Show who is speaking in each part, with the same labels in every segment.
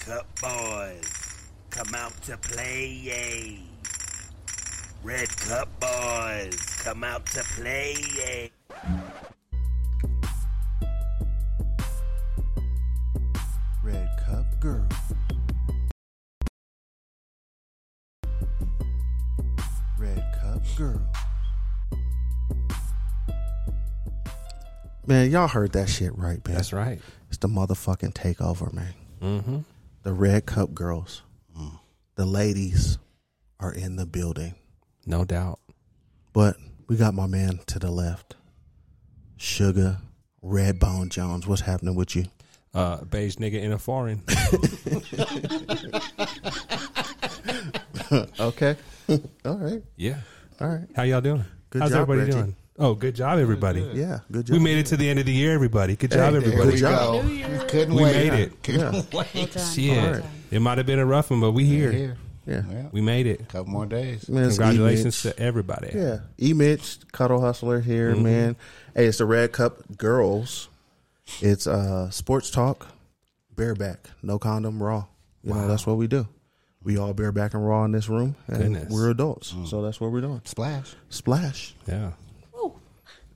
Speaker 1: Cup boys, come out to play, yay. Red Cup boys, come out to play, yay.
Speaker 2: Red Cup Girl. Red Cup Girl. Man, y'all heard that shit right, man.
Speaker 3: That's right.
Speaker 2: It's the motherfucking takeover, man. Mm-hmm. The Red Cup Girls. The ladies are in the building.
Speaker 3: No doubt.
Speaker 2: But we got my man to the left. Sugar Redbone Jones. What's happening with you?
Speaker 3: Uh, beige nigga in a foreign.
Speaker 2: Okay. All right.
Speaker 3: yeah.
Speaker 2: All right.
Speaker 3: How y'all doing?
Speaker 2: Good
Speaker 3: How's
Speaker 2: job,
Speaker 3: everybody
Speaker 2: Reggie.
Speaker 3: doing? Oh, good job, everybody.
Speaker 2: Yeah. Good job.
Speaker 3: We made it to the end of the year, everybody. Good job, everybody.
Speaker 2: Good job.
Speaker 4: New Year.
Speaker 5: Couldn't
Speaker 3: We
Speaker 5: wait.
Speaker 3: made it.
Speaker 5: Couldn't
Speaker 2: Yeah.
Speaker 5: wait.
Speaker 3: Shit. It might have been a rough one, but we here.
Speaker 5: Here.
Speaker 2: Yeah.
Speaker 5: Yeah.
Speaker 3: We made it.
Speaker 5: Couple more days.
Speaker 2: Man, it's
Speaker 3: Congratulations
Speaker 2: E-Mitch.
Speaker 3: to Mm-hmm. everybody.
Speaker 2: Yeah. E Mitch, Cuddle Hustler here, man. Hey, it's the Red Cup Girls. It's uh sports talk, bareback, no condom, raw. You know, that's what we do. We all bareback and raw in this room. And
Speaker 3: Goodness. Mm.
Speaker 2: we're adults. So that's what we're doing.
Speaker 5: Splash.
Speaker 2: Splash.
Speaker 3: Yeah.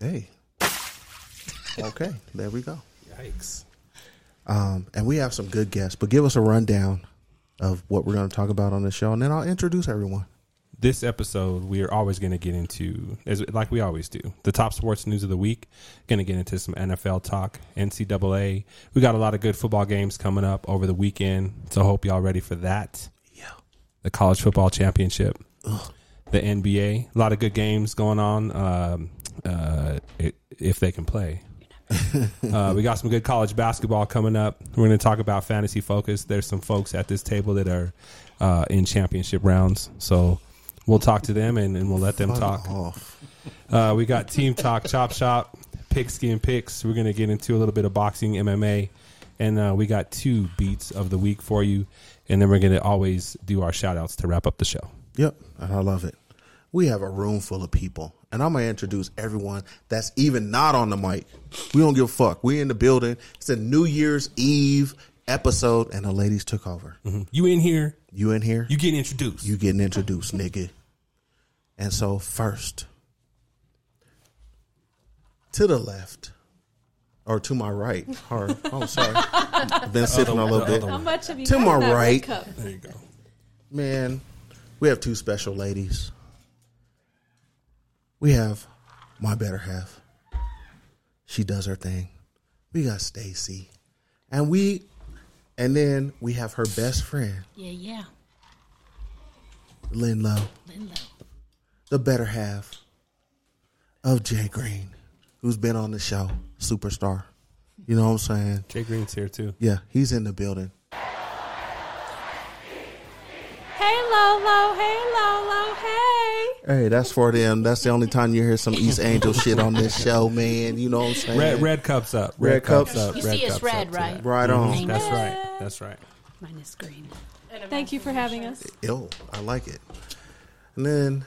Speaker 2: Hey. okay, there we go.
Speaker 3: Yikes.
Speaker 2: Um, and we have some good guests, but give us a rundown of what we're going to talk about on this show, and then I'll introduce everyone.
Speaker 3: this episode we are always going to get into as like we always do the top sports news of the week going to get into some nfl talk ncaa we got a lot of good football games coming up over the weekend so hope y'all ready for that yeah the college football championship the nba a lot of good games going on um, uh, it, if they can play uh, we got some good college basketball coming up. We're going to talk about fantasy focus. There's some folks at this table that are uh, in championship rounds, so we'll talk to them and, and we'll let them talk.
Speaker 2: Off.
Speaker 3: Uh, we got team talk, chop shop, pigskin picks. We're going to get into a little bit of boxing, MMA, and uh, we got two beats of the week for you, and then we're going to always do our shout outs to wrap up the show.
Speaker 2: Yep, and I love it. We have a room full of people, and I'm gonna introduce everyone that's even not on the mic. We don't give a fuck. We in the building. It's a New Year's Eve episode, and the ladies took over.
Speaker 3: You in here?
Speaker 2: You in here?
Speaker 3: Mm-hmm. You get introduced.
Speaker 2: you getting introduced, nigga. And so first, to the left, or to my right, or oh sorry, I've been sipping a little
Speaker 3: other
Speaker 2: bit.
Speaker 4: How much have you
Speaker 2: To
Speaker 4: had
Speaker 2: my
Speaker 4: in that Red
Speaker 2: right.
Speaker 4: Cup?
Speaker 3: there you go.
Speaker 2: Man, we have two special ladies. We have my better half. She does her thing. We got Stacy, and we, and then we have her best friend,
Speaker 6: Yeah, yeah.
Speaker 2: Lynn Lowe.
Speaker 6: Lynn Lowe.
Speaker 2: the better half of Jay Green, who's been on the show, superstar. You know what I'm saying?
Speaker 3: Jay Green's here too.
Speaker 2: Yeah, he's in the building.
Speaker 4: Hey Lolo, hey Lolo, hey.
Speaker 2: Hey, that's for them. That's the only time you hear some East Angel shit on this show, man. You know what I'm saying?
Speaker 3: Red, red cups up.
Speaker 2: Red cups.
Speaker 3: up.
Speaker 6: You
Speaker 3: red
Speaker 6: see, it's
Speaker 3: cups
Speaker 6: red,
Speaker 3: up to
Speaker 6: right?
Speaker 3: that.
Speaker 2: Right on.
Speaker 3: That's right. That's right.
Speaker 6: Mine is green.
Speaker 4: Thank you for having us.
Speaker 2: Yo, I like it. And then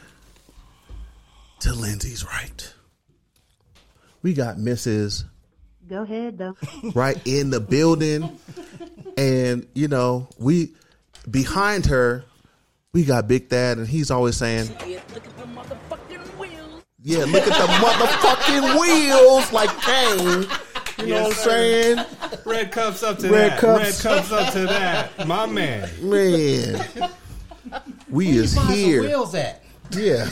Speaker 2: to Lindsay's right. We got Mrs.
Speaker 7: Go ahead though.
Speaker 2: right in the building. And, you know, we behind her, we got Big Dad, and he's always saying, Yeah, look at the motherfucking wheels like Kane. You know what I'm saying?
Speaker 3: Red cups up to
Speaker 2: Red
Speaker 3: that.
Speaker 2: cups.
Speaker 3: Red cups up to that. My man.
Speaker 2: Man. We is here.
Speaker 5: Wheels at.
Speaker 2: Yeah.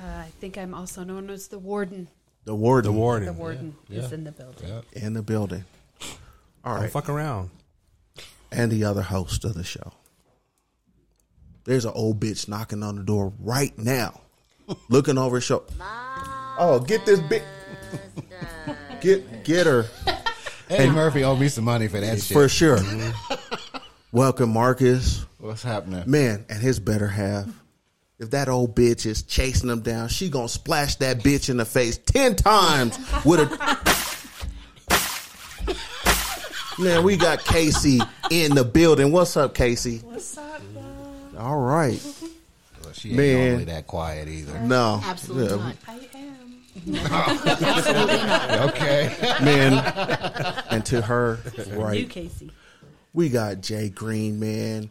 Speaker 4: I think I'm also known as the warden.
Speaker 2: The warden.
Speaker 3: The warden.
Speaker 6: The warden is in the building.
Speaker 2: In the building. All
Speaker 3: Don't
Speaker 2: right.
Speaker 3: fuck around.
Speaker 2: and the other host of the show. There's an old bitch knocking on the door right now, looking over his shoulder. Oh, get this bitch! Get get her
Speaker 5: Eddie Murphy owed me some money for that shit.
Speaker 2: for sure. Mm-hmm. Welcome, Marcus,
Speaker 5: What's happening?
Speaker 2: man, and his better half. If that old bitch is chasing him down, she gonna splash that bitch in the face ten times with a. Man, we got Casey in the building. What's up, Casey?
Speaker 4: What's up,
Speaker 2: All right.
Speaker 5: Well, she ain't
Speaker 2: Man.
Speaker 5: normally that quiet either.
Speaker 2: No.
Speaker 6: Absolutely not.
Speaker 4: I am.
Speaker 5: okay.
Speaker 2: Man. and to her,
Speaker 6: You,
Speaker 2: right.
Speaker 6: Casey.
Speaker 2: We got Jay Green, man,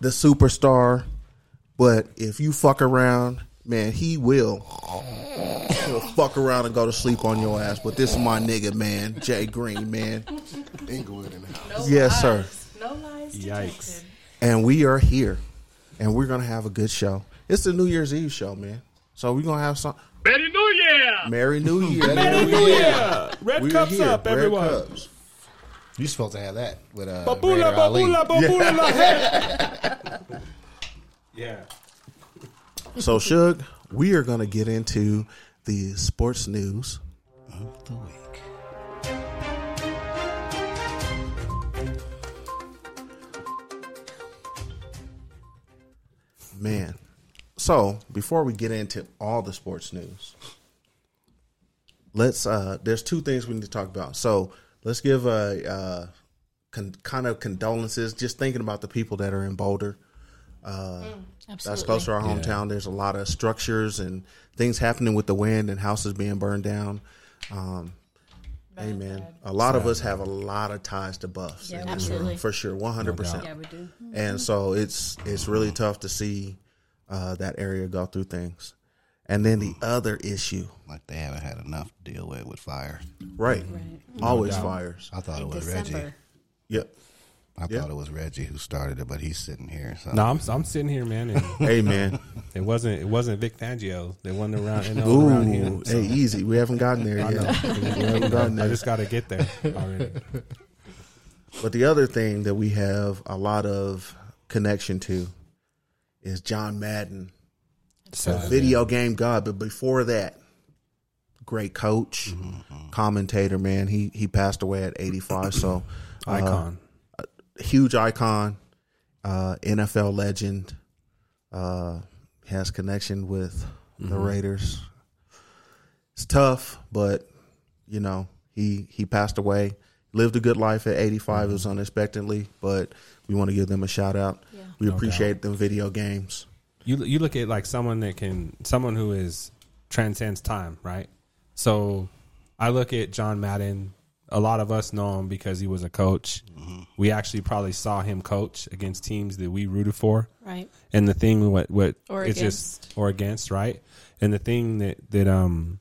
Speaker 2: the superstar. But if you fuck around, man, he will. He'll fuck around and go to sleep on your ass. But this is my nigga, man, Jay Green, man.
Speaker 5: Inglewood in the house.
Speaker 7: No
Speaker 2: Yes,
Speaker 7: lies.
Speaker 2: sir.
Speaker 7: No lies.
Speaker 3: Yikes.
Speaker 7: Yikes.
Speaker 2: And we are here, and we're gonna have a good show. It's the New Year's Eve show, man. So we're gonna have some. Merry New Year! Merry New Year!
Speaker 3: Yeah. Red
Speaker 2: We're
Speaker 3: cups
Speaker 2: here,
Speaker 3: up,
Speaker 2: Red
Speaker 3: everyone.
Speaker 2: Cups.
Speaker 5: You supposed to have that with uh,
Speaker 3: Babula,
Speaker 5: Vader Ali.
Speaker 3: babula, babula, la hey. Yeah.
Speaker 2: So, Suge, we are going to get into the sports news.
Speaker 5: of the week.
Speaker 2: Man. So, before we get into all the sports news, let's, uh, there's two things we need to talk about. So, let's give a, uh, con- kind of condolences, just thinking about the people that are in Boulder. Uh, That's close to our hometown. There's a lot of structures and things happening with the wind and houses being burned down. Um, hey, man, a lot of us have a lot of ties to Buffs.
Speaker 6: Yeah,
Speaker 2: in
Speaker 6: we
Speaker 2: this
Speaker 6: do.
Speaker 2: room, For sure, 100%.
Speaker 6: Yeah, we do. Mm-hmm.
Speaker 2: and so it's it's really tough to see uh, that area go through things. And then the other issue,
Speaker 5: Like they haven't had enough to deal with with fire.
Speaker 2: right? Always fires.
Speaker 5: I thought it was Reggie.
Speaker 6: December.
Speaker 2: Yep.
Speaker 5: I
Speaker 2: Yeah.
Speaker 5: thought it was Reggie who started it, but he's sitting here. So
Speaker 3: No, I'm, I'm sitting here, man. And
Speaker 2: Hey, man.
Speaker 3: it wasn't it wasn't Vic Fangio. They wasn't around. And all around
Speaker 2: Ooh.
Speaker 3: him.
Speaker 2: Hey, easy. We haven't gotten there
Speaker 3: I
Speaker 2: yet. we
Speaker 3: know.
Speaker 2: haven't gotten
Speaker 3: I
Speaker 2: there.
Speaker 3: just got to get there already.
Speaker 2: But the other thing that we have a lot of connection to is John Madden,
Speaker 3: So,
Speaker 2: video game god. But before that, great coach,
Speaker 3: Mm-hmm.
Speaker 2: commentator, man. He he passed away at 85. So uh,
Speaker 3: icon.
Speaker 2: huge icon, uh, NFL legend, uh, has connection with
Speaker 3: Mm-hmm.
Speaker 2: the Raiders. It's tough, but you know he he passed away. Lived a good life at 85. It was
Speaker 3: Mm-hmm.
Speaker 2: unexpectedly, but we want to give them a shout out. We appreciate them video games.
Speaker 3: you you look at like someone that can someone who is transcends time, right? So I look at John Madden. A lot of us know him because he was a coach.
Speaker 5: Mm-hmm.
Speaker 3: We actually probably saw him coach against teams that we rooted for.
Speaker 4: Right.
Speaker 3: And the thing what what
Speaker 7: Or
Speaker 3: it's just
Speaker 7: against.
Speaker 3: or against, right? And the thing that that um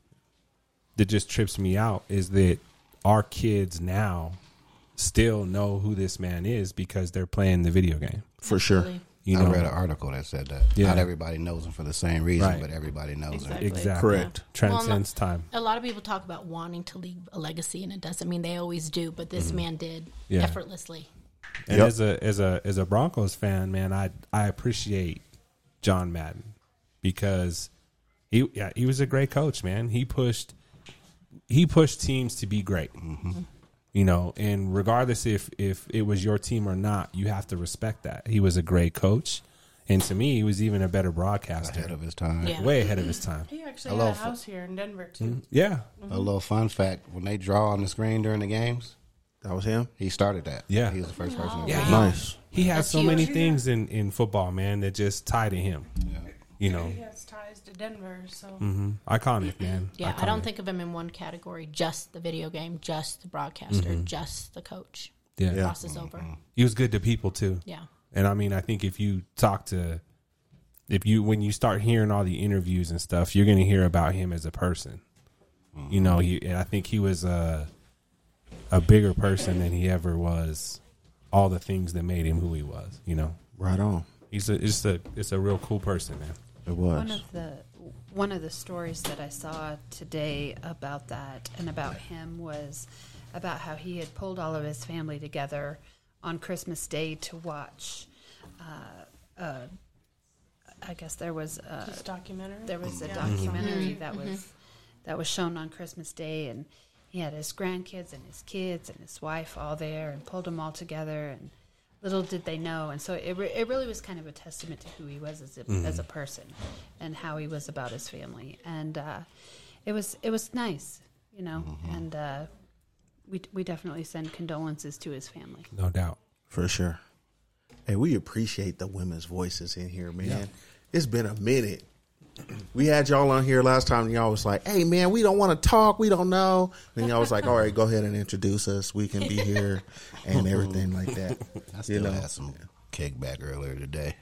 Speaker 3: that just trips me out is that our kids now still know who this man is because they're playing the video game.
Speaker 2: For sure.
Speaker 3: You
Speaker 5: I
Speaker 3: know,
Speaker 5: read an article that said that
Speaker 3: Yeah.
Speaker 5: not everybody knows him for the same reason,
Speaker 3: Right.
Speaker 5: but everybody knows him.
Speaker 7: Exactly.
Speaker 3: exactly
Speaker 2: Correct.
Speaker 3: transcends time.
Speaker 7: A lot of people talk about wanting to leave a legacy, and it doesn't mean they always do. But
Speaker 2: Mm-hmm.
Speaker 7: this man did
Speaker 3: Yeah.
Speaker 7: effortlessly.
Speaker 3: And
Speaker 2: Yep.
Speaker 3: as a as a as a Broncos fan, man, I I appreciate John Madden because he yeah, he was a great coach, man. He pushed he pushed teams to be great.
Speaker 2: Mm-hmm.
Speaker 3: You know, and regardless if if it was your team or not, you have to respect that. He was a great coach, and to me, he was even a better
Speaker 5: Ahead
Speaker 3: broadcaster,
Speaker 5: of his time.
Speaker 7: Yeah.
Speaker 3: way ahead of his time.
Speaker 7: He
Speaker 5: I
Speaker 7: actually
Speaker 5: love
Speaker 7: a
Speaker 5: fo-
Speaker 7: house here in Denver too.
Speaker 3: Yeah,
Speaker 5: A little fun fact: when they draw on the screen during the games,
Speaker 2: That was him.
Speaker 5: he started that.
Speaker 3: Yeah.
Speaker 5: he was the first person. to
Speaker 3: Yeah,
Speaker 5: do
Speaker 3: he-
Speaker 5: it.
Speaker 2: Nice.
Speaker 3: he has
Speaker 7: That's
Speaker 3: so many
Speaker 7: huge.
Speaker 3: things in in football, man, that just tie to him. You know,
Speaker 7: He has ties to Denver, so
Speaker 3: iconic, man.
Speaker 7: yeah.
Speaker 3: iconic.
Speaker 7: I don't think of him in one category: just the video game, just the broadcaster,
Speaker 2: Mm-hmm.
Speaker 7: just the coach.
Speaker 3: Yeah. Yeah.
Speaker 7: crosses over.
Speaker 3: he was good to people too.
Speaker 7: Yeah,
Speaker 3: And I mean, I think if you talk to, if you when you start hearing all the interviews and stuff, you're going to hear about him as a person. You know, he and I think he was a a bigger person than he ever was. All the things that made him who he was. You know,
Speaker 2: Right on.
Speaker 3: he's a it's a it's a real cool person, man.
Speaker 2: It
Speaker 4: One
Speaker 2: was.
Speaker 4: of the one of the stories that I saw today about that and about him was about how he had pulled all of his family together on Christmas Day to watch. Uh, uh, I guess there was a,
Speaker 7: this documentary.
Speaker 4: there was a documentary that was that was shown on Christmas Day, and he had his grandkids and his kids and his wife all there, and pulled them all together. And little did they know, and so it re- it really was kind of a testament to who he was as a,
Speaker 2: Mm-hmm.
Speaker 4: as a person, and how he was about his family. And uh, it was it was nice, you know.
Speaker 2: Mm-hmm.
Speaker 4: And uh, we we definitely send condolences to his family.
Speaker 3: No doubt.
Speaker 2: For sure. Hey, we appreciate the women's voices in here, man. It's been a minute. we had y'all on here last time, and y'all was like, "Hey, man, we don't want to talk. We don't know." And y'all was like, "All right, go ahead and introduce us. We can be here and everything like that."
Speaker 5: I still
Speaker 2: know.
Speaker 5: had some kickback earlier today.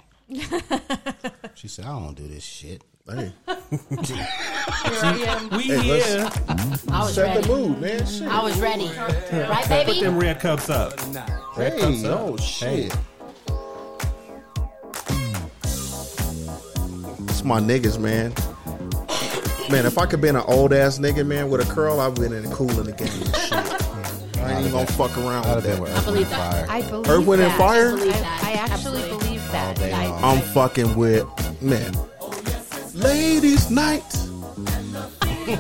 Speaker 5: she said, "I don't do this shit."
Speaker 2: Hey,
Speaker 3: We here.
Speaker 7: I was
Speaker 2: set
Speaker 7: ready.
Speaker 2: the mood, man. Shit.
Speaker 7: I was ready. Right,
Speaker 3: Put them
Speaker 7: baby?
Speaker 3: red cups up. Red
Speaker 2: Hey,
Speaker 3: cups up.
Speaker 2: oh shit. It's my niggas, man. Man, if I could been an old ass nigga, man, with a curl, I've been in the cool in the game. and shit. I ain't even gonna fuck around with that.
Speaker 5: I
Speaker 7: believe that.
Speaker 4: I believe
Speaker 2: Earth, Wind, and
Speaker 4: that.
Speaker 2: Fire? Oh,
Speaker 4: I, I actually
Speaker 7: Absolutely.
Speaker 4: believe that.
Speaker 5: day
Speaker 4: I-
Speaker 5: long.
Speaker 2: I'm fucking with man. Ladies night.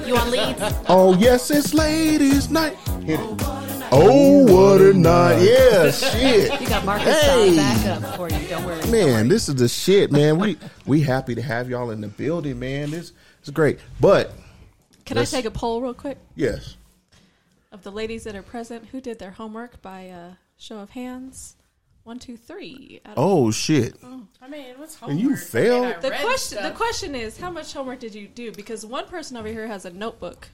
Speaker 7: You want leads?
Speaker 2: Oh yes, it's ladies night. Hit it. Oh what a night. Yeah, shit.
Speaker 4: You got Marcus
Speaker 2: Hey.
Speaker 4: hey. back up for you. Don't worry.
Speaker 2: Man, this is the shit, man. We we happy to have y'all in the building, man. This is great. But
Speaker 8: Can
Speaker 2: Yes.
Speaker 8: I take a poll real quick
Speaker 2: yes.
Speaker 8: of the ladies that are present who did their homework by a show of hands? One, two, three. I don't-
Speaker 2: Oh shit.
Speaker 9: I mean, what's
Speaker 2: And
Speaker 9: homework?
Speaker 2: you failed?
Speaker 9: I mean, I
Speaker 8: the
Speaker 9: read
Speaker 8: question. The
Speaker 9: stuff.
Speaker 8: question is, how much homework did you do? Because one person over here has a notebook,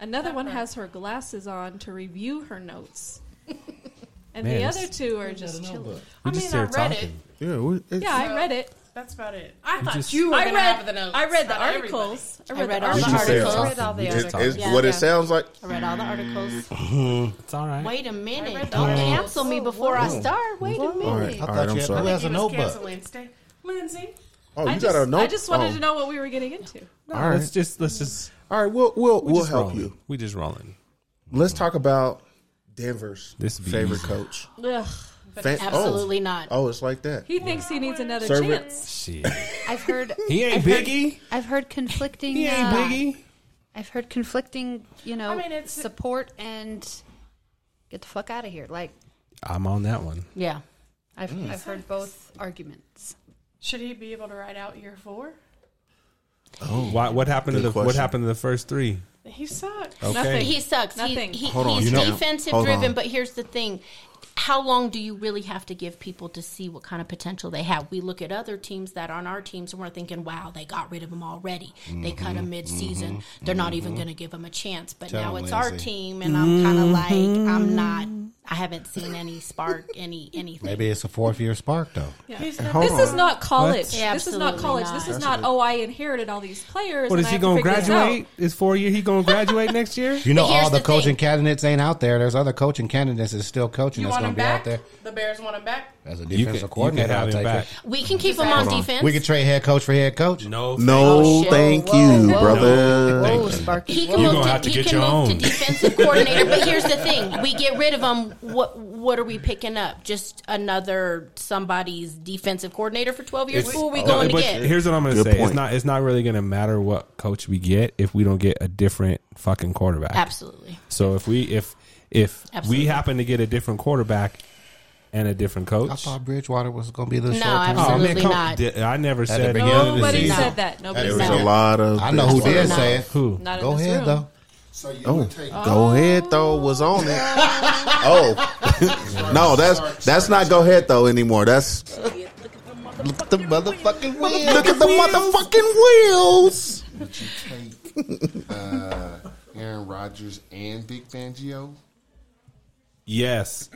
Speaker 8: another one has her glasses on to review her notes, and
Speaker 3: Man,
Speaker 8: the
Speaker 3: it's-
Speaker 8: other two are just chilling.
Speaker 3: We
Speaker 9: I
Speaker 3: just
Speaker 9: mean,
Speaker 3: there
Speaker 9: I read
Speaker 3: talking.
Speaker 2: Yeah, we, it's,
Speaker 8: Yeah, I read it.
Speaker 9: That's about it. I thought
Speaker 3: just-
Speaker 9: you were
Speaker 8: I
Speaker 9: gonna
Speaker 8: read.
Speaker 9: have the notes.
Speaker 8: I read the
Speaker 9: Not everybody.
Speaker 8: articles. I
Speaker 7: I
Speaker 8: read,
Speaker 7: read
Speaker 8: the
Speaker 7: all
Speaker 2: we
Speaker 7: the
Speaker 8: articles.
Speaker 2: just
Speaker 7: articles.
Speaker 2: said
Speaker 4: I read all the
Speaker 2: it's,
Speaker 4: articles.
Speaker 2: it's
Speaker 7: Yeah.
Speaker 2: what
Speaker 7: Yeah.
Speaker 2: it sounds like.
Speaker 7: I read all the articles.
Speaker 3: Mm. It's all right.
Speaker 7: Wait a minute.
Speaker 9: read
Speaker 7: Don't
Speaker 9: all the
Speaker 7: cancel me before I start. Wait a
Speaker 2: All right,
Speaker 7: minute.
Speaker 2: all right, I'm
Speaker 5: Who
Speaker 2: sorry.
Speaker 5: has a
Speaker 9: He was
Speaker 5: notebook?
Speaker 9: canceling today. Lindsay,
Speaker 2: Oh, you
Speaker 8: I
Speaker 2: got a
Speaker 8: just-
Speaker 2: note.
Speaker 8: I just wanted
Speaker 2: Oh.
Speaker 8: to know what we were getting into.
Speaker 3: All right. Let's just let's just
Speaker 2: All right, we'll we'll
Speaker 3: we
Speaker 2: we'll
Speaker 3: just
Speaker 2: help
Speaker 3: rolling.
Speaker 2: you.
Speaker 3: We just rolling.
Speaker 2: Let's talk about Denver's
Speaker 3: This be
Speaker 2: favorite
Speaker 3: easy.
Speaker 2: coach.
Speaker 8: Ugh.
Speaker 2: Fan-
Speaker 7: Absolutely not.
Speaker 2: Oh, oh, it's like that.
Speaker 8: He thinks he needs another
Speaker 2: Serve it.
Speaker 8: chance.
Speaker 3: Shit.
Speaker 4: I've heard.
Speaker 3: He ain't
Speaker 4: I've heard-
Speaker 3: Biggie.
Speaker 4: I've heard conflicting.
Speaker 3: He ain't
Speaker 4: uh,
Speaker 3: Biggie.
Speaker 4: I've heard conflicting. You know,
Speaker 9: I mean, it's-
Speaker 4: support and get the fuck out of here. Like
Speaker 3: I'm on that one.
Speaker 7: Yeah.
Speaker 4: I've I've heard both arguments.
Speaker 9: should he be able to ride out year four?
Speaker 3: Why, what happened to
Speaker 2: Good
Speaker 3: the What
Speaker 2: question.
Speaker 3: happened to the first three?
Speaker 9: He sucked.
Speaker 3: Okay.
Speaker 7: He sucks.
Speaker 8: Nothing.
Speaker 7: He, he,
Speaker 2: Hold on,
Speaker 7: he's
Speaker 2: you know-
Speaker 7: defensive
Speaker 2: hold
Speaker 7: driven,
Speaker 2: on.
Speaker 7: but here's the thing. How long do you really have to give people to see what kind of potential they have? We look at other teams that aren't our teams and we're thinking, wow, they got rid of them already. They cut them mid season. They're not even going to give them a chance. But
Speaker 5: Tell
Speaker 7: now
Speaker 5: 'em,
Speaker 7: it's our
Speaker 5: Lindsay.
Speaker 7: team and I'm kind of like, I'm not, I haven't seen any spark, any anything.
Speaker 5: Maybe it's a fourth year spark though.
Speaker 9: He's
Speaker 2: And
Speaker 9: not-
Speaker 2: hold
Speaker 8: This is
Speaker 2: on.
Speaker 8: not college.
Speaker 7: Yeah,
Speaker 8: This is not
Speaker 7: absolutely
Speaker 8: college.
Speaker 7: not.
Speaker 8: This is not. Oh, I inherited all these players.
Speaker 3: What is
Speaker 8: and I
Speaker 3: he
Speaker 8: have
Speaker 3: going to
Speaker 8: figure this out."
Speaker 3: graduate? Is four year he going to graduate next year?
Speaker 5: You know,
Speaker 7: But here's
Speaker 5: all the,
Speaker 7: the thing.
Speaker 5: coaching candidates ain't out there. There's other coaching candidates that's still coaching
Speaker 9: you
Speaker 5: that's
Speaker 9: want
Speaker 5: going
Speaker 9: him
Speaker 5: to be
Speaker 9: back?
Speaker 5: out there
Speaker 9: The Bears want him back.
Speaker 5: as a
Speaker 3: You
Speaker 5: defensive
Speaker 3: can, you can
Speaker 5: coordinator.
Speaker 3: have
Speaker 5: I'll
Speaker 3: him
Speaker 5: take
Speaker 3: back.
Speaker 5: it.
Speaker 7: We can keep them on
Speaker 2: on.
Speaker 7: defense.
Speaker 5: We could trade head coach for head coach.
Speaker 3: No,
Speaker 2: No,
Speaker 7: Oh, shit.
Speaker 2: thank
Speaker 4: Whoa,
Speaker 2: you,
Speaker 4: whoa,
Speaker 2: brother.
Speaker 4: Whoa, Sparky.
Speaker 7: He
Speaker 4: whoa.
Speaker 7: can
Speaker 3: You're
Speaker 7: move,
Speaker 3: gonna
Speaker 7: to,
Speaker 3: have to
Speaker 7: he
Speaker 3: get
Speaker 7: can
Speaker 3: your
Speaker 7: move to
Speaker 3: own.
Speaker 7: defensive coordinator, but here's the thing: we get rid of him. What what are we picking up? Just another somebody's defensive coordinator for twelve years? Who are we
Speaker 3: No,
Speaker 7: going to
Speaker 3: but
Speaker 7: get?
Speaker 3: Here's what I'm going to
Speaker 2: Good
Speaker 3: say:
Speaker 2: point.
Speaker 3: it's not it's not really going to matter what coach we get if we don't get a different fucking quarterback.
Speaker 7: Absolutely,
Speaker 3: So if we if if
Speaker 7: Absolutely.
Speaker 3: we happen to get a different quarterback and a different coach, Oh,
Speaker 5: I thought Bridgewater was going to be the
Speaker 7: No,
Speaker 5: short term.
Speaker 7: absolutely.
Speaker 3: come-
Speaker 7: not.
Speaker 3: di- I never
Speaker 5: the
Speaker 3: said
Speaker 5: beginning of the
Speaker 8: Nobody
Speaker 5: season.
Speaker 8: said that. Nobody
Speaker 2: There
Speaker 8: said
Speaker 2: was a
Speaker 8: that.
Speaker 2: lot of.
Speaker 5: I know who did say it.
Speaker 3: who.
Speaker 8: Not in
Speaker 5: Go
Speaker 8: this
Speaker 5: ahead
Speaker 8: room.
Speaker 5: though.
Speaker 10: So you
Speaker 2: Oh,
Speaker 10: would take
Speaker 2: go ahead though was on it. oh, no, that's that's not go ahead though anymore. That's
Speaker 5: Look at the motherfucking wheel.
Speaker 2: look at the motherfucking wheels.
Speaker 10: Aaron Rodgers and Vic Fangio.
Speaker 3: Yes.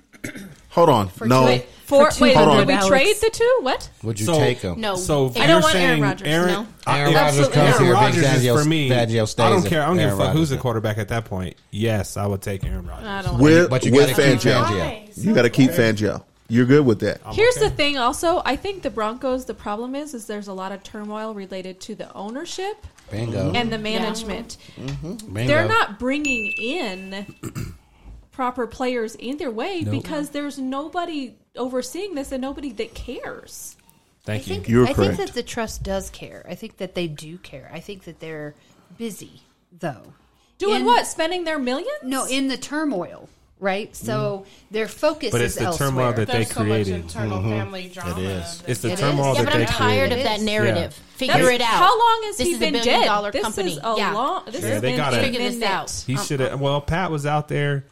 Speaker 2: Hold on, no,
Speaker 8: Wait, for,
Speaker 4: two
Speaker 8: wait,
Speaker 2: Hold
Speaker 8: did
Speaker 2: on.
Speaker 8: we
Speaker 4: Alex.
Speaker 8: trade the two? What?
Speaker 5: Would you
Speaker 3: So-
Speaker 5: take him?
Speaker 7: no.
Speaker 3: So if
Speaker 8: I
Speaker 3: you're
Speaker 8: don't want Aaron
Speaker 3: saying
Speaker 8: Rodgers, no.
Speaker 5: Aaron
Speaker 3: if-
Speaker 5: Rodgers comes
Speaker 3: Aaron
Speaker 5: here. Big
Speaker 3: Rodgers is
Speaker 5: Fangio-
Speaker 3: for me.
Speaker 5: Fangio stays
Speaker 3: I don't
Speaker 5: if
Speaker 3: care. I don't give a
Speaker 5: Aaron
Speaker 3: fuck who's
Speaker 5: Rodgers
Speaker 3: the
Speaker 5: does.
Speaker 3: quarterback at that point. Yes, I would take Aaron Rodgers.
Speaker 8: I don't. want
Speaker 2: with
Speaker 5: But you
Speaker 2: with
Speaker 5: got to keep
Speaker 2: Fangio.
Speaker 5: Fangio.
Speaker 2: You got to keep Fangio. You're good with that.
Speaker 8: Here's the thing. Also, I think the Broncos. The problem is, is there's a lot of turmoil related to the ownership
Speaker 5: Bingo.
Speaker 8: and the management.
Speaker 5: Bingo.
Speaker 8: They're not bringing in proper players either way because there's nobody overseeing this and nobody that cares.
Speaker 3: Thank
Speaker 4: I
Speaker 3: you.
Speaker 4: think,
Speaker 2: You're
Speaker 4: I
Speaker 2: correct.
Speaker 4: think that the trust does care. I think that they do care. I think that they're busy, though.
Speaker 8: Doing
Speaker 4: In-
Speaker 8: what? Spending their millions?
Speaker 4: No, in the turmoil, right? So their focus
Speaker 3: But
Speaker 4: is
Speaker 3: it's the
Speaker 4: elsewhere.
Speaker 3: turmoil that they
Speaker 9: There's so much
Speaker 3: created. Mm-hmm.
Speaker 9: internal family drama.
Speaker 5: is.
Speaker 9: that-
Speaker 3: It's the
Speaker 4: It
Speaker 3: turmoil
Speaker 4: is.
Speaker 7: yeah,
Speaker 3: that
Speaker 7: but
Speaker 3: they
Speaker 7: I'm tired
Speaker 3: created.
Speaker 7: of that
Speaker 4: Yeah.
Speaker 7: narrative. Figure
Speaker 8: That's-
Speaker 7: it out.
Speaker 8: How long has
Speaker 7: this
Speaker 8: he
Speaker 7: is
Speaker 8: been
Speaker 7: a billion
Speaker 8: dead?
Speaker 7: dollar
Speaker 8: this
Speaker 7: company.
Speaker 8: is a
Speaker 7: yeah.
Speaker 8: long. This
Speaker 3: Sure.
Speaker 8: has
Speaker 3: They
Speaker 8: been
Speaker 3: gotta-
Speaker 8: a
Speaker 7: Figure this
Speaker 8: minute.
Speaker 7: out.
Speaker 3: He should have. Well, Pat was out there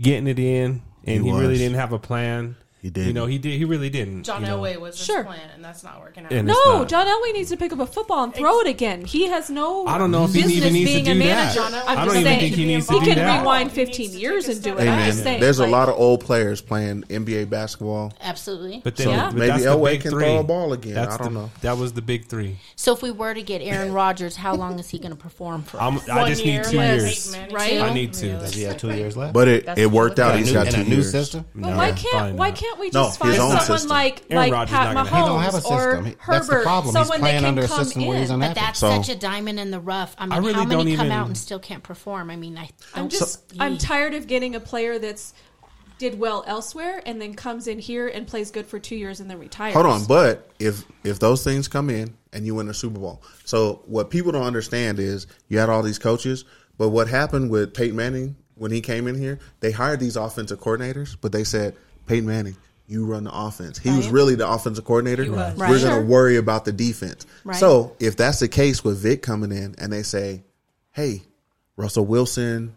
Speaker 3: getting it in, and he,
Speaker 2: He
Speaker 3: really
Speaker 2: was.
Speaker 3: didn't have a plan.
Speaker 2: He did.
Speaker 3: You know, he did. He really didn't.
Speaker 9: John
Speaker 3: you know.
Speaker 9: Elway was his
Speaker 8: Sure.
Speaker 9: plan, and that's not working out.
Speaker 3: And it's
Speaker 8: No,
Speaker 3: not.
Speaker 8: John Elway needs to pick up a football and throw it again. He has no.
Speaker 3: I don't know if he
Speaker 8: business
Speaker 3: even needs to
Speaker 8: being a
Speaker 3: do
Speaker 8: manager.
Speaker 3: that. I
Speaker 8: I'm just
Speaker 3: don't even
Speaker 8: saying,
Speaker 3: think he needs to
Speaker 8: He
Speaker 3: do
Speaker 8: can
Speaker 3: that.
Speaker 8: rewind 15 years and do it.
Speaker 2: Hey,
Speaker 8: I'm
Speaker 2: man,
Speaker 8: just saying.
Speaker 2: there's a
Speaker 8: like,
Speaker 2: lot of old players playing NBA basketball.
Speaker 7: Absolutely.
Speaker 3: But then
Speaker 2: So
Speaker 3: but
Speaker 2: maybe
Speaker 3: that's the
Speaker 2: Elway
Speaker 3: big
Speaker 2: can
Speaker 3: three.
Speaker 2: throw a ball again.
Speaker 3: That's
Speaker 2: I don't
Speaker 3: the-
Speaker 2: know.
Speaker 3: That was the big three.
Speaker 7: So if we were to get Aaron Rodgers, how long is he going to perform for?
Speaker 3: I'm,
Speaker 7: us?
Speaker 3: I just need two
Speaker 7: less.
Speaker 3: years.
Speaker 7: Right?
Speaker 3: I need two.
Speaker 5: Does he have two years left?
Speaker 2: But it,
Speaker 5: That's
Speaker 2: it worked out.
Speaker 5: And a
Speaker 2: He's
Speaker 5: new-
Speaker 2: got
Speaker 5: and
Speaker 2: two
Speaker 5: a new
Speaker 2: years.
Speaker 5: system?
Speaker 8: But why can't why can't we
Speaker 2: No,
Speaker 8: just
Speaker 2: his
Speaker 8: find
Speaker 2: own
Speaker 8: someone
Speaker 2: system.
Speaker 8: like
Speaker 3: Aaron
Speaker 8: like
Speaker 3: Rodgers
Speaker 8: Pat
Speaker 3: not gonna have it. He
Speaker 5: don't have a
Speaker 8: Mahomes or
Speaker 5: system. He- that's the
Speaker 8: Herbert?
Speaker 5: problem. He's
Speaker 8: Someone
Speaker 5: playing
Speaker 8: that
Speaker 5: under
Speaker 8: can
Speaker 5: a
Speaker 8: come
Speaker 5: system where he's
Speaker 8: in.
Speaker 5: unhappy.
Speaker 7: But that's
Speaker 2: So-
Speaker 7: such a diamond in the rough. I mean,
Speaker 3: really
Speaker 7: how many
Speaker 3: don't
Speaker 7: come
Speaker 3: even-
Speaker 7: out and still can't perform? I mean, I don't.
Speaker 8: I'm just I'm tired of getting a player that's did well elsewhere and then comes in here and plays good for two years and then retires.
Speaker 2: Hold on, but if if those things come in and you win the Super Bowl, so what people don't understand is you had all these coaches, but what happened with Peyton Manning when he came in here, they hired these offensive coordinators, but they said Peyton Manning, you run the offense. He was really the offensive coordinator. We're
Speaker 7: Right.
Speaker 2: going to
Speaker 7: Sure.
Speaker 2: worry about the defense.
Speaker 7: Right.
Speaker 2: So if that's the case with Vic coming in and they say, hey, Russell Wilson,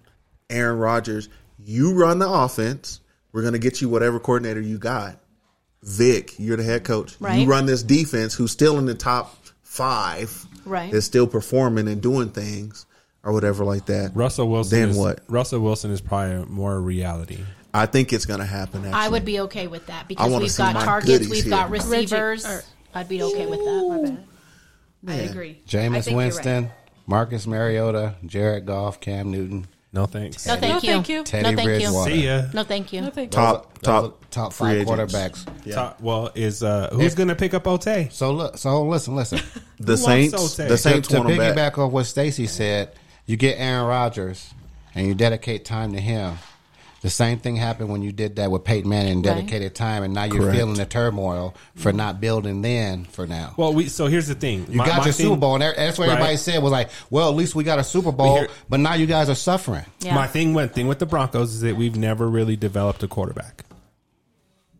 Speaker 2: Aaron Rodgers, you run the offense. We're going to get you whatever coordinator you got. Vic, you're the head coach.
Speaker 7: Right.
Speaker 2: You run this defense who's still in the top five,
Speaker 7: Right.
Speaker 2: is still performing and doing things or whatever like that.
Speaker 3: Russell Wilson.
Speaker 2: Then
Speaker 3: is,
Speaker 2: what?
Speaker 3: Russell Wilson is probably more a reality.
Speaker 2: I think it's going to happen. Actually.
Speaker 7: I would be okay with that because
Speaker 2: wanna
Speaker 7: we've
Speaker 2: see
Speaker 7: got
Speaker 2: my
Speaker 7: targets,
Speaker 2: goodies
Speaker 7: we've
Speaker 2: here.
Speaker 7: got
Speaker 2: Reggie-
Speaker 7: receivers.
Speaker 4: or-
Speaker 7: I'd be okay with that.
Speaker 4: I agree. I think
Speaker 5: Jameis
Speaker 4: you're right.
Speaker 5: Winston, Marcus Mariota, Jared Goff, Cam Newton.
Speaker 3: No thanks.
Speaker 7: No, thank
Speaker 8: thank
Speaker 7: you.
Speaker 8: you.
Speaker 5: Teddy
Speaker 7: no, thank you.
Speaker 5: Bridgewater.
Speaker 3: See ya.
Speaker 7: No, thank you.
Speaker 8: I think
Speaker 2: top
Speaker 5: Those are-
Speaker 2: top
Speaker 5: those are top
Speaker 2: free
Speaker 5: five
Speaker 2: agents.
Speaker 5: quarterbacks.
Speaker 2: Yeah.
Speaker 3: Top- well, is uh, who's going to pick up Ote?
Speaker 5: So look, so listen, listen.
Speaker 2: The
Speaker 3: Who
Speaker 2: Saints,
Speaker 3: wants Ote?
Speaker 2: the Saints
Speaker 5: to, to
Speaker 2: want him
Speaker 5: piggyback
Speaker 2: back.
Speaker 5: off what Stacy said, you get Aaron Rodgers and you dedicate time to him. The same thing happened when you did that with Peyton Manning and
Speaker 7: Right.
Speaker 5: dedicated time, and now you're
Speaker 2: Correct.
Speaker 5: feeling the turmoil for not building then for now.
Speaker 3: Well, we. So here's the thing.
Speaker 5: you got your Super Bowl, and that- that's what everybody
Speaker 3: Right.
Speaker 5: said was like, well, at least we got a Super Bowl,
Speaker 3: here-
Speaker 5: but now you guys are suffering.
Speaker 7: Yeah.
Speaker 3: My thing, one thing with the Broncos is that we've never really developed a quarterback.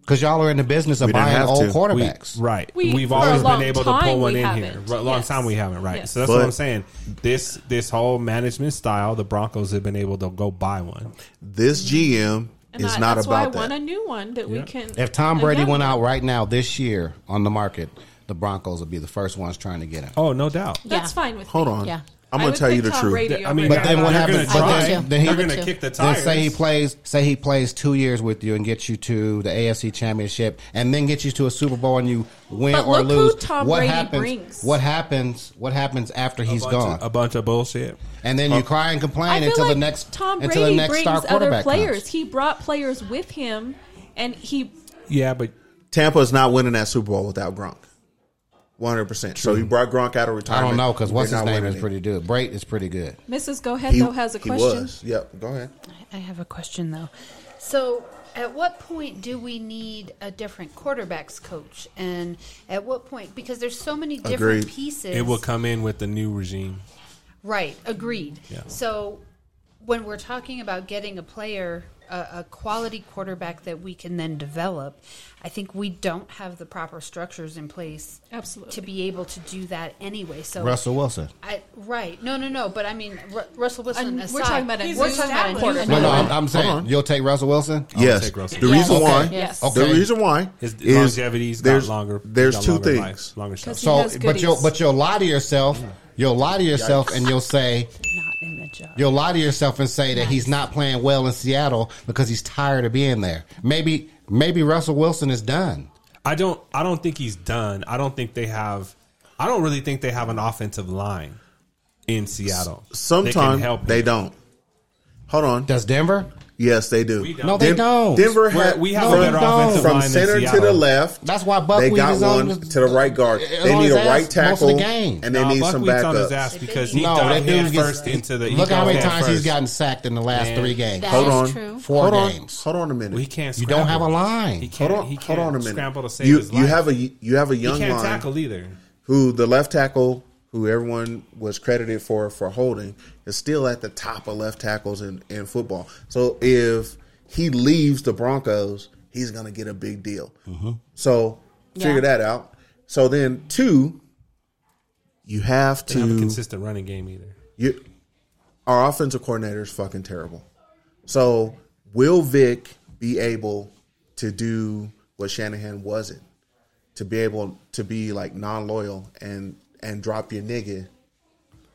Speaker 5: Because y'all are in the business of
Speaker 2: We didn't
Speaker 5: buying
Speaker 2: have
Speaker 5: old
Speaker 2: to.
Speaker 3: We-
Speaker 5: quarterbacks.
Speaker 3: right.
Speaker 8: We-
Speaker 3: We, have
Speaker 8: for a
Speaker 3: always
Speaker 8: long
Speaker 3: been able to pull
Speaker 8: time
Speaker 3: one
Speaker 8: we
Speaker 3: in here.
Speaker 8: haven't.
Speaker 3: A long
Speaker 8: Yes.
Speaker 3: time we haven't, right.
Speaker 8: Yes.
Speaker 3: So that's
Speaker 2: But-
Speaker 3: what I'm saying. This this whole management style, the Broncos have been able to go buy one.
Speaker 2: This GM
Speaker 8: and
Speaker 2: is
Speaker 8: I-
Speaker 2: not
Speaker 8: that's why I
Speaker 2: about
Speaker 8: want a
Speaker 2: that.
Speaker 8: new one that we can.
Speaker 5: If Tom Brady
Speaker 8: evaluate.
Speaker 5: went out right now this year on the market, the Broncos would be the first ones trying to get him.
Speaker 3: Oh, no doubt.
Speaker 8: that's
Speaker 7: Yeah.
Speaker 8: fine with
Speaker 2: Hold
Speaker 8: me.
Speaker 2: on,
Speaker 7: Yeah.
Speaker 2: I'm
Speaker 8: I
Speaker 2: going
Speaker 8: would
Speaker 2: to tell you
Speaker 8: pick
Speaker 2: the
Speaker 8: Tom
Speaker 2: truth.
Speaker 8: Brady
Speaker 3: I mean,
Speaker 8: over
Speaker 5: But then
Speaker 3: they're
Speaker 5: what
Speaker 3: gonna
Speaker 5: happens- but
Speaker 3: try.
Speaker 7: then-
Speaker 5: then he-
Speaker 3: they're going
Speaker 7: Number
Speaker 3: to
Speaker 7: two.
Speaker 3: kick the
Speaker 5: Then
Speaker 3: tires.
Speaker 5: say he plays, say he plays two years with you and gets you to the AFC Championship, and then gets you to a Super Bowl and you win
Speaker 8: But
Speaker 5: or
Speaker 8: look who
Speaker 5: lose.
Speaker 8: Tom
Speaker 5: what
Speaker 8: Brady
Speaker 5: happens?
Speaker 8: brings.
Speaker 5: What happens? What happens after he's
Speaker 3: bunch
Speaker 5: gone?
Speaker 3: Of, a bunch of bullshit.
Speaker 5: and then you cry and
Speaker 8: I
Speaker 5: complain
Speaker 8: feel
Speaker 5: until
Speaker 8: like
Speaker 5: the next
Speaker 8: Tom Brady
Speaker 5: until the next
Speaker 8: brings
Speaker 5: star
Speaker 8: other
Speaker 5: quarterback
Speaker 8: players.
Speaker 5: comes.
Speaker 8: He brought players with him, and he
Speaker 3: Yeah, but
Speaker 2: Tampa is not winning that Super Bowl without Gronk. 100%. So you brought Gronk out of
Speaker 5: I
Speaker 2: retirement.
Speaker 5: don't know because what's
Speaker 2: They're
Speaker 5: his
Speaker 2: not
Speaker 5: name
Speaker 2: winning
Speaker 5: is
Speaker 2: it.
Speaker 5: pretty good. Brait is pretty good.
Speaker 8: Mrs. Go ahead though has a question.
Speaker 2: was. Yep. Go ahead.
Speaker 4: I have a question though. So, at what point do we need a different quarterbacks coach? And at what point, because there's so many different
Speaker 2: Agreed.
Speaker 4: pieces,
Speaker 3: it will come in with the new regime.
Speaker 4: Right, agreed.
Speaker 3: Yeah.
Speaker 4: So, when we're talking about getting a player, a, a quality quarterback that we can then develop, I think we don't have the proper structures in place
Speaker 8: Absolutely.
Speaker 4: to be able to do that anyway. So,
Speaker 5: Russell Wilson.
Speaker 4: I, right? No, no, no. But I mean, Ru- Russell Wilson.
Speaker 8: And
Speaker 4: aside,
Speaker 8: we're talking about a
Speaker 4: he's
Speaker 8: new
Speaker 4: talking about
Speaker 8: established-
Speaker 4: quarterback.
Speaker 5: No, no, I'm, I'm
Speaker 2: Hold
Speaker 5: saying
Speaker 2: on.
Speaker 5: you'll take Russell Wilson.
Speaker 3: would
Speaker 2: yes.
Speaker 3: take Russell.
Speaker 2: The
Speaker 3: Yes.
Speaker 2: reason
Speaker 5: Okay.
Speaker 2: why.
Speaker 5: Yes.
Speaker 2: The
Speaker 5: Okay.
Speaker 2: reason why
Speaker 3: His
Speaker 2: is
Speaker 3: longevity's
Speaker 2: there's,
Speaker 3: got longer.
Speaker 2: There's
Speaker 3: got
Speaker 2: two
Speaker 3: longer
Speaker 2: things.
Speaker 3: life, longer shelf.
Speaker 8: Because he
Speaker 5: So,
Speaker 8: has
Speaker 5: but you'll
Speaker 8: goodies.
Speaker 5: but you'll lie to
Speaker 2: Mm-hmm.
Speaker 5: yourself. You'll lie to yourself and you'll say
Speaker 4: Not in the jar.
Speaker 5: You'll lie to yourself and say that he's not playing well in Seattle because he's tired of being there. Maybe maybe Russell Wilson is done.
Speaker 3: I don't. I don't think he's done. I don't think they have. I don't really think they have an offensive line in Seattle. that can
Speaker 2: Sometimes
Speaker 3: help
Speaker 2: they
Speaker 3: him.
Speaker 2: don't. Hold on.
Speaker 5: Does Denver?
Speaker 2: Yes, they do.
Speaker 3: We don't. No,
Speaker 5: they don't.
Speaker 2: Denver
Speaker 3: We're-
Speaker 2: had,
Speaker 3: we have
Speaker 5: a better offensive
Speaker 2: from
Speaker 3: line than
Speaker 2: center to
Speaker 3: Seattle.
Speaker 2: the left.
Speaker 5: That's why
Speaker 2: they
Speaker 5: Buckwheat
Speaker 2: got
Speaker 5: is
Speaker 2: one
Speaker 5: on
Speaker 2: to the right guard.
Speaker 5: is
Speaker 2: They
Speaker 5: on
Speaker 2: need
Speaker 5: his
Speaker 2: a
Speaker 5: ass
Speaker 2: right
Speaker 5: most of the
Speaker 2: tackle,
Speaker 5: game.
Speaker 2: and they
Speaker 3: Nah,
Speaker 2: need some
Speaker 3: Buckwheat's on his
Speaker 2: backups.
Speaker 3: ass because he
Speaker 5: No,
Speaker 3: dived
Speaker 5: that dude
Speaker 3: head
Speaker 5: gets-
Speaker 3: first into the. he
Speaker 5: Look how
Speaker 3: dived
Speaker 5: many
Speaker 3: head
Speaker 5: times he's
Speaker 3: first.
Speaker 5: gotten sacked in the last
Speaker 3: Man.
Speaker 5: three games.
Speaker 7: That
Speaker 2: Hold
Speaker 7: is
Speaker 2: on.
Speaker 7: true.
Speaker 5: Four
Speaker 2: hold
Speaker 5: games.
Speaker 2: On. Hold on a minute.
Speaker 3: Well, he can't.
Speaker 5: You don't
Speaker 3: scramble.
Speaker 5: have a line.
Speaker 3: He can't.
Speaker 2: hold on.
Speaker 3: he
Speaker 2: hold
Speaker 3: can't
Speaker 2: on a minute.
Speaker 3: Scramble to save
Speaker 2: you,
Speaker 3: his
Speaker 2: you
Speaker 3: life.
Speaker 2: have a you have a
Speaker 3: He
Speaker 2: young
Speaker 3: can't
Speaker 2: line
Speaker 3: tackle either.
Speaker 2: who the left tackle who everyone was credited for for holding is still at the top of left tackles in, in football. So if he leaves the Broncos, he's going to get a big deal.
Speaker 3: Mm-hmm.
Speaker 2: So figure
Speaker 7: Yeah.
Speaker 2: that out. So then two, you have
Speaker 3: They don't have a
Speaker 2: to
Speaker 3: consistent running game either.
Speaker 2: you, our offensive coordinator is fucking terrible. So will Vic be able to do what Shanahan wasn't. To be able to be like non loyal and and drop your nigga,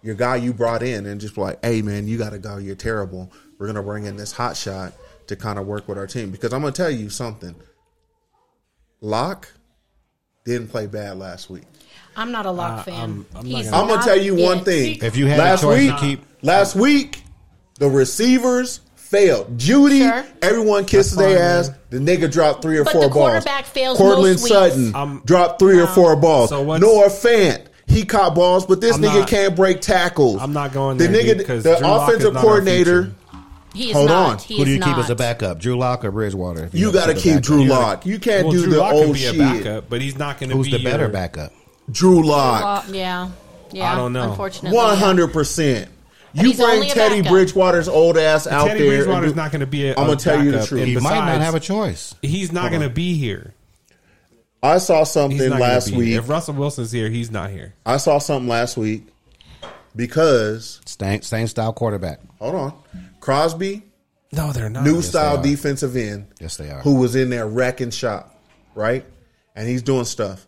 Speaker 2: your guy you brought in, and just be like, hey man, you got to go. You're terrible. We're gonna bring in this hot shot to kind of work with our team because I'm gonna tell you something. Locke didn't play bad last week.
Speaker 7: I'm not a Lock fan.
Speaker 3: I'm- I'm
Speaker 7: He's
Speaker 2: I'm gonna
Speaker 7: not
Speaker 2: tell you one
Speaker 7: it.
Speaker 2: thing.
Speaker 5: If you had a
Speaker 2: last
Speaker 5: choice to
Speaker 2: week,
Speaker 5: keep-
Speaker 2: last week, the receivers failed. Judy,
Speaker 7: Sure.
Speaker 2: everyone kisses
Speaker 3: That's
Speaker 2: their ass.
Speaker 3: fine,
Speaker 2: The nigga dropped three or
Speaker 7: But
Speaker 2: four
Speaker 7: the
Speaker 2: balls.
Speaker 7: quarterback fails most weeks.
Speaker 2: Sutton
Speaker 3: I'm-
Speaker 2: dropped three or four balls.
Speaker 3: Um, So what's-
Speaker 2: Noah Fant. He caught balls, but this
Speaker 3: I'm
Speaker 2: nigga
Speaker 3: not-
Speaker 2: can't break tackles.
Speaker 3: I'm not going
Speaker 2: The
Speaker 3: there, dude,
Speaker 2: nigga,
Speaker 3: 'cause
Speaker 2: the
Speaker 3: Drew Lock is
Speaker 2: offensive
Speaker 3: not our
Speaker 2: coordinator.
Speaker 3: future.
Speaker 7: He is
Speaker 2: Hold
Speaker 7: not.
Speaker 2: on.
Speaker 7: He
Speaker 5: Who do
Speaker 7: is
Speaker 5: you keep
Speaker 7: not.
Speaker 5: as a backup? Drew Lock or Bridgewater? if
Speaker 2: You
Speaker 5: don't
Speaker 2: got to
Speaker 5: put the
Speaker 2: keep
Speaker 5: backup.
Speaker 2: Drew
Speaker 5: You gotta-
Speaker 2: Lock. You can't
Speaker 3: Well,
Speaker 2: do
Speaker 3: Drew
Speaker 2: the
Speaker 3: Lock can
Speaker 2: old
Speaker 3: be a
Speaker 2: shit.
Speaker 3: backup, but he's not going to
Speaker 5: Who's
Speaker 3: be
Speaker 5: the better
Speaker 3: your-
Speaker 5: backup?
Speaker 2: Drew Lock.
Speaker 7: Yeah. Yeah.
Speaker 3: I don't know.
Speaker 7: Unfortunately.
Speaker 2: One hundred percent. You
Speaker 7: He's
Speaker 2: bring
Speaker 7: only a
Speaker 2: Teddy
Speaker 7: backup.
Speaker 2: Bridgewater's old ass out
Speaker 3: Teddy
Speaker 2: there. and
Speaker 3: Bridgewater's
Speaker 2: do-
Speaker 3: not going to be. i
Speaker 2: I'm gonna tell you the truth.
Speaker 5: He
Speaker 2: And
Speaker 5: might not have a choice.
Speaker 3: He's not going to be here.
Speaker 2: I saw
Speaker 3: He's
Speaker 2: something
Speaker 3: not gonna
Speaker 2: last
Speaker 3: be
Speaker 2: week.
Speaker 3: Here. If Russell Wilson's here, he's not here.
Speaker 2: I saw something last week because
Speaker 5: Same, same style quarterback.
Speaker 2: hold on, Crosby,
Speaker 3: No, they're not.
Speaker 2: new style
Speaker 5: are.
Speaker 2: defensive end.
Speaker 5: Yes, they are.
Speaker 2: Who was in there wrecking shop, right? And he's doing stuff.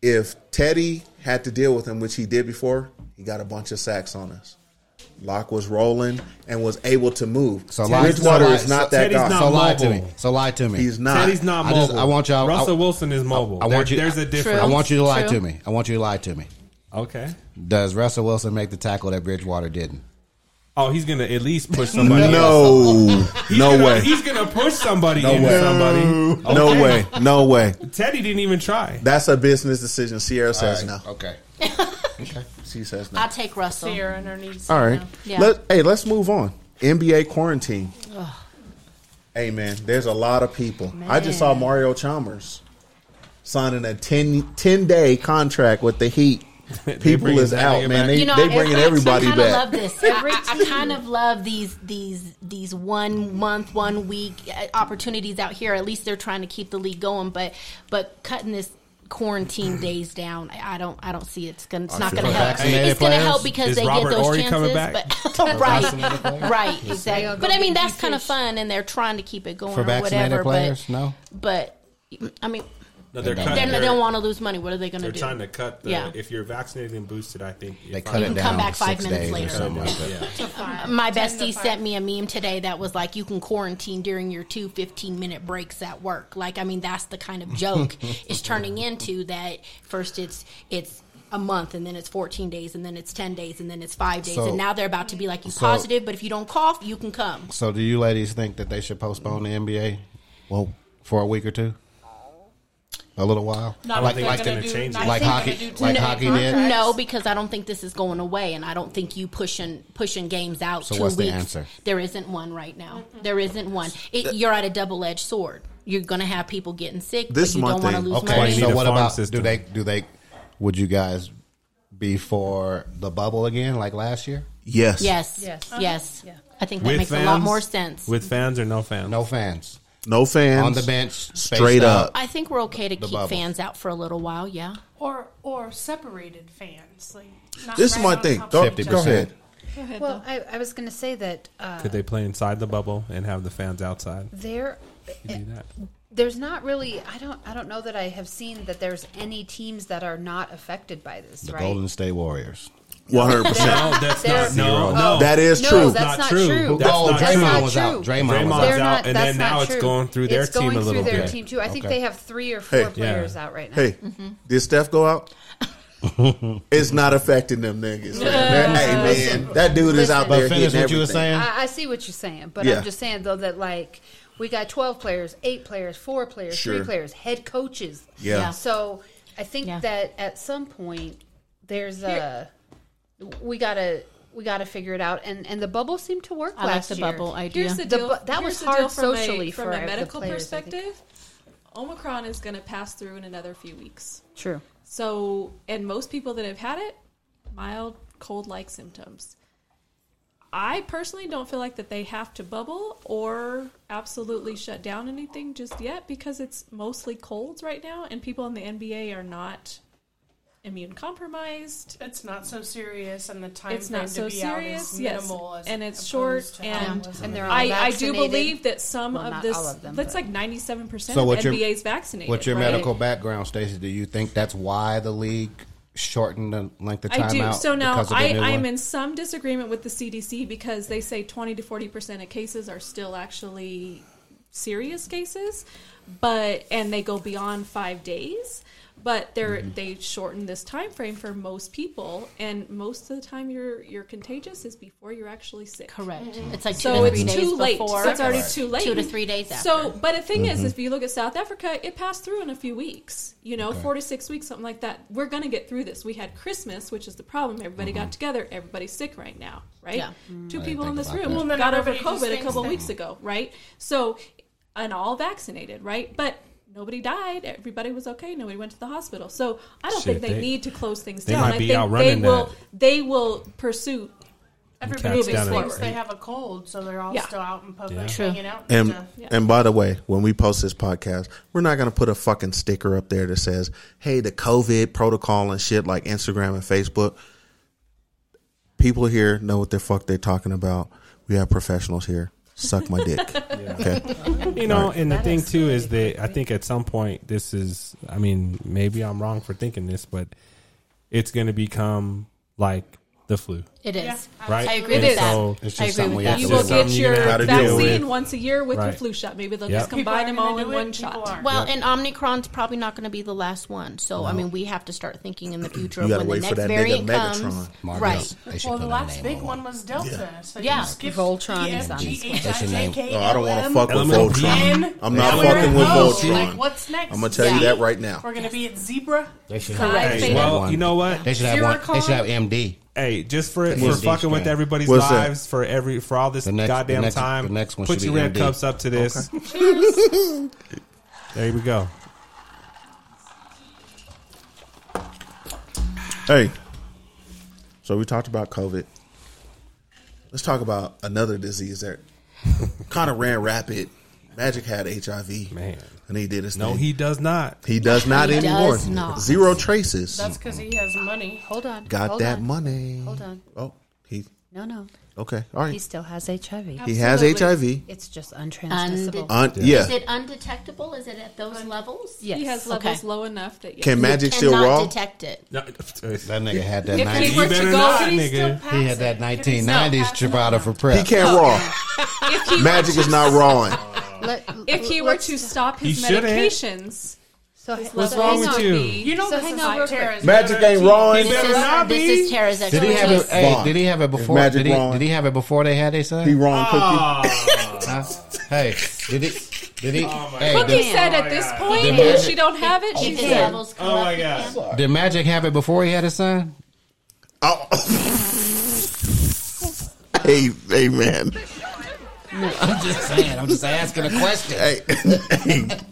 Speaker 2: If Teddy had to deal with him, which he did before, he got a bunch of sacks on us. Locke was rolling and was able to move.
Speaker 5: So
Speaker 2: So
Speaker 5: Locke-
Speaker 2: Bridgewater
Speaker 5: so Locke-
Speaker 2: is not
Speaker 3: so
Speaker 2: that
Speaker 3: Teddy's
Speaker 2: guy.
Speaker 3: not
Speaker 5: So lie to me.
Speaker 3: mobile.
Speaker 5: So lie to me.
Speaker 2: He's not.
Speaker 3: Teddy's not
Speaker 5: I
Speaker 3: mobile.
Speaker 5: just- I want y'all-
Speaker 3: Russell
Speaker 5: I-
Speaker 3: Wilson is mobile.
Speaker 5: I want
Speaker 3: There-
Speaker 5: you-
Speaker 3: there's a difference.
Speaker 5: I want you to lie
Speaker 7: True.
Speaker 5: to me. I want you to lie to me.
Speaker 3: Okay.
Speaker 5: Does Russell Wilson make the tackle that Bridgewater didn't?
Speaker 3: Oh, he's going to at least push somebody.
Speaker 2: no,
Speaker 3: He's
Speaker 2: no
Speaker 3: gonna-
Speaker 2: way,
Speaker 3: He's going to push somebody
Speaker 2: no
Speaker 3: into
Speaker 2: way,
Speaker 3: somebody.
Speaker 2: no way, no way.
Speaker 3: Teddy didn't even try.
Speaker 2: That's a business decision. Sierra says no.
Speaker 5: Okay.
Speaker 2: She says no.
Speaker 7: I'll take Russell.
Speaker 9: Sierra underneath.
Speaker 2: All right.
Speaker 7: Yeah.
Speaker 2: Let hey, let's move on. NBA quarantine. Hey man, there's a lot of people. I just saw Mario Chalmers signing a 10, 10 day contract with the Heat. People
Speaker 3: bringing
Speaker 2: is
Speaker 3: that
Speaker 2: out,
Speaker 3: nigga
Speaker 2: man.
Speaker 3: back.
Speaker 2: They,
Speaker 7: You know,
Speaker 2: they
Speaker 7: I-
Speaker 2: bringing
Speaker 7: I,
Speaker 2: everybody
Speaker 7: I kind of love
Speaker 2: back.
Speaker 7: this. I, I, I kind of love these these these one month, one week uh, opportunities out here. At least they're trying to keep the league going, but but cutting this quarantine days down, I I don't I don't see it's gonna it's not
Speaker 5: feel
Speaker 7: gonna
Speaker 5: like
Speaker 7: help.
Speaker 5: vaccinated
Speaker 7: It's gonna
Speaker 5: players.
Speaker 7: help because
Speaker 3: Is
Speaker 7: they
Speaker 3: Robert
Speaker 7: get those
Speaker 3: Ory
Speaker 7: chances.
Speaker 3: coming
Speaker 7: But
Speaker 5: Vaccinated
Speaker 7: right,
Speaker 5: players?
Speaker 7: right, exactly. But I mean, that's kind of fun, and they're trying to keep it going
Speaker 5: For
Speaker 7: or
Speaker 5: vaccinated
Speaker 7: whatever.
Speaker 5: players?
Speaker 7: but
Speaker 5: No.
Speaker 7: but I mean,
Speaker 3: No, they're
Speaker 5: They
Speaker 3: cutting
Speaker 7: then they
Speaker 3: their-
Speaker 7: don't want to lose money. What are they gonna
Speaker 3: They're
Speaker 7: do?
Speaker 3: trying to cut the.
Speaker 7: Yeah.
Speaker 3: If you're vaccinated and boosted, I think
Speaker 5: They
Speaker 3: if I-
Speaker 5: cut it
Speaker 7: can
Speaker 5: down
Speaker 7: come back
Speaker 5: to
Speaker 7: five
Speaker 5: six
Speaker 7: minutes
Speaker 5: days
Speaker 7: later.
Speaker 5: or something like that.
Speaker 3: Yeah.
Speaker 7: My bestie sent me a meme today that was like, you can quarantine during your two 15 minute breaks at work. Like, I mean, that's the kind of joke it's turning into that first it's, it's, a month and then it's 14 days and then it's 10 days and then it's five days
Speaker 5: So-
Speaker 7: and now they're about to be like you
Speaker 5: so-
Speaker 7: positive but if you don't cough you can come
Speaker 5: So, do you ladies think that they should postpone the NBA? Well, for a week or two, a little while,
Speaker 9: Not
Speaker 5: like
Speaker 9: they're
Speaker 5: like,
Speaker 9: gonna
Speaker 3: gonna
Speaker 9: do-
Speaker 3: change
Speaker 9: not
Speaker 3: it.
Speaker 5: like
Speaker 9: they're gonna
Speaker 5: hockey,
Speaker 9: do two
Speaker 5: like
Speaker 9: day
Speaker 5: hockey
Speaker 9: contracts.
Speaker 5: did.
Speaker 7: no because i don't think this is going away and i don't think you pushing pushing games out
Speaker 5: So
Speaker 7: two
Speaker 5: what's the
Speaker 7: weeks
Speaker 5: answer? Mm-hmm.
Speaker 7: there isn't one right now there isn't one it, you're at a double-edged sword you're going to have people getting sick
Speaker 2: This
Speaker 7: but
Speaker 2: is
Speaker 7: you
Speaker 2: my
Speaker 7: don't want to
Speaker 2: thing.
Speaker 7: lose
Speaker 5: Okay,
Speaker 3: why you
Speaker 7: money
Speaker 3: need
Speaker 5: so
Speaker 3: a
Speaker 5: what
Speaker 3: farm
Speaker 5: about
Speaker 3: system.
Speaker 5: do they do they? Would you guys be for the bubble again, like last year?
Speaker 2: Yes.
Speaker 7: Yes.
Speaker 4: Yes.
Speaker 8: Uh-huh.
Speaker 7: Yes. I think that
Speaker 3: With
Speaker 7: makes
Speaker 3: fans,
Speaker 7: a lot more sense.
Speaker 3: With fans or no fans?
Speaker 5: No fans
Speaker 2: No fans.
Speaker 5: on the bench, spaced
Speaker 2: Straight
Speaker 5: out.
Speaker 2: up.
Speaker 7: I think we're okay to
Speaker 5: The
Speaker 7: keep
Speaker 5: bubble.
Speaker 7: fans out for a little while. Yeah.
Speaker 9: Or or separated fans. Like not
Speaker 2: This is
Speaker 9: right
Speaker 2: my
Speaker 9: on
Speaker 2: thing.
Speaker 9: top
Speaker 2: Go,
Speaker 9: of each
Speaker 2: go
Speaker 9: other.
Speaker 2: ahead.
Speaker 4: Well, I, I was going to say that uh,
Speaker 3: Could they play inside the bubble and have the fans outside?
Speaker 4: there,
Speaker 3: Do that.
Speaker 4: there's not really. I don't. I don't know that I have seen that there's any teams that are not affected by this.
Speaker 5: The
Speaker 4: right?
Speaker 5: Golden State Warriors.
Speaker 2: One hundred percent.
Speaker 3: No, that's
Speaker 4: They're-
Speaker 3: not no, no.
Speaker 2: That is
Speaker 4: oh, no,
Speaker 2: true.
Speaker 4: That's
Speaker 3: Not
Speaker 4: not,
Speaker 3: true.
Speaker 4: true.
Speaker 3: That's
Speaker 5: oh,
Speaker 3: not
Speaker 5: Draymond
Speaker 4: true.
Speaker 5: was out. Draymond, was
Speaker 3: Draymond's
Speaker 5: out.
Speaker 4: They're
Speaker 3: out,
Speaker 4: not,
Speaker 3: and
Speaker 4: that's
Speaker 3: then now
Speaker 4: not
Speaker 3: it's
Speaker 4: true.
Speaker 3: going through their
Speaker 4: It's
Speaker 3: team
Speaker 4: going
Speaker 3: a little
Speaker 4: through their
Speaker 3: bit.
Speaker 4: team too. I think
Speaker 5: Okay.
Speaker 4: they have three or four
Speaker 2: Hey.
Speaker 4: players
Speaker 3: Yeah.
Speaker 4: out right now.
Speaker 2: Hey, did Steph go out? it's not affecting them niggas. man. hey man, that dude is out
Speaker 4: Listen.
Speaker 2: there.
Speaker 5: But finish
Speaker 2: hitting
Speaker 5: what you were
Speaker 2: everything.
Speaker 5: saying.
Speaker 9: Ah,
Speaker 4: I, I see what you're saying, but
Speaker 2: Yeah.
Speaker 4: I'm just saying though that like we got 12 players, eight players, four players,
Speaker 2: Sure.
Speaker 4: three players, head coaches.
Speaker 2: Yeah. Yeah.
Speaker 4: So I think
Speaker 7: Yeah.
Speaker 4: that at some point there's a we gotta we gotta figure it out, and and the bubble seemed to work
Speaker 7: I like
Speaker 4: last
Speaker 7: the
Speaker 4: year.
Speaker 7: bubble idea.
Speaker 8: Here's the
Speaker 4: The
Speaker 8: deal.
Speaker 4: bu- that
Speaker 8: here's
Speaker 4: was
Speaker 8: the
Speaker 4: hard
Speaker 8: deal from
Speaker 4: socially
Speaker 8: a, from
Speaker 4: for
Speaker 8: a
Speaker 4: the
Speaker 8: medical
Speaker 4: players, I think.
Speaker 8: perspective. Omicron is going to pass through in another few weeks.
Speaker 4: True.
Speaker 8: So, and most people that have had it, mild cold like symptoms. I personally don't feel like that they have to bubble or absolutely shut down anything just yet because it's mostly colds right now and people in the NBA are not immune compromised.
Speaker 9: It's not so serious, and the time
Speaker 8: it's not
Speaker 9: frame
Speaker 8: so
Speaker 9: to be
Speaker 8: serious,
Speaker 9: out is
Speaker 8: yes,
Speaker 9: minimal, as
Speaker 8: and it's short.
Speaker 9: opposed to
Speaker 8: And,
Speaker 9: alcoholism.
Speaker 4: And they're all
Speaker 8: I, I do
Speaker 4: vaccinated.
Speaker 8: believe that some
Speaker 4: Well,
Speaker 8: of
Speaker 4: not
Speaker 8: this,
Speaker 4: all of them,
Speaker 8: that's
Speaker 4: but-
Speaker 8: like ninety seven percent
Speaker 5: So
Speaker 8: of
Speaker 5: what's your
Speaker 8: NBA's vaccinated.
Speaker 5: What's your
Speaker 8: right?
Speaker 5: medical background, Stacey? Do you think that's why the league shortened the length of time
Speaker 8: I do.
Speaker 5: out?
Speaker 8: so now
Speaker 5: because of the
Speaker 8: I,
Speaker 5: new
Speaker 8: I am
Speaker 5: one?
Speaker 8: in some disagreement with the CDC because they say 20 to 40 percent of cases are still actually serious cases, but and they go beyond five days. But they're
Speaker 5: Mm-hmm.
Speaker 8: they shorten this time frame for most people, and most of the time you're you're contagious is before you're actually sick.
Speaker 7: Correct. It's like two
Speaker 8: Mm-hmm. So
Speaker 7: to
Speaker 8: it's
Speaker 7: three days
Speaker 8: too late.
Speaker 7: before.
Speaker 8: So it's already
Speaker 7: Right.
Speaker 8: too late.
Speaker 7: Two to three days
Speaker 8: So,
Speaker 7: after.
Speaker 8: but the thing is, if you look at South Africa, it passed through in a few weeks. You know, four to six weeks, something like that. We're going to get through this. We had Christmas, which is the problem. Everybody got together. Everybody's sick right now, right?
Speaker 7: Yeah.
Speaker 8: Two
Speaker 5: I
Speaker 8: people
Speaker 5: didn't think
Speaker 8: in this
Speaker 5: about
Speaker 8: room
Speaker 5: that. Well,
Speaker 9: then
Speaker 8: got over
Speaker 9: everybody just
Speaker 8: COVID a
Speaker 9: thinks
Speaker 8: couple
Speaker 9: that.
Speaker 8: weeks ago, right? So, and all vaccinated, right? But nobody died. Everybody was okay. Nobody went to the hospital. So I don't
Speaker 3: Shit,
Speaker 8: think they,
Speaker 3: they-
Speaker 8: need to close things
Speaker 3: they
Speaker 8: down.
Speaker 3: might
Speaker 8: I
Speaker 3: be
Speaker 8: think they
Speaker 3: outrunning
Speaker 8: will.
Speaker 3: that.
Speaker 8: They will pursue.
Speaker 9: Everybody
Speaker 3: Cats
Speaker 9: just
Speaker 3: down at
Speaker 9: thinks
Speaker 3: eight.
Speaker 9: they have a cold, so they're all
Speaker 8: Yeah.
Speaker 9: still out in public
Speaker 3: Yeah.
Speaker 7: True.
Speaker 9: hanging out. uh,
Speaker 2: And
Speaker 9: stuff.
Speaker 2: and by the way, when we post this podcast, we're not gonna put a fucking sticker up there that says, "Hey, the COVID protocol and shit like Instagram and Facebook." People here know what the fuck they're talking about. We have professionals here. Suck my dick. Okay.
Speaker 3: you know, and the thing too is that I think at some point this is I mean, maybe I'm wrong for thinking this, but it's gonna become like the flu.
Speaker 7: It is.
Speaker 3: Right?
Speaker 7: I agree
Speaker 3: And
Speaker 7: with
Speaker 3: so-
Speaker 7: that.
Speaker 5: It's just
Speaker 7: I agree
Speaker 5: something
Speaker 7: with
Speaker 5: we
Speaker 7: that.
Speaker 5: have
Speaker 8: You
Speaker 5: to
Speaker 8: will
Speaker 5: do.
Speaker 8: get
Speaker 3: something you
Speaker 8: your
Speaker 3: gotta
Speaker 2: deal
Speaker 8: vaccine
Speaker 3: with.
Speaker 8: once a year with your
Speaker 3: Right.
Speaker 8: flu shot. Maybe they'll
Speaker 3: Yep.
Speaker 8: just
Speaker 9: People
Speaker 8: combine
Speaker 9: aren't
Speaker 8: them all
Speaker 9: gonna
Speaker 8: in
Speaker 9: do it,
Speaker 8: one
Speaker 9: people
Speaker 8: shot.
Speaker 9: aren't.
Speaker 7: Well, and Omnicron's probably not going to be the last one. So, I mean, we have to start thinking in the future
Speaker 2: You
Speaker 7: of
Speaker 2: gotta
Speaker 7: when the
Speaker 2: wait for
Speaker 7: next
Speaker 2: that nigga
Speaker 7: variant
Speaker 2: Megatron.
Speaker 7: comes.
Speaker 5: Marcus,
Speaker 7: Right.
Speaker 5: They should
Speaker 9: Well,
Speaker 5: put
Speaker 9: the
Speaker 5: a
Speaker 9: last
Speaker 5: name
Speaker 9: big
Speaker 5: on
Speaker 9: one was Delta. So you
Speaker 7: Yeah.
Speaker 9: just give
Speaker 4: Voltron
Speaker 9: E-
Speaker 4: is on
Speaker 9: G-
Speaker 4: it.
Speaker 9: H-
Speaker 5: That's your name.
Speaker 9: I- J- K-
Speaker 2: Oh, I don't want to
Speaker 9: L-
Speaker 2: fuck with
Speaker 3: LM. LM.
Speaker 2: Voltron.
Speaker 9: M.
Speaker 2: I'm not
Speaker 9: Where it
Speaker 2: fucking with
Speaker 9: goes.
Speaker 2: Voltron.
Speaker 9: Like, what's next?
Speaker 2: I'm gonna tell you
Speaker 7: Yeah.
Speaker 2: that right now.
Speaker 9: We're gonna be at Zebra.
Speaker 5: They should
Speaker 8: Correct.
Speaker 5: they should
Speaker 8: Hey,
Speaker 3: well,
Speaker 5: one.
Speaker 3: you know what?
Speaker 5: They should have one. They
Speaker 9: Zircon?
Speaker 5: should have MD.
Speaker 3: Hey, just for for
Speaker 5: next
Speaker 3: fucking
Speaker 5: one.
Speaker 3: with everybody's
Speaker 2: What's that?
Speaker 3: lives for every for all this
Speaker 5: The next-
Speaker 3: goddamn
Speaker 5: the next-
Speaker 3: time.
Speaker 5: the next one
Speaker 3: put
Speaker 5: should
Speaker 3: your
Speaker 5: be
Speaker 3: red
Speaker 5: MD.
Speaker 3: cups up to this. there we go.
Speaker 2: Hey. So we talked about COVID. Let's talk about another disease that kind of ran rapid. Magic had HIV.
Speaker 3: Man.
Speaker 2: And he did his
Speaker 3: No,
Speaker 2: thing.
Speaker 3: he does not.
Speaker 2: He does not
Speaker 7: He
Speaker 2: anymore.
Speaker 7: does not.
Speaker 2: Zero traces.
Speaker 9: That's because he has money.
Speaker 4: Hold on.
Speaker 2: Got
Speaker 4: hold
Speaker 2: that
Speaker 4: on.
Speaker 2: money.
Speaker 4: Hold on.
Speaker 2: Oh, he
Speaker 4: No, no.
Speaker 2: okay. All right.
Speaker 4: He still has HIV.
Speaker 2: he has HIV.
Speaker 4: It's just untransmissible.
Speaker 2: Un- yeah.
Speaker 7: Is it undetectable? Is it at those levels?
Speaker 4: yes.
Speaker 8: He has levels
Speaker 7: Okay.
Speaker 8: low enough that you
Speaker 2: Can Magic still
Speaker 7: Cannot
Speaker 2: raw?
Speaker 7: detect it.
Speaker 3: No,
Speaker 5: That nigga had that.
Speaker 8: If he
Speaker 5: 90s.
Speaker 8: were to go-
Speaker 9: Can he still
Speaker 3: nigga.
Speaker 9: pass
Speaker 5: He had that
Speaker 9: it? Can he still
Speaker 5: 1990s
Speaker 9: pass it?
Speaker 5: Trevada for prep.
Speaker 2: He can't
Speaker 8: if he
Speaker 2: raw. Magic is not rawing.
Speaker 4: Let-
Speaker 8: if he were
Speaker 4: let's-
Speaker 8: to stop
Speaker 3: He
Speaker 8: his
Speaker 3: shouldn't.
Speaker 8: medications,
Speaker 4: so
Speaker 3: What's
Speaker 4: so
Speaker 3: wrong
Speaker 4: hang
Speaker 3: with
Speaker 4: on.
Speaker 3: you?
Speaker 9: You know
Speaker 4: So
Speaker 9: this
Speaker 4: hang
Speaker 9: is
Speaker 4: on
Speaker 9: like
Speaker 4: real quick.
Speaker 9: Tara's
Speaker 2: Magic ain't rawing.
Speaker 7: This is,
Speaker 3: not
Speaker 7: this
Speaker 3: be.
Speaker 7: is Tara's
Speaker 5: Did he have
Speaker 7: expertise.
Speaker 5: it? Hey,
Speaker 2: Vaughn.
Speaker 5: did he have it before?
Speaker 2: Magic
Speaker 5: did, he,
Speaker 2: Vaughn.
Speaker 5: did he have it before they had their son?
Speaker 2: He wrong cookie.
Speaker 5: Huh? Hey, did he? Did he?
Speaker 2: Oh
Speaker 5: hey,
Speaker 8: Cookie
Speaker 5: did,
Speaker 8: said at this point,
Speaker 5: Did
Speaker 8: if
Speaker 5: Magic-
Speaker 8: she don't have it,
Speaker 7: If
Speaker 8: she's
Speaker 7: his
Speaker 8: dead.
Speaker 7: levels come up, he can't-
Speaker 5: did Magic have it before he had his son?
Speaker 2: hey, hey, man.
Speaker 5: I'm just saying. I'm just asking a question.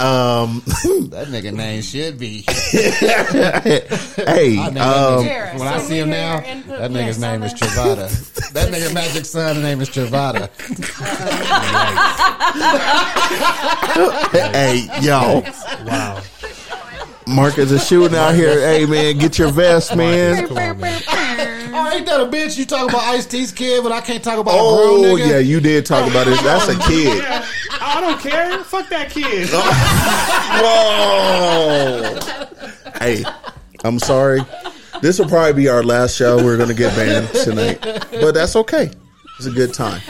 Speaker 2: Hey,
Speaker 5: Um, That nigga name should be.
Speaker 2: hey.
Speaker 5: I know
Speaker 2: Um,
Speaker 5: that nigga- when I
Speaker 9: so
Speaker 5: see him
Speaker 9: we need
Speaker 5: now,
Speaker 9: your input.
Speaker 5: that nigga's
Speaker 9: Yes,
Speaker 5: name
Speaker 9: on
Speaker 5: is
Speaker 9: the-
Speaker 5: Travada. that nigga Magic son name is Travada.
Speaker 2: hey, yo,
Speaker 3: Wow.
Speaker 2: Marcus is shooting out here. Hey, man, get your vest, man.
Speaker 3: Come on, man.
Speaker 5: Oh, ain't that a bitch? You talk about Ice T's kid, but I can't talk about a
Speaker 2: Oh
Speaker 5: grown nigga.
Speaker 2: yeah, you did talk about it. That's a kid.
Speaker 3: I don't care. Fuck that kid.
Speaker 2: Whoa. Hey, I'm sorry. This will probably be our last show. We're going to get banned tonight, but that's okay. It's a good time.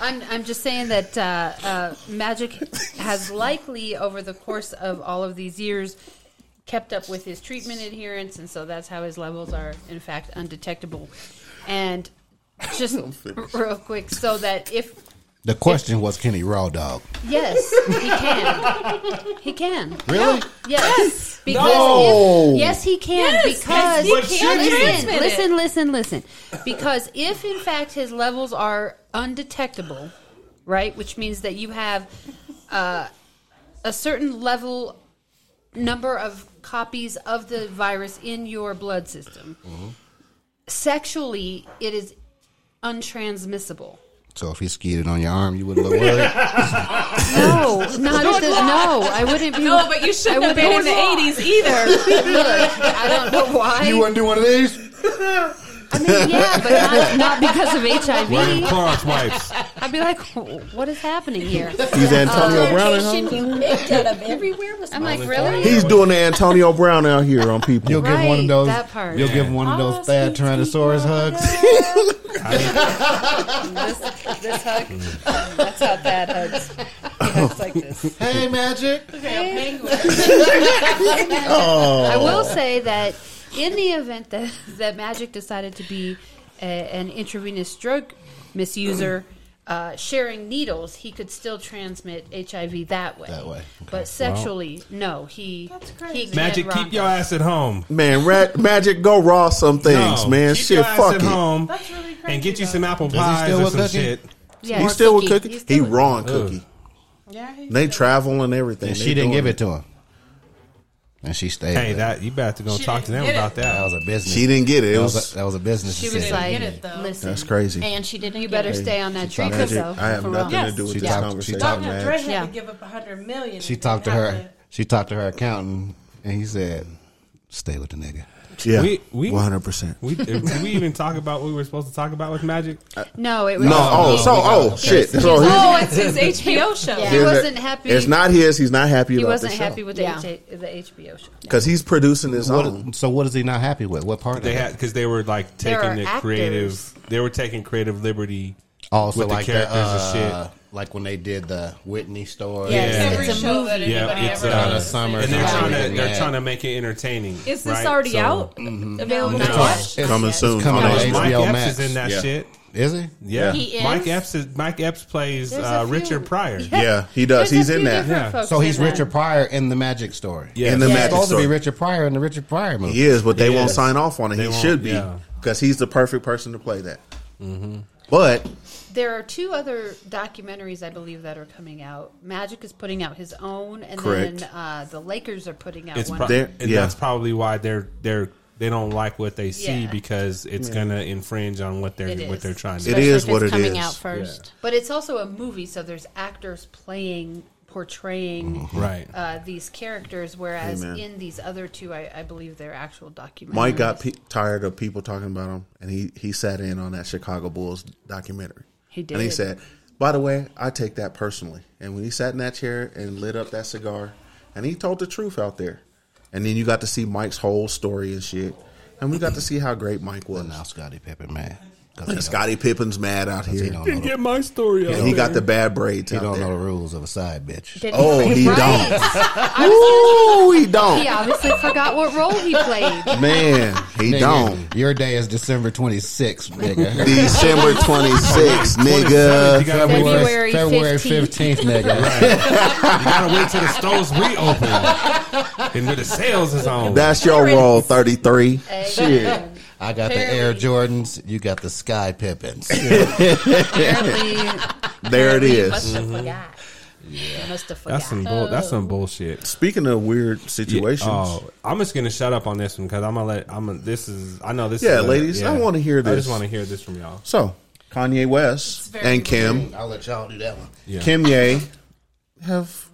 Speaker 4: I'm, I'm just saying that uh, uh, Magic has likely, over the course of all of these years, kept up with his treatment adherence, and so that's how his levels are, in fact, undetectable. And just real quick, so that if
Speaker 5: The question was, can he raw dog?
Speaker 4: yes, he can, he can,
Speaker 5: Really?
Speaker 4: yes, because
Speaker 2: No.
Speaker 4: if, yes, he can,
Speaker 8: Yes,
Speaker 4: because
Speaker 8: yes, he can.
Speaker 4: listen,
Speaker 8: Transmit it.
Speaker 4: listen, listen, listen, because if in fact his levels are undetectable right? Which means that you have uh, a certain level number of copies of the virus in your blood system. Sexually, it is untransmissible.
Speaker 5: So if he skied it on your arm, you would have it.
Speaker 4: No, not at the, no. I wouldn't be.
Speaker 8: No, but you shouldn't have been in the eighties either.
Speaker 4: Look, I don't know why.
Speaker 5: You wouldn't do one of these?
Speaker 4: I mean, yeah, but not, not because of HIV.
Speaker 3: Wearing Clorox wipes.
Speaker 4: I'd be like, "Wh- what is happening here?
Speaker 2: He's Antonio Brown. at home.
Speaker 7: you picked out of everywhere was
Speaker 4: I'm like, really?
Speaker 2: He's doing the Antonio Brown out here on people.
Speaker 5: You'll give one of
Speaker 4: Right,
Speaker 5: those.
Speaker 4: that part.
Speaker 5: You'll give one of those bad Tyrannosaurus hugs.
Speaker 4: This, this hug. That's how bad hugs. He hugs like this.
Speaker 5: hey, Magic.
Speaker 4: I will say that in the event that that Magic decided to be a, an intravenous drug misuser. Uh, sharing needles, he could still transmit HIV that way.
Speaker 5: That way, okay.
Speaker 4: but sexually, no. He
Speaker 9: That's
Speaker 4: he
Speaker 9: crazy.
Speaker 4: can't
Speaker 3: Magic,
Speaker 4: romp
Speaker 3: keep your ass at home.
Speaker 2: Man, rat, Magic, go raw some things,
Speaker 3: No,
Speaker 2: man.
Speaker 3: keep
Speaker 2: Shit,
Speaker 3: your ass
Speaker 2: fuck it.
Speaker 3: at home
Speaker 9: That's really crazy.
Speaker 3: and get you
Speaker 9: though.
Speaker 3: some apple
Speaker 5: he
Speaker 3: pies
Speaker 5: still
Speaker 3: or
Speaker 5: with
Speaker 3: some
Speaker 5: Cookie?
Speaker 3: shit.
Speaker 4: Yeah,
Speaker 2: He's
Speaker 4: or
Speaker 2: still with
Speaker 4: Cookie.
Speaker 2: Cookie. He
Speaker 4: He's still with-
Speaker 2: rawing Cookie.
Speaker 9: Yeah, he's
Speaker 2: They travel and everything.
Speaker 5: And
Speaker 2: They
Speaker 5: she didn't
Speaker 2: doing
Speaker 5: give it to him. And she stayed.
Speaker 3: Hey,
Speaker 5: with it.
Speaker 3: that you better go
Speaker 9: She
Speaker 3: talk to them
Speaker 9: didn't get
Speaker 3: about
Speaker 9: it.
Speaker 5: that
Speaker 3: that.
Speaker 5: was a business.
Speaker 2: She didn't get it. It
Speaker 5: that was
Speaker 2: was
Speaker 5: a, that was a business.
Speaker 4: She was
Speaker 5: decision.
Speaker 4: like,
Speaker 9: get it, though.
Speaker 4: listen,
Speaker 2: that's crazy.
Speaker 7: and she didn't
Speaker 4: you
Speaker 7: get
Speaker 4: better
Speaker 7: it.
Speaker 4: stay on that
Speaker 5: She
Speaker 4: tree,
Speaker 5: talked-
Speaker 4: Cookie.
Speaker 2: Magic, I have
Speaker 4: for
Speaker 2: nothing
Speaker 4: real.
Speaker 2: to do with
Speaker 5: She
Speaker 2: this
Speaker 5: talked- she
Speaker 2: conversation,
Speaker 5: talked-
Speaker 9: Dr.
Speaker 2: man.
Speaker 9: Dre had
Speaker 4: Yeah.
Speaker 9: to give up a hundred million.
Speaker 5: She
Speaker 9: and
Speaker 5: talked to
Speaker 9: have
Speaker 5: her. She talked to her accountant, and he said, "Stay with the nigga."
Speaker 2: Yeah,
Speaker 3: We- we-
Speaker 2: one hundred percent.
Speaker 3: We, did we even talk about what we were supposed to talk about with Magic?
Speaker 4: No, it was.
Speaker 2: No, oh, so oh shit. That's all. His,
Speaker 8: oh, it's his HBO show.
Speaker 4: he wasn't happy.
Speaker 2: It's not his. He's not happy.
Speaker 4: He
Speaker 2: about
Speaker 4: wasn't
Speaker 2: the show.
Speaker 4: happy with the,
Speaker 7: Yeah.
Speaker 4: H- the HBO show.
Speaker 2: because he's producing his own.
Speaker 5: What, so what is he not happy with? What part?
Speaker 3: They
Speaker 5: of
Speaker 3: had
Speaker 5: it?
Speaker 3: because they were like
Speaker 4: There
Speaker 3: taking
Speaker 4: are
Speaker 3: the
Speaker 4: actors.
Speaker 3: creative. They were taking creative liberty.
Speaker 5: also
Speaker 3: with the
Speaker 5: Oh, like
Speaker 3: characters and
Speaker 5: the, uh,
Speaker 3: shit.
Speaker 5: Like when they did the Whitney story.
Speaker 7: Yes,
Speaker 3: Yeah.
Speaker 9: Every
Speaker 7: it's a
Speaker 9: show
Speaker 7: movie.
Speaker 9: that anybody
Speaker 3: Yeah, it's,
Speaker 9: ever
Speaker 3: uh,
Speaker 9: does
Speaker 5: Donna
Speaker 9: is
Speaker 5: Summers
Speaker 9: a
Speaker 3: And they're
Speaker 5: Yeah.
Speaker 3: trying to
Speaker 5: Yeah.
Speaker 3: they're trying to make it entertaining.
Speaker 8: Is this
Speaker 3: right?
Speaker 8: already
Speaker 3: So-
Speaker 8: out? Available to
Speaker 3: No.
Speaker 8: watch?
Speaker 2: Coming soon.
Speaker 5: coming
Speaker 2: on
Speaker 5: out.
Speaker 2: HBO.
Speaker 3: Mike
Speaker 5: HBO
Speaker 3: Epps
Speaker 5: Max.
Speaker 3: is in that
Speaker 2: Yeah.
Speaker 3: shit.
Speaker 5: Is he?
Speaker 3: Yeah,
Speaker 7: He
Speaker 3: Mike
Speaker 7: is?
Speaker 3: Epps. Is, Mike Epps plays
Speaker 4: There's
Speaker 3: uh,
Speaker 4: a few.
Speaker 3: Richard Pryor.
Speaker 2: Yeah, he does.
Speaker 4: There's
Speaker 2: he's
Speaker 4: a
Speaker 2: in
Speaker 4: few
Speaker 2: that.
Speaker 4: different
Speaker 3: Yeah.
Speaker 4: folks
Speaker 5: So he's
Speaker 4: in that.
Speaker 5: Richard Pryor in the Magic story.
Speaker 3: Yes.
Speaker 2: In the
Speaker 5: He's
Speaker 2: magic
Speaker 5: supposed
Speaker 2: story.
Speaker 5: to be Richard Pryor in the Richard Pryor movie.
Speaker 2: He is, but they
Speaker 3: He
Speaker 2: won't
Speaker 3: is.
Speaker 2: sign off on it.
Speaker 3: They
Speaker 2: he
Speaker 3: won't,
Speaker 2: should be
Speaker 3: yeah.
Speaker 2: because he's the perfect person to play that.
Speaker 5: Mm-hmm.
Speaker 2: But
Speaker 4: There are two other documentaries I believe that are coming out. Magic is putting out his own, and
Speaker 2: Correct.
Speaker 4: then uh, the Lakers are putting out
Speaker 3: It's
Speaker 4: one.
Speaker 3: pro-
Speaker 2: They're-
Speaker 3: and
Speaker 2: yeah.
Speaker 3: that's probably why they're they're they don't like what they see
Speaker 4: Yeah.
Speaker 3: because it's gonna infringe on what they're
Speaker 4: It
Speaker 3: what
Speaker 4: is.
Speaker 3: they're trying to.
Speaker 2: It
Speaker 3: do.
Speaker 7: Especially
Speaker 2: is
Speaker 7: if
Speaker 2: what
Speaker 7: it's
Speaker 2: it
Speaker 7: coming
Speaker 2: is.
Speaker 7: out first.
Speaker 4: but it's also a movie, so there's actors playing, portraying
Speaker 3: Mm-hmm. Right.
Speaker 4: uh, these characters. Whereas
Speaker 2: Amen.
Speaker 4: in these other two, I, I believe they're actual documentaries.
Speaker 2: Mike got pe- tired of people talking about him, and he he sat in on that Chicago Bulls documentary.
Speaker 4: He
Speaker 2: and he
Speaker 4: did.
Speaker 2: said, "By the way, I take that personally." And when he sat in that chair and lit up that cigar, and he told the truth out there, and then you got to see Mike's whole story and shit, and we got to see how great Mike was.
Speaker 5: And now Scottie Pippen, man.
Speaker 2: And Scottie Pippen's mad out
Speaker 5: He
Speaker 2: here.
Speaker 5: don't, know the,
Speaker 3: my story
Speaker 2: And he got the bad braids
Speaker 5: he
Speaker 2: out
Speaker 5: don't know the
Speaker 2: there.
Speaker 5: rules of a side bitch.
Speaker 4: Did
Speaker 2: Oh, he
Speaker 4: Right.
Speaker 2: don't. Ooh, he
Speaker 4: He
Speaker 2: don't.
Speaker 4: obviously forgot what role he played.
Speaker 2: Man, he
Speaker 5: Nigga,
Speaker 2: don't.
Speaker 5: Your day is December 26th, nigga.
Speaker 2: December 26th, nigga.
Speaker 4: February
Speaker 5: February
Speaker 4: 15th.
Speaker 5: 15th, nigga.
Speaker 3: You gotta wait till the stores reopen and where the sales is on.
Speaker 2: That's your roll, 33. Shit.
Speaker 4: Amen.
Speaker 5: I got the Air Jordans. You got the Sky Pippins.
Speaker 4: Apparently,
Speaker 2: There it is.
Speaker 4: have forgot. You must have
Speaker 3: That's some bull, that's some bullshit.
Speaker 2: Speaking of weird
Speaker 3: Yeah,
Speaker 2: situations. Yeah,
Speaker 3: Oh, I'm just gonna shut up on this one because I'm gonna let I'm. Gonna, this is I know this.
Speaker 2: Yeah,
Speaker 3: is a-
Speaker 2: ladies, I wanna hear
Speaker 3: I
Speaker 2: this.
Speaker 3: just want to hear this from y'all.
Speaker 2: So, Kanye West
Speaker 9: very
Speaker 2: and Kim,
Speaker 5: I'll let y'all do that one.
Speaker 3: Yeah.
Speaker 2: Kim Ye, have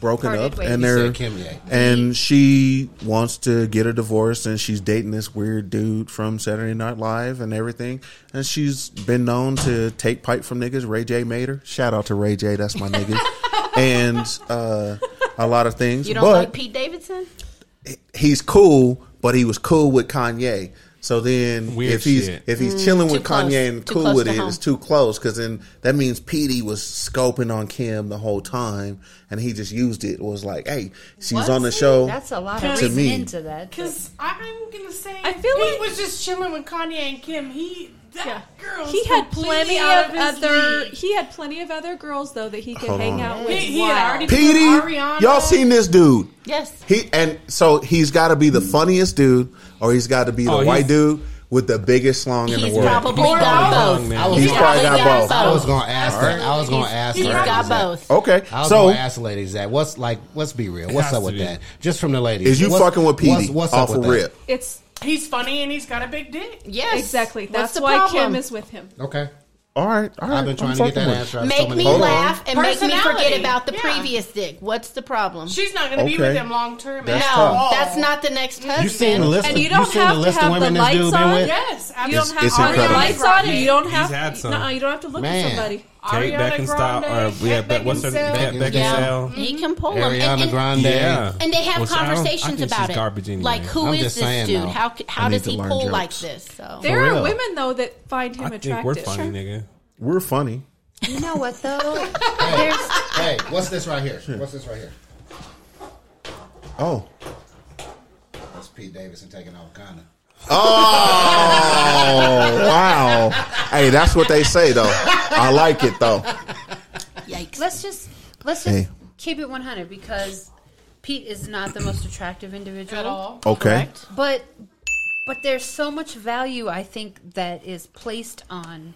Speaker 2: broken
Speaker 4: Parted
Speaker 2: up
Speaker 4: ways.
Speaker 2: and
Speaker 4: You
Speaker 2: they're
Speaker 5: said Kim Ye.
Speaker 2: and she wants to get a divorce and she's dating this weird dude from Saturday Night Live and everything and she's been known to take pipe from niggas Ray J made her shout out to Ray J that's my nigga and uh, a lot of things
Speaker 7: You don't
Speaker 2: but
Speaker 7: like Pete Davidson?
Speaker 2: he's cool, but he was cool with Kanye. So then,
Speaker 3: Weird
Speaker 2: if he's
Speaker 3: shit.
Speaker 2: if he's chilling with
Speaker 7: Mm, too close.
Speaker 2: Kanye and
Speaker 7: Too
Speaker 2: cool
Speaker 7: close
Speaker 2: with
Speaker 7: to
Speaker 2: it,
Speaker 7: home.
Speaker 2: it's too close because then that means Petey was scoping on Kim the whole time, and he just used it. Was like, hey, she's on the show.
Speaker 4: Oh, That's a lot
Speaker 9: To
Speaker 4: of reason
Speaker 2: me.
Speaker 4: into that.
Speaker 9: Because I'm gonna say,
Speaker 8: I feel
Speaker 9: he
Speaker 8: like-
Speaker 9: was just chilling with Kanye and Kim. He that
Speaker 8: Yeah.
Speaker 9: girl.
Speaker 8: He had plenty
Speaker 9: out
Speaker 8: of
Speaker 9: his
Speaker 8: other.
Speaker 9: league.
Speaker 8: He had plenty of other girls though that he could
Speaker 2: Hold
Speaker 8: hang
Speaker 2: on.
Speaker 8: out
Speaker 9: He,
Speaker 8: with.
Speaker 9: he
Speaker 8: while-
Speaker 9: had already been
Speaker 2: Petey,
Speaker 9: with Ariana.
Speaker 2: y'all seen this dude?
Speaker 7: Yes.
Speaker 2: He and so he's got to be the funniest dude, or he's got to be the
Speaker 3: Oh,
Speaker 2: white
Speaker 3: he's-
Speaker 2: dude with the biggest slong in the
Speaker 7: He's
Speaker 2: world.
Speaker 7: probably
Speaker 9: Or
Speaker 7: got
Speaker 9: both.
Speaker 7: both.
Speaker 3: man.
Speaker 2: He's probably got both.
Speaker 5: I was gonna ask her. I was gonna ask
Speaker 7: He's
Speaker 5: her. that.
Speaker 7: got both.
Speaker 2: okay,
Speaker 5: I was
Speaker 2: so
Speaker 5: gonna ask the ladies that. What's like? Let's be real. What's
Speaker 3: has
Speaker 5: up
Speaker 3: to
Speaker 5: with
Speaker 3: be.
Speaker 5: that? Just from the ladies.
Speaker 2: is you
Speaker 5: What's-
Speaker 2: fucking with Petey
Speaker 5: what's- what's up
Speaker 2: off a
Speaker 5: with that?
Speaker 2: rip?
Speaker 8: It's
Speaker 9: He's funny and he's got a big dick.
Speaker 7: Yes.
Speaker 8: exactly
Speaker 7: What's
Speaker 8: that's
Speaker 7: the
Speaker 8: why
Speaker 7: problem?
Speaker 8: Kim is with him.
Speaker 5: Okay.
Speaker 2: All right, all right.
Speaker 5: I've been trying
Speaker 2: I'm
Speaker 5: to get
Speaker 2: fucking
Speaker 5: that
Speaker 2: with
Speaker 5: answer
Speaker 2: you.
Speaker 5: out of so
Speaker 7: Make
Speaker 5: many
Speaker 7: me
Speaker 2: Hold on.
Speaker 7: laugh and make me forget
Speaker 9: Personality,
Speaker 7: about the
Speaker 9: yeah.
Speaker 7: previous dick. What's the problem?
Speaker 9: She's not going to be with
Speaker 2: Okay.
Speaker 9: him long term.
Speaker 2: That's
Speaker 9: at
Speaker 2: tough.
Speaker 9: all.
Speaker 7: That's not the next husband.
Speaker 5: You seen the list?
Speaker 8: And
Speaker 5: of-
Speaker 8: you don't
Speaker 5: seen the
Speaker 8: have to
Speaker 5: list of
Speaker 8: have
Speaker 5: women
Speaker 8: the
Speaker 5: this dude
Speaker 8: lights
Speaker 5: been
Speaker 8: on.
Speaker 5: with?
Speaker 9: Yes,
Speaker 8: You don't
Speaker 2: It's-
Speaker 9: absolutely.
Speaker 8: have
Speaker 2: it's
Speaker 8: all your
Speaker 2: incredible.
Speaker 8: lights on, and you don't
Speaker 3: He's
Speaker 8: have.
Speaker 3: had some.
Speaker 8: No, you don't have to look
Speaker 5: Man.
Speaker 8: at somebody.
Speaker 3: Kate
Speaker 9: Ariana
Speaker 3: Beckinsale,
Speaker 9: Grande,
Speaker 3: or yeah,
Speaker 9: Kate
Speaker 3: Beck- what's her
Speaker 9: Beckinsale.
Speaker 3: Beck-
Speaker 5: Beckinsale.
Speaker 3: Beckinsale?
Speaker 7: He can pull them. And,
Speaker 5: Ariana
Speaker 7: and-
Speaker 5: Grande.
Speaker 3: Yeah.
Speaker 7: and they have
Speaker 3: Well, so I don't- I
Speaker 7: conversations
Speaker 3: think she's
Speaker 7: about it.
Speaker 3: garbage anyway.
Speaker 7: Like, who is
Speaker 5: I'm just
Speaker 7: this
Speaker 5: saying,
Speaker 7: dude?
Speaker 5: though,
Speaker 7: How c-
Speaker 2: I
Speaker 7: how
Speaker 2: need
Speaker 7: does
Speaker 2: to
Speaker 7: he
Speaker 2: learn
Speaker 7: pull like
Speaker 2: jokes.
Speaker 7: this? So
Speaker 8: There
Speaker 5: real.
Speaker 8: are women though that find him
Speaker 3: I
Speaker 8: attractive.
Speaker 3: think we're funny, nigga.
Speaker 2: We're funny.
Speaker 4: You know what though?
Speaker 5: Hey, what's this right here? What's this right here?
Speaker 2: Oh,
Speaker 5: That's Pete Davidson taking off Ghana.
Speaker 2: oh wow. Hey, that's what they say though. I like it though.
Speaker 7: yikes!
Speaker 4: let's just let's just
Speaker 2: Hey.
Speaker 4: keep it 100 because Pete is not the most attractive individual
Speaker 9: At all.
Speaker 2: Okay.
Speaker 7: Correct.
Speaker 4: But but there's so much value I think that is placed on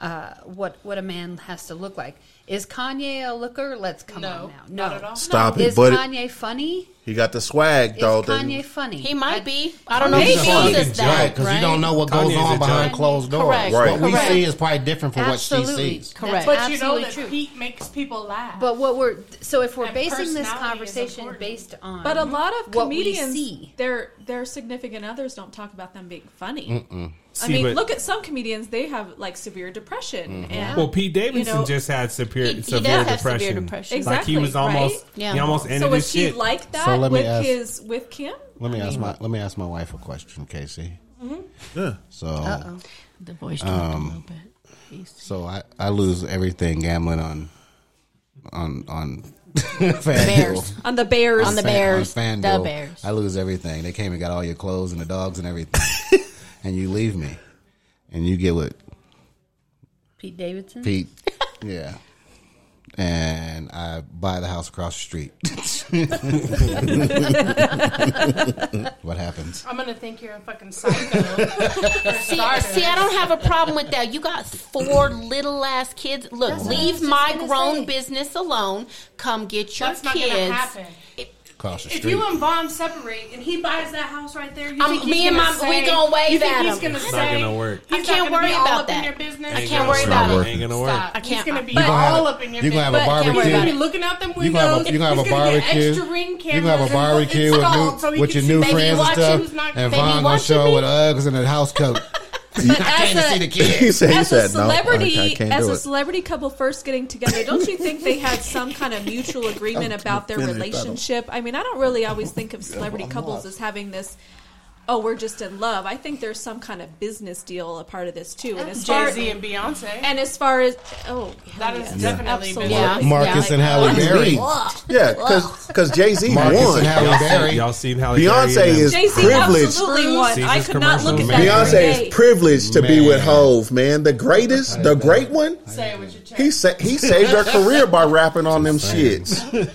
Speaker 4: uh, what what a man has to look like. Is Kanye a looker? Let's come
Speaker 9: No,
Speaker 4: on now.
Speaker 9: not at all.
Speaker 2: Stop it,
Speaker 4: Is
Speaker 2: but
Speaker 4: Kanye funny?
Speaker 2: he got the swag
Speaker 4: Is
Speaker 2: though.
Speaker 4: Kanye
Speaker 2: They-
Speaker 4: funny?
Speaker 7: He might
Speaker 4: I-
Speaker 7: be. I don't know. if
Speaker 9: Maybe.
Speaker 7: He shows us
Speaker 3: He's a
Speaker 7: that,
Speaker 5: Right, because you don't know what goes
Speaker 3: Kanye's a
Speaker 5: on behind
Speaker 3: giant.
Speaker 5: closed doors.
Speaker 7: Correct.
Speaker 2: Right.
Speaker 5: What we
Speaker 7: Correct.
Speaker 5: see is probably different from what she
Speaker 4: Absolutely.
Speaker 5: sees.
Speaker 7: Correct.
Speaker 4: That's
Speaker 9: But you know
Speaker 4: absolutely
Speaker 9: that
Speaker 4: true.
Speaker 9: Pete makes people laugh.
Speaker 4: But what we're so if we're
Speaker 9: And
Speaker 4: basing
Speaker 9: personality
Speaker 4: this
Speaker 9: is
Speaker 4: conversation
Speaker 9: important.
Speaker 4: based on
Speaker 8: But a lot of
Speaker 4: what we
Speaker 8: comedians,
Speaker 4: see.
Speaker 8: their their significant others don't talk about them being funny. I
Speaker 3: See,
Speaker 8: mean,
Speaker 3: but-
Speaker 8: look at some comedians; they have like severe depression.
Speaker 5: Mm-hmm.
Speaker 8: And
Speaker 3: Well, Pete Davidson
Speaker 8: know,
Speaker 3: just had severe,
Speaker 7: He- he does
Speaker 3: severe,
Speaker 7: have severe
Speaker 3: depression.
Speaker 7: depression.
Speaker 3: Like he
Speaker 8: Exactly,
Speaker 3: was almost,
Speaker 8: right?
Speaker 7: Yeah.
Speaker 3: he almost ended
Speaker 8: so
Speaker 3: his
Speaker 8: is he
Speaker 3: shit.
Speaker 8: like that
Speaker 5: So let me
Speaker 8: with
Speaker 5: ask-
Speaker 8: his with Kim?
Speaker 5: Let me ask my let me ask my wife a question, Casey.
Speaker 2: Yeah.
Speaker 5: So
Speaker 7: The voice dropped a little bit.
Speaker 5: so I, I lose everything gambling on on on
Speaker 7: Bears.
Speaker 5: FanDuel.
Speaker 8: On the Bears,
Speaker 7: On the
Speaker 5: Fan-
Speaker 7: Bears.
Speaker 5: on
Speaker 7: The Bears.
Speaker 5: I lose everything. They came and got all your clothes and the dogs and everything, and you leave me, and you get with
Speaker 4: Pete Davidson.
Speaker 5: Pete. yeah. And I buy the house across the street. what happens?
Speaker 9: I'm gonna think you're a fucking psycho. For
Speaker 7: See,
Speaker 9: starters.
Speaker 7: see, I don't have a problem with that. You got four little ass kids. Look, leave my grown business alone. Come get your
Speaker 9: That's not gonna
Speaker 7: kids.
Speaker 9: happen.
Speaker 5: Across the
Speaker 9: If
Speaker 5: street.
Speaker 9: you and Vaughn separate and he buys that house right there, you
Speaker 7: I'm-
Speaker 9: think he's
Speaker 7: me and
Speaker 9: gonna
Speaker 7: my-
Speaker 9: say,
Speaker 7: we gonna wave
Speaker 9: you think
Speaker 7: at
Speaker 9: he's
Speaker 7: him.
Speaker 9: Gonna
Speaker 7: It's
Speaker 9: say,
Speaker 3: not gonna work.
Speaker 9: He's
Speaker 7: I can't
Speaker 9: not gonna
Speaker 7: worry
Speaker 9: be all
Speaker 7: about
Speaker 9: up
Speaker 7: that.
Speaker 9: In your business.
Speaker 7: I
Speaker 3: Ain't
Speaker 7: can't
Speaker 3: gonna
Speaker 7: worry
Speaker 3: work.
Speaker 7: about it.
Speaker 3: Ain't gonna
Speaker 7: Stop. I
Speaker 3: work.
Speaker 9: He's
Speaker 7: can't.
Speaker 9: gonna be
Speaker 5: gonna have
Speaker 9: all
Speaker 5: a-
Speaker 9: up in your
Speaker 5: you gonna have a
Speaker 9: business.
Speaker 5: barbecue.
Speaker 9: He's gonna be
Speaker 7: barbecue.
Speaker 9: looking out them windows.
Speaker 5: You gonna have a, you gonna have a
Speaker 9: He's gonna get
Speaker 5: barbecue.
Speaker 9: Extra ring
Speaker 5: you gonna have
Speaker 9: cameras
Speaker 5: a barbecue with,
Speaker 9: installed
Speaker 5: new,
Speaker 9: so he
Speaker 5: with your
Speaker 9: can
Speaker 5: new
Speaker 9: see-
Speaker 5: friends and
Speaker 7: watching
Speaker 5: stuff.
Speaker 7: who's not-
Speaker 5: and
Speaker 7: baby
Speaker 5: Vaughn gonna
Speaker 7: watching
Speaker 5: show
Speaker 7: me.
Speaker 5: with Uggs and a house coat. I can't even
Speaker 8: a-
Speaker 5: see the kids.
Speaker 2: He said, he
Speaker 8: as a
Speaker 2: said, no, I-
Speaker 8: celebrity,
Speaker 2: I can't
Speaker 8: as
Speaker 2: do
Speaker 8: a
Speaker 2: it.
Speaker 8: celebrity couple first getting together, don't you think they had some kind of mutual agreement about their
Speaker 2: finished, I don't-
Speaker 8: relationship? I mean, I don't really always think of celebrity couples as having this. Oh, we're just in love. I think there's some kind of business deal a part of this too. And as far
Speaker 9: Jay Z and Beyonce.
Speaker 8: and as far as oh,
Speaker 9: that is definitely
Speaker 8: Absolutely.
Speaker 9: been
Speaker 7: Yeah.
Speaker 5: Marcus
Speaker 7: Yeah.
Speaker 5: and Halle Berry.
Speaker 2: yeah, because Jay Z won.
Speaker 5: Marcus and Halle
Speaker 3: Y'all
Speaker 5: Berry.
Speaker 3: seen, y'all seen Halle
Speaker 2: Beyonce
Speaker 3: Berry and-
Speaker 2: is
Speaker 8: Jay Z
Speaker 2: privileged.
Speaker 8: absolutely won. I
Speaker 3: Caesar's
Speaker 8: could not look at
Speaker 3: commercials,
Speaker 8: that.
Speaker 3: man.
Speaker 8: every
Speaker 2: Beyonce
Speaker 8: day.
Speaker 2: is privileged to be with
Speaker 5: Man.
Speaker 2: Hove, man. The greatest, the great one.
Speaker 9: Say it with your chest.
Speaker 2: He sa- he saved her career by rapping on them shits.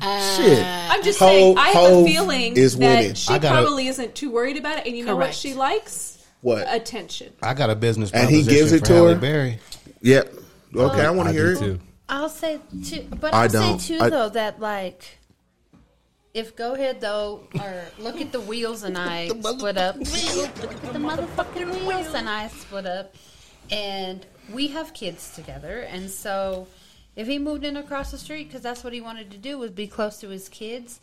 Speaker 2: Shit.
Speaker 8: I'm just
Speaker 2: Hov-
Speaker 8: saying. I have a
Speaker 2: Hov
Speaker 8: feeling
Speaker 2: is winning.
Speaker 8: that she
Speaker 5: I gotta-
Speaker 8: probably isn't too worried about it. And you know what
Speaker 7: Correct.
Speaker 8: she likes?
Speaker 2: What?
Speaker 8: Attention.
Speaker 5: I got a business
Speaker 2: And he
Speaker 5: proposition
Speaker 2: gives it
Speaker 5: for
Speaker 2: to
Speaker 5: Halle
Speaker 2: her?
Speaker 5: Berry.
Speaker 2: Yep. Okay, I want
Speaker 3: I
Speaker 2: to hear
Speaker 3: do
Speaker 2: it.
Speaker 3: too.
Speaker 4: I'll say too, but
Speaker 2: I
Speaker 4: I'll
Speaker 2: don't.
Speaker 4: say too
Speaker 2: I-
Speaker 4: though that like if go ahead though or look at the wheels and I split up. Look at the motherfucking wheels and I split up, and we have kids together, and so if he moved in across the street because that's what he wanted to do was be close to his kids.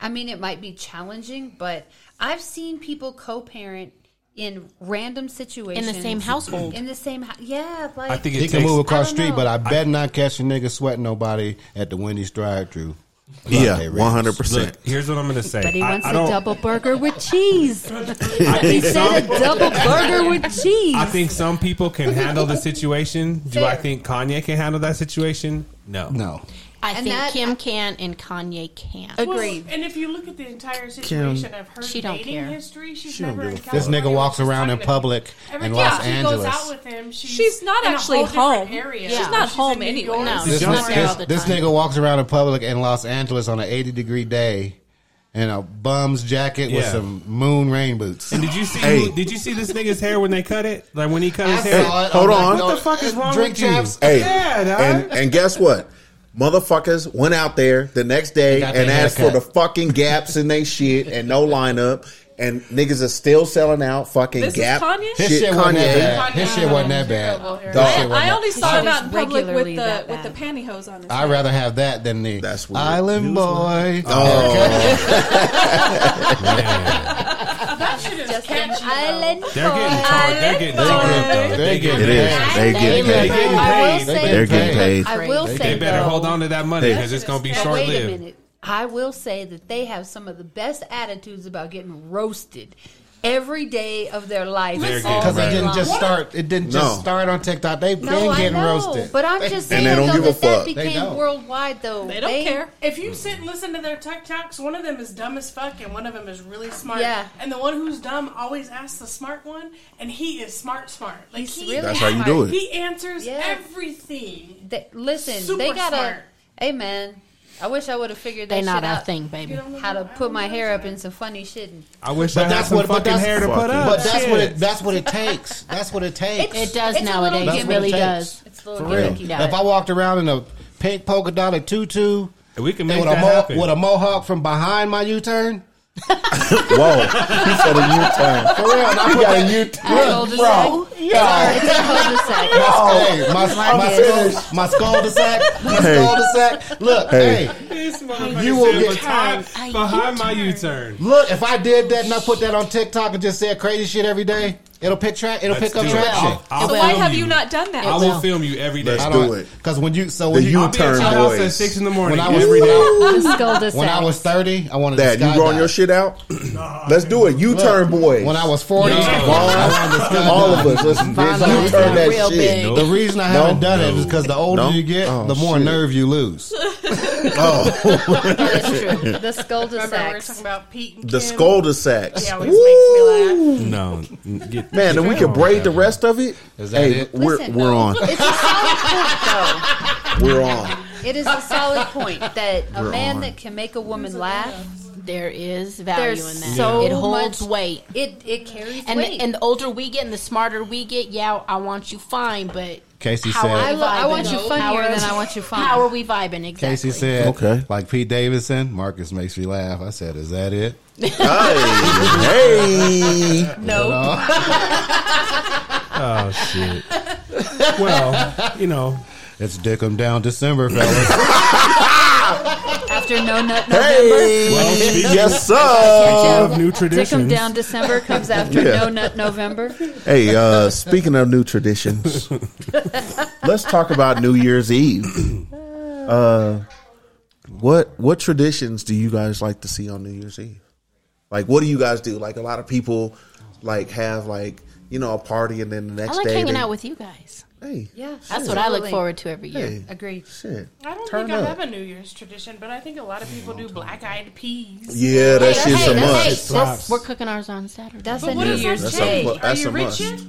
Speaker 4: I mean, it might be challenging, but I've seen people co-parent in random situations
Speaker 7: same household.
Speaker 4: In the same, hou- yeah, like
Speaker 3: I think it
Speaker 5: He can
Speaker 3: takes-
Speaker 5: move across the
Speaker 4: I don't
Speaker 5: street,
Speaker 4: know.
Speaker 5: but I bet not catch a nigga sweating nobody at the Wendy's drive-through.
Speaker 2: Yeah, one hundred percent.
Speaker 3: Look, here's what I'm gonna say.
Speaker 4: But he
Speaker 3: I-
Speaker 4: wants
Speaker 3: I
Speaker 4: a
Speaker 3: don't-
Speaker 4: double burger with cheese.
Speaker 3: I think
Speaker 4: Said a
Speaker 3: some-
Speaker 4: double burger with cheese.
Speaker 3: I think some people can handle the situation. Do I think Kanye can handle that situation? No.
Speaker 5: No.
Speaker 7: I think
Speaker 4: that-
Speaker 7: Kim can and Kanye can.
Speaker 9: Well, and if you look at the entire situation of her
Speaker 7: She don't
Speaker 9: dating
Speaker 7: care.
Speaker 9: history, she's
Speaker 2: don't
Speaker 9: never in
Speaker 2: give a fuck.
Speaker 5: This
Speaker 9: California
Speaker 5: nigga walks
Speaker 9: when she's
Speaker 5: around in
Speaker 9: talking to
Speaker 5: public
Speaker 9: him. Every
Speaker 5: in
Speaker 9: time
Speaker 5: Los
Speaker 9: she goes out
Speaker 5: Angeles.
Speaker 9: with him, she's,
Speaker 8: She's not
Speaker 9: in a
Speaker 8: actually
Speaker 9: whole different
Speaker 8: home.
Speaker 9: Area.
Speaker 7: She's
Speaker 8: not
Speaker 9: in
Speaker 8: home
Speaker 9: New
Speaker 8: anyway.
Speaker 9: York.
Speaker 7: No.
Speaker 5: This,
Speaker 7: She's not
Speaker 5: this,
Speaker 7: there all the
Speaker 5: this
Speaker 7: time.
Speaker 5: nigga walks around in public in Los Angeles on an 80 degree day in a bum's jacket with
Speaker 3: Yeah.
Speaker 5: some moon rain boots.
Speaker 3: And did you see?
Speaker 2: Hey.
Speaker 3: Did you see this nigga's hair when they cut it? Like when he cut his
Speaker 5: I
Speaker 3: hair.
Speaker 5: saw it.
Speaker 2: hold
Speaker 5: I'm
Speaker 2: on.
Speaker 5: no,
Speaker 2: What
Speaker 3: the fuck is wrong
Speaker 5: drink
Speaker 3: with you?
Speaker 5: champs.
Speaker 2: Hey,
Speaker 3: Yeah, dog.
Speaker 2: and, and guess what? Motherfuckers went out there the next day
Speaker 5: Got their
Speaker 2: and asked for
Speaker 5: haircut.
Speaker 2: the fucking gaps in they shit and no lineup. And niggas are still selling out fucking
Speaker 8: This is
Speaker 2: Gap.
Speaker 8: Kanye?
Speaker 5: His shit wasn't that bad. His shit wasn't that bad. That shit wasn't
Speaker 8: I
Speaker 5: that-
Speaker 8: only saw him
Speaker 4: It's
Speaker 8: out in public with
Speaker 4: regularly
Speaker 8: the
Speaker 4: that
Speaker 8: with the
Speaker 4: bad.
Speaker 8: pantyhose on. His
Speaker 5: I'd rather have that than the
Speaker 2: That's weird. Oh,
Speaker 5: Island Boy.
Speaker 4: Just an island
Speaker 3: They're getting tar- they're getting tarred up though. They
Speaker 5: getting
Speaker 2: It
Speaker 3: get
Speaker 2: is.
Speaker 5: paid.
Speaker 2: They get
Speaker 7: They
Speaker 2: paid.
Speaker 7: look-
Speaker 4: I will
Speaker 7: They
Speaker 4: say,
Speaker 2: They're getting paid.
Speaker 4: I will
Speaker 5: They
Speaker 4: say
Speaker 3: They better
Speaker 4: though,
Speaker 3: hold on to that money
Speaker 2: Hey.
Speaker 3: because it's going to be
Speaker 4: Now,
Speaker 3: short
Speaker 4: wait a
Speaker 3: lived.
Speaker 4: minute. I will say that they have some of the best attitudes about getting roasted every day of their life.
Speaker 3: They're
Speaker 4: all
Speaker 5: Because
Speaker 4: day
Speaker 5: it didn't
Speaker 4: long.
Speaker 5: just start. It didn't just
Speaker 2: No.
Speaker 5: start on TikTok. They've
Speaker 4: No,
Speaker 5: been
Speaker 4: I
Speaker 5: getting
Speaker 4: know,
Speaker 5: roasted.
Speaker 4: but I'm just saying
Speaker 2: they don't
Speaker 4: though,
Speaker 2: give a
Speaker 4: that that
Speaker 2: fuck. They
Speaker 4: became
Speaker 5: don't.
Speaker 4: worldwide though.
Speaker 8: They don't care.
Speaker 9: If you sit and listen to their tech talks, one of them is dumb as fuck and one of them is really smart.
Speaker 4: Yeah.
Speaker 9: And the one who's dumb always asks the smart one, and he is smart, smart. Like
Speaker 4: He's
Speaker 9: he,
Speaker 4: really
Speaker 2: That's how you do it.
Speaker 9: he answers
Speaker 4: Yeah.
Speaker 9: everything.
Speaker 4: They, listen,
Speaker 9: Super
Speaker 4: they gotta.
Speaker 9: smart.
Speaker 4: Hey man, I wish I would have figured that
Speaker 7: They not
Speaker 4: shit
Speaker 7: our
Speaker 4: out.
Speaker 7: thing, baby.
Speaker 4: How to put my hair up in some funny shit. And
Speaker 3: I wish I
Speaker 5: But
Speaker 3: had
Speaker 5: that's
Speaker 3: some
Speaker 5: what. But
Speaker 3: fucking
Speaker 5: that's
Speaker 3: hair to put up.
Speaker 5: But that's
Speaker 3: Shit.
Speaker 5: what. It, that's what it takes. That's what it takes.
Speaker 7: It does
Speaker 4: It's a little
Speaker 7: nowadays. It
Speaker 4: gimmicky.
Speaker 7: really
Speaker 5: That's
Speaker 7: does.
Speaker 5: what
Speaker 4: it's a little
Speaker 5: For real.
Speaker 4: gimmicky.
Speaker 7: Yeah.
Speaker 5: If I walked around in a pink polka dotted tutu
Speaker 3: we can
Speaker 5: and
Speaker 3: make
Speaker 5: with
Speaker 3: that
Speaker 5: a, mo-
Speaker 3: happen.
Speaker 5: with a mohawk from behind my U-turn,
Speaker 2: Whoa. He said a U-turn.
Speaker 5: for real, and I put that
Speaker 4: Cul-de-sac.
Speaker 5: bro. Yeah.
Speaker 4: It's a cul-de-sac.
Speaker 5: Hey, my, my, my, skull, my skull to sack, my
Speaker 2: Hey.
Speaker 5: skull to sack. Look, hey.
Speaker 3: This motherfucker
Speaker 5: You will
Speaker 3: said
Speaker 5: get-
Speaker 3: behind,
Speaker 7: I- I-
Speaker 3: behind my U-turn.
Speaker 5: look. If I did that and I put that on TikTok and just said crazy shit every day, it'll pick track. It'll
Speaker 3: Let's
Speaker 5: pick up
Speaker 3: do it.
Speaker 5: traction.
Speaker 3: I'll- I'll
Speaker 8: So why
Speaker 3: film
Speaker 8: have you not done that?
Speaker 3: I will film you every day.
Speaker 2: Let's
Speaker 5: I
Speaker 2: do
Speaker 5: don't
Speaker 2: it.
Speaker 5: because when you so when
Speaker 2: The
Speaker 5: you,
Speaker 3: I'll be at your
Speaker 2: U-turn
Speaker 3: house at
Speaker 2: boys.
Speaker 3: six in the morning
Speaker 5: when I was
Speaker 3: every day.
Speaker 4: The cul-de-sac.
Speaker 5: when I was thirty, I wanted
Speaker 2: That
Speaker 5: to
Speaker 2: you growing your shit out? Let's do it. U-turn boys.
Speaker 5: When I was forty,
Speaker 3: No.
Speaker 5: I wanted to skydive.
Speaker 2: all of us, let's,
Speaker 5: no.
Speaker 2: let's U-turn that
Speaker 7: Real
Speaker 2: shit.
Speaker 7: big.
Speaker 5: The reason I haven't done it
Speaker 3: No.
Speaker 5: is because the older
Speaker 2: No?
Speaker 5: you get,
Speaker 2: Oh,
Speaker 5: the more
Speaker 2: shit.
Speaker 5: nerve you lose.
Speaker 4: That's true. The
Speaker 9: Remember, we were talking
Speaker 4: cul-de-sac.
Speaker 9: about Pete and
Speaker 2: The
Speaker 9: Kim?
Speaker 2: scoldasacks.
Speaker 9: He always makes me laugh.
Speaker 3: No, n- get-
Speaker 2: Man, if we could braid the rest of it,
Speaker 5: Is that
Speaker 2: hey,
Speaker 5: it?
Speaker 2: we're
Speaker 4: Listen,
Speaker 2: we're
Speaker 4: though,
Speaker 2: on.
Speaker 4: It's a solid point,
Speaker 2: We're on.
Speaker 4: though. It is a solid point that a
Speaker 2: We're
Speaker 4: man
Speaker 2: on.
Speaker 4: that can make a woman laugh,
Speaker 7: There is value
Speaker 4: There's
Speaker 7: in that.
Speaker 4: so
Speaker 7: it holds
Speaker 4: much-
Speaker 7: weight.
Speaker 4: it it carries
Speaker 7: And the,
Speaker 4: weight.
Speaker 7: and the older we get and the smarter we get, yeah, I want you fine, but
Speaker 5: Casey
Speaker 7: how
Speaker 5: said-
Speaker 7: are we
Speaker 4: I, lo- I
Speaker 7: vibing?
Speaker 4: want you
Speaker 7: How
Speaker 4: funnier
Speaker 7: are-
Speaker 4: than I want you fun.
Speaker 7: How are we vibing
Speaker 5: Casey
Speaker 7: exactly?
Speaker 5: said,
Speaker 2: Okay.
Speaker 5: like Pete Davidson, Marcus makes me laugh. I said, is that it?
Speaker 2: Hey, hey.
Speaker 4: no,
Speaker 3: Oh shit. Well, you know,
Speaker 5: It's dick 'em down December, fellas.
Speaker 4: after no nut
Speaker 2: Hey.
Speaker 4: November.
Speaker 2: yes, sir.
Speaker 3: of new
Speaker 4: Dick 'em
Speaker 3: traditions.
Speaker 4: down December comes after
Speaker 2: Yeah.
Speaker 4: no nut November.
Speaker 2: Hey, uh, speaking of new traditions, let's talk about New Year's Eve. Uh, what what traditions do you guys like to see on New Year's Eve? Like, what do you guys do? Like, a lot of people like have like you know a party and then the
Speaker 7: I
Speaker 2: next
Speaker 7: like
Speaker 2: day.
Speaker 7: hanging
Speaker 2: they-
Speaker 7: out with you guys.
Speaker 2: hey,
Speaker 4: Yeah,
Speaker 7: That's what I look forward to every year.
Speaker 2: hey,
Speaker 4: Agreed.
Speaker 2: shit.
Speaker 9: I don't
Speaker 2: Turn
Speaker 9: think I
Speaker 2: up.
Speaker 9: have a New Year's tradition, but I think a lot of people do black eyed peas.
Speaker 2: Yeah, that
Speaker 7: Hey,
Speaker 2: shit's
Speaker 7: hey,
Speaker 2: a
Speaker 7: that's-
Speaker 2: must.
Speaker 7: hey, that's-
Speaker 3: Slaps.
Speaker 7: we're cooking ours on Saturday.
Speaker 4: That's a
Speaker 9: But what
Speaker 4: New
Speaker 9: does
Speaker 4: Year's
Speaker 9: that
Speaker 2: that's
Speaker 9: say?
Speaker 2: a,
Speaker 4: Day.
Speaker 2: mu- that's
Speaker 9: Are you
Speaker 2: a
Speaker 9: rich
Speaker 2: must.
Speaker 9: yet?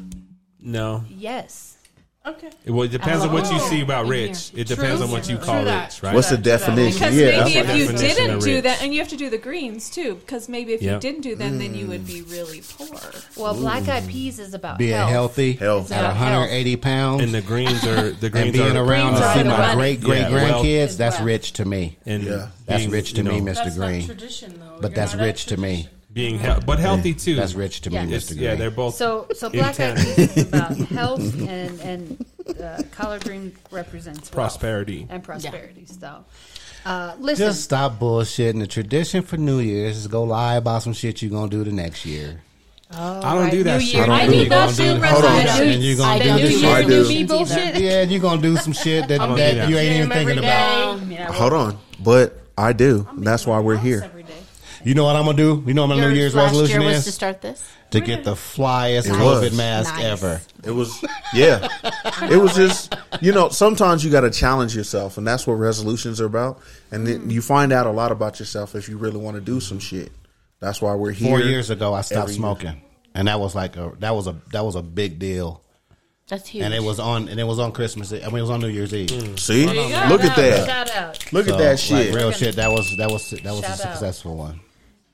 Speaker 3: No.
Speaker 4: Yes.
Speaker 9: Okay.
Speaker 3: Well, it depends on what you see about rich. It depends
Speaker 9: True.
Speaker 3: on what you
Speaker 9: True
Speaker 3: call
Speaker 9: that.
Speaker 3: rich, right?
Speaker 2: What's the
Speaker 9: That's what I
Speaker 2: definition?
Speaker 8: Because
Speaker 2: yeah,
Speaker 8: maybe
Speaker 2: that's
Speaker 8: if
Speaker 2: what
Speaker 8: you
Speaker 3: definition
Speaker 8: didn't
Speaker 3: of
Speaker 8: do
Speaker 3: rich.
Speaker 8: that, and you have to do the greens too, because maybe if
Speaker 3: Yeah.
Speaker 8: you didn't do them, then you would be
Speaker 2: Mm.
Speaker 8: really poor.
Speaker 4: Well, black eyed peas is about
Speaker 5: Being
Speaker 4: health.
Speaker 5: healthy
Speaker 2: Health.
Speaker 5: at 180 pounds
Speaker 3: And
Speaker 5: and,
Speaker 3: the greens are the greens
Speaker 5: being
Speaker 3: are
Speaker 5: around
Speaker 4: Greens
Speaker 5: to
Speaker 4: are
Speaker 5: see
Speaker 4: the
Speaker 5: my
Speaker 4: money.
Speaker 5: great great
Speaker 3: Yeah, well-
Speaker 5: grandkids,
Speaker 4: As
Speaker 5: that's
Speaker 4: well.
Speaker 5: rich to me.
Speaker 3: and
Speaker 2: Yeah.
Speaker 5: That's
Speaker 3: being,
Speaker 5: rich to
Speaker 3: you
Speaker 5: me,
Speaker 3: know,
Speaker 5: Mr.
Speaker 9: That's not
Speaker 5: Green.
Speaker 9: tradition, though.
Speaker 5: But
Speaker 9: You're
Speaker 5: that's
Speaker 9: not at
Speaker 5: rich to me.
Speaker 9: tradition.
Speaker 3: Being hea- but healthy too.
Speaker 5: That's rich to me,
Speaker 4: Yeah.
Speaker 5: Mr.
Speaker 3: It's-
Speaker 5: Green.
Speaker 3: yeah, they're both.
Speaker 4: So, so black eyed
Speaker 3: Intense.
Speaker 4: peas is about health, and and uh, collard green represents wealth
Speaker 3: prosperity.
Speaker 4: and prosperity. So, uh, listen,
Speaker 5: Just stop bullshitting. The tradition for New Year's is go lie about some shit you're going to do the next year.
Speaker 3: I don't do that
Speaker 4: New
Speaker 3: shit.
Speaker 4: Year.
Speaker 3: I don't
Speaker 7: I
Speaker 3: do
Speaker 7: need
Speaker 3: that.
Speaker 7: those two
Speaker 2: Hold on.
Speaker 7: resolutions.
Speaker 5: And you're gonna
Speaker 7: I
Speaker 5: do
Speaker 7: don't
Speaker 5: this
Speaker 7: do
Speaker 5: shit.
Speaker 2: I do.
Speaker 7: resolutions either.
Speaker 5: Yeah, and you're going to do some shit that,
Speaker 3: gonna do
Speaker 5: that
Speaker 3: that.
Speaker 5: you ain't even
Speaker 9: Gym every
Speaker 5: thinking
Speaker 9: day.
Speaker 5: about.
Speaker 2: Hold on, but I do. That's why we're here.
Speaker 9: Every day.
Speaker 5: You know what I'm going to do? You know what my New
Speaker 7: Yours
Speaker 5: Year's
Speaker 7: last
Speaker 5: resolution
Speaker 7: year was
Speaker 5: is?
Speaker 7: to start this.
Speaker 5: to get the flyest
Speaker 2: was.
Speaker 5: COVID mask
Speaker 7: Nice.
Speaker 5: ever.
Speaker 2: It was, yeah. It was just, you know, sometimes you got to challenge yourself, and that's what resolutions are about. And then you find out a lot about yourself if you really want to do some shit. That's why we're here.
Speaker 5: Four years ago, I stopped
Speaker 2: every year.
Speaker 5: smoking, and that was like a that was a that was a big deal.
Speaker 7: That's huge.
Speaker 5: And it was on and it was on Christmas. I mean, it was on New Year's Eve.
Speaker 2: See, Mm. look at that.
Speaker 4: shout out.
Speaker 2: Look
Speaker 5: So,
Speaker 2: at that
Speaker 5: like,
Speaker 2: shit.
Speaker 5: real shit. That was that was that was
Speaker 4: Shout
Speaker 5: a
Speaker 4: out.
Speaker 5: successful one.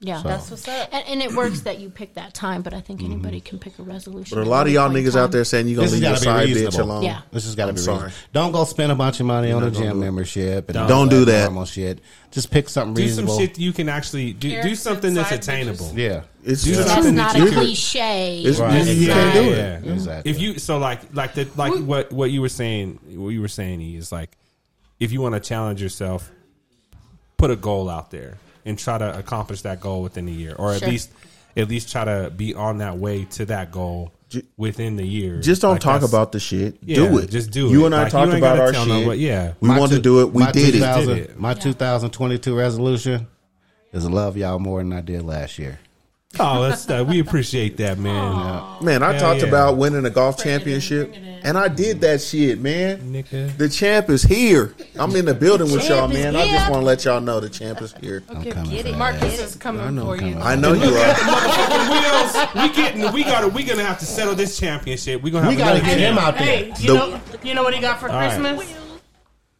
Speaker 7: Yeah,
Speaker 2: So-
Speaker 7: that's what's up. And, and it works that you pick that time, but I think
Speaker 5: Mm-hmm.
Speaker 7: anybody can pick a resolution.
Speaker 2: But a lot of y'all niggas out there saying you gonna
Speaker 5: This has
Speaker 2: leave your
Speaker 5: gotta
Speaker 2: side
Speaker 5: be
Speaker 2: bitch
Speaker 5: reasonable.
Speaker 2: alone.
Speaker 7: Yeah.
Speaker 5: This has got to
Speaker 2: I'm
Speaker 5: be
Speaker 2: sorry.
Speaker 5: reasonable. Don't go spend a bunch of money on a gym membership. And
Speaker 2: Don't
Speaker 5: all
Speaker 2: do that.
Speaker 5: Normal shit. Just pick something
Speaker 3: Do some
Speaker 5: reasonable.
Speaker 3: shit you can actually do. Do
Speaker 9: Eric's
Speaker 3: something that's
Speaker 9: inside
Speaker 3: attainable.
Speaker 5: Yeah.
Speaker 2: It's
Speaker 3: do
Speaker 2: just-
Speaker 7: It's
Speaker 3: something
Speaker 7: not
Speaker 3: that
Speaker 7: a
Speaker 3: you can-
Speaker 7: cliche.
Speaker 2: It's-
Speaker 3: Right.
Speaker 2: You can't do it.
Speaker 3: Yeah.
Speaker 5: Exactly.
Speaker 3: If you so like like the like what what you were saying what you were saying E, is like if you want to challenge yourself, put a goal out there and try to accomplish that goal within a year, or at
Speaker 7: Sure.
Speaker 3: least at least try to be on that way to that goal
Speaker 2: Ju-
Speaker 3: within the year.
Speaker 2: Just don't
Speaker 3: Like,
Speaker 2: talk
Speaker 3: that's-
Speaker 2: about the shit.
Speaker 3: Yeah,
Speaker 2: do it.
Speaker 3: just do
Speaker 2: You
Speaker 3: it.
Speaker 2: and I
Speaker 3: Like, you
Speaker 2: talked
Speaker 3: ain't
Speaker 2: about
Speaker 3: gotta
Speaker 2: our
Speaker 3: tell
Speaker 2: shit.
Speaker 3: no- but yeah.
Speaker 2: we
Speaker 5: My
Speaker 2: wanted
Speaker 5: two-
Speaker 2: to do it. We
Speaker 5: my
Speaker 2: did it.
Speaker 5: 2000
Speaker 3: Did it.
Speaker 5: My 2022 resolution is love y'all more than I did last year.
Speaker 3: Oh, that's that. We appreciate that, man.
Speaker 2: Man, I
Speaker 3: Hell
Speaker 2: talked
Speaker 3: yeah.
Speaker 2: about winning a golf championship, and I did that shit, man.
Speaker 3: Nigga.
Speaker 2: The champ is here. I'm in the building with y'all,
Speaker 7: champ is
Speaker 2: man. I just
Speaker 7: here.
Speaker 2: want to let y'all know the champ is here.
Speaker 5: I'm coming.
Speaker 6: Get
Speaker 5: for
Speaker 6: it,
Speaker 5: that.
Speaker 9: Marcus is coming for you.
Speaker 2: I know you are.
Speaker 3: Motherfucking wheels. We getting. We got. to We gonna have to settle this championship. We gonna have.
Speaker 5: We gotta
Speaker 3: another
Speaker 5: get him
Speaker 3: champ.
Speaker 5: out there.
Speaker 9: Hey, you
Speaker 2: The-
Speaker 9: know, you know what he got for
Speaker 3: right.
Speaker 9: Christmas?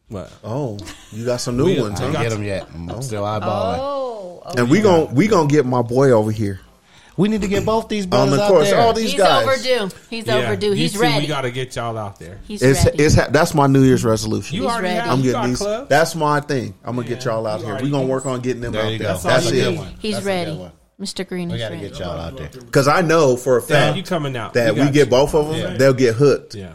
Speaker 3: What?
Speaker 2: Oh, you got some new
Speaker 3: We-
Speaker 2: ones,
Speaker 5: I
Speaker 2: huh?
Speaker 5: didn't get him yet. I'm still eyeballing.
Speaker 6: Oh, oh,
Speaker 2: And we gon' we gonna get my boy over here
Speaker 5: We need to get both these
Speaker 2: on
Speaker 5: brothers
Speaker 2: the
Speaker 5: out
Speaker 2: course.
Speaker 5: there.
Speaker 2: All these
Speaker 7: He's
Speaker 2: guys.
Speaker 7: overdue. He's
Speaker 3: Yeah,
Speaker 7: overdue.
Speaker 3: you
Speaker 7: He's
Speaker 3: two,
Speaker 7: ready.
Speaker 3: We gotta get y'all out there.
Speaker 7: He's
Speaker 2: It's
Speaker 7: ready.
Speaker 2: it's ha- that's my New Year's resolution.
Speaker 3: You already
Speaker 7: ready.
Speaker 3: have.
Speaker 2: I'm
Speaker 3: you
Speaker 2: getting
Speaker 3: got
Speaker 2: these.
Speaker 3: clubs.
Speaker 2: That's my thing. I'm gonna get y'all out
Speaker 3: You
Speaker 2: here.
Speaker 3: already
Speaker 2: We gonna
Speaker 3: did.
Speaker 2: work on getting them
Speaker 5: There
Speaker 2: out
Speaker 5: you
Speaker 2: there.
Speaker 5: go.
Speaker 2: That's,
Speaker 3: That's all you
Speaker 2: it.
Speaker 3: need.
Speaker 7: He's
Speaker 5: That's a good
Speaker 7: ready.
Speaker 5: one.
Speaker 7: Mr. Green
Speaker 5: We
Speaker 7: is
Speaker 5: gotta
Speaker 7: ready.
Speaker 5: get y'all out there.
Speaker 2: Because I know for a
Speaker 3: Dad,
Speaker 2: fact
Speaker 3: you coming out?
Speaker 2: that we
Speaker 3: got
Speaker 2: get
Speaker 3: you.
Speaker 2: both of them,
Speaker 3: Yeah.
Speaker 2: they'll get hooked.
Speaker 3: Yeah.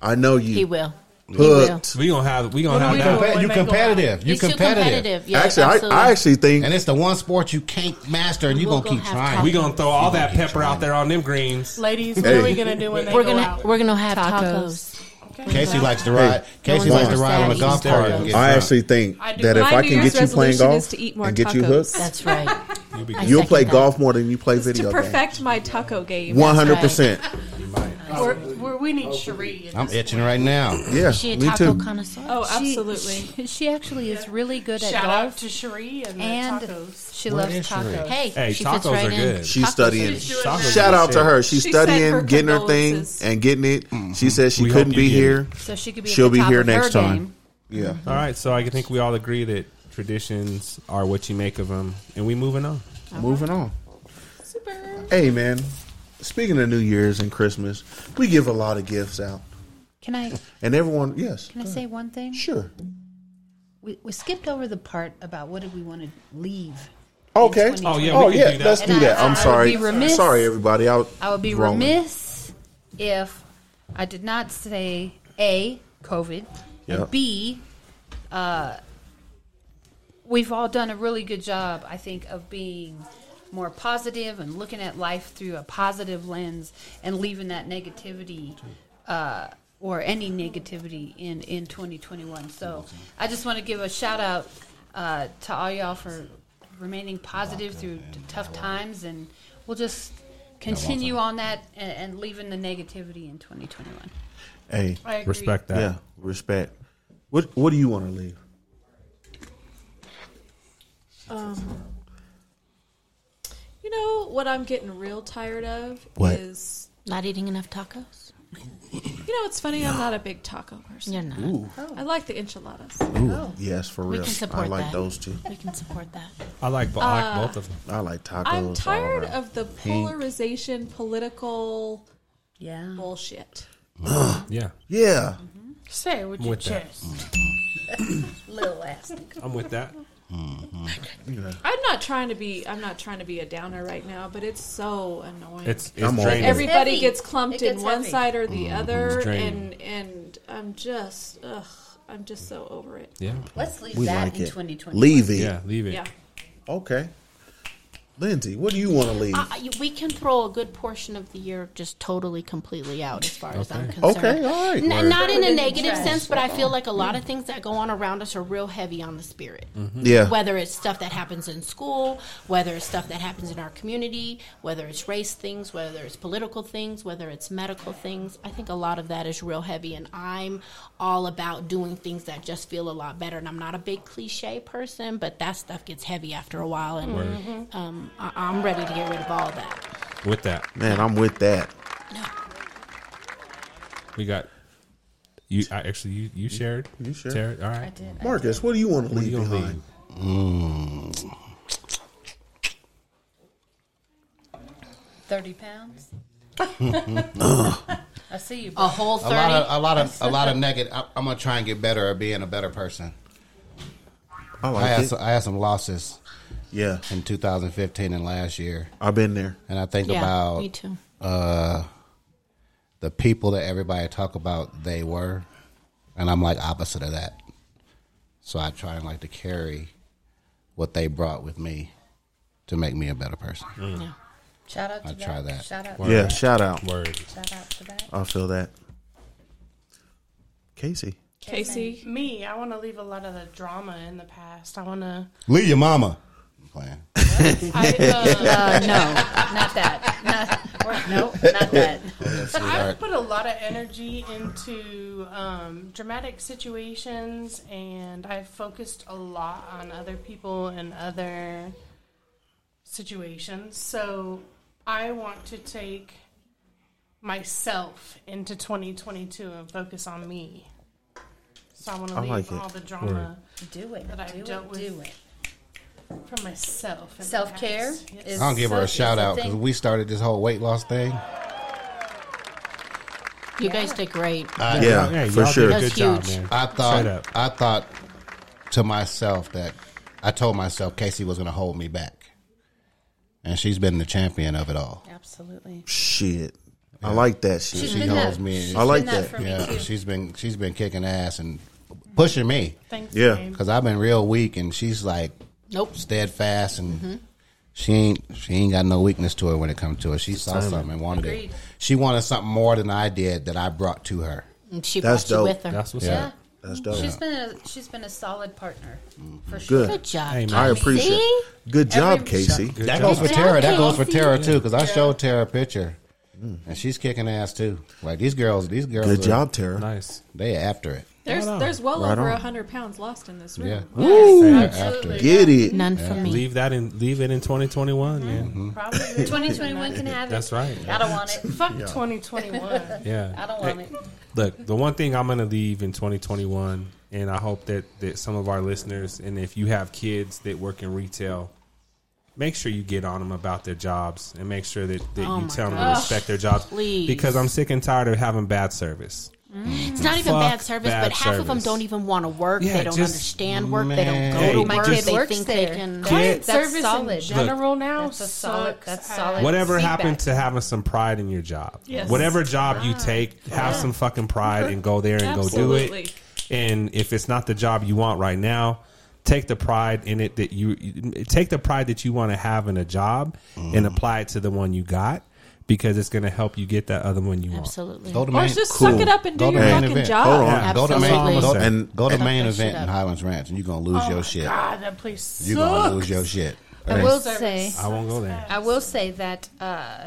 Speaker 2: I know you.
Speaker 7: He will. He will.
Speaker 2: Hooked.
Speaker 3: We gonna have. We gonna
Speaker 9: What are
Speaker 3: have
Speaker 9: we
Speaker 3: that.
Speaker 9: doing?
Speaker 5: Compe- you
Speaker 9: When they go out.
Speaker 5: competitive. You
Speaker 7: He's too
Speaker 5: competitive.
Speaker 7: competitive. Yeah,
Speaker 2: actually,
Speaker 7: absolutely.
Speaker 2: I, I actually think
Speaker 5: And it's the one sport you can't master, and you
Speaker 7: We'll
Speaker 5: gonna keep
Speaker 7: go have
Speaker 5: trying.
Speaker 3: We gonna throw all that pepper out there on them greens.
Speaker 9: Ladies, what are we
Speaker 2: Hey.
Speaker 9: gonna do when they
Speaker 7: we're
Speaker 9: go
Speaker 7: gonna
Speaker 9: out?
Speaker 7: we're gonna have
Speaker 6: Tacos.
Speaker 7: tacos.
Speaker 5: Casey likes to ride. Casey
Speaker 7: No
Speaker 5: likes to
Speaker 7: one's
Speaker 5: ride on a
Speaker 7: upset.
Speaker 5: golf cart.
Speaker 7: He's terrible.
Speaker 5: and get
Speaker 2: I
Speaker 5: drunk.
Speaker 2: actually think
Speaker 9: I do.
Speaker 2: that if
Speaker 9: My
Speaker 2: I
Speaker 9: New
Speaker 2: can
Speaker 9: Year's
Speaker 2: get you playing
Speaker 8: resolution
Speaker 2: golf
Speaker 8: is to eat more
Speaker 2: and get you
Speaker 8: tacos.
Speaker 2: hooked,
Speaker 7: That's right.
Speaker 3: You'll be
Speaker 7: I
Speaker 3: good.
Speaker 2: you'll
Speaker 7: second
Speaker 2: play
Speaker 7: that.
Speaker 2: golf more than you play video
Speaker 8: to
Speaker 2: games.
Speaker 8: perfect my taco game.
Speaker 2: One hundred percent.
Speaker 9: We're, we're, we need Cherie.
Speaker 5: I'm itching right now.
Speaker 2: Yeah,
Speaker 7: She a
Speaker 2: me
Speaker 7: taco
Speaker 2: too.
Speaker 7: connoisseur.
Speaker 8: Oh, absolutely.
Speaker 6: She, she actually is really good at
Speaker 9: Shout out
Speaker 6: golf,
Speaker 9: to Cherie and, the
Speaker 6: and
Speaker 9: tacos.
Speaker 6: she
Speaker 5: Where
Speaker 6: loves
Speaker 5: is Sheree?
Speaker 6: tacos.
Speaker 7: Hey,
Speaker 3: Hey,
Speaker 7: she
Speaker 3: tacos
Speaker 7: fits right
Speaker 3: are
Speaker 7: in.
Speaker 3: good.
Speaker 2: She's studying.
Speaker 9: She's doing
Speaker 3: Tacos
Speaker 9: that.
Speaker 2: Shout
Speaker 3: are
Speaker 2: out to
Speaker 3: good shit. Mm-hmm.
Speaker 2: her. She's
Speaker 8: She sent her
Speaker 2: studying, getting her thing,
Speaker 8: condolences.
Speaker 2: and getting it. She said she
Speaker 3: We
Speaker 2: couldn't
Speaker 3: hope you
Speaker 2: be
Speaker 3: get
Speaker 2: here.
Speaker 6: So she could be.
Speaker 2: She'll
Speaker 6: at the
Speaker 2: be
Speaker 6: top
Speaker 2: here
Speaker 6: of her
Speaker 2: next time.
Speaker 6: game.
Speaker 2: Yeah.
Speaker 3: All right, so I think we all agree that traditions are what you make of them, and we moving on.
Speaker 2: Moving on. Hey man, speaking of New Year's and Christmas, we give a lot of gifts out,
Speaker 6: Can I
Speaker 2: and everyone. Yes.
Speaker 6: can I say one thing?
Speaker 2: Sure.
Speaker 6: We, we skipped over the part about what did we want to leave.
Speaker 2: Okay.
Speaker 6: It's
Speaker 3: Oh yeah,
Speaker 2: Oh
Speaker 3: we can
Speaker 2: yeah,
Speaker 3: do that.
Speaker 2: let's
Speaker 6: And
Speaker 2: do
Speaker 6: I-
Speaker 2: that.
Speaker 6: I
Speaker 2: I'm
Speaker 6: would
Speaker 2: sorry.
Speaker 6: be remiss-
Speaker 2: Sorry, everybody. I,
Speaker 6: I would be
Speaker 2: rolling.
Speaker 6: remiss if I did not say a COVID
Speaker 2: Yep.
Speaker 6: and b. Uh, we've all done a really good job, I think, of being more positive and looking at life through a positive lens and leaving that negativity. Uh, or any negativity in, in 2021. So I just want to give a shout out uh, to all y'all for remaining positive through t- tough times, and we'll just continue on that and, and leaving the negativity in 2021.
Speaker 2: Hey.
Speaker 9: I agree.
Speaker 3: Respect that.
Speaker 2: Yeah. Respect. What What do you want to leave?
Speaker 8: You know what I'm getting real tired of
Speaker 2: What?
Speaker 8: is
Speaker 7: Not eating enough tacos.
Speaker 8: you know it's funny I'm not a big taco person.
Speaker 7: You're not.
Speaker 8: I like the enchiladas.
Speaker 2: Ooh, yes, for real.
Speaker 7: can support
Speaker 2: I like
Speaker 7: that.
Speaker 2: those two.
Speaker 7: We can support that.
Speaker 3: I like, bo- I
Speaker 7: Uh,
Speaker 3: like both of them.
Speaker 2: I like tacos. all
Speaker 8: I'm tired
Speaker 2: around.
Speaker 8: of the polarization, political
Speaker 6: Yeah.
Speaker 8: bullshit.
Speaker 3: Yeah,
Speaker 2: Yeah.
Speaker 9: Say it with your
Speaker 3: With that.
Speaker 9: chest.
Speaker 6: Little ass.
Speaker 3: I'm with that.
Speaker 8: I'm not trying to be. I'm not trying to be a downer right now, but it's so annoying.
Speaker 3: It's it's
Speaker 2: I'm all
Speaker 3: draining.
Speaker 2: for it.
Speaker 8: Everybody
Speaker 6: heavy.
Speaker 8: gets clumped
Speaker 6: It
Speaker 8: in
Speaker 6: gets
Speaker 8: one
Speaker 6: heavy.
Speaker 8: side or the other,
Speaker 3: draining.
Speaker 8: and and I'm just, ugh, I'm just so over it.
Speaker 3: yeah,
Speaker 6: Let's leave
Speaker 2: We
Speaker 6: that
Speaker 2: like
Speaker 6: in
Speaker 2: it.
Speaker 6: 2021.
Speaker 2: Leave it.
Speaker 3: yeah. Leave it.
Speaker 8: Yeah,
Speaker 2: Okay. Lindsay, what do you want to leave?
Speaker 7: Uh, you- we can throw a good portion of the year just totally, completely out as far as I'm concerned.
Speaker 2: okay. All right.
Speaker 7: N- not in a negative sense, but I feel like a lot of things that go on around us are real heavy on the spirit.
Speaker 3: Mm-hmm.
Speaker 2: yeah.
Speaker 7: Whether it's stuff that happens in school, whether it's stuff that happens in our community, whether it's race things, whether it's political things, whether it's medical things, I think a lot of that is real heavy. And I'm all about doing things that just feel a lot better. And I'm not a big cliche person, but that stuff gets heavy after a while. And um, I- I'm ready to get rid of all that.
Speaker 3: With that,
Speaker 2: Man, I'm with that.
Speaker 3: we got you. I, actually, you you shared.
Speaker 2: you shared.
Speaker 3: All right.
Speaker 6: I did.
Speaker 2: Marcus, what do you want to
Speaker 3: What are
Speaker 2: leave
Speaker 3: you gonna
Speaker 2: behind?
Speaker 3: leave?
Speaker 4: Thirty pounds. I see you.
Speaker 7: A
Speaker 4: Bro.
Speaker 7: whole
Speaker 5: A
Speaker 7: thirty.
Speaker 5: lot of a lot of a lot of negative. I'm gonna try and get better at being a better person.
Speaker 2: I
Speaker 5: I
Speaker 2: like
Speaker 5: had
Speaker 2: it.
Speaker 5: some, I had some losses
Speaker 2: Yeah,
Speaker 5: in 2015 and last year,
Speaker 2: I've been there.
Speaker 5: and I think
Speaker 7: yeah,
Speaker 5: about
Speaker 7: me too.
Speaker 5: uh, the people that everybody talk about they were, and I'm like opposite of that. So I try and like to carry what they brought with me to make me a better person.
Speaker 7: Yeah.
Speaker 4: Shout out to
Speaker 5: I'll
Speaker 4: that.
Speaker 5: try that.
Speaker 4: Shout out.
Speaker 2: Yeah, shout out.
Speaker 3: Word.
Speaker 4: Shout out to that.
Speaker 2: I feel that. Casey,
Speaker 8: Casey.
Speaker 9: Me, I want to leave a lot of the drama in the past. I want to.
Speaker 5: Leave your mama. I'm playing.
Speaker 9: I, uh,
Speaker 4: Uh, no, not that. Not, or, no, not that.
Speaker 9: so I've put a lot of energy into um, dramatic situations, and I've focused a lot on other people and other situations. So I want to take myself into 2022 and focus on me. So I want to
Speaker 2: I
Speaker 9: leave
Speaker 2: like it.
Speaker 9: all the drama
Speaker 4: Do it.
Speaker 9: That I've
Speaker 4: Do
Speaker 9: dealt
Speaker 4: it.
Speaker 9: with.
Speaker 4: Do it.
Speaker 9: for myself. in the
Speaker 4: Self care
Speaker 9: past. Yes.
Speaker 5: I don't give her a shout out because we started this whole weight loss thing.
Speaker 7: You guys did great.
Speaker 5: I,
Speaker 2: Yeah,
Speaker 3: Hey,
Speaker 2: for
Speaker 3: y'all
Speaker 2: sure.
Speaker 3: did a
Speaker 7: That's
Speaker 3: good job,
Speaker 7: huge.
Speaker 3: man.
Speaker 5: I
Speaker 3: Straight
Speaker 5: thought
Speaker 3: up.
Speaker 5: I thought to myself that I told myself Casey was going to hold me back, and she's been the champion of it all.
Speaker 9: Absolutely.
Speaker 2: Shit, I like that shit.
Speaker 4: She's
Speaker 5: she
Speaker 4: been
Speaker 5: holds
Speaker 4: that.
Speaker 5: me.
Speaker 4: She's
Speaker 2: I like
Speaker 4: been that.
Speaker 2: that.
Speaker 4: for me
Speaker 5: yeah,
Speaker 4: too.
Speaker 5: she's been she's been kicking ass and pushing me
Speaker 9: Thanks.
Speaker 2: Yeah.
Speaker 9: babe.
Speaker 5: because I've been real weak, and she's like
Speaker 7: Nope.
Speaker 5: steadfast and.
Speaker 8: Mm-hmm.
Speaker 5: She ain't she ain't got no weakness to her when it comes to her. She saw something and wanted
Speaker 4: Agreed.
Speaker 5: it. She wanted something more than I did that I brought to her.
Speaker 7: And She
Speaker 2: That's
Speaker 7: brought you
Speaker 2: dope.
Speaker 7: with her.
Speaker 3: That's what's
Speaker 4: Yeah.
Speaker 3: up.
Speaker 2: That's dope.
Speaker 4: She's been a, she's been a solid partner
Speaker 3: Mm-hmm.
Speaker 4: for sure.
Speaker 2: Good.
Speaker 7: Good job.
Speaker 3: Hey, man.
Speaker 2: I
Speaker 7: Tommy.
Speaker 2: appreciate.
Speaker 7: See?
Speaker 2: it. Good job,
Speaker 4: Every-
Speaker 2: Casey.
Speaker 3: Good
Speaker 5: That
Speaker 3: job.
Speaker 5: goes for Tara. That goes for
Speaker 7: Exactly.
Speaker 5: Tara too, because I showed Tara a picture, and she's kicking ass too. Like these girls, these girls,
Speaker 2: Good
Speaker 5: are-
Speaker 2: job, Tara.
Speaker 3: Nice.
Speaker 5: They are after it.
Speaker 8: There's
Speaker 3: Right on.
Speaker 8: there's well
Speaker 2: Right
Speaker 8: over
Speaker 2: on.
Speaker 8: a hundred pounds lost in this room.
Speaker 5: Yeah,
Speaker 2: Woo,
Speaker 5: They are after
Speaker 9: Absolutely.
Speaker 5: it.
Speaker 2: get it.
Speaker 7: None for me.
Speaker 3: Leave that in. Leave it in 2021,
Speaker 7: Mm-hmm.
Speaker 3: man.
Speaker 9: Probably.
Speaker 4: 2021 can have it.
Speaker 3: That's right.
Speaker 4: I don't want it.
Speaker 9: Fuck 2021.
Speaker 3: Yeah.
Speaker 4: I don't want
Speaker 3: Hey,
Speaker 4: it.
Speaker 3: Look, the one thing I'm going to leave in 2021, and I hope that that some of our listeners, and if you have kids that work in retail, make sure you get on them about their jobs and make sure that, that
Speaker 7: Oh
Speaker 3: you
Speaker 7: my
Speaker 3: tell them to
Speaker 7: gosh.
Speaker 3: respect their jobs.
Speaker 7: Please.
Speaker 3: Because I'm sick and tired of having bad service.
Speaker 7: It's not even
Speaker 3: Fuck
Speaker 7: bad service,
Speaker 3: bad
Speaker 7: but half of them
Speaker 3: service.
Speaker 7: don't even want to work.
Speaker 3: Yeah,
Speaker 7: they don't
Speaker 3: just-
Speaker 7: understand work. They don't go
Speaker 3: Hey,
Speaker 7: to
Speaker 3: my
Speaker 7: work.
Speaker 3: kid
Speaker 7: They
Speaker 4: works
Speaker 7: think
Speaker 4: there.
Speaker 7: they can.
Speaker 3: Get-
Speaker 9: Client
Speaker 4: That's
Speaker 9: service in
Speaker 4: solid.
Speaker 9: general now
Speaker 4: That's a solid-
Speaker 9: sucks
Speaker 4: that's
Speaker 9: ass.
Speaker 4: solid.
Speaker 3: Whatever
Speaker 4: Feedback.
Speaker 3: happened to having some pride in your job?
Speaker 8: Yes.
Speaker 3: Whatever job you take, have some fucking pride and go there and go do
Speaker 8: Absolutely.
Speaker 3: it. And if it's not the job you want right now, take the pride in it that you take the pride that you want to have in a job
Speaker 5: Mm-hmm.
Speaker 3: and apply it to the one you got because it's going to help you get that other one you want.
Speaker 7: Absolutely.
Speaker 5: Go to
Speaker 8: Or
Speaker 5: main,
Speaker 8: just
Speaker 2: Cool.
Speaker 8: suck it up and do
Speaker 5: Go to
Speaker 8: your
Speaker 5: main
Speaker 8: fucking
Speaker 5: event.
Speaker 8: job.
Speaker 2: Hold on.
Speaker 5: go to
Speaker 7: Absolutely.
Speaker 5: main, go,
Speaker 2: And-
Speaker 5: go to main
Speaker 7: that
Speaker 5: event
Speaker 7: shit
Speaker 5: in
Speaker 7: up.
Speaker 5: Highlands Ranch, and you're gonna
Speaker 8: Oh
Speaker 5: lose your shit.
Speaker 9: God, that place sucks.
Speaker 5: You're gonna lose your shit.
Speaker 4: I will say.
Speaker 3: I won't go there.
Speaker 4: I will say that uh,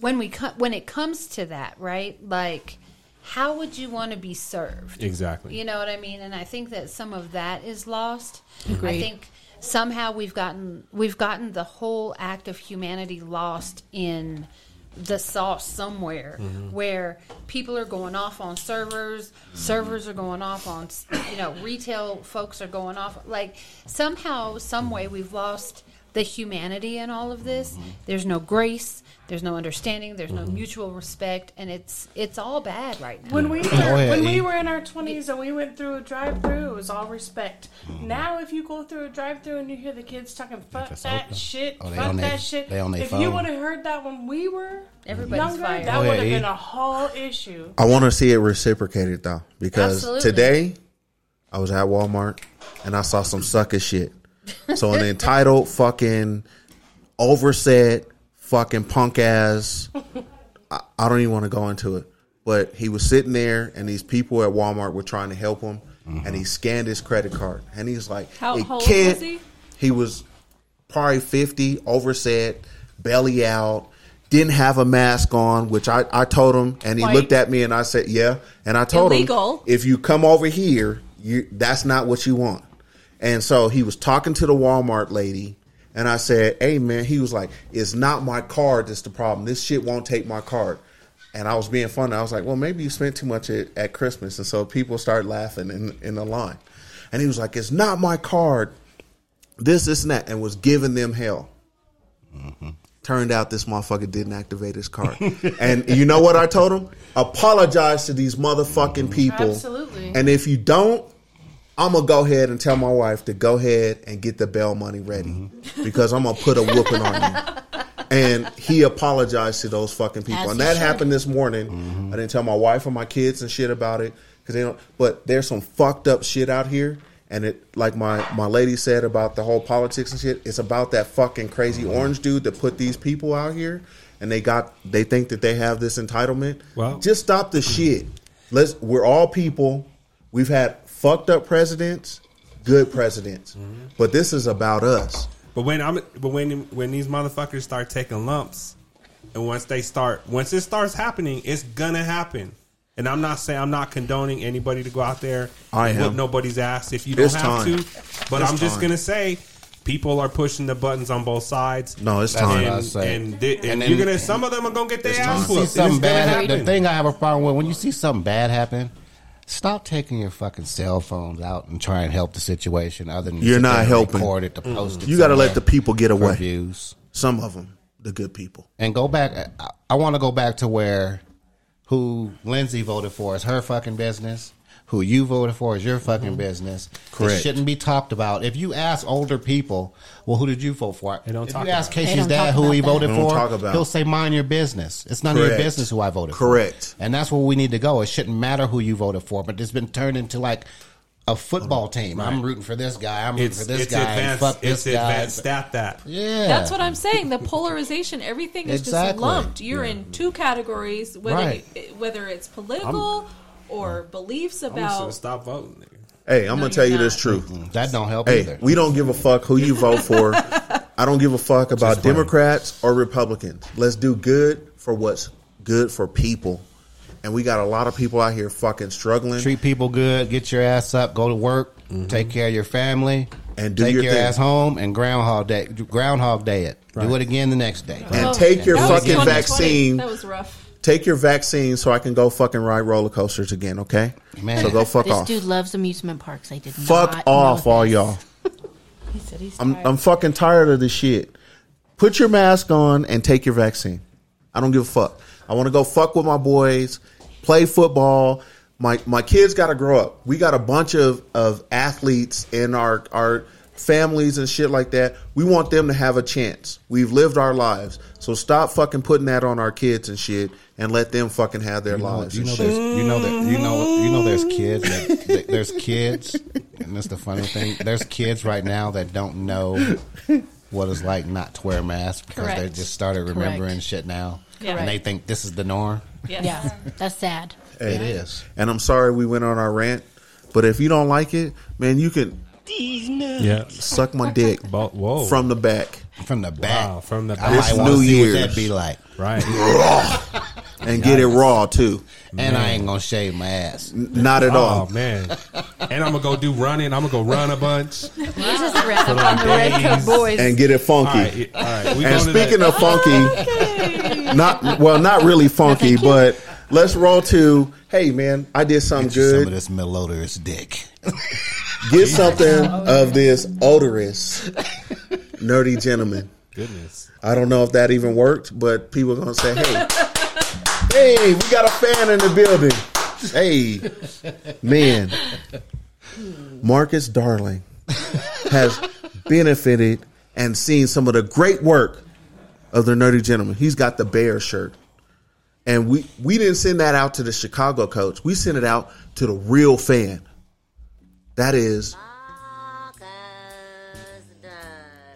Speaker 4: when we co- when it comes to that, right? Like, how would you want to be served?
Speaker 3: Exactly.
Speaker 4: You know what I mean? And I think that some of that is lost. I
Speaker 7: Agreed.
Speaker 4: think somehow we've gotten we've gotten the whole act of humanity lost in the sauce somewhere
Speaker 5: Mm-hmm.
Speaker 4: where people are going off on servers, servers are going off on s- you know, retail folks are going off like somehow some way we've lost the humanity in all of this.
Speaker 5: Mm-hmm.
Speaker 4: There's no grace, there's no understanding, there's no mutual respect and it's it's all bad right now.
Speaker 9: When we were,
Speaker 5: yeah,
Speaker 9: when
Speaker 5: E.
Speaker 9: we were in our twenties and we went through a drive-through, it was all respect.
Speaker 5: Mm.
Speaker 9: Now, if you go through a drive-through and you hear the kids talking "fuck
Speaker 5: just
Speaker 9: that
Speaker 5: open.
Speaker 9: shit,"
Speaker 5: Oh, they
Speaker 9: "fuck
Speaker 5: on
Speaker 9: that
Speaker 5: their-
Speaker 9: shit,"
Speaker 5: they on their
Speaker 9: if you
Speaker 5: phone.
Speaker 9: would have heard that when we were
Speaker 4: Everybody's
Speaker 9: younger,
Speaker 4: fired.
Speaker 9: that
Speaker 5: Oh, yeah,
Speaker 9: would have
Speaker 5: E.
Speaker 9: been a whole issue.
Speaker 2: I want to see it reciprocated though, because
Speaker 4: Absolutely.
Speaker 2: today I was at Walmart and I saw some sucker shit. So an entitled fucking overset fucking punk ass. I, I don't even want to go into it, but he was sitting there and these people at Walmart were trying to help him, and
Speaker 3: Mm-hmm.
Speaker 2: he scanned his credit card and he's like,
Speaker 8: How
Speaker 2: "It
Speaker 8: old was
Speaker 2: can't."
Speaker 8: he?
Speaker 2: He was probably 50, overset, belly out, didn't have a mask on, which I, I told him, and he
Speaker 8: White.
Speaker 2: looked at me and I said, Yeah. And I told
Speaker 8: Illegal.
Speaker 2: him, If you come over here, you that's not what you want. And so he was talking to the Walmart lady, and I said, Hey, man, he was like, It's not my card that's the problem. This shit won't take my card. And I was being funny. I was like, Well, maybe you spent too much at, at Christmas. And so people started laughing in, in the line. And he was like, It's not my card this, this, and that, and was giving them hell. Turned out this motherfucker didn't activate his card. and you know what I told him? Apologize to these motherfucking people.
Speaker 9: Absolutely.
Speaker 2: And if you don't, I'm gonna go ahead and tell my wife to go ahead and get the bail money ready because I'm gonna put a whooping on you. And he apologized to those fucking people,
Speaker 7: As
Speaker 2: and
Speaker 7: he
Speaker 2: that
Speaker 7: should.
Speaker 2: happened this morning. I didn't tell my wife or my kids and shit about it because they don't. But there's some fucked up shit out here, and it like my my lady said about the whole politics and shit. It's about that fucking crazy orange dude that put these people out here, and they got they think that they have this entitlement.
Speaker 3: Well-
Speaker 2: just stop the shit. Let's. We're all people. We've had fucked up presidents, good presidents, but this is about us.
Speaker 3: But when I'm, but when when these motherfuckers start taking lumps, and once they start, once it starts happening, it's gonna happen. And I'm not saying I'm not condoning anybody to go out there
Speaker 2: I
Speaker 3: and
Speaker 2: am.
Speaker 3: whoop nobody's ass if you don't
Speaker 2: It's
Speaker 3: have
Speaker 2: time.
Speaker 3: to. But
Speaker 2: It's
Speaker 3: I'm just
Speaker 2: time.
Speaker 3: gonna say, people are pushing the buttons on both sides.
Speaker 2: No, it's
Speaker 5: That's
Speaker 2: time.
Speaker 5: what I
Speaker 3: and,
Speaker 5: say.
Speaker 3: and, thi- and
Speaker 5: And then-
Speaker 3: you're gonna some of them are gonna get their ass
Speaker 5: You
Speaker 3: whooped.
Speaker 5: see something
Speaker 3: It's gonna
Speaker 5: bad.
Speaker 3: happen.
Speaker 5: The thing I have a problem with when you see something bad happen, stop taking your fucking cell phones out and try and help the situation. Other than
Speaker 2: You're
Speaker 5: sit
Speaker 2: not
Speaker 5: there and
Speaker 2: helping.
Speaker 5: Record it to post it.
Speaker 2: You got to
Speaker 5: somewhere
Speaker 2: let the people get
Speaker 5: for
Speaker 2: away.
Speaker 5: views.
Speaker 2: Some of them, the good people.
Speaker 5: and go back. I, I want to go back to where who Lindsay voted for is her fucking business. Who you voted for is your fucking business. It
Speaker 2: Mm-hmm. Correct.
Speaker 5: shouldn't be talked about. If you ask older people, well, who did you vote for?
Speaker 3: They don't
Speaker 5: if
Speaker 3: talk
Speaker 5: you ask
Speaker 3: about it.
Speaker 7: They
Speaker 5: Casey's
Speaker 7: don't talk
Speaker 5: dad who he
Speaker 7: about that.
Speaker 5: voted
Speaker 2: They don't
Speaker 5: for,
Speaker 2: talk about
Speaker 5: he'll
Speaker 2: it.
Speaker 5: say, "Mind your business. It's none of
Speaker 2: Correct.
Speaker 5: your business who I voted for."
Speaker 2: Correct.
Speaker 5: And that's where we need to go. It shouldn't matter who you voted for, but it's been turned into like a football team. I'm rooting for this guy. I'm rooting
Speaker 3: It's,
Speaker 5: for this
Speaker 3: it's
Speaker 5: guy.
Speaker 3: advanced.
Speaker 5: Fuck this
Speaker 3: it's
Speaker 5: guy.
Speaker 3: advanced. Stop that.
Speaker 5: Yeah,
Speaker 8: That's what I'm saying. The polarization, everything is just
Speaker 5: Exactly.
Speaker 8: lumped. You're in two categories, whether
Speaker 5: Right.
Speaker 8: you- whether it's political or beliefs
Speaker 3: I'm just gonna
Speaker 8: about.
Speaker 3: stop voting. nigga.
Speaker 2: Hey, I'm gonna tell you this truth.
Speaker 5: that don't help
Speaker 2: Hey,
Speaker 5: either.
Speaker 2: we don't give a fuck who you vote for. I don't give a fuck about Democrats or Republicans. Let's do good for what's good for people. And we got a lot of people out here fucking struggling.
Speaker 5: treat people good, get your ass up, go to work, take care of your family,
Speaker 2: Mm-hmm. And do
Speaker 5: take
Speaker 2: your
Speaker 5: your
Speaker 2: thing.
Speaker 5: ass home and groundhog day, groundhog day it. Do it again the next day.
Speaker 2: And take your
Speaker 8: That was
Speaker 2: fucking
Speaker 8: 2020.
Speaker 2: vaccine.
Speaker 8: That was rough.
Speaker 2: Take your vaccine so I can go fucking ride roller coasters again, okay?
Speaker 5: Man.
Speaker 2: So go fuck
Speaker 7: this
Speaker 2: off.
Speaker 7: dude loves amusement parks. I did
Speaker 2: Fuck
Speaker 7: not know
Speaker 2: off, all
Speaker 7: this.
Speaker 2: y'all.
Speaker 7: He said he's
Speaker 2: I'm
Speaker 7: tired.
Speaker 2: I'm fucking tired of this shit. Put your mask on and take your vaccine. I don't give a fuck. I want to go fuck with my boys, play football. My my kids got to grow up. We got a bunch of of athletes in our our families and shit like that. We want them to have a chance. We've lived our lives. So stop fucking putting that on our kids and shit and let them fucking have their
Speaker 5: You know,
Speaker 2: lives.
Speaker 5: you
Speaker 2: and
Speaker 5: know
Speaker 2: shit.
Speaker 5: there's you know that you know you know there's kids that, that- there's kids and that's the funny thing there's kids right now that don't know what it's like not to wear a mask because they
Speaker 8: Correct.
Speaker 5: just started remembering
Speaker 7: Correct.
Speaker 5: shit now
Speaker 8: Yeah.
Speaker 5: and they think this is the norm
Speaker 8: Yes.
Speaker 7: Yeah, that's sad.
Speaker 5: it is
Speaker 2: and I'm sorry we went on our rant, but if you don't like it, man, you can
Speaker 3: Yeah.
Speaker 2: suck my dick
Speaker 3: Bo- whoa.
Speaker 2: from the back.
Speaker 5: from the back
Speaker 3: Wow, from the
Speaker 5: I
Speaker 3: back.
Speaker 5: might
Speaker 2: This
Speaker 5: want to
Speaker 2: New
Speaker 5: see what
Speaker 2: Year's.
Speaker 5: that be like
Speaker 3: right.
Speaker 2: and get it raw too.
Speaker 5: and I ain't gonna shave my ass
Speaker 2: Not at
Speaker 3: Oh
Speaker 2: all.
Speaker 3: man. And I'm gonna go do running. I'm gonna go run a bunch.
Speaker 6: Here's his wrap up on the Red Coat
Speaker 3: days.
Speaker 6: Boys.
Speaker 2: And get it funky.
Speaker 3: All right, yeah, all right. We
Speaker 2: And
Speaker 3: go to that.
Speaker 2: speaking of funky, not well, not really funky, but let's roll to. Hey man, I did something
Speaker 5: Get you
Speaker 2: good.
Speaker 5: Some of this malodorous dick.
Speaker 2: Get something of this odorous, nerdy gentleman.
Speaker 3: goodness,
Speaker 2: I don't know if that even worked, but people gonna say, "Hey, hey, we got a fan in the building." Hey, man, Marcus Darling has benefited and seen some of the great work of the Nerdy Gentleman. He's got the bear shirt, and we we didn't send that out to the Chicago coach. We sent it out to the real fan. That is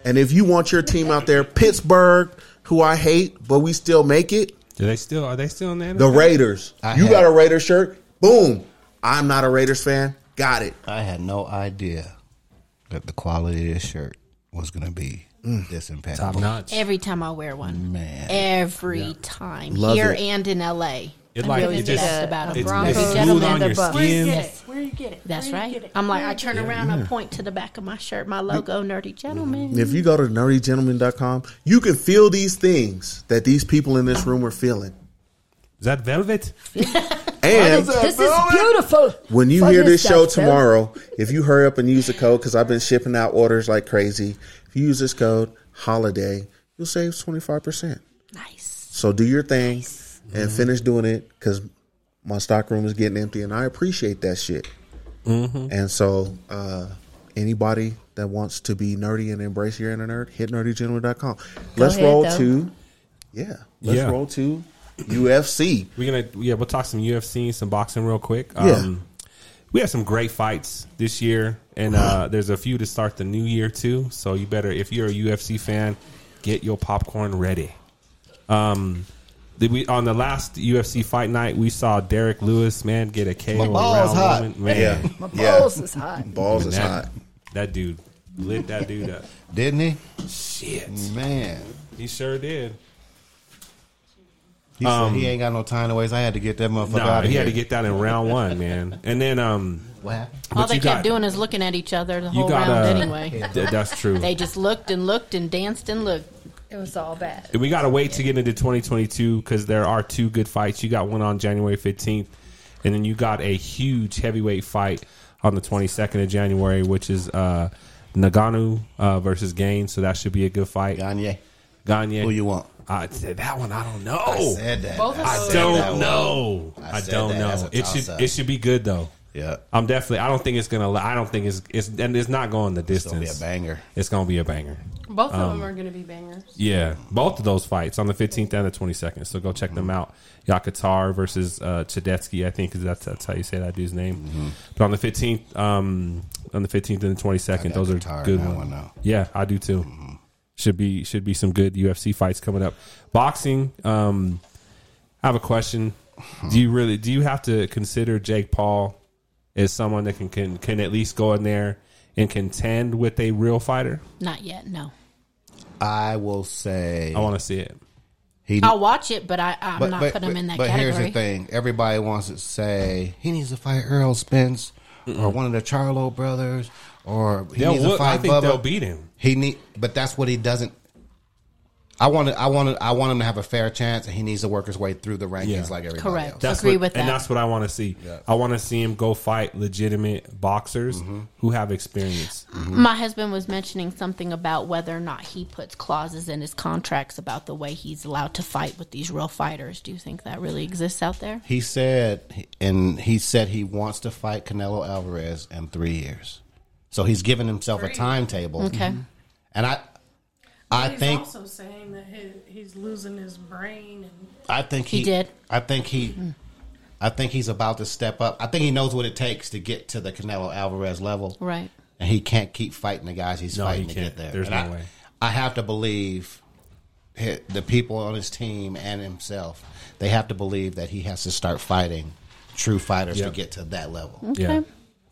Speaker 2: And if you want your team out there, Pittsburgh, who I hate, but we still make it,
Speaker 3: do they still are they still in the
Speaker 2: the
Speaker 3: NFL?
Speaker 2: Raiders.
Speaker 5: I
Speaker 2: you
Speaker 5: have-
Speaker 2: got a Raiders shirt? Boom. I'm not a Raiders fan. Got it.
Speaker 5: I had no idea that the quality of this shirt was gonna be this
Speaker 3: Mm. top
Speaker 5: impactful.
Speaker 3: notch?
Speaker 7: Every time I wear one,
Speaker 5: Man.
Speaker 7: every time
Speaker 2: Love
Speaker 7: here
Speaker 2: it.
Speaker 7: and in LA,
Speaker 3: It like
Speaker 7: really
Speaker 3: it just
Speaker 7: best about
Speaker 3: it's,
Speaker 7: it.
Speaker 3: it's
Speaker 7: Broncos,
Speaker 3: smooth
Speaker 7: gentlemen,
Speaker 3: on
Speaker 7: they're
Speaker 3: your
Speaker 7: buff.
Speaker 3: skin.
Speaker 7: Yes.
Speaker 9: Where you get it?
Speaker 7: That's
Speaker 9: Where you get
Speaker 7: right.
Speaker 9: it?
Speaker 7: I'm like,
Speaker 9: Where
Speaker 7: I
Speaker 9: you get
Speaker 7: turn
Speaker 9: it?
Speaker 7: around, I point to the back of my shirt, my logo, nerdy gentleman.
Speaker 2: If you go to nerdygentleman.com, you can feel these things that these people in this room are feeling.
Speaker 3: Is that velvet?
Speaker 2: And
Speaker 6: this is beautiful.
Speaker 2: when you
Speaker 6: Fun
Speaker 2: hear
Speaker 6: as
Speaker 2: this show
Speaker 6: that, Phil.
Speaker 2: tomorrow, if you hurry up and use the code, because I've been shipping out orders like crazy, if you use this code, holiday, you'll save 25%.
Speaker 7: Nice.
Speaker 2: So do your thing and finish doing it because my stock room is getting empty and I appreciate that shit.
Speaker 3: Mm-hmm.
Speaker 2: And so, uh, anybody that wants to be nerdy and embrace your inner nerd, hit nerdygeneral.com. let's
Speaker 4: ahead,
Speaker 2: roll
Speaker 4: though.
Speaker 2: to, yeah, let's
Speaker 3: Yeah.
Speaker 2: roll to UFC.
Speaker 3: We're gonna yeah, we'll talk some UFC, some boxing real quick. Um,
Speaker 2: Yeah.
Speaker 3: we have some great fights this year, and
Speaker 5: Uh-huh.
Speaker 3: uh, there's a few to start the new year too. So you better, if you're a UFC fan, get your popcorn ready. Um, did we on the last UFC fight night we saw Derek Lewis man get a KO
Speaker 5: My
Speaker 3: in
Speaker 5: balls
Speaker 3: round
Speaker 5: hot.
Speaker 3: one. Man,
Speaker 2: Yeah.
Speaker 6: My
Speaker 2: yeah.
Speaker 6: balls is hot.
Speaker 2: Balls is
Speaker 3: that,
Speaker 2: hot.
Speaker 3: that dude lit that dude up.
Speaker 5: Didn't he?
Speaker 3: Shit,
Speaker 5: Man.
Speaker 3: he sure did.
Speaker 5: He, said he ain't got no time to waste. I had to get that motherfucker
Speaker 3: Um, Nah,
Speaker 5: out of
Speaker 3: he
Speaker 5: here.
Speaker 3: had to get that in round one, man. And then um,
Speaker 5: What happened?
Speaker 7: All
Speaker 3: but
Speaker 7: they
Speaker 3: you
Speaker 7: kept
Speaker 3: got-
Speaker 7: doing is looking at each other the
Speaker 3: you
Speaker 7: whole
Speaker 3: got
Speaker 7: round
Speaker 3: uh,
Speaker 7: anyway.
Speaker 3: th- that's true.
Speaker 7: They just looked and looked and danced and looked.
Speaker 4: It was all bad.
Speaker 3: And we got to wait to get into 2022 because there are two good fights. You got one on January 15th, and then you got a huge heavyweight fight on the 22nd of January, which is uh, Nagano uh, versus Gain. So that should be a good fight.
Speaker 5: Gagne.
Speaker 3: Gagne.
Speaker 5: Who you want?
Speaker 3: I said that one. I don't know.
Speaker 5: I
Speaker 3: I,
Speaker 5: said that.
Speaker 9: Both of
Speaker 5: I
Speaker 9: those.
Speaker 5: said that
Speaker 3: don't
Speaker 5: one.
Speaker 3: know.
Speaker 5: I
Speaker 3: I,
Speaker 5: said
Speaker 3: don't
Speaker 5: that as
Speaker 3: know.
Speaker 5: a
Speaker 3: It should
Speaker 5: toss-up.
Speaker 3: it should be good though.
Speaker 5: Yeah.
Speaker 3: I'm definitely. I don't think it's gonna. I don't think it's. It's and it's not going the
Speaker 5: It's going to be a
Speaker 3: distance.
Speaker 5: banger.
Speaker 3: It's gonna be a banger.
Speaker 9: Both of them are going to be bangers.
Speaker 3: Yeah, both of those fights on the 15th and the 22nd. So go check
Speaker 5: Mm-hmm.
Speaker 3: them out. Yakatar versus uh, Chidetsky, I think, 'cause that's, that's how you say that dude's name.
Speaker 5: Mm-hmm.
Speaker 3: But on the 15th, um, on the 15th and the 22nd, those are
Speaker 5: Qatar in
Speaker 3: good
Speaker 5: that
Speaker 3: ones.
Speaker 5: one, Mm-hmm. though.
Speaker 3: yeah, I do too. Should be should be some good UFC fights coming up. Boxing. Um, I have a question.
Speaker 5: Hmm.
Speaker 3: Do you really do you have to consider Jake Paul as someone that can can, can at least go in there and contend with a real fighter?
Speaker 7: Not yet, no.
Speaker 5: I will say.
Speaker 3: I want to see it.
Speaker 5: He,
Speaker 7: I'll watch it, but I, Oh, I'm not putting them in that
Speaker 5: but
Speaker 7: category.
Speaker 5: here's the thing: everybody wants to say he needs to fight Earl Spence
Speaker 3: Uh,
Speaker 5: or one of the Charlo brothers, or he
Speaker 3: They'll
Speaker 5: needs
Speaker 3: whoop-
Speaker 5: to fight
Speaker 3: I think
Speaker 5: Bubba.
Speaker 3: they'll beat him.
Speaker 5: He need, but that's what he doesn't. I want to, I want to, I want him to have a fair chance, and he needs to work his way through the rankings
Speaker 3: Yeah.
Speaker 5: like everybody
Speaker 7: Correct.
Speaker 5: else.
Speaker 3: That's
Speaker 7: Agree
Speaker 3: what-
Speaker 7: with
Speaker 3: And
Speaker 7: that.
Speaker 3: that's what I want to see. I want to see him go fight legitimate boxers
Speaker 5: Mm-hmm.
Speaker 3: who have experience.
Speaker 7: My husband was mentioning something about whether or not he puts clauses in his contracts about the way he's allowed to fight with these real fighters. Do you think that really exists out there?
Speaker 5: He said, and he said he wants to fight Canelo Alvarez in three years, so he's giving himself a timetable.
Speaker 7: Okay.
Speaker 5: and I, I
Speaker 9: He's
Speaker 5: think
Speaker 9: also saying that his, he's losing his brain and
Speaker 5: I think he,
Speaker 7: He did.
Speaker 5: I think he. I think he's about to step up. I think he knows what it takes to get to the Canelo Alvarez level,
Speaker 7: Right.
Speaker 5: and he can't keep fighting the guys he's
Speaker 3: No, he
Speaker 5: fighting to
Speaker 3: can't.
Speaker 5: get there.
Speaker 3: There's
Speaker 5: And
Speaker 3: no
Speaker 5: I,
Speaker 3: way.
Speaker 5: I have to believe hi- the people on his team and himself. They have to believe that he has to start fighting true fighters
Speaker 3: Yep.
Speaker 5: to get to that level.
Speaker 3: Yeah,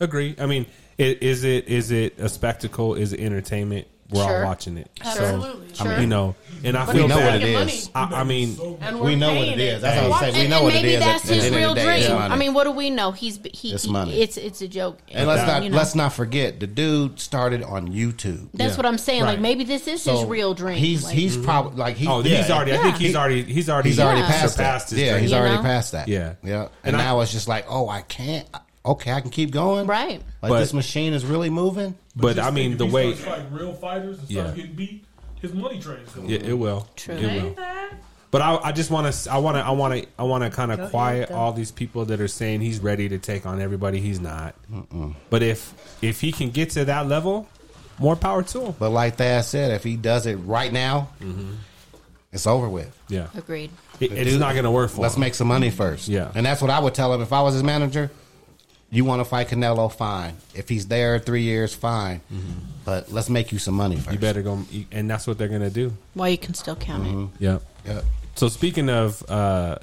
Speaker 3: agree. I mean, i- is it is it a spectacle? Is it entertainment? We're
Speaker 7: Sure.
Speaker 3: all watching it.
Speaker 9: Absolutely.
Speaker 3: So,
Speaker 9: Sure.
Speaker 3: you know, and I
Speaker 5: But
Speaker 3: feel
Speaker 5: we know
Speaker 3: bad.
Speaker 5: what it
Speaker 9: Making
Speaker 5: is.
Speaker 3: I, I mean,
Speaker 9: and
Speaker 5: We
Speaker 9: we're
Speaker 5: know what
Speaker 9: paying
Speaker 5: it is.
Speaker 9: it.
Speaker 5: That's what I'm saying. We
Speaker 7: and
Speaker 5: know
Speaker 7: and
Speaker 5: what it
Speaker 7: maybe
Speaker 5: is. at
Speaker 7: that's
Speaker 5: the
Speaker 7: his
Speaker 5: end of the
Speaker 7: real
Speaker 5: day, it's
Speaker 7: dream.
Speaker 5: money.
Speaker 7: I mean, what do we know? He's he,
Speaker 5: It's
Speaker 7: he-
Speaker 5: money.
Speaker 7: it's it's a joke.
Speaker 5: and let's
Speaker 7: You
Speaker 5: not
Speaker 7: know.
Speaker 5: let's not forget the dude started on YouTube.
Speaker 7: That's
Speaker 3: Yeah.
Speaker 7: what I'm saying.
Speaker 3: Right.
Speaker 7: Like maybe this is
Speaker 5: So
Speaker 7: his real dream.
Speaker 5: He's
Speaker 7: Like,
Speaker 5: he's probably like he,
Speaker 3: oh, he's
Speaker 5: yeah.
Speaker 3: already. I think
Speaker 7: Yeah.
Speaker 3: he's already. He's already.
Speaker 5: He's already
Speaker 7: Yeah.
Speaker 5: past
Speaker 3: surpassed
Speaker 5: that.
Speaker 3: his
Speaker 5: Yeah,
Speaker 3: dream.
Speaker 5: he's
Speaker 7: You
Speaker 5: already
Speaker 7: know?
Speaker 5: past that.
Speaker 3: Yeah.
Speaker 5: yeah. And,
Speaker 3: And I-
Speaker 5: now it's just like, oh, I can't. Okay, I can keep going.
Speaker 7: Right.
Speaker 5: Like
Speaker 3: But-
Speaker 5: this machine is really moving.
Speaker 3: But
Speaker 11: Just
Speaker 3: I
Speaker 11: think
Speaker 3: mean,
Speaker 11: if
Speaker 3: the
Speaker 11: he
Speaker 3: way.
Speaker 11: starts fighting real fighters and
Speaker 3: Yeah.
Speaker 11: starts getting beat, his money train's going.
Speaker 3: Yeah, it will.
Speaker 7: True.
Speaker 3: It will. But I, I just want to. I want to. I want to. I want to kind of quiet all these people that are saying he's ready to take on everybody. He's not. But if if he can get to that level, more power to him.
Speaker 5: But like Thad said, if he does it right now, it's over with.
Speaker 3: Mm-hmm. Yeah,
Speaker 7: agreed.
Speaker 3: It- it's not going to work for
Speaker 5: Let's
Speaker 3: him.
Speaker 5: make some money first.
Speaker 3: Yeah.
Speaker 5: And that's what I would tell him if I was his manager. You want to fight Canelo? Fine. If he's there three years, fine. But let's make you some money first.
Speaker 3: Mm-hmm. you better go, and that's what they're going to do.
Speaker 7: Well, you can still count
Speaker 5: Mm-hmm.
Speaker 7: it.
Speaker 3: Yeah.
Speaker 5: Yep.
Speaker 3: So speaking of uh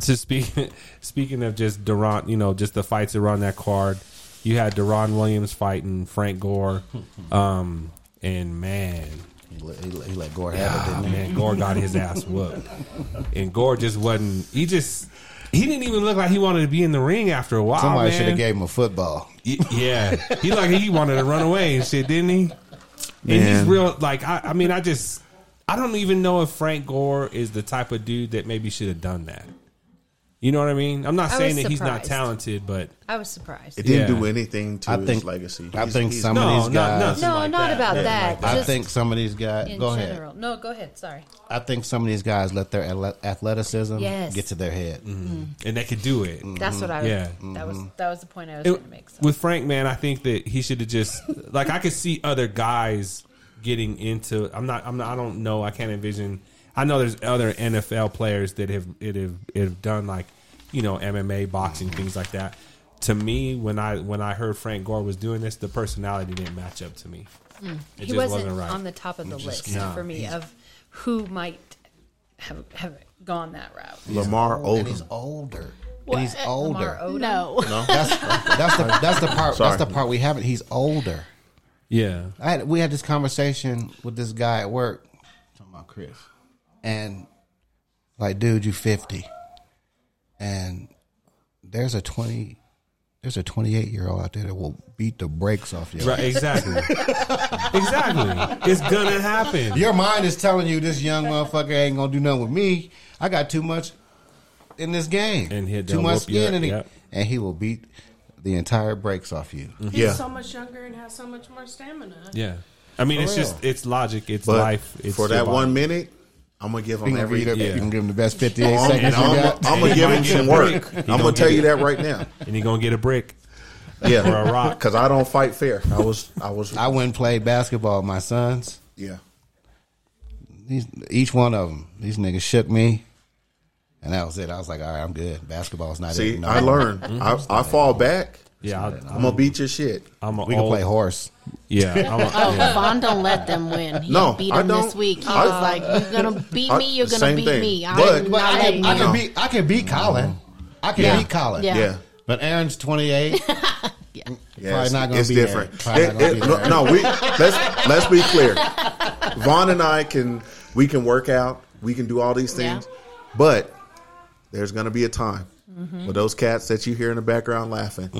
Speaker 3: to speak speaking of just Durant, you know, just the fights around that card, you had Deron Williams fighting Frank Gore. Um and man,
Speaker 5: He let, he let- he let Gore have it, didn't he?
Speaker 3: man, Gore got his ass whooped. And Gore just wasn't he just he didn't even look like he wanted to be in the ring after a while.
Speaker 5: Somebody should
Speaker 3: Oh, man.
Speaker 5: have gave him a football.
Speaker 3: Y- Yeah, he like he wanted to run away and shit, didn't he? And
Speaker 2: Man.
Speaker 3: he's real. Like I, I mean, I just I don't even know if Frank Gore is the type of dude that maybe should have done that. You know what I mean? I'm not
Speaker 4: I
Speaker 3: saying
Speaker 4: was
Speaker 3: that he's not
Speaker 4: surprised.
Speaker 3: talented, but
Speaker 4: I was surprised.
Speaker 2: It didn't
Speaker 3: Yeah.
Speaker 2: do anything to
Speaker 5: I
Speaker 2: his
Speaker 5: think-
Speaker 2: legacy.
Speaker 5: I think some
Speaker 3: no,
Speaker 5: of these
Speaker 3: not,
Speaker 5: guys.
Speaker 3: nothing
Speaker 4: No,
Speaker 3: like
Speaker 4: not
Speaker 3: that.
Speaker 4: about
Speaker 3: Nothing
Speaker 4: that.
Speaker 3: like
Speaker 5: I
Speaker 4: Just
Speaker 5: think some of these guys.
Speaker 4: in
Speaker 5: Go ahead.
Speaker 4: general. No, go ahead. Sorry.
Speaker 5: I think some of these guys let their athle- athleticism
Speaker 4: Yes.
Speaker 5: get to their head.
Speaker 3: and they could do
Speaker 5: Mm.
Speaker 3: it.
Speaker 4: That's what I.
Speaker 3: Yeah.
Speaker 4: That was that was the point I was
Speaker 3: It-
Speaker 4: going to make. So.
Speaker 3: With Frank, man, I think that he should have just like I could see other guys getting into. I'm not. I'm not. I don't know. I can't envision. I know there's other NFL players that have it have it have done like you know MMA, boxing, things like that. To me, when I when I heard Frank Gore was doing this, the personality didn't match up to me. It
Speaker 4: Hmm. he
Speaker 3: just
Speaker 4: wasn't,
Speaker 3: wasn't, right.
Speaker 4: on the top of the list
Speaker 3: nah,
Speaker 4: for me of who might have have gone that route.
Speaker 2: Lamar
Speaker 5: And he's
Speaker 2: Odom.
Speaker 5: older. And he's
Speaker 4: Lamar
Speaker 5: older.
Speaker 4: Odom.
Speaker 7: No.
Speaker 5: That's that's the that's the part
Speaker 2: Sorry.
Speaker 5: that's the part we haven't. He's older.
Speaker 3: yeah,
Speaker 5: I had, we had this conversation with this guy at work. Talking about Chris. And like, dude, you fifty. And there's a twenty there's a twenty eight year old out there that will beat the brakes off you.
Speaker 3: right, exactly, exactly. It's gonna happen.
Speaker 5: Your mind is telling you this young motherfucker ain't gonna do nothing with me. I got too much in this game.
Speaker 3: And he'll-
Speaker 5: too
Speaker 3: they'll
Speaker 5: much
Speaker 3: whoop you
Speaker 5: skin
Speaker 3: up,
Speaker 5: in it.
Speaker 3: yep.
Speaker 5: And he will beat the entire brakes off you.
Speaker 9: He's
Speaker 2: Yeah.
Speaker 9: so much younger and has so much more stamina.
Speaker 3: Yeah, I mean, it's
Speaker 5: real.
Speaker 3: just it's logic, it's
Speaker 2: But
Speaker 3: life. It's
Speaker 2: for
Speaker 3: your
Speaker 2: that
Speaker 3: body.
Speaker 2: one minute, I'm gonna give
Speaker 5: You
Speaker 2: him
Speaker 5: can,
Speaker 2: every. Oh,
Speaker 5: read it,
Speaker 3: yeah.
Speaker 5: you can give him the best fifty eight
Speaker 2: I'm,
Speaker 5: seconds you got.
Speaker 2: gonna give him
Speaker 3: He
Speaker 2: some
Speaker 3: gonna get
Speaker 2: work.
Speaker 3: a
Speaker 2: I'm
Speaker 3: break.
Speaker 2: gonna tell you that right now.
Speaker 3: and you're gonna get a brick.
Speaker 2: Yeah,
Speaker 3: Or a rock.
Speaker 2: Because I don't fight fair. I was. I was.
Speaker 5: I went and played basketball with my sons.
Speaker 2: yeah.
Speaker 5: These, each one of them, these niggas shook me, and that was it. I was like, all right, I'm good. Basketball's not it.
Speaker 2: See,
Speaker 5: No.
Speaker 2: I learned. I, I fall back.
Speaker 3: Yeah, I'll,
Speaker 2: I'm gonna beat your shit.
Speaker 3: I'm a
Speaker 5: We can
Speaker 3: old-
Speaker 5: play horse.
Speaker 3: Yeah, I'm a-
Speaker 7: Oh,
Speaker 3: yeah.
Speaker 7: Vaughn don't let them win. He
Speaker 2: No,
Speaker 7: beat
Speaker 2: I
Speaker 7: him this
Speaker 2: don't.
Speaker 7: week. He
Speaker 2: I-
Speaker 7: was like, "You're gonna beat
Speaker 2: I-
Speaker 7: me. You're gonna
Speaker 2: same
Speaker 7: beat
Speaker 2: thing.
Speaker 7: me. I'm
Speaker 2: But-
Speaker 7: not
Speaker 5: I
Speaker 7: letting
Speaker 5: can, I
Speaker 7: you."
Speaker 5: can beat. I can beat Colin. I can beat Colin.
Speaker 7: Yeah.
Speaker 2: Yeah.
Speaker 5: But Aaron's 28.
Speaker 2: Yeah,
Speaker 5: Probably
Speaker 2: it's,
Speaker 5: not gonna
Speaker 2: it's
Speaker 5: be there.
Speaker 2: different.
Speaker 5: Probably not
Speaker 2: It-
Speaker 5: gonna
Speaker 2: it-
Speaker 5: be
Speaker 2: no,
Speaker 5: there.
Speaker 2: no, we let's let's be clear. Vaughn and I can we can work out, we can do all these things, but there's gonna be a time where those cats that you hear in the background laughing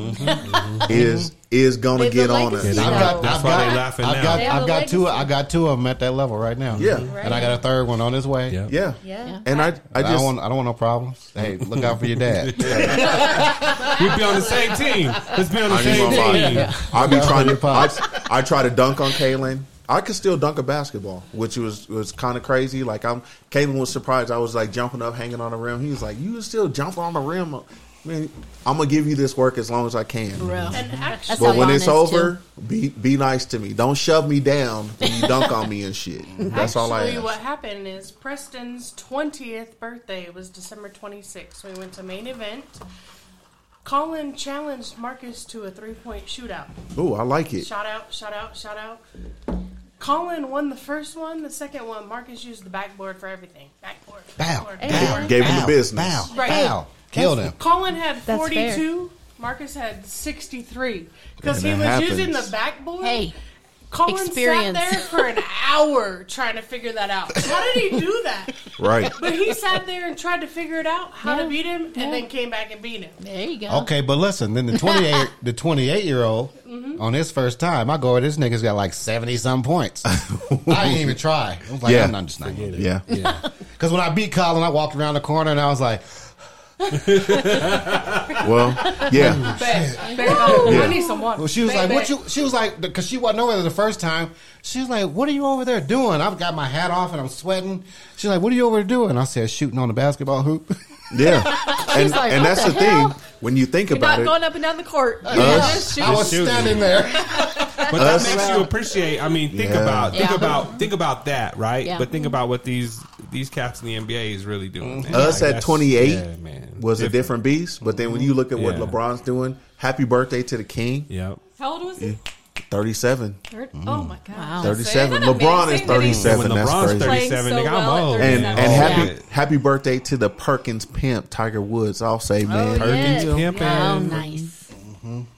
Speaker 2: is is gonna
Speaker 4: It's a
Speaker 2: get on us.
Speaker 4: legacy.
Speaker 5: I've
Speaker 4: No.
Speaker 5: got,
Speaker 3: That's
Speaker 5: I've
Speaker 3: why
Speaker 5: got,
Speaker 3: they laughing
Speaker 5: I've
Speaker 3: now.
Speaker 5: got,
Speaker 3: They
Speaker 4: have
Speaker 5: I've
Speaker 4: a
Speaker 5: got two.
Speaker 4: legacy.
Speaker 5: I got two of them at that level right now.
Speaker 2: Yeah.
Speaker 5: and I got a third one on his way.
Speaker 3: Yeah.
Speaker 2: Yeah.
Speaker 4: Yeah.
Speaker 2: and I I
Speaker 5: I,
Speaker 2: just
Speaker 5: don't want. I don't want no problems. Hey, look out for your dad.
Speaker 3: We'd be on the same team. Let's be on the
Speaker 2: I
Speaker 3: same
Speaker 2: need my
Speaker 3: team.
Speaker 2: body. I be
Speaker 5: Yeah.
Speaker 2: trying
Speaker 5: Your
Speaker 2: to. I,
Speaker 5: pops.
Speaker 2: I try to dunk on Kalen. I could still dunk a basketball, which was was kind of crazy. Like I'm, Kalen was surprised. I was like jumping up, hanging on the rim. He was like, "You can still jump on the rim." Man, I'm gonna give you this work as long as I can.
Speaker 7: Real.
Speaker 9: And actually,
Speaker 7: That's
Speaker 2: But
Speaker 7: how
Speaker 2: when
Speaker 7: Vaughn
Speaker 2: it's
Speaker 7: is,
Speaker 2: over, be be nice to me. Don't shove me down when you dunk on me and shit. That's all I
Speaker 9: Actually,
Speaker 2: ask.
Speaker 9: what happened is Preston's 20th birthday was December 26th. So we went to main event. Colin challenged Marcus to a three point shootout.
Speaker 2: Ooh, I like it.
Speaker 9: Shout out, shout out, shout out. Colin won the first one, the second one. Marcus used the backboard for everything. Backboard.
Speaker 5: Bow,
Speaker 9: backboard,
Speaker 5: bow,
Speaker 2: Gave him the
Speaker 5: bow,
Speaker 2: business.
Speaker 5: Bow,
Speaker 9: Right.
Speaker 5: bow. Killed him.
Speaker 9: Colin had
Speaker 4: That's
Speaker 9: 42. Marcus had 63 because
Speaker 2: And
Speaker 9: he
Speaker 2: it
Speaker 9: was
Speaker 2: happens.
Speaker 9: using the backboard.
Speaker 7: Hey,
Speaker 9: Colin
Speaker 7: experience.
Speaker 9: sat there for an hour trying to figure that out. How did he do that?
Speaker 2: Right.
Speaker 9: But he sat there and tried to figure it out how to beat him, and then came back and beat him.
Speaker 7: there you go.
Speaker 5: Okay, but listen, then the twenty eight the twenty eight year old on his first time, I go, this nigga's got like seventy some points. I didn't even try. I was like,
Speaker 2: Yeah.
Speaker 5: I'm not just not gonna do
Speaker 2: Yeah.
Speaker 5: Because when I beat Colin, I walked around the corner and I was like,
Speaker 2: Well, yeah.
Speaker 8: oh,
Speaker 9: I need some water.
Speaker 5: well, she was like, what you? She was like, because she wasn't over there the first time. She was like, what are you over there doing? I've got my hat off and I'm sweating. She's like, what are you over there doing? I said, shooting on the basketball hoop.
Speaker 2: Yeah. And,
Speaker 7: like,
Speaker 2: and
Speaker 7: what
Speaker 2: that's
Speaker 7: the
Speaker 2: the, thing. When you think
Speaker 6: Not
Speaker 2: about it, Uh,
Speaker 6: going up and down the court.
Speaker 5: I was
Speaker 3: shooting.
Speaker 5: standing there.
Speaker 3: But that makes you appreciate. I mean, think
Speaker 2: Yeah.
Speaker 3: about think
Speaker 7: Yeah.
Speaker 3: about think about that, right?
Speaker 7: Yeah.
Speaker 3: But think about what these these cats in the NBA is really doing. man.
Speaker 2: Mm-hmm. Us
Speaker 3: Like,
Speaker 2: at
Speaker 3: that's-
Speaker 2: 28
Speaker 3: yeah, man,
Speaker 2: was a different beast. But then when you look at what
Speaker 3: Yeah.
Speaker 2: LeBron's doing, happy birthday to the king,
Speaker 3: Yep.
Speaker 6: How old was he?
Speaker 2: 37.
Speaker 6: Third- Oh my god!
Speaker 7: Wow.
Speaker 2: 37.
Speaker 6: Isn't that
Speaker 2: LeBron is
Speaker 6: amazing that he's
Speaker 2: 37.
Speaker 3: When
Speaker 2: That's
Speaker 3: LeBron's
Speaker 2: crazy.
Speaker 6: playing
Speaker 3: 37,
Speaker 6: so
Speaker 3: nigga, I'm
Speaker 6: well at
Speaker 3: old.
Speaker 2: And,
Speaker 6: 37.
Speaker 2: and
Speaker 3: Oh,
Speaker 2: happy
Speaker 3: yeah.
Speaker 2: happy birthday to the Perkins pimp, Tiger Woods. I'll say, man.
Speaker 3: Perkins
Speaker 4: Yeah.
Speaker 3: pimping.
Speaker 7: Oh, nice.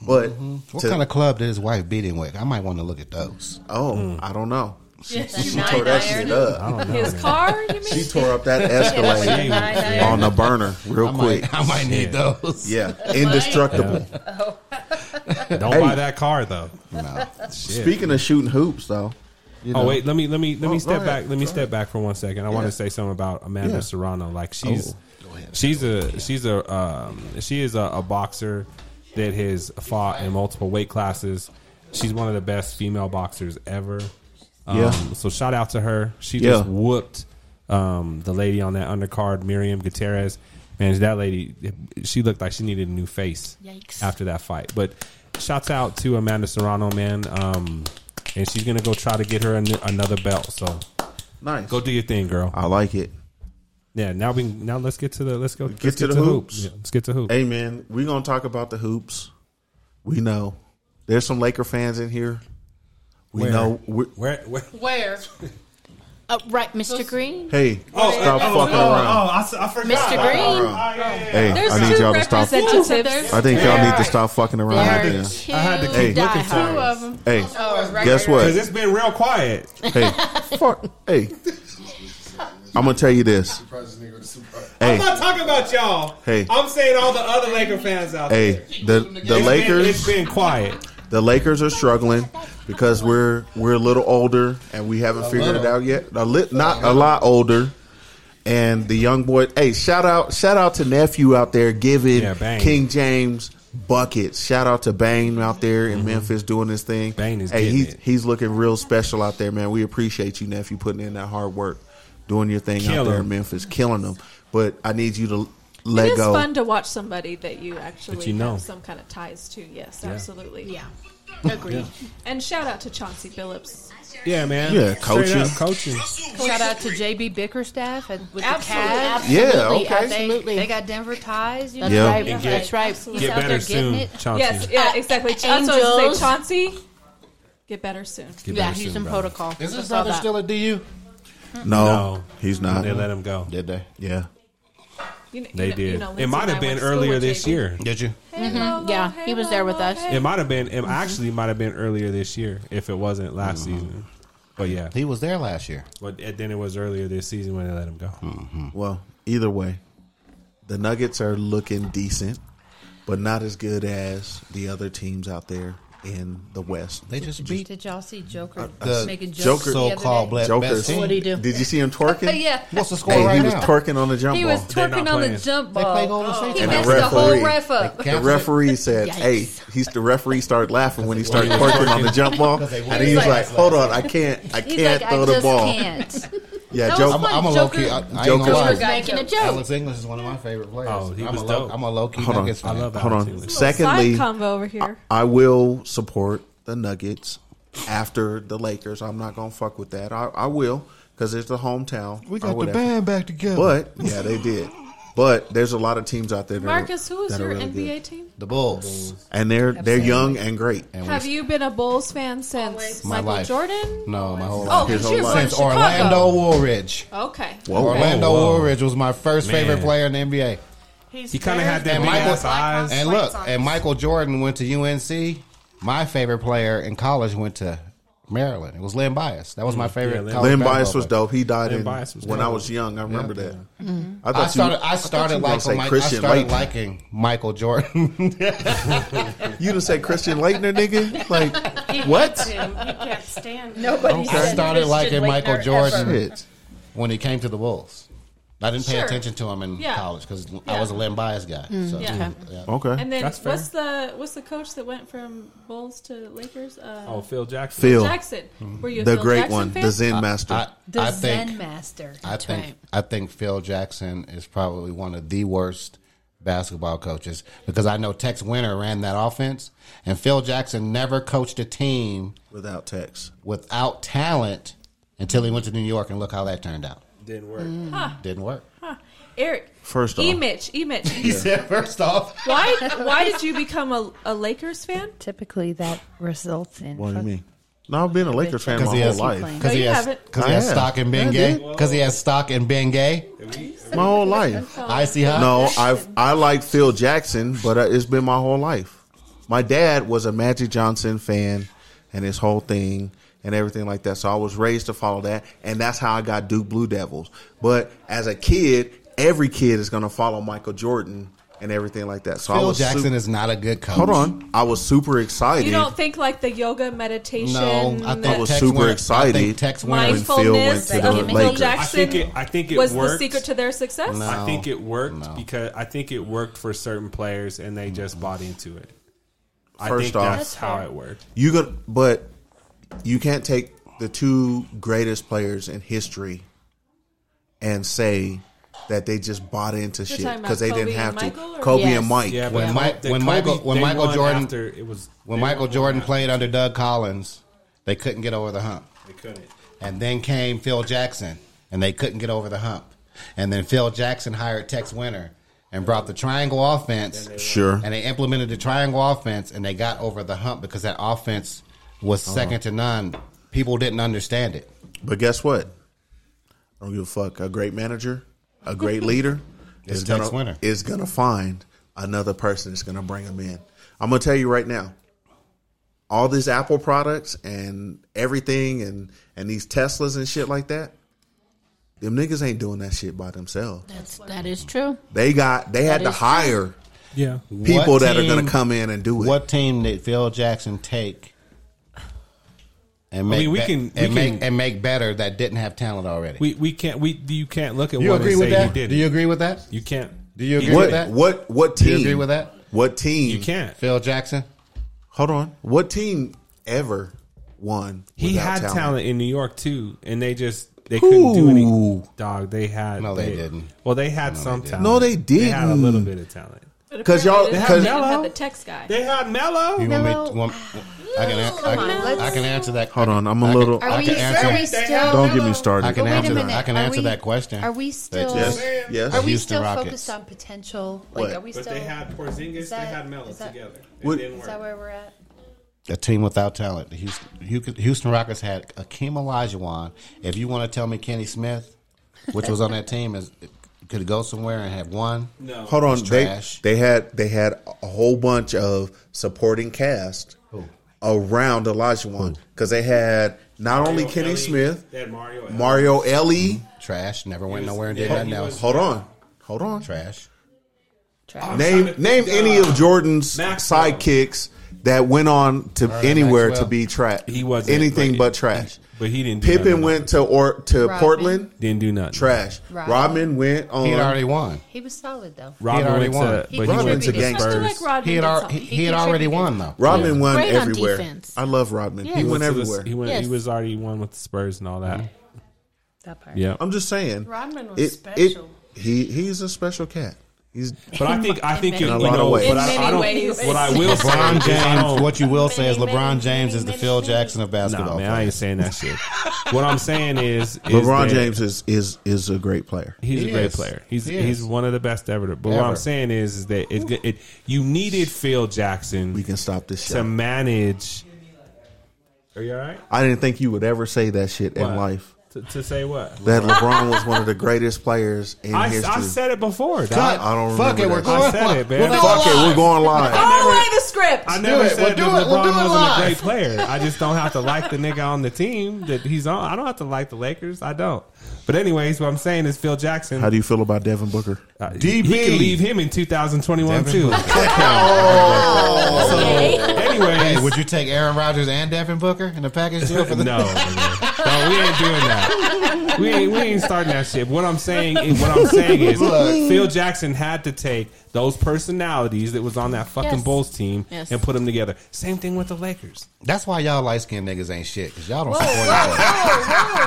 Speaker 2: But
Speaker 3: Mm-hmm.
Speaker 5: What
Speaker 2: to-
Speaker 5: kind of club did his wife beat him with? I might want to look at those.
Speaker 2: oh, I don't know. She,
Speaker 6: Yes,
Speaker 2: she
Speaker 6: nine
Speaker 2: tore that
Speaker 6: iron.
Speaker 2: shit up.
Speaker 3: Mm. I don't know.
Speaker 6: His
Speaker 3: man.
Speaker 6: car? You mean?
Speaker 2: She tore up that
Speaker 3: Yeah.
Speaker 2: Escalade on the burner real
Speaker 5: I
Speaker 2: quick.
Speaker 5: might, I might need those.
Speaker 2: Yeah, indestructible.
Speaker 3: Don't
Speaker 2: Hey.
Speaker 3: buy that car though.
Speaker 5: No.
Speaker 3: Shit.
Speaker 2: Speaking of shooting hoops, though. you
Speaker 3: Oh
Speaker 2: know,
Speaker 3: wait, let me let me let
Speaker 2: Oh, go
Speaker 3: me step
Speaker 2: ahead.
Speaker 3: back. Let me
Speaker 2: Go
Speaker 3: step back for one second. I want
Speaker 2: Yeah. Oh,
Speaker 3: to say something about Amanda
Speaker 2: Yeah.
Speaker 3: Serrano. Like she's She's a she's a um, she is a, a boxer that has fought in multiple weight classes. She's one of the best female boxers ever. Um,
Speaker 2: Yeah.
Speaker 3: So shout out to her. She
Speaker 2: Yeah.
Speaker 3: just whooped um, the lady on that undercard, Miriam Gutierrez. Man, that lady, she looked like she needed a new face
Speaker 7: Yikes.
Speaker 3: after that fight. But shouts out to Amanda Serrano, man. Um, and she's gonna go try to get her an- another belt. So
Speaker 2: Nice.
Speaker 3: go do your thing, girl.
Speaker 2: I like it.
Speaker 3: Yeah, now we now let's get to the let's go
Speaker 2: Get
Speaker 3: let's
Speaker 2: to the hoops.
Speaker 3: Yeah, let's get to hoops.
Speaker 2: Hey man, we gonna talk about the hoops. We know there's some Laker fans in here. We
Speaker 3: Where?
Speaker 2: know. we
Speaker 3: Where, where?
Speaker 9: Where?
Speaker 7: Uh, right, Mr. Green.
Speaker 2: hey, stop fucking
Speaker 3: Oh,
Speaker 2: around.
Speaker 11: I, s- I forgot.
Speaker 7: Mr. Green.
Speaker 2: Hey,
Speaker 8: There's
Speaker 2: I need
Speaker 8: two
Speaker 2: y'all to stop.
Speaker 8: representatives.
Speaker 2: I think y'all need to stop fucking around.
Speaker 7: There
Speaker 2: out
Speaker 7: are
Speaker 2: there.
Speaker 7: two
Speaker 3: had to keep looking for
Speaker 7: diehards.
Speaker 3: it.
Speaker 9: Two of them.
Speaker 2: Hey,
Speaker 9: Oh, right.
Speaker 2: guess
Speaker 3: Because
Speaker 2: what?
Speaker 3: it's been real quiet.
Speaker 2: Hey, fuck. Hey, I'm gonna tell you this.
Speaker 3: I'm
Speaker 2: Hey,
Speaker 3: not talking about y'all.
Speaker 2: Hey.
Speaker 3: I'm saying all the other Laker fans out there.
Speaker 2: hey, the the
Speaker 3: It's been- it's
Speaker 2: Lakers.
Speaker 3: been quiet.
Speaker 2: The Lakers are struggling because we're we're a little older and we haven't figured it out yet. A lit, not a lot older. And the young boy, hey, shout out, shout out to nephew out there giving
Speaker 3: Yeah, Bane.
Speaker 2: King James buckets. Shout out to Bane out there in Memphis doing his thing.
Speaker 3: Mm-hmm. Bane is
Speaker 2: hey,
Speaker 3: getting
Speaker 2: he's
Speaker 3: it.
Speaker 2: he's looking real special out there, man. We appreciate you, nephew, putting in that hard work, doing your thing
Speaker 3: Kill
Speaker 2: out there
Speaker 3: him.
Speaker 2: in Memphis, killing them. But I need you to
Speaker 8: It
Speaker 2: let
Speaker 8: is
Speaker 2: go.
Speaker 8: fun to watch somebody that you actually
Speaker 3: you know.
Speaker 8: have some kind of ties to. Yes, absolutely.
Speaker 7: Yeah.
Speaker 8: And shout out to Chauncey Phillips.
Speaker 3: Yeah, man.
Speaker 2: Yeah,
Speaker 3: Straight
Speaker 2: coaching.
Speaker 3: up coaching.
Speaker 4: Shout out to JB Bickerstaff at, with
Speaker 7: Absolutely.
Speaker 4: the Cavs.
Speaker 2: Yeah,
Speaker 7: Absolutely.
Speaker 2: okay.
Speaker 7: Absolutely.
Speaker 4: They got Denver ties. You
Speaker 7: That's
Speaker 2: Yeah.
Speaker 7: right.
Speaker 3: And
Speaker 7: That's
Speaker 3: get-
Speaker 7: right.
Speaker 4: He's
Speaker 3: Get
Speaker 4: out there
Speaker 3: better
Speaker 4: getting
Speaker 3: soon,
Speaker 4: it.
Speaker 3: Chauncey.
Speaker 8: Yes, yeah, exactly. Cha- That's what I was
Speaker 7: Uh, Angels.
Speaker 8: gonna say, Chauncey, get better soon.
Speaker 3: Get
Speaker 7: Yeah,
Speaker 3: better soon,
Speaker 7: Houston
Speaker 3: brother.
Speaker 7: protocol.
Speaker 5: Is
Speaker 7: I
Speaker 5: this
Speaker 7: saw
Speaker 5: brother
Speaker 7: that.
Speaker 5: still at DU?
Speaker 2: no,
Speaker 3: No.
Speaker 2: he's not.
Speaker 3: They let him go.
Speaker 5: Did they?
Speaker 2: yeah.
Speaker 8: You kn- you
Speaker 3: They
Speaker 8: kn- you
Speaker 3: did.
Speaker 8: know, Lindsay
Speaker 3: it might
Speaker 8: and I
Speaker 3: have been
Speaker 8: went to school
Speaker 3: earlier
Speaker 8: with
Speaker 3: this
Speaker 8: JB.
Speaker 3: year.
Speaker 5: Did you?
Speaker 7: Yeah, he was there with us.
Speaker 3: It might have been. It
Speaker 8: Mm-hmm.
Speaker 3: actually might have been earlier this year if it wasn't last season. But yeah,
Speaker 5: Mm-hmm. He was there last year.
Speaker 3: but then it was earlier this season when they let him go.
Speaker 5: Hmm.
Speaker 2: Well, either way, the Nuggets are looking decent, but not as good as the other teams out there in the West.
Speaker 5: They just beat
Speaker 4: Did y'all see Joker
Speaker 5: the
Speaker 4: making jokes
Speaker 2: Joker-
Speaker 4: the other
Speaker 5: so-called
Speaker 4: day?
Speaker 5: black
Speaker 2: Jokers.
Speaker 5: best team.
Speaker 7: What'd he do?
Speaker 2: Did you see him twerking?
Speaker 4: yeah,
Speaker 5: What's the score
Speaker 2: Hey,
Speaker 5: right
Speaker 2: he was
Speaker 5: now?
Speaker 2: twerking on the jump
Speaker 4: he
Speaker 2: ball.
Speaker 4: was
Speaker 3: They're not
Speaker 4: twerking on the
Speaker 3: playing.
Speaker 4: jump
Speaker 5: They play
Speaker 4: ball.
Speaker 5: Golden State.
Speaker 4: Oh, He
Speaker 5: And
Speaker 2: the
Speaker 4: messed the whole
Speaker 2: referee-
Speaker 4: ref up.
Speaker 2: the referee said,
Speaker 7: Yikes.
Speaker 2: "Hey, he's the referee started laughing when he started twerking on the jump ball, and he was like, "Hold on, I can't, I
Speaker 4: He's
Speaker 2: can't
Speaker 4: like,
Speaker 2: throw
Speaker 4: I
Speaker 2: the
Speaker 4: just
Speaker 2: ball."
Speaker 4: can't.
Speaker 2: Yeah,
Speaker 5: I'm,
Speaker 2: Joker.
Speaker 5: I'm a low key. I, I ain't gonna
Speaker 2: Joker's
Speaker 5: lie.
Speaker 2: good.
Speaker 7: Making a joke.
Speaker 5: Alex English is one of my favorite players.
Speaker 3: Oh, he
Speaker 5: I'm
Speaker 3: was
Speaker 5: a low,
Speaker 3: dope.
Speaker 5: I'm a low key
Speaker 2: Hold on.
Speaker 5: Nuggets fan.
Speaker 3: I love
Speaker 2: Hold
Speaker 3: Alex
Speaker 2: on.
Speaker 3: English.
Speaker 2: Secondly, Oh,
Speaker 8: Side combo over here.
Speaker 2: I will support the Nuggets after the Lakers. I'm not gonna fuck with that. I, I will because it's the hometown. or whatever.
Speaker 5: back together.
Speaker 2: But yeah, they did. But there's a lot of teams out there. That
Speaker 8: Marcus, who is
Speaker 2: that are
Speaker 8: your
Speaker 2: really
Speaker 8: NBA
Speaker 2: good.
Speaker 8: team?
Speaker 5: the Bulls.
Speaker 2: And they're they're young and great.
Speaker 5: And we-
Speaker 8: Have you been a Bulls fan since
Speaker 5: My
Speaker 8: Michael
Speaker 5: life.
Speaker 8: Jordan?
Speaker 5: No, my whole
Speaker 8: Oh,
Speaker 5: life.
Speaker 2: His
Speaker 8: because
Speaker 2: whole
Speaker 8: you're
Speaker 2: life.
Speaker 8: from
Speaker 5: Since
Speaker 8: Chicago.
Speaker 5: Orlando Woolridge.
Speaker 8: Okay.
Speaker 5: Orlando
Speaker 3: Whoa, whoa.
Speaker 5: Woolridge was my first
Speaker 3: Man.
Speaker 5: favorite player in the NBA.
Speaker 9: He's
Speaker 3: He kind of
Speaker 9: very
Speaker 3: had that
Speaker 5: And
Speaker 3: big
Speaker 5: Michael-
Speaker 3: ass eyes.
Speaker 5: And
Speaker 9: Lights
Speaker 5: look,
Speaker 9: on.
Speaker 5: and Michael Jordan went to UNC. My favorite player in college went to Maryland. It was Lynn Bias. That was my favorite.
Speaker 3: Lynn-
Speaker 5: college
Speaker 2: Mm, Lynn
Speaker 5: basketball
Speaker 2: Bias was
Speaker 5: player.
Speaker 2: dope. He died
Speaker 3: Lynn
Speaker 2: in,
Speaker 3: Bias was
Speaker 2: when
Speaker 3: dope.
Speaker 2: I was young. I remember
Speaker 5: Yeah. Mm-hmm.
Speaker 2: that. I
Speaker 5: I started.
Speaker 2: you-
Speaker 5: I
Speaker 2: thought
Speaker 5: started
Speaker 2: you were gonna
Speaker 5: liking.
Speaker 2: say
Speaker 5: Mike, I
Speaker 2: Christian
Speaker 5: started
Speaker 2: Leitner.
Speaker 5: liking Michael Jordan.
Speaker 2: You didn't say Christian Leitner, nigga. Like
Speaker 9: He hates
Speaker 2: what?
Speaker 9: him. He can't stand him.
Speaker 7: Nobody
Speaker 5: I started liking Michael Jordan
Speaker 2: Shit.
Speaker 5: when he came to the Bulls. I didn't pay
Speaker 8: Sure.
Speaker 5: attention to him in
Speaker 8: Yeah.
Speaker 5: college because
Speaker 8: Yeah. Mm,
Speaker 5: I was a Lynn Bias guy. So,
Speaker 8: Yeah.
Speaker 5: yeah.
Speaker 2: Okay.
Speaker 8: And then
Speaker 3: That's fair.
Speaker 8: what's the what's the coach that went from Bulls to Lakers? Uh,
Speaker 3: Oh, Phil Jackson.
Speaker 2: Phil,
Speaker 8: Jackson. Were you a
Speaker 2: the
Speaker 8: Phil
Speaker 2: great
Speaker 8: Jackson
Speaker 2: one,
Speaker 8: fan?
Speaker 2: the Zen master.
Speaker 5: I,
Speaker 4: The
Speaker 5: I
Speaker 4: Zen
Speaker 5: think.
Speaker 4: master.
Speaker 5: I think.
Speaker 7: right.
Speaker 5: I think Phil Jackson is probably one of the worst basketball coaches because I know Tex Winter ran that offense, and Phil Jackson never coached a team
Speaker 2: without text.
Speaker 5: without talent until he went to New York, and look how that turned out.
Speaker 3: Didn't work.
Speaker 8: Mm-hmm.
Speaker 5: Didn't worwork.
Speaker 8: Eric.
Speaker 2: First off,
Speaker 8: Emich, Emich.
Speaker 5: He said, first off,
Speaker 8: Why why did you become a, a Lakers fan?
Speaker 4: Typically, that results in.
Speaker 2: what do you mean? No, I've been a Lakers fan
Speaker 5: Because
Speaker 2: my
Speaker 5: he
Speaker 2: whole
Speaker 5: has-
Speaker 2: life.
Speaker 5: because
Speaker 8: No,
Speaker 5: he
Speaker 8: you
Speaker 5: has
Speaker 8: haven't.
Speaker 5: because he
Speaker 2: I
Speaker 5: has
Speaker 2: have.
Speaker 5: stock in Ben
Speaker 2: I
Speaker 5: Gay,
Speaker 2: did.
Speaker 5: because he has stock in Ben Gay.
Speaker 2: My whole life.
Speaker 5: I see how.
Speaker 2: No, I've I like Phil Jackson, but uh, it's been my whole life. My dad was a Magic Johnson fan, and his whole thing and everything like that. So I was raised to follow that, and that's how I got Duke Blue Devils. But as a kid, every kid is going to follow Michael Jordan and everything like that. So I
Speaker 5: Phil
Speaker 2: was
Speaker 5: Jackson
Speaker 2: super,
Speaker 5: is not a good coach.
Speaker 2: hold on. I was super excited.
Speaker 8: You don't think like the yoga meditation?
Speaker 5: No, I think
Speaker 2: I was
Speaker 5: Tex
Speaker 2: super
Speaker 5: went-
Speaker 2: excited.
Speaker 5: I think Tex went
Speaker 2: When Phil went
Speaker 8: mindfulness
Speaker 2: to the
Speaker 8: of Phil
Speaker 2: Lakers.
Speaker 8: Jackson
Speaker 3: I think it- I think it
Speaker 8: was the
Speaker 3: worked.
Speaker 8: secret to their success.
Speaker 5: No. Mm-hmm.
Speaker 3: I think it worked because I think it worked for certain players and they just bought into it. I
Speaker 2: First
Speaker 3: think
Speaker 2: off-
Speaker 3: that's how it worked.
Speaker 2: You could, but you can't take the two greatest players in history and say that they just bought into shit
Speaker 8: talking about
Speaker 2: because they didn't
Speaker 8: Kobe
Speaker 2: have
Speaker 8: and
Speaker 2: to.
Speaker 8: Michael or-
Speaker 2: Kobe
Speaker 7: Yes.
Speaker 2: and Mike.
Speaker 3: Yeah, but
Speaker 5: When Mi-
Speaker 3: the
Speaker 5: when Michael- when
Speaker 3: they
Speaker 5: Michael
Speaker 3: won
Speaker 5: Jordan-
Speaker 3: after it was
Speaker 5: when
Speaker 3: they
Speaker 5: Michael
Speaker 3: won
Speaker 5: Jordan
Speaker 3: after.
Speaker 5: played under Doug Collins, they couldn't get over the hump.
Speaker 3: they couldn't.
Speaker 5: And then came Phil Jackson, and they couldn't get over the hump. And then Phil Jackson hired Tex Winter and brought the triangle offense.
Speaker 2: Sure.
Speaker 5: And they implemented the triangle offense, and they got over the hump because that offense was second to none. People didn't understand it.
Speaker 2: But guess what? I don't give a fuck. A great manager, a great leader
Speaker 5: It's
Speaker 2: is
Speaker 5: Tex
Speaker 2: gonna
Speaker 5: Winter.
Speaker 2: is gonna find another person that's gonna bring him in. I'm gonna tell you right now. All these Apple products and everything and and these Teslas and shit like that, them niggas ain't doing that shit by themselves.
Speaker 7: That's that is true.
Speaker 2: They got they had
Speaker 7: That
Speaker 2: to
Speaker 7: is true.
Speaker 2: hire
Speaker 3: Yeah.
Speaker 2: people
Speaker 5: What
Speaker 2: that are gonna
Speaker 5: team-
Speaker 2: come in and do it.
Speaker 5: What team did Phil Jackson take? And make
Speaker 3: mean, we
Speaker 5: be-
Speaker 3: can-
Speaker 5: and
Speaker 3: we can-
Speaker 5: make and make better that didn't have talent already.
Speaker 3: We we can't we you can't look at
Speaker 5: you
Speaker 3: one
Speaker 5: agree
Speaker 3: and
Speaker 5: with
Speaker 3: say
Speaker 5: that?
Speaker 3: he didn't.
Speaker 5: Do you agree with that?
Speaker 3: You can't.
Speaker 5: Do you agree with
Speaker 2: what,
Speaker 5: that?
Speaker 2: what what team
Speaker 5: Do you agree with that?
Speaker 2: What team
Speaker 3: You can't.
Speaker 5: Phil Jackson.
Speaker 2: hold on. What team ever won?
Speaker 3: He
Speaker 2: without
Speaker 3: had talent. in New York too, and they just they couldn't do any dog. They had
Speaker 5: No, they didn't.
Speaker 3: Well, they had some talent.
Speaker 2: No, they
Speaker 3: They had a little
Speaker 2: didn't.
Speaker 3: bit of talent.
Speaker 2: Because y'all,
Speaker 8: They
Speaker 2: because
Speaker 8: didn't have
Speaker 3: Mello?
Speaker 8: the text guy.
Speaker 3: They had Mello.
Speaker 5: You want me? To, want, I can. an- I,
Speaker 4: on,
Speaker 5: can
Speaker 4: let's-
Speaker 5: I can answer that.
Speaker 2: Hold on, I'm a
Speaker 5: I
Speaker 2: little-
Speaker 5: Can,
Speaker 4: Are
Speaker 5: I
Speaker 4: we,
Speaker 5: can
Speaker 4: are we
Speaker 5: answer.
Speaker 4: still?
Speaker 2: don't get me
Speaker 5: I
Speaker 2: started.
Speaker 5: can
Speaker 4: But Oh, wait a
Speaker 5: answer that.
Speaker 4: minute,
Speaker 5: I can
Speaker 4: are
Speaker 5: answer
Speaker 4: we-
Speaker 5: that question.
Speaker 4: Are we still?
Speaker 2: yes, yes.
Speaker 4: Are we
Speaker 5: Houston
Speaker 4: still
Speaker 5: Rockets.
Speaker 4: focused on potential? Like,
Speaker 2: What?
Speaker 4: are we
Speaker 3: But
Speaker 4: still?
Speaker 3: they had Porzingis.
Speaker 4: that-
Speaker 3: they had Mello
Speaker 4: is that-
Speaker 3: together. It
Speaker 2: Would-
Speaker 3: didn't
Speaker 4: is
Speaker 3: work.
Speaker 4: that where we're at?
Speaker 5: a team without talent. The Houston, Hu- Houston Rockets had Akeem Olajuwon. If you want to tell me Kenny Smith, which was on that team, is could go somewhere and have one.
Speaker 3: no.
Speaker 2: Hold on,
Speaker 5: It's
Speaker 2: they,
Speaker 5: trash.
Speaker 2: they had they had a whole bunch of supporting cast around Olajuwon because they had not only
Speaker 3: Mario E.
Speaker 2: Kenny
Speaker 3: Ellie,
Speaker 2: Smith,
Speaker 3: They had Mario. Ellie.
Speaker 2: Mario Ellie.
Speaker 5: Trash. Never went
Speaker 3: He was-
Speaker 5: nowhere and did
Speaker 3: yeah,
Speaker 5: nothing
Speaker 3: he
Speaker 5: else.
Speaker 3: was-
Speaker 2: Hold on, hold on.
Speaker 5: Trash.
Speaker 2: Name name any of Jordan's
Speaker 3: uh, Maxwell. Uh,
Speaker 2: sidekicks that went on to anywhere
Speaker 5: Maxwell.
Speaker 2: to be trash.
Speaker 3: He wasn't
Speaker 2: anything
Speaker 3: but-
Speaker 2: but trash.
Speaker 3: But he didn't. Do
Speaker 2: Pippen
Speaker 3: nothing.
Speaker 2: went to or to
Speaker 4: Rodman.
Speaker 2: Portland.
Speaker 3: Didn't do nothing.
Speaker 2: Trash.
Speaker 4: Rodman.
Speaker 2: Rodman went on.
Speaker 5: He had already won.
Speaker 4: He was solid though.
Speaker 3: Rodman
Speaker 5: already
Speaker 3: went
Speaker 5: won.
Speaker 3: To,
Speaker 4: He
Speaker 3: but he went to
Speaker 4: contributed.
Speaker 3: the
Speaker 2: I still
Speaker 3: Spurs.
Speaker 8: like Rodman
Speaker 5: He had,
Speaker 8: did
Speaker 5: al- he,
Speaker 8: something.
Speaker 5: he had already won though.
Speaker 2: Rodman won
Speaker 7: Great on
Speaker 2: everywhere.
Speaker 7: defense.
Speaker 2: I love Rodman.
Speaker 7: Yeah.
Speaker 2: He
Speaker 7: He
Speaker 2: went
Speaker 3: to the-
Speaker 2: everywhere.
Speaker 3: he went.
Speaker 7: Yes.
Speaker 3: He was already one with the Spurs and all that.
Speaker 4: That part.
Speaker 3: Yeah.
Speaker 2: I'm just saying.
Speaker 9: Rodman was
Speaker 2: It, it,
Speaker 9: special.
Speaker 2: he he's a special cat. He's
Speaker 3: But I think I think
Speaker 2: ways.
Speaker 3: it, you
Speaker 7: many
Speaker 2: In a lot of
Speaker 3: know.
Speaker 2: ways.
Speaker 3: But I,
Speaker 8: In
Speaker 3: I don't.
Speaker 8: many ways.
Speaker 3: What I will say,
Speaker 5: LeBron
Speaker 3: is I
Speaker 5: James.
Speaker 3: don't-
Speaker 5: What you will say is
Speaker 7: Many,
Speaker 5: LeBron
Speaker 7: many,
Speaker 5: James is the
Speaker 7: many,
Speaker 5: Phil
Speaker 7: many.
Speaker 5: Jackson of
Speaker 3: Nah,
Speaker 5: basketball.
Speaker 3: man, I ain't
Speaker 5: players.
Speaker 3: saying that shit. what I'm saying is, is
Speaker 2: LeBron
Speaker 3: that
Speaker 2: James is is is a great player.
Speaker 3: He's
Speaker 5: He
Speaker 3: a great
Speaker 5: is.
Speaker 3: player. He's
Speaker 5: He
Speaker 3: he's
Speaker 5: is.
Speaker 3: one of the best ever. But what
Speaker 5: Ever.
Speaker 3: I'm saying is, is that it's good. It, you needed Phil
Speaker 2: We
Speaker 3: Jackson
Speaker 2: can stop this
Speaker 3: to
Speaker 2: shit.
Speaker 3: manage. Are you all right?
Speaker 2: I didn't think you would ever say that shit in
Speaker 3: What?
Speaker 2: life.
Speaker 3: To, to say what?
Speaker 2: That LeBron was one of the greatest players in
Speaker 3: I,
Speaker 2: history.
Speaker 3: I said it before.
Speaker 5: Cut.
Speaker 3: Dog.
Speaker 2: I don't
Speaker 5: Fuck
Speaker 2: remember
Speaker 5: it. We're
Speaker 2: that.
Speaker 5: going.
Speaker 3: I said it, man.
Speaker 5: We're going
Speaker 2: Fuck it,
Speaker 5: live.
Speaker 2: we're going live.
Speaker 8: Throw away the script.
Speaker 3: I never
Speaker 5: it. We'll
Speaker 3: said
Speaker 5: do
Speaker 3: that
Speaker 5: it. We'll
Speaker 3: LeBron
Speaker 5: do it
Speaker 3: wasn't
Speaker 5: live.
Speaker 3: a great player. I just don't have to like the nigga on the team that he's on. I don't have to like the Lakers. I don't. But anyways, what I'm saying is Phil Jackson.
Speaker 2: How do you feel about Devin Booker?
Speaker 3: uh,
Speaker 5: DB?
Speaker 3: He can leave him in 2021
Speaker 5: Devin
Speaker 3: too. Anyways,
Speaker 5: Hey, would you take Aaron Rodgers and Devin Booker in the package deal for the
Speaker 3: no, nigga. no, we ain't doing that. We ain't, we ain't starting that shit. What I'm saying, is- what I'm saying is,
Speaker 5: Look.
Speaker 3: Phil Jackson had to take those personalities that was on that fucking
Speaker 7: Yes.
Speaker 3: Bulls team
Speaker 7: Yes.
Speaker 3: and put them together. Same thing with the Lakers.
Speaker 5: That's why y'all light skinned niggas ain't shit because y'all don't support each other.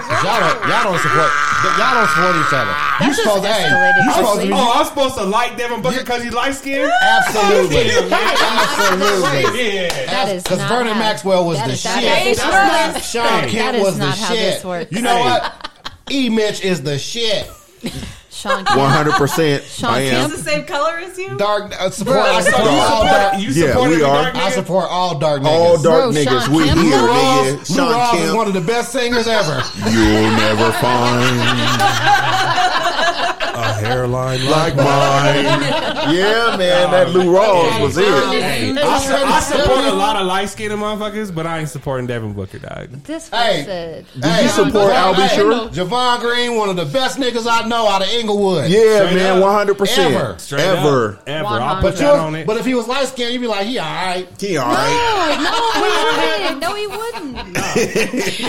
Speaker 5: 'Cause y'all don't y'all don't support y'all don't support each other. you supposed hey, you supposed to be
Speaker 3: Oh, I'm supposed to like Devin Booker because he light skinned.
Speaker 5: absolutely absolutely.
Speaker 3: Yeah.
Speaker 4: That is
Speaker 5: Because
Speaker 4: not
Speaker 5: Vernon
Speaker 4: how-
Speaker 5: Maxwell was
Speaker 4: that
Speaker 5: the
Speaker 4: is
Speaker 5: shit.
Speaker 4: not how this
Speaker 5: That's-
Speaker 4: works.
Speaker 5: Sean
Speaker 4: That
Speaker 5: Kemp
Speaker 4: is
Speaker 5: was the
Speaker 4: not how
Speaker 5: shit.
Speaker 4: this works.
Speaker 5: You know
Speaker 3: Hey.
Speaker 5: what? E Mitch is the shit.
Speaker 4: Sean
Speaker 2: One
Speaker 4: Kemp.
Speaker 2: hundred percent.
Speaker 4: Sean
Speaker 2: I
Speaker 8: He's
Speaker 2: am.
Speaker 8: the same color as you.
Speaker 5: Dark uh, support. I
Speaker 3: So
Speaker 5: support
Speaker 3: you
Speaker 5: all dark.
Speaker 3: support, you
Speaker 2: Yeah,
Speaker 3: support
Speaker 2: we
Speaker 3: every
Speaker 2: are.
Speaker 3: dark
Speaker 5: I
Speaker 3: nigga?
Speaker 5: support all dark niggas.
Speaker 2: All dark
Speaker 7: Bro,
Speaker 2: niggas,
Speaker 7: Sean
Speaker 2: we
Speaker 7: Kemp.
Speaker 2: here,
Speaker 7: Lou
Speaker 2: nigga.
Speaker 5: Lou Rawls
Speaker 2: Sean
Speaker 5: is one
Speaker 2: Kemp,
Speaker 5: of the best singers ever.
Speaker 2: you'll never find.
Speaker 3: Oh, here
Speaker 2: hairline like mine.
Speaker 10: yeah, man, that Lou Rawls was it.
Speaker 3: I, su- I support a lot of light skinned motherfuckers, but I ain't supporting Devin Booker, dog.
Speaker 4: This fool
Speaker 5: Hey.
Speaker 4: said,
Speaker 5: Did hey,
Speaker 10: you support Al Bishura?
Speaker 5: Javon Green, one of the best niggas I know out of Inglewood.
Speaker 10: Yeah,
Speaker 3: Straight
Speaker 10: man,
Speaker 3: up.
Speaker 10: one hundred
Speaker 5: Ever.
Speaker 10: percent,
Speaker 3: Straight
Speaker 10: ever.
Speaker 3: Up, ever. I'll put
Speaker 5: But,
Speaker 3: that on
Speaker 5: you
Speaker 3: it.
Speaker 5: but if he was light skinned, you'd be like, he all right.
Speaker 10: He all right.
Speaker 4: "Oh, no, he wouldn't."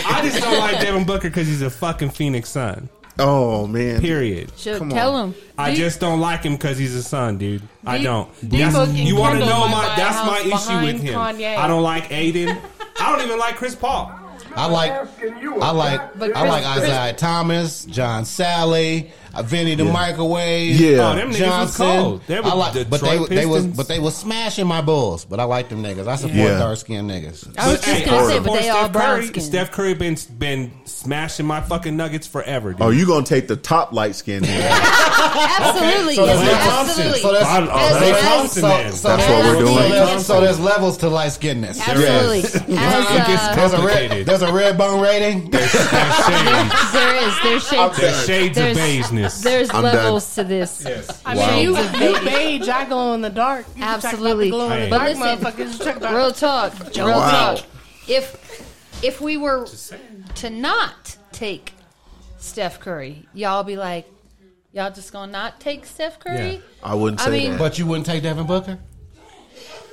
Speaker 3: I just don't like Devin Booker because he's a fucking Phoenix Sun.
Speaker 2: Oh man,
Speaker 3: Period.
Speaker 4: Should
Speaker 2: Come
Speaker 4: tell
Speaker 2: on.
Speaker 4: him.
Speaker 3: I just don't like him because he's a son, dude. I
Speaker 9: D-
Speaker 3: don't.
Speaker 9: D-
Speaker 3: That's-
Speaker 9: Book and
Speaker 3: you want to
Speaker 9: Kendall
Speaker 3: know
Speaker 9: might
Speaker 3: my?
Speaker 9: buy a
Speaker 3: That's
Speaker 9: house
Speaker 3: my issue with
Speaker 9: behind
Speaker 3: him.
Speaker 9: Kanye.
Speaker 3: I don't like Aiden. I don't even like Chris Paul.
Speaker 5: I like, I like, I like Isaiah Thomas, John Sally, uh, Vinny the Microwave. uh,
Speaker 2: Yeah.
Speaker 3: Oh, them niggas was
Speaker 5: Johnson,
Speaker 3: cold. They were
Speaker 5: I like, but they
Speaker 3: Detroit
Speaker 5: they was
Speaker 3: Pistons.
Speaker 5: but they was smashing my bulls. But I like them niggas. I support
Speaker 2: Yeah.
Speaker 5: dark skinned niggas.
Speaker 4: I was
Speaker 3: But,
Speaker 4: just
Speaker 3: hey,
Speaker 4: gonna
Speaker 3: I
Speaker 4: say, but
Speaker 3: support
Speaker 4: they all
Speaker 3: Steph
Speaker 4: brown
Speaker 3: Curry.
Speaker 4: skin.
Speaker 3: Steph Curry been been smashing my fucking nuggets forever, dude.
Speaker 2: Oh, you gonna take the top light skin? then.
Speaker 4: Absolutely,
Speaker 5: So
Speaker 4: yes,
Speaker 5: that's-
Speaker 4: absolutely.
Speaker 5: So that's,
Speaker 3: Fine, oh,
Speaker 5: so
Speaker 4: Zay
Speaker 5: that's-
Speaker 3: Thompson
Speaker 5: so-
Speaker 3: then.
Speaker 5: so
Speaker 2: That's what we're
Speaker 5: there's-
Speaker 2: doing.
Speaker 5: So there's, so there's levels to light skinness.
Speaker 4: Absolutely.
Speaker 3: Yes.
Speaker 4: As, uh,
Speaker 5: There's a red, there's a red bone rating.
Speaker 3: There's
Speaker 4: uh, there is. There's shades.
Speaker 3: shades, there's shades of
Speaker 4: There's-
Speaker 3: beigeness.
Speaker 4: There's
Speaker 2: I'm done.
Speaker 4: levels to this.
Speaker 9: I mean, you, you beige, I glow in the dark. You talk about the
Speaker 4: Absolutely.
Speaker 9: glow in the
Speaker 3: Hey.
Speaker 9: dark,
Speaker 4: But listen,
Speaker 9: motherfuckers. You talk about-
Speaker 4: Real talk. Real
Speaker 2: Wow.
Speaker 4: talk. If if we were to not take Steph Curry, y'all be like, y'all just gonna not take Steph Curry?
Speaker 3: Yeah.
Speaker 2: I wouldn't
Speaker 4: I
Speaker 2: say
Speaker 4: mean-
Speaker 2: that.
Speaker 5: But you wouldn't take Devin Booker.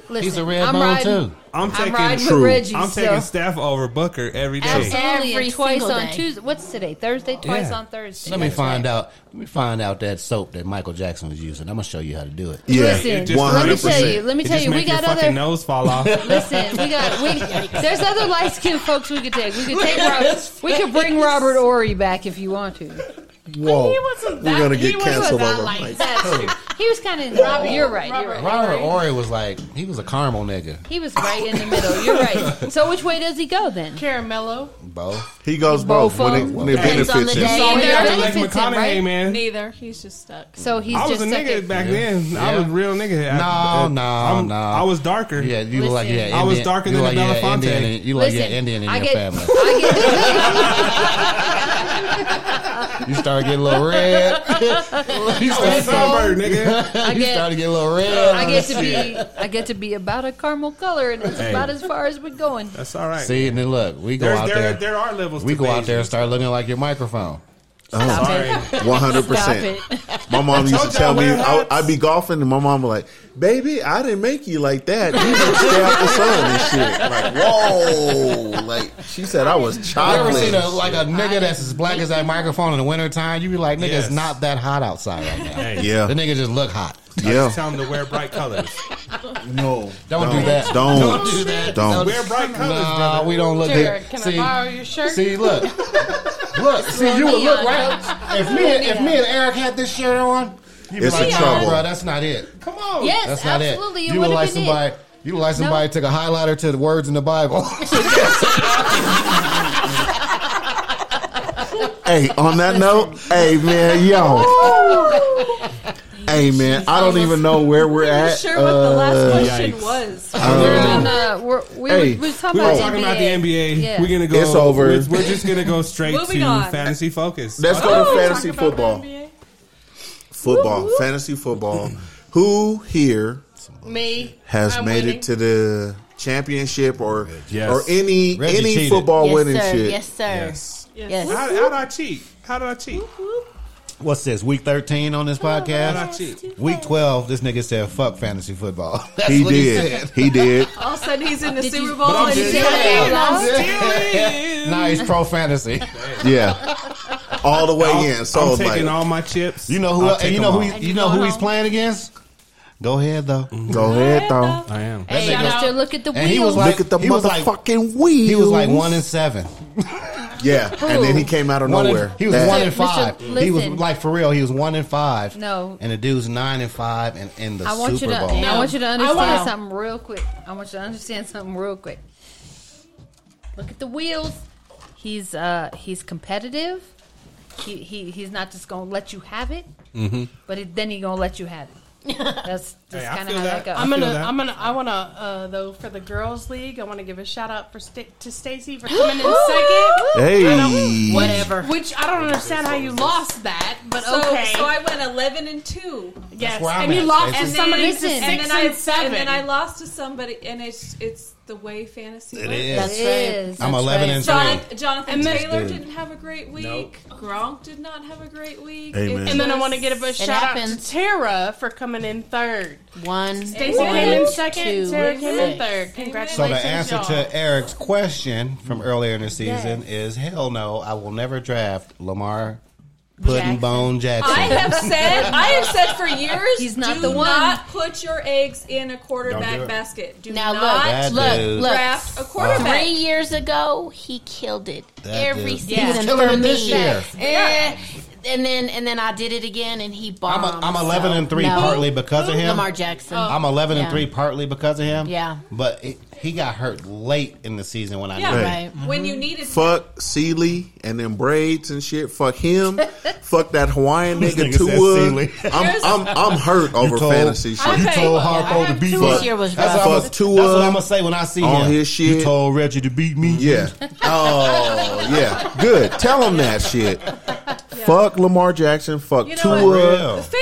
Speaker 4: Listen,
Speaker 5: He's a red
Speaker 4: I'm
Speaker 5: bone
Speaker 4: riding,
Speaker 5: too.
Speaker 3: I'm taking
Speaker 4: riding with
Speaker 3: true.
Speaker 4: Reggie
Speaker 3: I'm
Speaker 4: still.
Speaker 3: taking Steph over Booker every day.
Speaker 4: Absolutely,
Speaker 7: Every
Speaker 4: and twice
Speaker 7: single
Speaker 4: on
Speaker 7: day.
Speaker 4: Tuesday. What's today? Thursday. Twice
Speaker 3: Yeah.
Speaker 4: on Thursday.
Speaker 5: Let me find out. Let me find out that soap that Michael Jackson was using. I'm gonna show you how to do it.
Speaker 2: yeah,
Speaker 4: Listen, let me tell you. Let me
Speaker 3: It
Speaker 4: tell
Speaker 3: just
Speaker 4: you. We
Speaker 3: make your
Speaker 4: got
Speaker 3: fucking
Speaker 4: other.
Speaker 3: nose fall off.
Speaker 4: Listen, we got we. There's other light skinned folks we could take. We could take. Robert, we could bring Robert Ory back if you want to.
Speaker 2: Whoa,
Speaker 9: He wasn't that.
Speaker 2: we're gonna
Speaker 9: he
Speaker 2: get
Speaker 9: wasn't
Speaker 2: canceled
Speaker 9: that
Speaker 2: over.
Speaker 9: like
Speaker 2: Mike.
Speaker 9: that.
Speaker 4: He was kind of in the Robert. You're right. You're right.
Speaker 5: Robert Ory was like he was a caramel nigga.
Speaker 4: He was right in the middle. You're right. So which way does he go then?
Speaker 9: Caramello.
Speaker 5: Bo.
Speaker 2: He goes both when it, when it
Speaker 7: Depends on
Speaker 2: benefits
Speaker 7: the
Speaker 2: him.
Speaker 7: day.
Speaker 3: Sorry,
Speaker 4: Neither
Speaker 3: I
Speaker 4: really
Speaker 3: like
Speaker 4: fits him,
Speaker 3: McConaughey,
Speaker 4: right?
Speaker 3: man.
Speaker 8: Neither. He's just stuck.
Speaker 4: So he's
Speaker 3: I was
Speaker 4: just
Speaker 3: a
Speaker 4: stuck
Speaker 3: nigga
Speaker 4: at-
Speaker 3: back then. I was a real nigga. I-
Speaker 5: No,
Speaker 3: I-
Speaker 5: no,
Speaker 3: I'm-
Speaker 5: no.
Speaker 3: I was darker.
Speaker 5: Yeah, you look like yeah.
Speaker 4: Listen.
Speaker 5: Indian,
Speaker 3: I was darker
Speaker 5: you
Speaker 3: than
Speaker 5: like,
Speaker 3: a
Speaker 5: yeah,
Speaker 3: Belafonte.
Speaker 5: Indian, you like yeah,
Speaker 4: Listen,
Speaker 5: Indian in
Speaker 4: I
Speaker 5: your
Speaker 4: get-
Speaker 5: family.
Speaker 4: I get
Speaker 5: You start getting a little red. you
Speaker 3: I was a
Speaker 5: start,
Speaker 3: sunbird, nigga.
Speaker 4: I
Speaker 5: you start
Speaker 4: get
Speaker 5: to get a little red.
Speaker 4: I get to be I get to be about a caramel color, and it's
Speaker 3: Hey.
Speaker 4: about as far as we're going.
Speaker 3: That's all right.
Speaker 5: See, and then look, we go
Speaker 3: There's-
Speaker 5: out
Speaker 3: there,
Speaker 5: there.
Speaker 3: there are levels.
Speaker 5: we
Speaker 3: to
Speaker 5: go out
Speaker 3: beige.
Speaker 5: there and start looking like your microphone.
Speaker 4: Stop
Speaker 3: Sorry.
Speaker 4: it.
Speaker 2: Uh-huh. One hundred
Speaker 4: Stop
Speaker 2: percent.
Speaker 4: it.
Speaker 2: My mom used to
Speaker 3: y'all
Speaker 2: tell me
Speaker 3: wear
Speaker 2: I,
Speaker 3: hats.
Speaker 2: I'd be golfing, and my mom was like, "Baby, I didn't make you like that. You just stay out the sun and shit." Like, whoa! Like she said, I was
Speaker 5: You ever seen a,
Speaker 2: chocolate.
Speaker 5: like a nigga that's as black as that microphone in the wintertime? You be like, nigga,
Speaker 3: Yes.
Speaker 5: it's not that hot outside right now.
Speaker 3: Hey,
Speaker 2: Yeah,
Speaker 5: The nigga just look hot.
Speaker 3: I just
Speaker 2: yeah.
Speaker 3: tell them to wear bright colors.
Speaker 2: No,
Speaker 5: Don't do that.
Speaker 2: Don't.
Speaker 5: Don't do that.
Speaker 2: Don't.
Speaker 3: Wear bright colors,
Speaker 5: Nah,
Speaker 3: brother.
Speaker 5: we don't look
Speaker 9: Jared,
Speaker 5: good.
Speaker 9: can
Speaker 5: see,
Speaker 9: I borrow your shirt?
Speaker 5: see, look, look, see, you would look right. If me, and, if me and Eric had this shirt on, you'd be
Speaker 2: It's
Speaker 5: like,
Speaker 2: a
Speaker 5: nah,
Speaker 2: trouble.
Speaker 5: bro, that's not it.
Speaker 3: Come on.
Speaker 4: Yes,
Speaker 5: That's not
Speaker 4: absolutely.
Speaker 5: it.
Speaker 4: You
Speaker 5: You look
Speaker 4: would
Speaker 5: like
Speaker 4: have been it.
Speaker 5: somebody. You look like somebody took a highlighter to the words in the Bible.
Speaker 2: Hey, on that note, hey man, yo. Hey man, I don't even know where we're at.
Speaker 8: Sure, what the last
Speaker 2: Uh,
Speaker 8: question
Speaker 3: yikes.
Speaker 8: was.
Speaker 4: We're on. Uh, we're, we,
Speaker 2: Hey.
Speaker 4: were, we were talking,
Speaker 3: We were
Speaker 4: about,
Speaker 3: talking
Speaker 4: the
Speaker 3: about the NBA.
Speaker 4: Yeah.
Speaker 3: We're gonna go.
Speaker 2: It's over.
Speaker 3: We're, we're just gonna go straight
Speaker 8: Moving
Speaker 3: to
Speaker 8: on.
Speaker 3: fantasy focus.
Speaker 2: Let's go to
Speaker 9: Oh,
Speaker 2: fantasy
Speaker 9: talk about
Speaker 2: football.
Speaker 9: NBA.
Speaker 2: Football, fantasy football. Who here
Speaker 9: Me
Speaker 2: has
Speaker 9: I'm
Speaker 2: made
Speaker 9: winning.
Speaker 2: it to the championship or
Speaker 3: Yes.
Speaker 2: or any
Speaker 5: Reggie
Speaker 2: any
Speaker 5: cheated.
Speaker 2: football
Speaker 7: yes,
Speaker 2: winning
Speaker 7: sir.
Speaker 2: shit?
Speaker 7: yes, sir.
Speaker 3: Yes.
Speaker 7: Yes.
Speaker 3: How, how did I cheat? How did I cheat?
Speaker 5: What's this? Week thirteen on this
Speaker 3: How did I
Speaker 5: podcast.
Speaker 3: cheat?
Speaker 5: Week twelve, this nigga said, "Fuck fantasy football." That's
Speaker 2: He
Speaker 5: what he
Speaker 2: did.
Speaker 5: said.
Speaker 2: He did.
Speaker 8: All of a sudden, he's in the Super
Speaker 7: you-
Speaker 8: Bowl.
Speaker 3: I'm
Speaker 8: and
Speaker 3: just
Speaker 8: he's
Speaker 3: saying.
Speaker 8: like,
Speaker 7: Lost.
Speaker 5: Now he's pro fantasy.
Speaker 2: Yeah. All the way
Speaker 3: I'll-
Speaker 2: in. So
Speaker 3: I'm
Speaker 2: it's
Speaker 3: taking
Speaker 2: like,
Speaker 3: all my chips.
Speaker 5: You know who?
Speaker 3: I'll
Speaker 5: else-
Speaker 3: take
Speaker 5: you know
Speaker 3: them
Speaker 5: who?
Speaker 3: all.
Speaker 5: He, you know who he's playing against? Go ahead though.
Speaker 2: go ahead though.
Speaker 3: I am.
Speaker 4: Hey,
Speaker 5: That nigga-
Speaker 4: Mister, look at the
Speaker 5: And he was
Speaker 4: wheels.
Speaker 5: like-
Speaker 2: Look at the
Speaker 5: he was like-
Speaker 2: motherfucking wheels.
Speaker 5: He was like one in seven.
Speaker 2: Yeah. And then he came out of
Speaker 5: One in-
Speaker 2: nowhere.
Speaker 5: he was
Speaker 2: That-
Speaker 5: one in
Speaker 4: Mr.
Speaker 5: five. He was
Speaker 4: Listen.
Speaker 5: like for real. He was one in five.
Speaker 4: No.
Speaker 5: And the dude's nine and five, and in the
Speaker 4: I want
Speaker 5: Super
Speaker 4: you to.
Speaker 5: Bowl.
Speaker 4: I want you to
Speaker 9: I
Speaker 4: understand
Speaker 9: wanna-
Speaker 4: something real quick. I want you to understand something real quick. Look at the wheels. He's uh he's competitive.
Speaker 5: Mm-hmm.
Speaker 4: He, he he's not just gonna let you have it, but it, then he gonna let you have it. That's just
Speaker 3: Hey, I
Speaker 4: kind of
Speaker 3: feel
Speaker 4: how
Speaker 3: that.
Speaker 4: that, goes.
Speaker 3: I
Speaker 9: I'm gonna,
Speaker 3: feel that.
Speaker 9: I'm gonna, I wanna, uh, though, for the girls' league, I wanna give a shout out for Sta to Stacy for coming in second,
Speaker 2: Hey,
Speaker 4: Whatever.
Speaker 9: which I don't understand how you lost that, but
Speaker 8: So,
Speaker 9: okay,
Speaker 8: so I went 11 and 2.
Speaker 9: yes,
Speaker 5: where I'm
Speaker 9: and you
Speaker 5: at,
Speaker 9: lost to
Speaker 5: Stacey.
Speaker 9: somebody
Speaker 4: Listen,
Speaker 9: to six and,
Speaker 4: and
Speaker 8: then I
Speaker 9: seven,
Speaker 8: and then I lost to somebody and it's it's the way fantasy
Speaker 5: It
Speaker 8: works.
Speaker 5: is.
Speaker 4: That's right.
Speaker 5: I'm 11 and
Speaker 8: John,
Speaker 5: 3.
Speaker 8: Jonathan
Speaker 9: And then-
Speaker 8: Taylor
Speaker 5: Dude.
Speaker 8: didn't have a great week. Gronk did not have a great week.
Speaker 2: Amen.
Speaker 9: and then I wanna give a
Speaker 8: was-
Speaker 9: shout out to
Speaker 7: happens.
Speaker 9: Tara for coming in third.
Speaker 7: One.
Speaker 9: Stacy came in second,
Speaker 7: two,
Speaker 9: Tara came
Speaker 7: six.
Speaker 9: in third.
Speaker 8: So
Speaker 5: So
Speaker 9: Congratulations,
Speaker 5: the answer
Speaker 9: y'all.
Speaker 5: to Eric's question from earlier in the season is hell no, I will never draft Lamar Pudding Bone Jackson.
Speaker 8: I have said I have said for years
Speaker 4: He's not
Speaker 8: do
Speaker 4: the one.
Speaker 8: not put your eggs in
Speaker 5: Don't
Speaker 8: a
Speaker 5: do it.
Speaker 8: quarterback basket. Do
Speaker 7: Now
Speaker 8: not
Speaker 5: That
Speaker 7: look, look,
Speaker 5: dude.
Speaker 7: look.
Speaker 8: draft a quarterback.
Speaker 7: Three years ago, he killed it
Speaker 5: That
Speaker 7: every
Speaker 5: dude.
Speaker 7: season
Speaker 5: He's killing
Speaker 7: for
Speaker 5: it
Speaker 7: me.
Speaker 5: this year.
Speaker 7: Eh, And then and then I did it again, and he
Speaker 5: I'm,
Speaker 7: bombed.
Speaker 5: a, I'm 11
Speaker 7: so,
Speaker 5: and 3
Speaker 7: no.
Speaker 5: partly because of him.
Speaker 7: Lamar Jackson.
Speaker 8: Oh.
Speaker 5: I'm 11 and
Speaker 7: Yeah.
Speaker 5: 3 partly because of him.
Speaker 7: Yeah.
Speaker 5: But it, he got hurt late in the season when I
Speaker 8: Yeah.
Speaker 5: knew. it.
Speaker 7: Right.
Speaker 8: When you needed
Speaker 2: Mm-hmm. fuck Sealy and them braids and shit. Fuck him. fuck that Hawaiian
Speaker 5: This
Speaker 2: nigga
Speaker 5: nigga said
Speaker 2: Tua.
Speaker 5: Sealy.
Speaker 2: I'm I'm I'm hurt over
Speaker 5: told-
Speaker 2: fantasy shit.
Speaker 5: You told Harpo to beat
Speaker 7: This
Speaker 5: me.
Speaker 7: year was
Speaker 5: That's
Speaker 7: rough.
Speaker 5: what, I'm,
Speaker 2: Fuck
Speaker 5: that's
Speaker 2: Tua
Speaker 5: what I'm gonna say when I see
Speaker 2: on
Speaker 5: him.
Speaker 2: his shit.
Speaker 5: You told Reggie to beat me.
Speaker 2: Yeah. Oh, yeah. Good. Tell him that shit. Fuck Lamar Jackson. Fuck
Speaker 8: You know
Speaker 2: Tua.
Speaker 5: For real.
Speaker 8: Fantasy,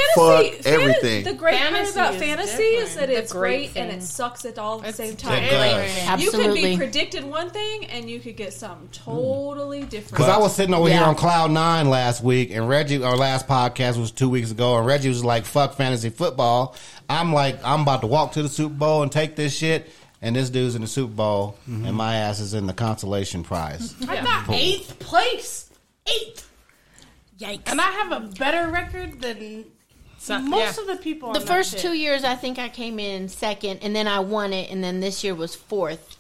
Speaker 2: Fuck
Speaker 8: fan-
Speaker 2: everything.
Speaker 8: The great
Speaker 9: Fantasy
Speaker 8: part about
Speaker 9: is
Speaker 8: fantasy
Speaker 9: different.
Speaker 8: is that it's
Speaker 4: great
Speaker 8: great, and it sucks at all at the same time.
Speaker 5: different. Great.
Speaker 8: You could be
Speaker 7: Absolutely.
Speaker 8: predicted one thing, and you could get something
Speaker 2: Mm.
Speaker 8: totally different.
Speaker 5: Because I was sitting over here
Speaker 7: Yeah.
Speaker 5: on cloud nine last week, and Reggie, our last podcast was two weeks ago, and Reggie was like, "Fuck fantasy football." I'm like, I'm about to walk to the Super Bowl and take this shit, and this dude's in the Super Bowl,
Speaker 11: Mm-hmm.
Speaker 5: and my ass is in the consolation prize.
Speaker 9: I got eighth place. Eighth.
Speaker 7: Yikes.
Speaker 9: And I have a better record than most of the people.
Speaker 7: the
Speaker 9: on
Speaker 7: first
Speaker 9: that
Speaker 7: two
Speaker 9: shit.
Speaker 7: years, I think I came in second, and then I won it, and then this year was fourth.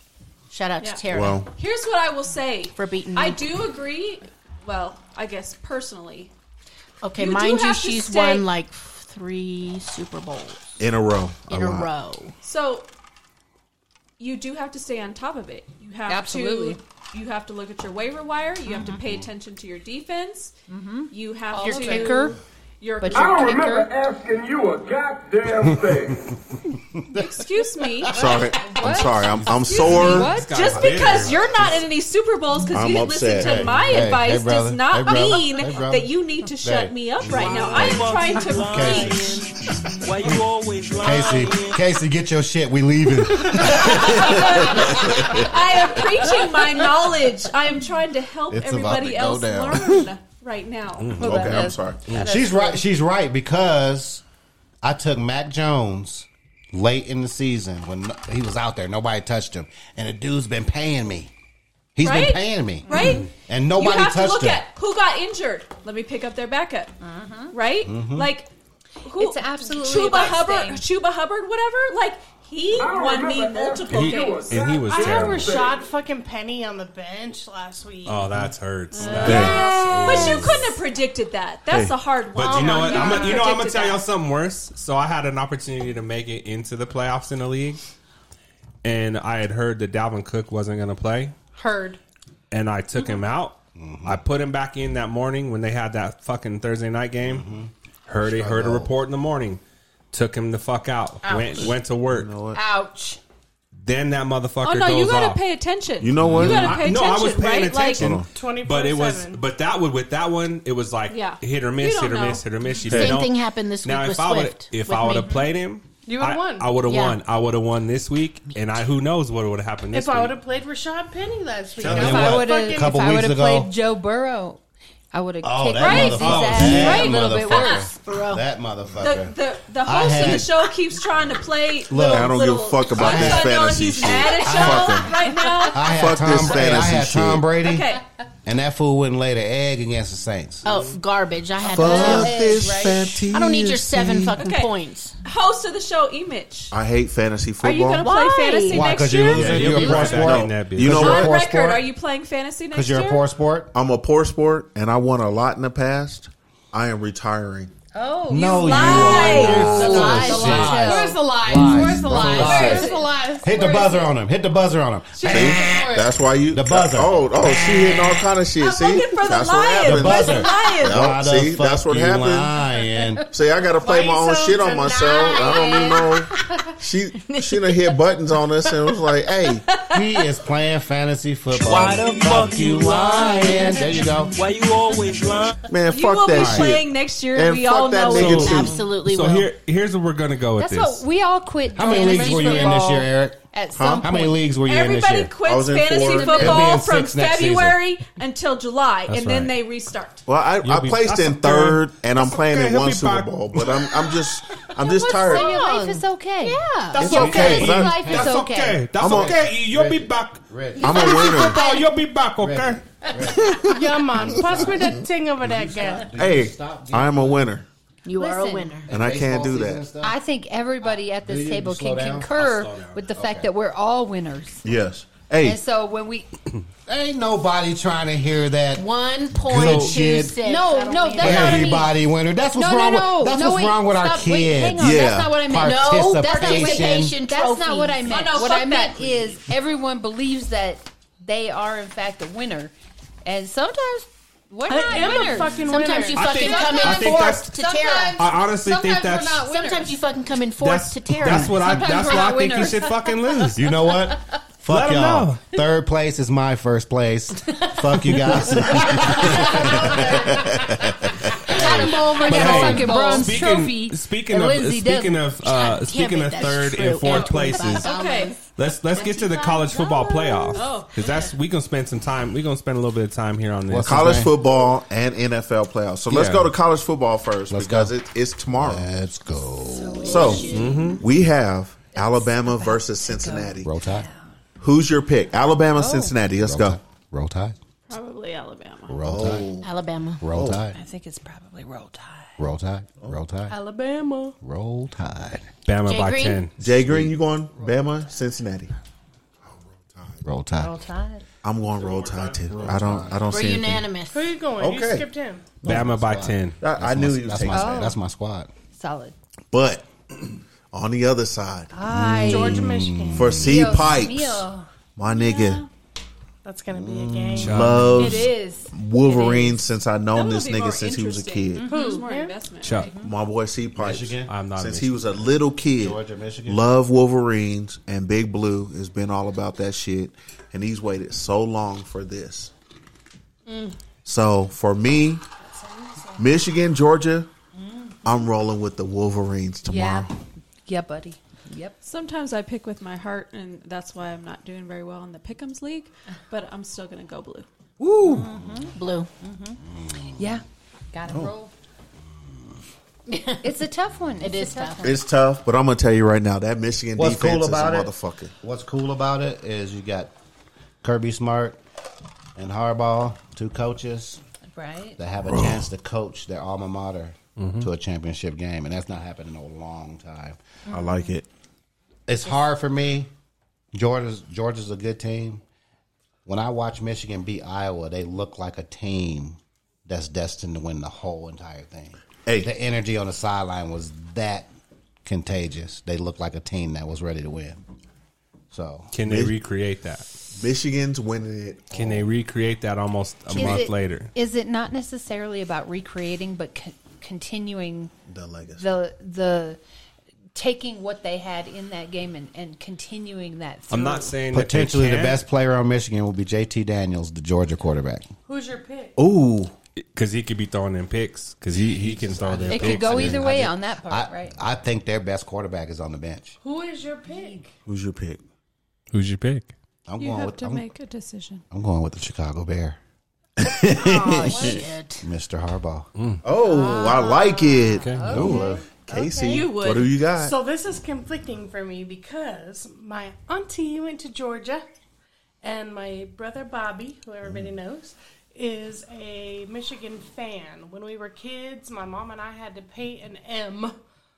Speaker 7: Shout out
Speaker 8: Yeah.
Speaker 7: to Tara
Speaker 2: Well,
Speaker 8: Here's what I will say
Speaker 7: for beating me.
Speaker 8: I do agree. Well, I guess personally,
Speaker 7: okay,
Speaker 8: you do
Speaker 7: mind you,
Speaker 8: have to
Speaker 7: she's
Speaker 8: stay-
Speaker 7: won like three Super Bowls
Speaker 2: in a row.
Speaker 7: in a,
Speaker 2: lot.
Speaker 7: row.
Speaker 8: so you do have to stay on top of it. You have
Speaker 4: Absolutely.
Speaker 8: to. You have to look at your waiver wire. You have to pay attention to your defense. You have
Speaker 4: Your
Speaker 8: to
Speaker 4: kicker.
Speaker 8: Your
Speaker 4: But
Speaker 8: kicker.
Speaker 4: your kicker.
Speaker 11: asking you a goddamn thing.
Speaker 8: excuse me.
Speaker 2: Sorry. I'm sorry. I'm, I'm sore.
Speaker 4: What?
Speaker 8: Just because you're not in any Super Bowls because
Speaker 2: I'm
Speaker 8: you didn't listen
Speaker 2: upset.
Speaker 8: to
Speaker 2: Hey,
Speaker 8: my
Speaker 5: hey, hey,
Speaker 8: advice
Speaker 5: brother.
Speaker 8: does not
Speaker 5: Hey, brother.
Speaker 8: mean
Speaker 5: Hey, brother.
Speaker 8: that you need to shut
Speaker 5: Hey.
Speaker 8: me up right now. I am trying to
Speaker 5: Casey.
Speaker 8: preach.
Speaker 11: Why you always
Speaker 5: Casey, Casey, get your shit. We leaving.
Speaker 8: I am preaching my knowledge. I am trying to help
Speaker 5: It's about to
Speaker 8: everybody
Speaker 5: go
Speaker 8: else
Speaker 5: down. Mm-hmm.
Speaker 8: learn right now.
Speaker 2: Okay, I'm sorry.
Speaker 5: she's right. She's right because I took Mac Jones late in the season when no- he was out there. Nobody touched him, and the dude's been paying me. He's been
Speaker 8: Right?
Speaker 5: paying me, Mm-hmm.
Speaker 8: Right?
Speaker 5: And nobody
Speaker 8: you have
Speaker 5: touched
Speaker 8: to look
Speaker 5: him.
Speaker 8: at who got injured. Let me pick up their backup. Right?
Speaker 5: Mm-hmm.
Speaker 8: Like who?
Speaker 4: It's absolutely
Speaker 8: Chuba
Speaker 4: about
Speaker 8: Hubbard. Chuba Hubbard. Whatever. Like he won me multiple games.
Speaker 3: and he was
Speaker 9: I had
Speaker 3: terrible.
Speaker 9: Rashad fucking Penny on the bench last week.
Speaker 3: Oh, that hurts.
Speaker 8: But you couldn't have predicted that. That's the hard one.
Speaker 3: But you know what? I'm gonna, you know I'm gonna
Speaker 8: Predicted
Speaker 3: tell
Speaker 8: that.
Speaker 3: y'all something worse. So I had an opportunity to make it into the playoffs in the league, and I had heard that Dalvin Cook wasn't gonna play,
Speaker 8: Heard. Mm-hmm.
Speaker 3: and I took him out. I put him back in that morning when they had that fucking Thursday night game. Heard it. Heard a report in the morning. Took him the fuck out. Went went to work.
Speaker 4: Ouch.
Speaker 3: Then that motherfucker
Speaker 8: Oh no,
Speaker 3: goes
Speaker 8: you gotta
Speaker 3: off.
Speaker 8: pay attention.
Speaker 2: You know what?
Speaker 8: You gotta
Speaker 3: I-
Speaker 8: pay attention,
Speaker 3: no, I was paying
Speaker 8: right?
Speaker 3: attention.
Speaker 2: Hold on.
Speaker 3: But it was,
Speaker 9: 24/7.
Speaker 3: but that would with that one, it was like
Speaker 8: Yeah.
Speaker 3: hit or
Speaker 8: You
Speaker 3: miss,
Speaker 8: don't
Speaker 3: hit or
Speaker 8: know.
Speaker 3: miss, hit or miss. You
Speaker 7: Same
Speaker 3: don't-
Speaker 7: thing happened this
Speaker 3: Now, if
Speaker 7: week with
Speaker 3: I would,
Speaker 7: Swift.
Speaker 3: if
Speaker 7: with
Speaker 3: I would
Speaker 7: me.
Speaker 3: have played him,
Speaker 9: You would've
Speaker 3: I-
Speaker 9: won.
Speaker 3: I would have
Speaker 7: Yeah.
Speaker 3: won. I would have won this week, and I who knows what would have happened this
Speaker 9: if I would
Speaker 3: week.
Speaker 9: have played Rashad Penny last week,
Speaker 5: Tell
Speaker 9: I
Speaker 5: you
Speaker 4: If
Speaker 9: would've
Speaker 5: what,
Speaker 4: I would have,
Speaker 9: fucking-
Speaker 5: couple
Speaker 4: if I would have
Speaker 5: weeks ago-
Speaker 4: played Joe Burrow, I would have
Speaker 5: Oh,
Speaker 4: kicked
Speaker 5: that
Speaker 8: Right.
Speaker 5: motherfucker!
Speaker 4: Macy's ass
Speaker 5: That
Speaker 4: a little bit worse.
Speaker 5: motherfucker! That motherfucker!
Speaker 8: The, the, the
Speaker 5: I
Speaker 8: host of the
Speaker 5: had-
Speaker 8: show keeps trying to play. Look,
Speaker 2: I don't give a fuck about
Speaker 5: I
Speaker 2: this
Speaker 5: had-
Speaker 2: fantasy
Speaker 8: he's
Speaker 2: shit.
Speaker 8: mad
Speaker 2: Fuck
Speaker 8: at y'all
Speaker 2: him.
Speaker 8: right now.
Speaker 5: I had
Speaker 2: Fuck
Speaker 5: Tom
Speaker 2: this
Speaker 5: Brady. I
Speaker 2: fantasy
Speaker 5: had Tom
Speaker 2: shit.
Speaker 5: Brady,
Speaker 8: Okay,
Speaker 5: and that fool wouldn't lay the egg against the Saints.
Speaker 7: Oh, garbage! I had.
Speaker 2: Fuck
Speaker 7: to
Speaker 2: this fantasy.
Speaker 7: I don't need your seven fucking
Speaker 8: Okay.
Speaker 7: points.
Speaker 8: host of the show, E. Mitch.
Speaker 2: I hate fantasy
Speaker 8: Are you
Speaker 2: football.
Speaker 8: going to play
Speaker 7: Why?
Speaker 8: fantasy
Speaker 5: Why?
Speaker 8: next
Speaker 5: Because you
Speaker 8: year?
Speaker 5: lose it.
Speaker 3: Yeah,
Speaker 5: You're
Speaker 3: you'll
Speaker 5: a
Speaker 3: be
Speaker 5: poor
Speaker 3: right back in
Speaker 5: sport.
Speaker 3: that bitch.
Speaker 2: You know
Speaker 5: Because you're a
Speaker 8: On
Speaker 2: what?
Speaker 5: poor
Speaker 8: record,
Speaker 5: sport.
Speaker 8: are you playing fantasy next
Speaker 5: Because you're
Speaker 8: year?
Speaker 5: a poor sport.
Speaker 2: I'm a poor sport and I won a lot in the past. I am retiring.
Speaker 4: Oh,
Speaker 5: No, you
Speaker 4: lies.
Speaker 5: lies.
Speaker 4: The lies.
Speaker 5: Bullshit.
Speaker 4: Where's the lies?
Speaker 5: Lies.
Speaker 4: Where's the lies?
Speaker 5: Lies.
Speaker 4: Where's the lies?
Speaker 5: Hit the buzzer on him. Hit the buzzer on him.
Speaker 2: That's why you
Speaker 5: The buzzer.
Speaker 2: Oh, oh, she hitting all kind of shit. see,
Speaker 4: looking for the
Speaker 2: that's
Speaker 4: lion.
Speaker 5: The
Speaker 2: what happens.
Speaker 5: buzzer.
Speaker 4: Lies.
Speaker 2: Yup,
Speaker 5: Why the
Speaker 2: see,
Speaker 5: fuck
Speaker 2: that's what
Speaker 5: you
Speaker 2: happened.
Speaker 5: lying?
Speaker 2: See, I gotta play
Speaker 9: Why
Speaker 2: my
Speaker 9: you
Speaker 2: own
Speaker 9: so
Speaker 2: shit on myself. I don't even know. She she done hit buttons on us and was like, "Hey,
Speaker 5: He is playing fantasy football.
Speaker 12: Why the fuck you lying?
Speaker 5: There you go.
Speaker 12: Why you always lying?
Speaker 2: man,
Speaker 8: You will
Speaker 2: fuck
Speaker 8: be
Speaker 2: that shit."
Speaker 8: playing next year.
Speaker 2: And
Speaker 8: we all
Speaker 2: fuck that
Speaker 8: know
Speaker 2: nigga
Speaker 8: it.
Speaker 2: too.
Speaker 7: Absolutely
Speaker 3: So
Speaker 7: will.
Speaker 3: here, here's where we're gonna go with
Speaker 4: That's
Speaker 3: this.
Speaker 4: what we all quit.
Speaker 5: How many
Speaker 4: fantasy
Speaker 5: leagues were you in this
Speaker 4: football
Speaker 5: year, Eric?
Speaker 4: At some
Speaker 5: How many
Speaker 4: point.
Speaker 5: leagues were you in this
Speaker 8: Everybody
Speaker 5: year?
Speaker 2: I was
Speaker 8: quits
Speaker 2: in
Speaker 8: fantasy
Speaker 2: four.
Speaker 5: It'll be
Speaker 8: football
Speaker 5: in
Speaker 8: from
Speaker 5: six next season.
Speaker 8: February until July,
Speaker 3: That's
Speaker 8: and then
Speaker 3: right.
Speaker 8: they restart.
Speaker 2: Well, I, I
Speaker 3: be-
Speaker 2: placed
Speaker 3: that's
Speaker 2: in
Speaker 3: okay.
Speaker 2: third, and I'm playing
Speaker 3: okay.
Speaker 2: in
Speaker 3: He'll
Speaker 2: one
Speaker 3: be
Speaker 2: Super
Speaker 3: back.
Speaker 2: Bowl, but I'm I'm just I'm just
Speaker 4: Your
Speaker 2: tired.
Speaker 4: life is okay. Yeah.
Speaker 2: It's okay.
Speaker 4: Your
Speaker 2: son.
Speaker 4: life is
Speaker 3: That's okay.
Speaker 4: okay.
Speaker 3: That's
Speaker 2: I'm a-
Speaker 3: okay. You'll be back.
Speaker 5: Red.
Speaker 2: I'm a winner.
Speaker 3: Oh, you'll be back. Okay.
Speaker 9: Yeah, man. Pass me that thing over that guy.
Speaker 2: Hey,
Speaker 5: Stop.
Speaker 2: I'm a winner,
Speaker 7: you are a
Speaker 4: Listen.
Speaker 7: winner.
Speaker 2: and I can't do that.
Speaker 4: I think everybody at this
Speaker 5: you
Speaker 4: table
Speaker 5: slow
Speaker 4: can
Speaker 5: down? I'll
Speaker 4: concur
Speaker 5: slow down.
Speaker 4: with the
Speaker 5: Okay.
Speaker 4: fact that we're all winners.
Speaker 2: Yes. Hey,
Speaker 4: And so when we
Speaker 5: Ain't nobody trying to hear that.
Speaker 7: One point two
Speaker 5: shit.
Speaker 7: six.
Speaker 4: No,
Speaker 7: I don't
Speaker 4: no,
Speaker 7: mean
Speaker 4: that's not what I mean.
Speaker 5: Everybody winner. That's what's
Speaker 4: no,
Speaker 5: wrong
Speaker 4: no, no,
Speaker 5: with that's
Speaker 4: no,
Speaker 5: what's
Speaker 4: wait,
Speaker 5: wrong with our
Speaker 4: stop, Wait, hang
Speaker 5: kids.
Speaker 4: on,
Speaker 2: Yeah.
Speaker 4: that's not what I meant.
Speaker 5: Participation.
Speaker 4: No, that's not what I
Speaker 7: Participation
Speaker 4: meant. That's not what I
Speaker 7: trophies.
Speaker 4: meant.
Speaker 8: Oh, no,
Speaker 4: what
Speaker 8: fuck
Speaker 4: I
Speaker 8: that.
Speaker 4: meant is everyone believes that they are in fact a winner, and sometimes we're
Speaker 9: I
Speaker 4: not
Speaker 9: am a
Speaker 4: winners.
Speaker 9: fucking winner.
Speaker 7: Sometimes you
Speaker 3: I
Speaker 7: fucking
Speaker 3: think-
Speaker 7: come
Speaker 3: I
Speaker 7: in
Speaker 3: think
Speaker 7: fourth to
Speaker 4: sometimes-
Speaker 7: Tara.
Speaker 3: I honestly
Speaker 4: sometimes
Speaker 3: think that's
Speaker 4: we're not winners.
Speaker 7: Sometimes you fucking come in fourth
Speaker 3: that's
Speaker 7: to Tara.
Speaker 3: that's what I
Speaker 4: Sometimes
Speaker 3: that's
Speaker 4: we're
Speaker 3: why I
Speaker 4: not
Speaker 3: think you
Speaker 4: winners.
Speaker 3: should fucking lose.
Speaker 5: You know what? Fuck
Speaker 3: Let 'em
Speaker 5: y'all.
Speaker 3: know.
Speaker 5: Third place is my first place. Fuck you guys.
Speaker 4: Got him over
Speaker 5: But
Speaker 4: got a
Speaker 5: hey,
Speaker 4: fucking bronze
Speaker 3: Speaking,
Speaker 4: trophy.
Speaker 3: speaking
Speaker 4: and
Speaker 3: of
Speaker 4: Lindsay
Speaker 3: speaking
Speaker 4: doesn't.
Speaker 3: of uh, speaking
Speaker 7: Damn it,
Speaker 3: of
Speaker 7: that's
Speaker 3: third
Speaker 7: true.
Speaker 3: and fourth
Speaker 7: Everybody
Speaker 3: places,
Speaker 7: buys
Speaker 8: Okay.
Speaker 3: let's let's get to the college football playoff
Speaker 8: Oh.
Speaker 3: because that's we gonna spend some time. We are gonna spend a little bit of time here on this.
Speaker 5: What's
Speaker 2: college
Speaker 5: Okay.
Speaker 2: football and NFL playoffs. So let's
Speaker 3: Yeah.
Speaker 2: go to college football first
Speaker 5: Let's
Speaker 2: because
Speaker 5: go.
Speaker 2: it, it's tomorrow.
Speaker 5: Let's go.
Speaker 2: So we have Alabama versus Cincinnati.
Speaker 5: Roll tide.
Speaker 2: Who's your pick? Alabama, Cincinnati. Let's
Speaker 5: Roll
Speaker 2: go.
Speaker 5: tide. Roll tide.
Speaker 8: Probably Alabama.
Speaker 5: Roll tide.
Speaker 7: Alabama.
Speaker 5: Roll tide.
Speaker 4: I think it's probably roll tide. Oh.
Speaker 5: Roll tide. Roll tide.
Speaker 9: Alabama.
Speaker 5: Roll tide.
Speaker 3: Bama
Speaker 7: Jay
Speaker 3: by
Speaker 7: Green?
Speaker 3: ten.
Speaker 2: Jay Green, you going Bama, Cincinnati?
Speaker 5: Roll
Speaker 4: Roll
Speaker 5: tide.
Speaker 4: tide.
Speaker 2: I'm going roll tide too. I don't. I don't
Speaker 7: We're
Speaker 2: see anything.
Speaker 7: unanimous.
Speaker 9: Where you going? You
Speaker 2: Okay.
Speaker 9: skipped him.
Speaker 3: Bama by ten.
Speaker 2: I, I
Speaker 5: That's
Speaker 2: knew
Speaker 5: my-
Speaker 2: you was
Speaker 5: that's my,
Speaker 2: taking.
Speaker 5: squad. that's my squad.
Speaker 4: Solid.
Speaker 2: But on the other side,
Speaker 4: I
Speaker 9: Georgia, Michigan.
Speaker 2: for C
Speaker 4: Dios
Speaker 2: Pipes,
Speaker 4: mío.
Speaker 2: my nigga
Speaker 9: That's gonna be a game.
Speaker 2: Mm.
Speaker 4: It
Speaker 2: loves
Speaker 4: is.
Speaker 2: Wolverine since I known this
Speaker 8: would be
Speaker 2: nigga
Speaker 8: more
Speaker 2: since he was a
Speaker 8: interesting. Mm-hmm.
Speaker 2: kid.
Speaker 8: There's more investment.
Speaker 3: Chuck.
Speaker 2: My boy C Pipes.
Speaker 5: Michigan?
Speaker 3: I'm not a
Speaker 2: since he was a little kid.
Speaker 5: Georgia, Michigan?
Speaker 2: Love Wolverines and Big Blue has been all about that shit, and he's waited so long for this.
Speaker 4: Mm.
Speaker 2: So for me, Michigan, Georgia, I'm rolling with the Wolverines tomorrow.
Speaker 4: Yeah. Yeah, buddy. Yep.
Speaker 8: Sometimes I pick with my heart, and that's why I'm not doing very well in the Pick'ems League, but I'm still going to go blue.
Speaker 7: Blue.
Speaker 4: Yeah. Got to roll. it's a tough one. It
Speaker 7: is
Speaker 4: is tough.
Speaker 7: tough.
Speaker 2: It's tough, but I'm gonna tell you right now that Michigan
Speaker 5: What's
Speaker 2: defense
Speaker 5: cool about
Speaker 2: is
Speaker 5: it?
Speaker 2: a motherfucker.
Speaker 5: What's cool about it is you got Kirby Smart and Harbaugh, two coaches
Speaker 4: Right?
Speaker 5: that have a chance to coach their alma mater to a championship game, and that's not happened in a long time.
Speaker 2: I like it.
Speaker 5: It's hard for me. Georgia's Georgia's a good team. When I watch Michigan beat Iowa, they look like a team that's destined to win the whole entire thing.
Speaker 2: Hey.
Speaker 5: The energy on the sideline was that contagious. They looked like a team that was ready to win. So
Speaker 3: Can they recreate that?
Speaker 2: Michigan's winning it.
Speaker 3: Can they recreate that almost a
Speaker 4: Is
Speaker 3: month
Speaker 4: it-
Speaker 3: later?
Speaker 4: Is it not necessarily about recreating, but co- continuing
Speaker 2: The legacy.
Speaker 4: the the taking what they had in that game and, and continuing that? Through.
Speaker 3: I'm not saying that they
Speaker 5: potentially the
Speaker 3: can,
Speaker 5: best player on Michigan will be JT Daniels, the Georgia quarterback.
Speaker 9: Who's your pick?
Speaker 2: Ooh,
Speaker 3: because he could be throwing in picks because he, he can throw them.
Speaker 4: It
Speaker 3: picks.
Speaker 4: could go either way on that part,
Speaker 5: I,
Speaker 4: right?
Speaker 5: I think their best quarterback is on the bench.
Speaker 9: Who is your pick?
Speaker 2: who's your pick?
Speaker 3: Who's your pick?
Speaker 5: I'm
Speaker 8: You
Speaker 5: going
Speaker 8: have
Speaker 5: with
Speaker 8: to
Speaker 5: I'm,
Speaker 8: make a decision.
Speaker 5: I'm going with the Chicago Bear,
Speaker 7: Oh, shit.
Speaker 5: Mr. Harbaugh.
Speaker 2: Oh, I like it. Ooh, Casey,
Speaker 8: You would.
Speaker 2: what do you got?
Speaker 9: So this is conflicting for me because my auntie went to Georgia, and my brother Bobby, who
Speaker 2: Mm.
Speaker 9: everybody knows, is a Michigan fan. When we were kids, my mom and I had to paint an M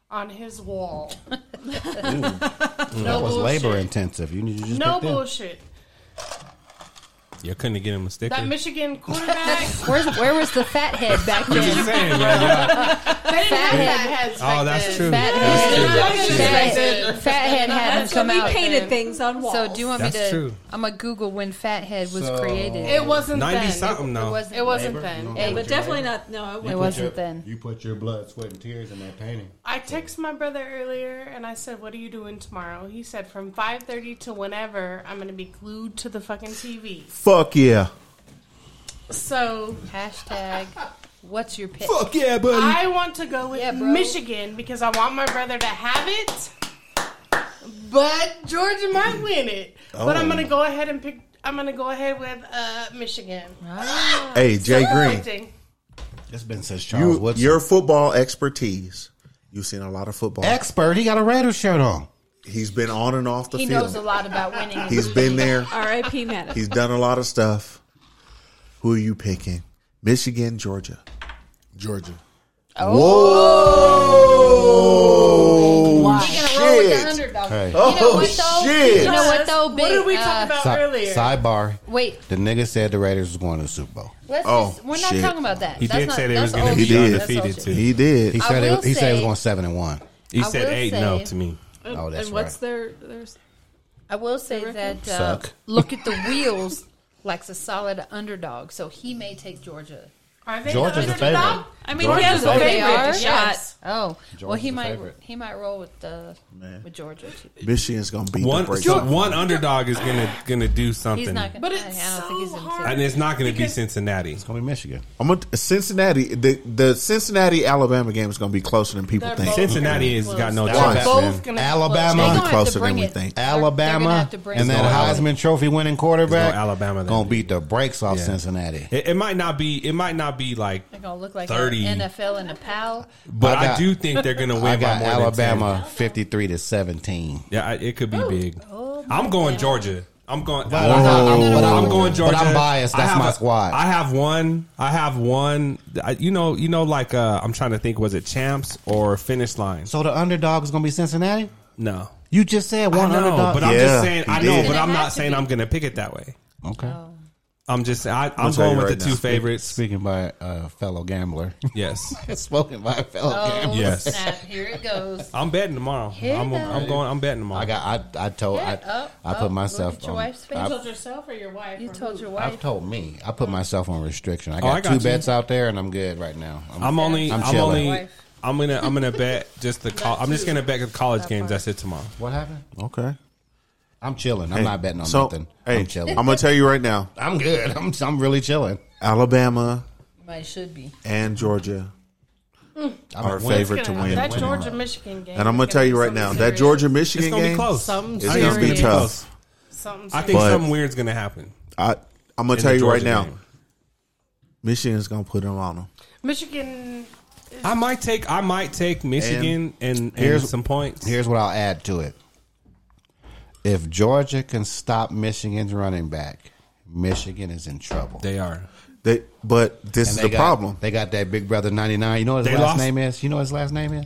Speaker 9: on his wall.
Speaker 5: that was
Speaker 9: bullshit.
Speaker 5: labor intensive. You need to just
Speaker 9: No
Speaker 5: pick them.
Speaker 9: bullshit.
Speaker 3: You couldn't get him a sticker.
Speaker 9: That Michigan quarterback.
Speaker 6: Where's, where was the fat head back
Speaker 3: I'm just
Speaker 6: then?
Speaker 3: saying, man, y'all-
Speaker 9: they
Speaker 6: Fathead.
Speaker 9: didn't have fat heads back
Speaker 3: Oh, that's
Speaker 9: then.
Speaker 3: true.
Speaker 6: Fat
Speaker 3: That's
Speaker 6: head.
Speaker 3: true.
Speaker 9: That's
Speaker 6: Fat
Speaker 9: true.
Speaker 6: head. Fat head had him
Speaker 8: That's when
Speaker 6: come
Speaker 8: we
Speaker 6: out.
Speaker 8: painted things on walls.
Speaker 6: So do you want me to?
Speaker 3: That's true.
Speaker 6: I'm gonna Google when Fathead was
Speaker 5: So-
Speaker 6: created.
Speaker 9: It wasn't
Speaker 3: 90
Speaker 9: then.
Speaker 3: something,
Speaker 6: It
Speaker 3: no.
Speaker 6: wasn't.
Speaker 9: It wasn't
Speaker 5: Labor? You
Speaker 9: then.
Speaker 5: don't
Speaker 6: Hey,
Speaker 5: put
Speaker 8: but
Speaker 5: your
Speaker 8: definitely
Speaker 5: labor-
Speaker 8: not. No, it
Speaker 5: you
Speaker 6: It
Speaker 5: put
Speaker 8: wasn't.
Speaker 6: wasn't
Speaker 5: your-
Speaker 6: then.
Speaker 5: You put your blood, sweat, and tears in that painting.
Speaker 9: I texted my brother earlier and I said, "What are you doing tomorrow?" He said, "From 5:30 to whenever, I'm going to be glued to the fucking TV."
Speaker 2: Fuck yeah.
Speaker 9: So
Speaker 6: Hashtag. What's your pick?
Speaker 3: Fuck yeah, buddy.
Speaker 9: I want to go with
Speaker 6: Yeah, bro.
Speaker 9: Michigan because I want my brother to have it. But Georgia might win it. But I'm
Speaker 2: Oh.
Speaker 9: going to go ahead and pick. I'm going to go ahead with uh, Michigan.
Speaker 2: Hey, Jay Green.
Speaker 9: Expecting.
Speaker 5: It's been since Charles
Speaker 2: You,
Speaker 5: Woodson.
Speaker 2: your football expertise. You've seen a lot of football.
Speaker 5: expert. He got a Raiders shirt on.
Speaker 2: He's been on and off the
Speaker 6: He knows a
Speaker 2: field.
Speaker 6: lot about winning. and
Speaker 2: He's been there.
Speaker 8: R.I.P. Maddox.
Speaker 2: He's done a lot of stuff. Who are you picking? Michigan, Georgia.
Speaker 5: Georgia.
Speaker 2: Whoa!
Speaker 6: He's gonna roll with the
Speaker 2: Shit.
Speaker 6: underdog.
Speaker 5: Hey.
Speaker 6: You know what
Speaker 2: Oh,
Speaker 6: though?
Speaker 2: shit.
Speaker 6: You know what though? Big,
Speaker 9: What did we
Speaker 6: uh,
Speaker 9: talk about
Speaker 5: Si-
Speaker 9: earlier?
Speaker 5: Sidebar.
Speaker 6: Wait,
Speaker 5: The nigga said the Raiders was going to the Super Bowl.
Speaker 6: let's
Speaker 2: Oh,
Speaker 6: just, we're not
Speaker 2: shit.
Speaker 6: talking about that.
Speaker 3: He
Speaker 6: that's
Speaker 3: did
Speaker 6: not,
Speaker 3: say they
Speaker 6: that's
Speaker 3: was gonna
Speaker 6: old
Speaker 2: be
Speaker 6: shit.
Speaker 2: He did.
Speaker 6: That's old
Speaker 3: undefeated,
Speaker 6: shit.
Speaker 3: too.
Speaker 2: He did.
Speaker 5: He said
Speaker 6: will
Speaker 5: it, he said it was
Speaker 6: say-
Speaker 5: going seven and one.
Speaker 3: he
Speaker 6: I
Speaker 3: said
Speaker 6: will
Speaker 3: eight no
Speaker 6: say-
Speaker 3: to me.
Speaker 5: Oh, that's
Speaker 8: and what's
Speaker 5: right.
Speaker 8: their there's
Speaker 6: I will say that uh,
Speaker 5: Suck.
Speaker 6: look at the wheels likes a solid underdog, so he may take Georgia.
Speaker 9: Are they
Speaker 5: Georgia's
Speaker 9: the
Speaker 5: a favorite.
Speaker 9: underdog?
Speaker 8: I mean,
Speaker 5: Georgia's
Speaker 8: he has
Speaker 5: a
Speaker 8: a
Speaker 5: favorite.
Speaker 6: They
Speaker 8: favorite
Speaker 6: are?
Speaker 8: shot.
Speaker 9: Yes.
Speaker 6: Oh, well,
Speaker 5: Georgia's
Speaker 6: he
Speaker 5: the
Speaker 6: might
Speaker 5: favorite.
Speaker 6: he might roll with the with Georgia. Too.
Speaker 2: Michigan's gonna beat the
Speaker 3: One,
Speaker 2: brakes
Speaker 3: so
Speaker 2: off.
Speaker 3: one underdog is gonna gonna do something,
Speaker 6: He's not gonna.
Speaker 9: But
Speaker 6: I-
Speaker 9: it's
Speaker 6: I don't
Speaker 9: so
Speaker 6: think he's gonna
Speaker 9: hard.
Speaker 6: take-
Speaker 3: and it's not gonna be Cincinnati.
Speaker 5: It's going to be Michigan.
Speaker 2: I'm gonna Cincinnati. The the Cincinnati Alabama game is gonna be closer than people
Speaker 9: They're
Speaker 2: think.
Speaker 9: both-
Speaker 3: Cincinnati has got no
Speaker 5: They're
Speaker 3: chance.
Speaker 9: both
Speaker 3: man.
Speaker 9: gonna-
Speaker 6: They're
Speaker 5: Alabama.
Speaker 6: gonna have
Speaker 2: closer
Speaker 6: to
Speaker 2: than
Speaker 6: bring
Speaker 2: we
Speaker 6: it.
Speaker 2: think.
Speaker 6: They're- They're gonna
Speaker 5: Alabama
Speaker 6: have to bring
Speaker 5: and
Speaker 6: it.
Speaker 5: that Heisman Trophy winning quarterback
Speaker 3: There's no Alabama that
Speaker 5: gonna
Speaker 3: year.
Speaker 5: beat the brakes off Cincinnati.
Speaker 3: It, it might not be. It might not be like.
Speaker 6: They're gonna look like
Speaker 3: 30.
Speaker 6: an NFL and a pal.
Speaker 3: But
Speaker 5: I
Speaker 3: I,
Speaker 5: got-
Speaker 3: do think they're gonna win
Speaker 5: I
Speaker 3: by
Speaker 5: got
Speaker 3: more Than 10.
Speaker 5: Alabama fifty three to seventeen.
Speaker 3: Yeah, I, it could be
Speaker 6: Oh,
Speaker 3: big. I'm going Georgia. I'm going.
Speaker 5: But I'm not- I'm
Speaker 3: I'm,
Speaker 5: not- but I'm-
Speaker 3: going
Speaker 5: but
Speaker 3: Georgia.
Speaker 5: I'm biased.
Speaker 3: I
Speaker 5: That's
Speaker 3: have
Speaker 5: my
Speaker 3: a-
Speaker 5: squad.
Speaker 3: I have one. I have one. I, you know. You know. Like uh, I'm trying to think. Was it champs or finish line?
Speaker 5: So the underdog is gonna be Cincinnati.
Speaker 3: No.
Speaker 5: You just said
Speaker 3: I
Speaker 5: one
Speaker 3: know,
Speaker 5: underdog.
Speaker 3: but I'm
Speaker 2: Yeah,
Speaker 3: just saying.
Speaker 2: he
Speaker 3: I know,
Speaker 2: did.
Speaker 3: but I'm
Speaker 6: It had
Speaker 3: not
Speaker 6: to
Speaker 3: saying
Speaker 6: be.
Speaker 3: I'm going to pick it that way.
Speaker 5: okay.
Speaker 3: I'm just. I, I'm
Speaker 2: I'll tell
Speaker 3: going
Speaker 2: you
Speaker 3: with
Speaker 2: right
Speaker 3: the
Speaker 2: now.
Speaker 3: two favorites.
Speaker 5: Speaking by a fellow gambler,
Speaker 3: Yes.
Speaker 5: spoken by a fellow
Speaker 6: Oh,
Speaker 5: gambler.
Speaker 3: Yes.
Speaker 6: snap. Here it goes.
Speaker 3: I'm betting tomorrow. I'm, I'm going. I'm betting tomorrow.
Speaker 5: I got. I I told. I,
Speaker 6: Yeah, oh,
Speaker 5: I put
Speaker 6: oh,
Speaker 5: myself.
Speaker 6: look at your
Speaker 5: on,
Speaker 6: wife's face.
Speaker 5: I,
Speaker 9: You told yourself or your wife?
Speaker 6: You
Speaker 9: or
Speaker 6: told
Speaker 9: who?
Speaker 6: your
Speaker 5: I've
Speaker 6: wife.
Speaker 5: told me. I put myself on restriction. I got,
Speaker 3: Oh, I got
Speaker 5: two
Speaker 3: you.
Speaker 5: bets out there, and I'm good right now.
Speaker 3: I'm only.
Speaker 5: I'm
Speaker 3: I'm,
Speaker 5: chilling.
Speaker 3: only.
Speaker 6: Wife.
Speaker 3: I'm gonna. I'm gonna bet just the. Col- I'm just gonna bet the college games. That's it tomorrow.
Speaker 5: What happened?
Speaker 2: Okay,
Speaker 5: I'm chilling. I'm
Speaker 2: Hey,
Speaker 5: not betting on
Speaker 2: so,
Speaker 5: nothing.
Speaker 2: Hey,
Speaker 5: I'm chilling.
Speaker 2: I'm gonna tell you right now.
Speaker 5: I'm good. I'm I'm really chilling.
Speaker 2: Alabama
Speaker 6: Might should be.
Speaker 2: and Georgia
Speaker 5: I'm
Speaker 2: are
Speaker 5: a winner.
Speaker 2: favorite to
Speaker 9: Gonna-
Speaker 2: win.
Speaker 9: That Georgia Michigan game.
Speaker 2: And I'm gonna
Speaker 9: is
Speaker 2: tell you
Speaker 9: be
Speaker 2: right
Speaker 9: something
Speaker 2: now that
Speaker 9: serious.
Speaker 2: Georgia
Speaker 3: It's
Speaker 2: Michigan
Speaker 3: gonna be
Speaker 2: game.
Speaker 3: close.
Speaker 9: Some
Speaker 2: It's gonna be
Speaker 9: serious.
Speaker 2: tough.
Speaker 9: Something
Speaker 3: I think
Speaker 2: But-
Speaker 3: something weird's gonna happen.
Speaker 2: I, I'm gonna
Speaker 3: in
Speaker 2: tell
Speaker 3: the
Speaker 2: you right
Speaker 3: Georgia
Speaker 2: now,
Speaker 3: game.
Speaker 2: Michigan's gonna put them on them.
Speaker 9: Michigan.
Speaker 3: I might take. I might take Michigan and, and,
Speaker 5: here's-
Speaker 3: some points.
Speaker 5: Here's what I'll add to it. If Georgia can stop Michigan's running back, Michigan is in trouble.
Speaker 3: They are.
Speaker 2: They, but this is
Speaker 5: And they
Speaker 2: the
Speaker 5: got-
Speaker 2: problem.
Speaker 5: They got that big brother 99. You know what his
Speaker 3: They
Speaker 5: last
Speaker 3: lost-
Speaker 5: name is? You know what his last name is?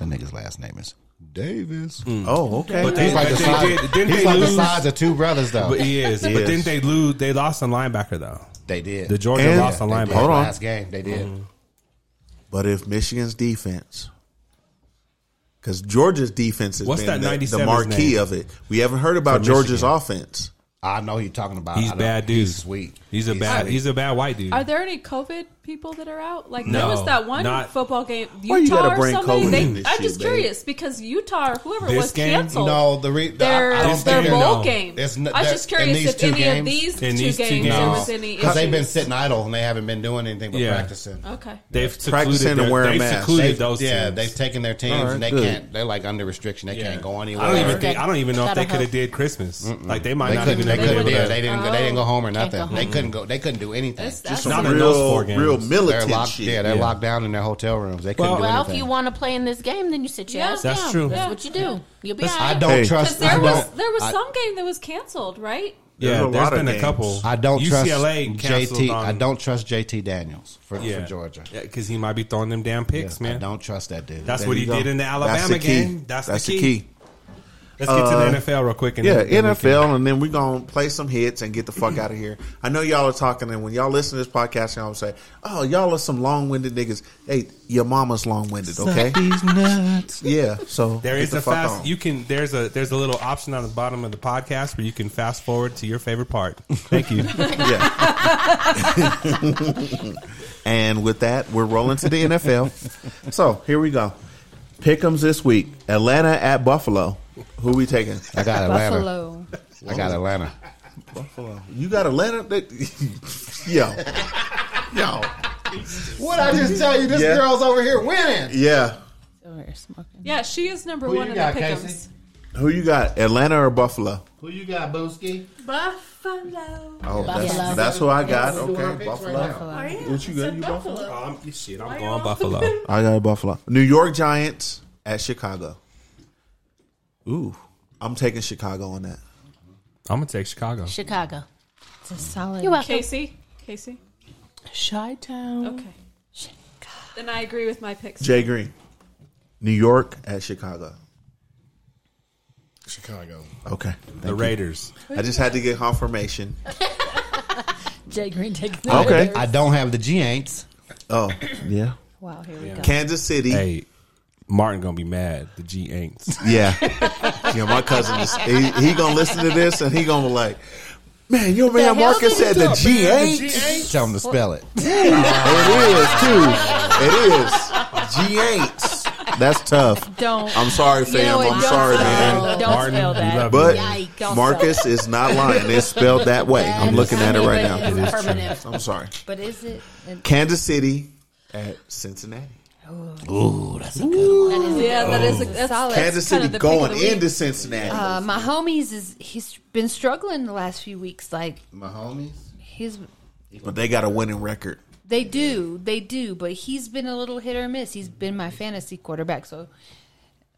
Speaker 5: That nigga's last name is Davis.
Speaker 2: oh, okay.
Speaker 3: But they,
Speaker 5: He's like,
Speaker 3: but
Speaker 5: the
Speaker 3: they
Speaker 5: size,
Speaker 3: did. Didn't
Speaker 5: he's
Speaker 3: they
Speaker 5: like the
Speaker 3: lose?
Speaker 5: size of two brothers, though.
Speaker 3: but he is.
Speaker 2: He
Speaker 3: but
Speaker 2: is.
Speaker 3: didn't they lose? They lost a linebacker though.
Speaker 5: they did.
Speaker 3: The Georgia
Speaker 2: And-
Speaker 3: lost a
Speaker 5: They did.
Speaker 3: linebacker. Mm-hmm.
Speaker 2: Hold on.
Speaker 5: Last game, they did.
Speaker 2: But if Michigan's defense, because Georgia's defense has
Speaker 3: What's
Speaker 2: been
Speaker 3: that
Speaker 2: the- the,
Speaker 3: 97's
Speaker 2: marquee
Speaker 3: name?
Speaker 2: of it. We haven't heard about
Speaker 3: From
Speaker 2: Georgia's
Speaker 3: Michigan.
Speaker 2: offense.
Speaker 5: I know who you're talking about. I
Speaker 3: He's
Speaker 5: don't-
Speaker 3: bad dude.
Speaker 5: He's sweet.
Speaker 3: He's a bad.
Speaker 5: sweet.
Speaker 3: He's a bad white dude.
Speaker 8: Are there any COVID people that are out? Like
Speaker 3: No,
Speaker 8: there was that one
Speaker 3: not-
Speaker 8: football game,
Speaker 2: Why you gotta
Speaker 8: Utah or
Speaker 2: bring
Speaker 8: somebody.
Speaker 2: COVID
Speaker 8: They,
Speaker 2: in this
Speaker 8: I'm
Speaker 2: shit,
Speaker 8: just
Speaker 2: babe?
Speaker 8: curious because Utah or whoever
Speaker 3: This
Speaker 8: was
Speaker 3: game?
Speaker 8: canceled.
Speaker 5: No, the re-
Speaker 8: their,
Speaker 5: I don't
Speaker 8: their
Speaker 5: think
Speaker 3: they're-
Speaker 8: bowl
Speaker 3: no.
Speaker 8: game.
Speaker 5: It's n-
Speaker 8: I was
Speaker 5: that-
Speaker 8: just
Speaker 5: in
Speaker 8: curious
Speaker 5: these
Speaker 8: if
Speaker 5: two
Speaker 8: any
Speaker 5: games?
Speaker 8: of these
Speaker 3: In
Speaker 8: two
Speaker 3: these two
Speaker 8: games
Speaker 3: games.
Speaker 8: there
Speaker 5: No.
Speaker 8: was any
Speaker 5: because they've been
Speaker 8: issues.
Speaker 5: sitting idle and they haven't been doing anything but
Speaker 3: Yeah.
Speaker 5: practicing.
Speaker 8: Okay.
Speaker 3: They've
Speaker 2: Practicing
Speaker 3: secluded
Speaker 2: and
Speaker 3: their,
Speaker 2: wearing
Speaker 3: they've
Speaker 2: masks.
Speaker 3: secluded
Speaker 5: They've-
Speaker 3: those.
Speaker 5: yeah,
Speaker 3: teams.
Speaker 5: they've taken their teams
Speaker 2: All right,
Speaker 5: and they
Speaker 2: good.
Speaker 5: can't. They're like under restriction. They
Speaker 3: Yeah.
Speaker 5: can't go anywhere.
Speaker 3: I don't even think.
Speaker 7: Okay.
Speaker 3: I don't even know if they
Speaker 7: That'll
Speaker 3: could have
Speaker 7: help.
Speaker 3: did Christmas. Like they might
Speaker 5: They
Speaker 3: not
Speaker 5: couldn't.
Speaker 3: even
Speaker 5: They
Speaker 3: have been
Speaker 5: couldn't.
Speaker 3: able
Speaker 5: do it.
Speaker 3: to.
Speaker 5: They didn't. Go, they didn't
Speaker 8: Oh.
Speaker 5: go home or
Speaker 7: Can't go
Speaker 5: nothing. They
Speaker 7: home.
Speaker 5: couldn't go. They couldn't do anything.
Speaker 8: That's- that's
Speaker 3: Not
Speaker 2: Some
Speaker 3: in those
Speaker 2: real,
Speaker 3: four games.
Speaker 2: real
Speaker 5: they're
Speaker 2: militant
Speaker 5: locked.
Speaker 2: shit.
Speaker 5: Yeah, they're
Speaker 3: Yeah.
Speaker 5: locked down in their hotel rooms. They couldn't
Speaker 3: Well-
Speaker 5: do
Speaker 7: Well, if
Speaker 5: anything.
Speaker 7: you want to play in this game, then you sit your
Speaker 8: Yeah.
Speaker 7: ass
Speaker 3: That's
Speaker 7: down.
Speaker 3: true.
Speaker 7: That's
Speaker 8: Yeah.
Speaker 7: what you do. You'll be all
Speaker 5: I
Speaker 7: right.
Speaker 5: don't
Speaker 8: Because
Speaker 5: trust. I
Speaker 8: there was
Speaker 5: don't-
Speaker 8: there was
Speaker 5: I-
Speaker 8: some game that was canceled, right?
Speaker 2: There's
Speaker 3: Yeah,
Speaker 2: a
Speaker 3: there's
Speaker 2: lot of
Speaker 3: been a
Speaker 2: games.
Speaker 3: couple.
Speaker 5: I don't
Speaker 3: UCLA
Speaker 5: trust
Speaker 3: canceled
Speaker 5: JT.
Speaker 3: on-
Speaker 5: I don't trust JT Daniels for,
Speaker 3: yeah.
Speaker 5: for Georgia.
Speaker 3: because he might be throwing them damn picks,
Speaker 5: I
Speaker 3: man.
Speaker 5: don't trust that dude.
Speaker 3: That's
Speaker 2: There
Speaker 3: what
Speaker 2: you
Speaker 3: he
Speaker 2: go.
Speaker 3: did in the
Speaker 2: That's
Speaker 3: Alabama
Speaker 2: the key.
Speaker 3: game. That's,
Speaker 2: That's
Speaker 3: the key. Let's get
Speaker 2: Uh,
Speaker 3: to the NFL real quick. And
Speaker 2: Yeah,
Speaker 3: then- then we can-
Speaker 2: NFL, and then we're gonna play some hits and get the fuck out of here. I know y'all are talking, and when y'all listen to this podcast, y'all will say, "Oh, y'all are some long winded niggas." Hey, your mama's long winded, okay? Yeah, so
Speaker 3: There
Speaker 2: get
Speaker 3: is
Speaker 2: the
Speaker 3: a
Speaker 2: fuck
Speaker 3: fast.
Speaker 2: on.
Speaker 3: You can. There's a. There's a little option on the bottom of the podcast where you can fast forward to your favorite part. Thank you.
Speaker 2: yeah. and with that, we're rolling to the NFL. So here we go. Pick'ems this week: Atlanta at Buffalo. Who we taking?
Speaker 5: I got Atlanta.
Speaker 4: Buffalo.
Speaker 5: I got Atlanta.
Speaker 2: Buffalo. You got Atlanta? That- Yo, yo,
Speaker 5: What I just tell you? This
Speaker 2: Yeah.
Speaker 5: girl's over here winning.
Speaker 2: yeah.
Speaker 8: Yeah, she is number
Speaker 5: Who
Speaker 8: one
Speaker 5: you
Speaker 8: in
Speaker 5: got,
Speaker 8: the pickems.
Speaker 5: Casey?
Speaker 2: Who you got? Atlanta or Buffalo?
Speaker 5: Who you got, Booski?
Speaker 9: Buffalo.
Speaker 2: Oh,
Speaker 7: Buffalo.
Speaker 2: that's, that's who I got.
Speaker 5: Doing our
Speaker 2: Okay,
Speaker 5: picks
Speaker 2: Buffalo.
Speaker 5: right now.
Speaker 9: Are you?
Speaker 2: What you got? You Buffalo?
Speaker 3: Um, shit, I'm going Buffalo.
Speaker 2: I got Buffalo. New York Giants at Chicago. Ooh, I'm taking Chicago on that.
Speaker 3: I'm gonna take Chicago.
Speaker 7: Chicago.
Speaker 4: It's a solid.
Speaker 7: You're welcome.
Speaker 8: Casey? Casey?
Speaker 9: Chi Town.
Speaker 8: Okay. Then I agree with my picks.
Speaker 2: Jay Green. New York at Chicago.
Speaker 13: Chicago.
Speaker 2: Okay.
Speaker 3: The Raiders.
Speaker 2: I just had to get confirmation.
Speaker 7: Jay Green taking
Speaker 2: Okay.
Speaker 5: I don't have the Giants.
Speaker 2: Oh, yeah.
Speaker 4: Wow, here we go.
Speaker 2: Kansas City.
Speaker 3: Hey, Martin gonna be mad. The G ain't.
Speaker 2: Yeah. yeah, my cousin is he, he gonna listen to this and he gonna be like, Man, your man Marcus said the G ain't.
Speaker 5: Tell them to spell it.
Speaker 2: It is too. It is. G ain't. That's tough.
Speaker 4: Don't.
Speaker 2: I'm sorry,
Speaker 4: you know
Speaker 2: fam.
Speaker 4: what?
Speaker 2: I'm
Speaker 4: Don't
Speaker 2: sorry,
Speaker 4: spell-
Speaker 2: man.
Speaker 4: Don't
Speaker 3: Martin,
Speaker 4: spell
Speaker 3: we
Speaker 4: that.
Speaker 3: love
Speaker 2: But
Speaker 3: you.
Speaker 7: Yikes.
Speaker 2: Marcus is not lying. It's spelled that way. I'm looking at it right now.
Speaker 4: It's permanent.
Speaker 2: I'm sorry.
Speaker 4: But is it? it-
Speaker 2: Kansas City at Cincinnati.
Speaker 4: That is
Speaker 8: Yeah, that is a, that's
Speaker 3: Oh.
Speaker 4: solid.
Speaker 2: Kansas
Speaker 8: kind
Speaker 2: City
Speaker 8: of the pick of
Speaker 2: going
Speaker 8: the week.
Speaker 2: into Cincinnati.
Speaker 4: Uh, my homies is he's been struggling the last few weeks. Like
Speaker 5: My homies.
Speaker 4: his,
Speaker 2: but they got a winning record.
Speaker 4: they do, they do, but he's been a little hit or miss. He's been my fantasy quarterback, so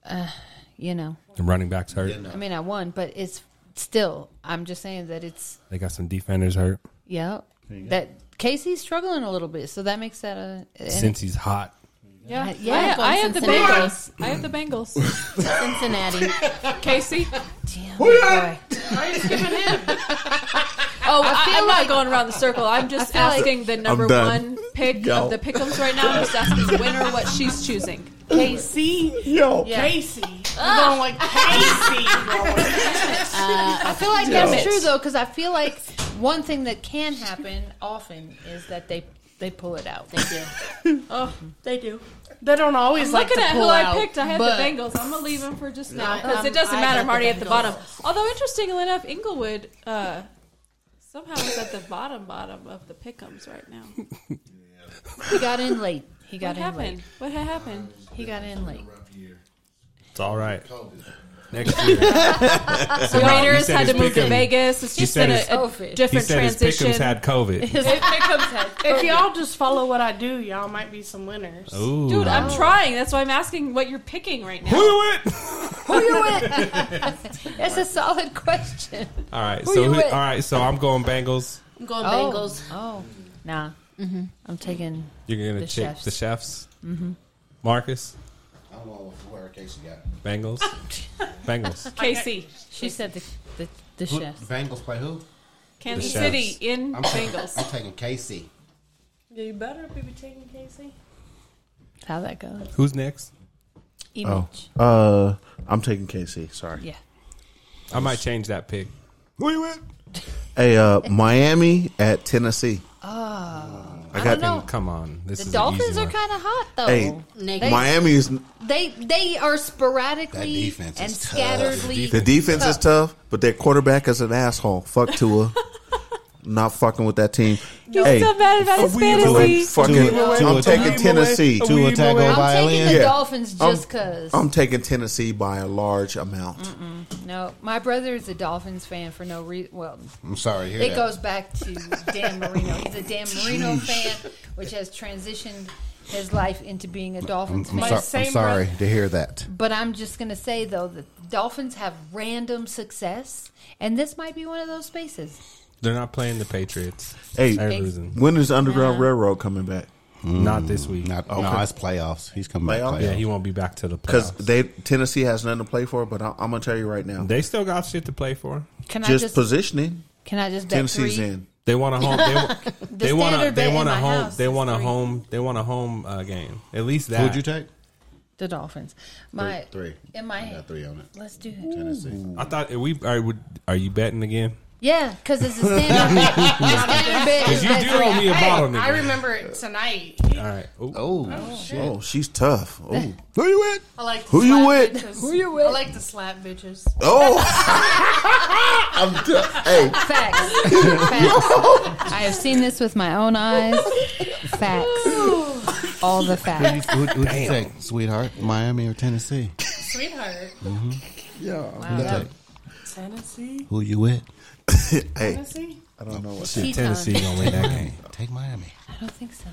Speaker 4: uh, you know.
Speaker 3: The running backs hurt.
Speaker 4: I mean, I won, but it's still. I'm just saying that it's
Speaker 3: They got some defenders hurt.
Speaker 4: yeah. That Casey's struggling a little bit, so that makes that a and
Speaker 3: Since he's hot.
Speaker 8: Yeah,
Speaker 4: Yeah,
Speaker 8: I,
Speaker 4: I'm
Speaker 8: I have the
Speaker 4: Cincinnati.
Speaker 8: Bengals. I have the Bengals.
Speaker 7: Cincinnati.
Speaker 8: Casey?
Speaker 4: Damn, boy.
Speaker 8: Oh, I I, am not going around the circle. I'm just asking the number
Speaker 2: done.
Speaker 8: one pick
Speaker 2: Yo.
Speaker 8: of the pickums right now. I'm just asking the winner what she's choosing.
Speaker 4: Casey.
Speaker 2: Yo,
Speaker 9: Casey. Ah. I'm going like Casey.
Speaker 4: I feel like that's true though, because I feel like one thing that can happen often is that they they pull it out. They do.
Speaker 8: Oh, they do.
Speaker 9: they don't always like
Speaker 8: Looking
Speaker 9: to
Speaker 8: at who
Speaker 9: pull
Speaker 8: I
Speaker 9: out,
Speaker 8: picked, I had the
Speaker 4: but-
Speaker 8: Bengals. I'm gonna leave them for just now because
Speaker 7: um,
Speaker 8: it doesn't
Speaker 7: I
Speaker 8: matter.
Speaker 7: had
Speaker 8: I'm
Speaker 7: the
Speaker 8: already at the
Speaker 7: Bengals.
Speaker 8: bottom. Although, interestingly enough, Inglewood uh, somehow is at the bottom bottom of the pickums right now.
Speaker 4: He got in late. He got
Speaker 8: What
Speaker 4: in
Speaker 8: happened?
Speaker 4: late.
Speaker 8: What had happened?
Speaker 4: He got in late.
Speaker 3: It's all right. Next year.
Speaker 8: The Raiders
Speaker 3: said
Speaker 8: had to
Speaker 3: his
Speaker 8: move to
Speaker 3: pick'em.
Speaker 8: Vegas. It's just
Speaker 3: said
Speaker 8: been
Speaker 3: his-
Speaker 8: a, a
Speaker 4: He
Speaker 3: He
Speaker 8: different
Speaker 3: said his
Speaker 8: transition.
Speaker 3: pickums had COVID.
Speaker 9: If y'all just follow what I do, y'all might be some winners.
Speaker 3: Ooh.
Speaker 8: Dude, I'm trying. That's why I'm asking what you're picking right now.
Speaker 4: Who you with? That's a solid question.
Speaker 3: all right.
Speaker 4: Who
Speaker 3: So
Speaker 4: you
Speaker 3: who,
Speaker 4: with?
Speaker 3: all right. So I'm going Bengals.
Speaker 7: I'm going
Speaker 4: Oh.
Speaker 7: Bengals.
Speaker 4: Oh, nah. I'm taking.
Speaker 3: You're gonna
Speaker 4: The
Speaker 3: check
Speaker 4: chefs. Mm-hmm.
Speaker 3: the chefs. Marcus
Speaker 5: I'm going with whoever Casey got.
Speaker 3: Bengals. Bengals.
Speaker 8: Casey,
Speaker 4: She said the the, the
Speaker 5: Who,
Speaker 4: chefs.
Speaker 5: Bengals play who?
Speaker 8: Kansas
Speaker 3: The Chiefs.
Speaker 8: City in
Speaker 5: I'm taking, I'm
Speaker 8: Bengals.
Speaker 5: taking Casey.
Speaker 9: You better be taking Casey.
Speaker 4: That's how that goes.
Speaker 3: Who's next?
Speaker 4: Image.
Speaker 2: Oh, uh, I'm taking KC. Sorry.
Speaker 4: Yeah.
Speaker 3: I might change that pick.
Speaker 2: Who you with? Hey, uh, Miami at Tennessee.
Speaker 4: Oh. I,
Speaker 2: got-
Speaker 4: don't know.
Speaker 3: Come on. This
Speaker 4: The
Speaker 3: is
Speaker 4: Dolphins
Speaker 3: an easy
Speaker 4: are
Speaker 3: one.
Speaker 4: kind of hot though.
Speaker 2: Hey,
Speaker 7: Nigga.
Speaker 2: Miami is
Speaker 4: They they are sporadically
Speaker 5: That defense
Speaker 4: and
Speaker 5: is tough.
Speaker 4: scatteredly.
Speaker 2: the defense is tough, but their quarterback is an asshole. Fuck Tua. Not fucking with that team.
Speaker 8: He's
Speaker 2: hey,
Speaker 8: so bad about his
Speaker 2: fucking,
Speaker 8: fantasy.
Speaker 2: I'm taking Tennessee.
Speaker 5: Two attack on
Speaker 4: I'm taking the
Speaker 5: violin.
Speaker 2: Yeah. um,
Speaker 4: Dolphins just
Speaker 2: I'm-
Speaker 4: because.
Speaker 2: I'm taking Tennessee by a large amount.
Speaker 4: No, my brother is a Dolphins fan for no reason. Well,
Speaker 5: I'm sorry. Hear
Speaker 4: it
Speaker 5: that.
Speaker 4: goes back to Dan Marino. He's a Dan Marino fan, which has transitioned his life into being a
Speaker 5: I'm,
Speaker 4: Dolphins
Speaker 5: I'm
Speaker 4: fan.
Speaker 5: so- I'm
Speaker 9: same
Speaker 5: sorry to hear that.
Speaker 4: But I'm just going to say, though, that the Dolphins have random success, and this might be one of those spaces.
Speaker 3: They're not playing the Patriots.
Speaker 2: Hey,
Speaker 3: They're losing.
Speaker 2: when is Underground Railroad coming back?
Speaker 3: Not this week.
Speaker 5: Not, No, it's playoffs. He's coming
Speaker 2: Playoffs?
Speaker 5: back. Playoffs.
Speaker 3: yeah, he won't be back to the
Speaker 2: because
Speaker 3: playoffs.
Speaker 2: they Tennessee has nothing to play for. But I, I'm gonna tell you right now,
Speaker 3: They still got shit to play for.
Speaker 4: Can I
Speaker 2: just,
Speaker 4: just
Speaker 2: positioning,
Speaker 4: can I just bet
Speaker 2: Tennessee's
Speaker 4: three?
Speaker 2: in.
Speaker 3: They want a home. They, wa- they want a.
Speaker 4: standard
Speaker 3: They
Speaker 4: bet
Speaker 3: want
Speaker 4: in
Speaker 3: a
Speaker 4: my
Speaker 3: home.
Speaker 4: house
Speaker 3: They
Speaker 4: is
Speaker 3: want a
Speaker 4: three.
Speaker 3: home. They want a home uh, game. At least that.
Speaker 5: Who'd you take?
Speaker 4: The Dolphins. My
Speaker 5: Three.
Speaker 4: in my
Speaker 5: I got three on it.
Speaker 4: Let's do it.
Speaker 5: Tennessee.
Speaker 3: I thought are we are. Would, are you betting again?
Speaker 4: Yeah, because it's a standard bet. It's standard bet.
Speaker 3: Because you do owe me a bottle,
Speaker 9: I
Speaker 3: nigga.
Speaker 9: remember it tonight.
Speaker 3: All right. Ooh.
Speaker 5: Oh,
Speaker 2: Oh, she's tough. Oh,
Speaker 5: Who you with?
Speaker 9: I like to
Speaker 2: Who you
Speaker 9: slap
Speaker 2: with?
Speaker 9: Bitches. Who you with? I like to slap bitches.
Speaker 2: oh,
Speaker 10: I'm done. Hey,
Speaker 4: Facts. Facts. I have seen this with my own eyes. Facts. All the facts.
Speaker 5: Who'd, who'd you take, sweetheart? Miami or Tennessee?
Speaker 9: Sweetheart. Tennessee?
Speaker 5: Who you with?
Speaker 2: hey,
Speaker 9: Tennessee?
Speaker 3: Tennessee gonna win that game.
Speaker 5: Take Miami.
Speaker 4: I don't think so.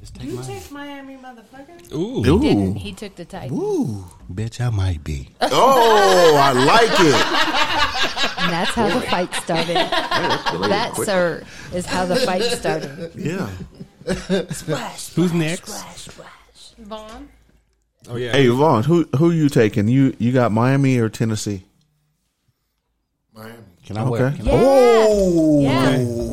Speaker 5: Just take
Speaker 9: You
Speaker 5: Miami.
Speaker 9: take Miami, motherfucker.
Speaker 3: Ooh.
Speaker 4: Didn't.
Speaker 2: ooh,
Speaker 4: He took the Titans.
Speaker 5: Ooh, bitch, I might be.
Speaker 2: oh, I like it.
Speaker 4: And that's how the fight started. That, sir, is how the fight started.
Speaker 2: Yeah.
Speaker 3: Who's next?
Speaker 9: Vaughn?
Speaker 3: Oh yeah.
Speaker 2: Hey, Vaughn, who who you taking? You you got Miami or Tennessee?
Speaker 10: Miami.
Speaker 5: Can I wear?
Speaker 2: Okay.
Speaker 5: Can,
Speaker 4: Yeah.
Speaker 2: Oh,
Speaker 4: Yeah.
Speaker 5: I,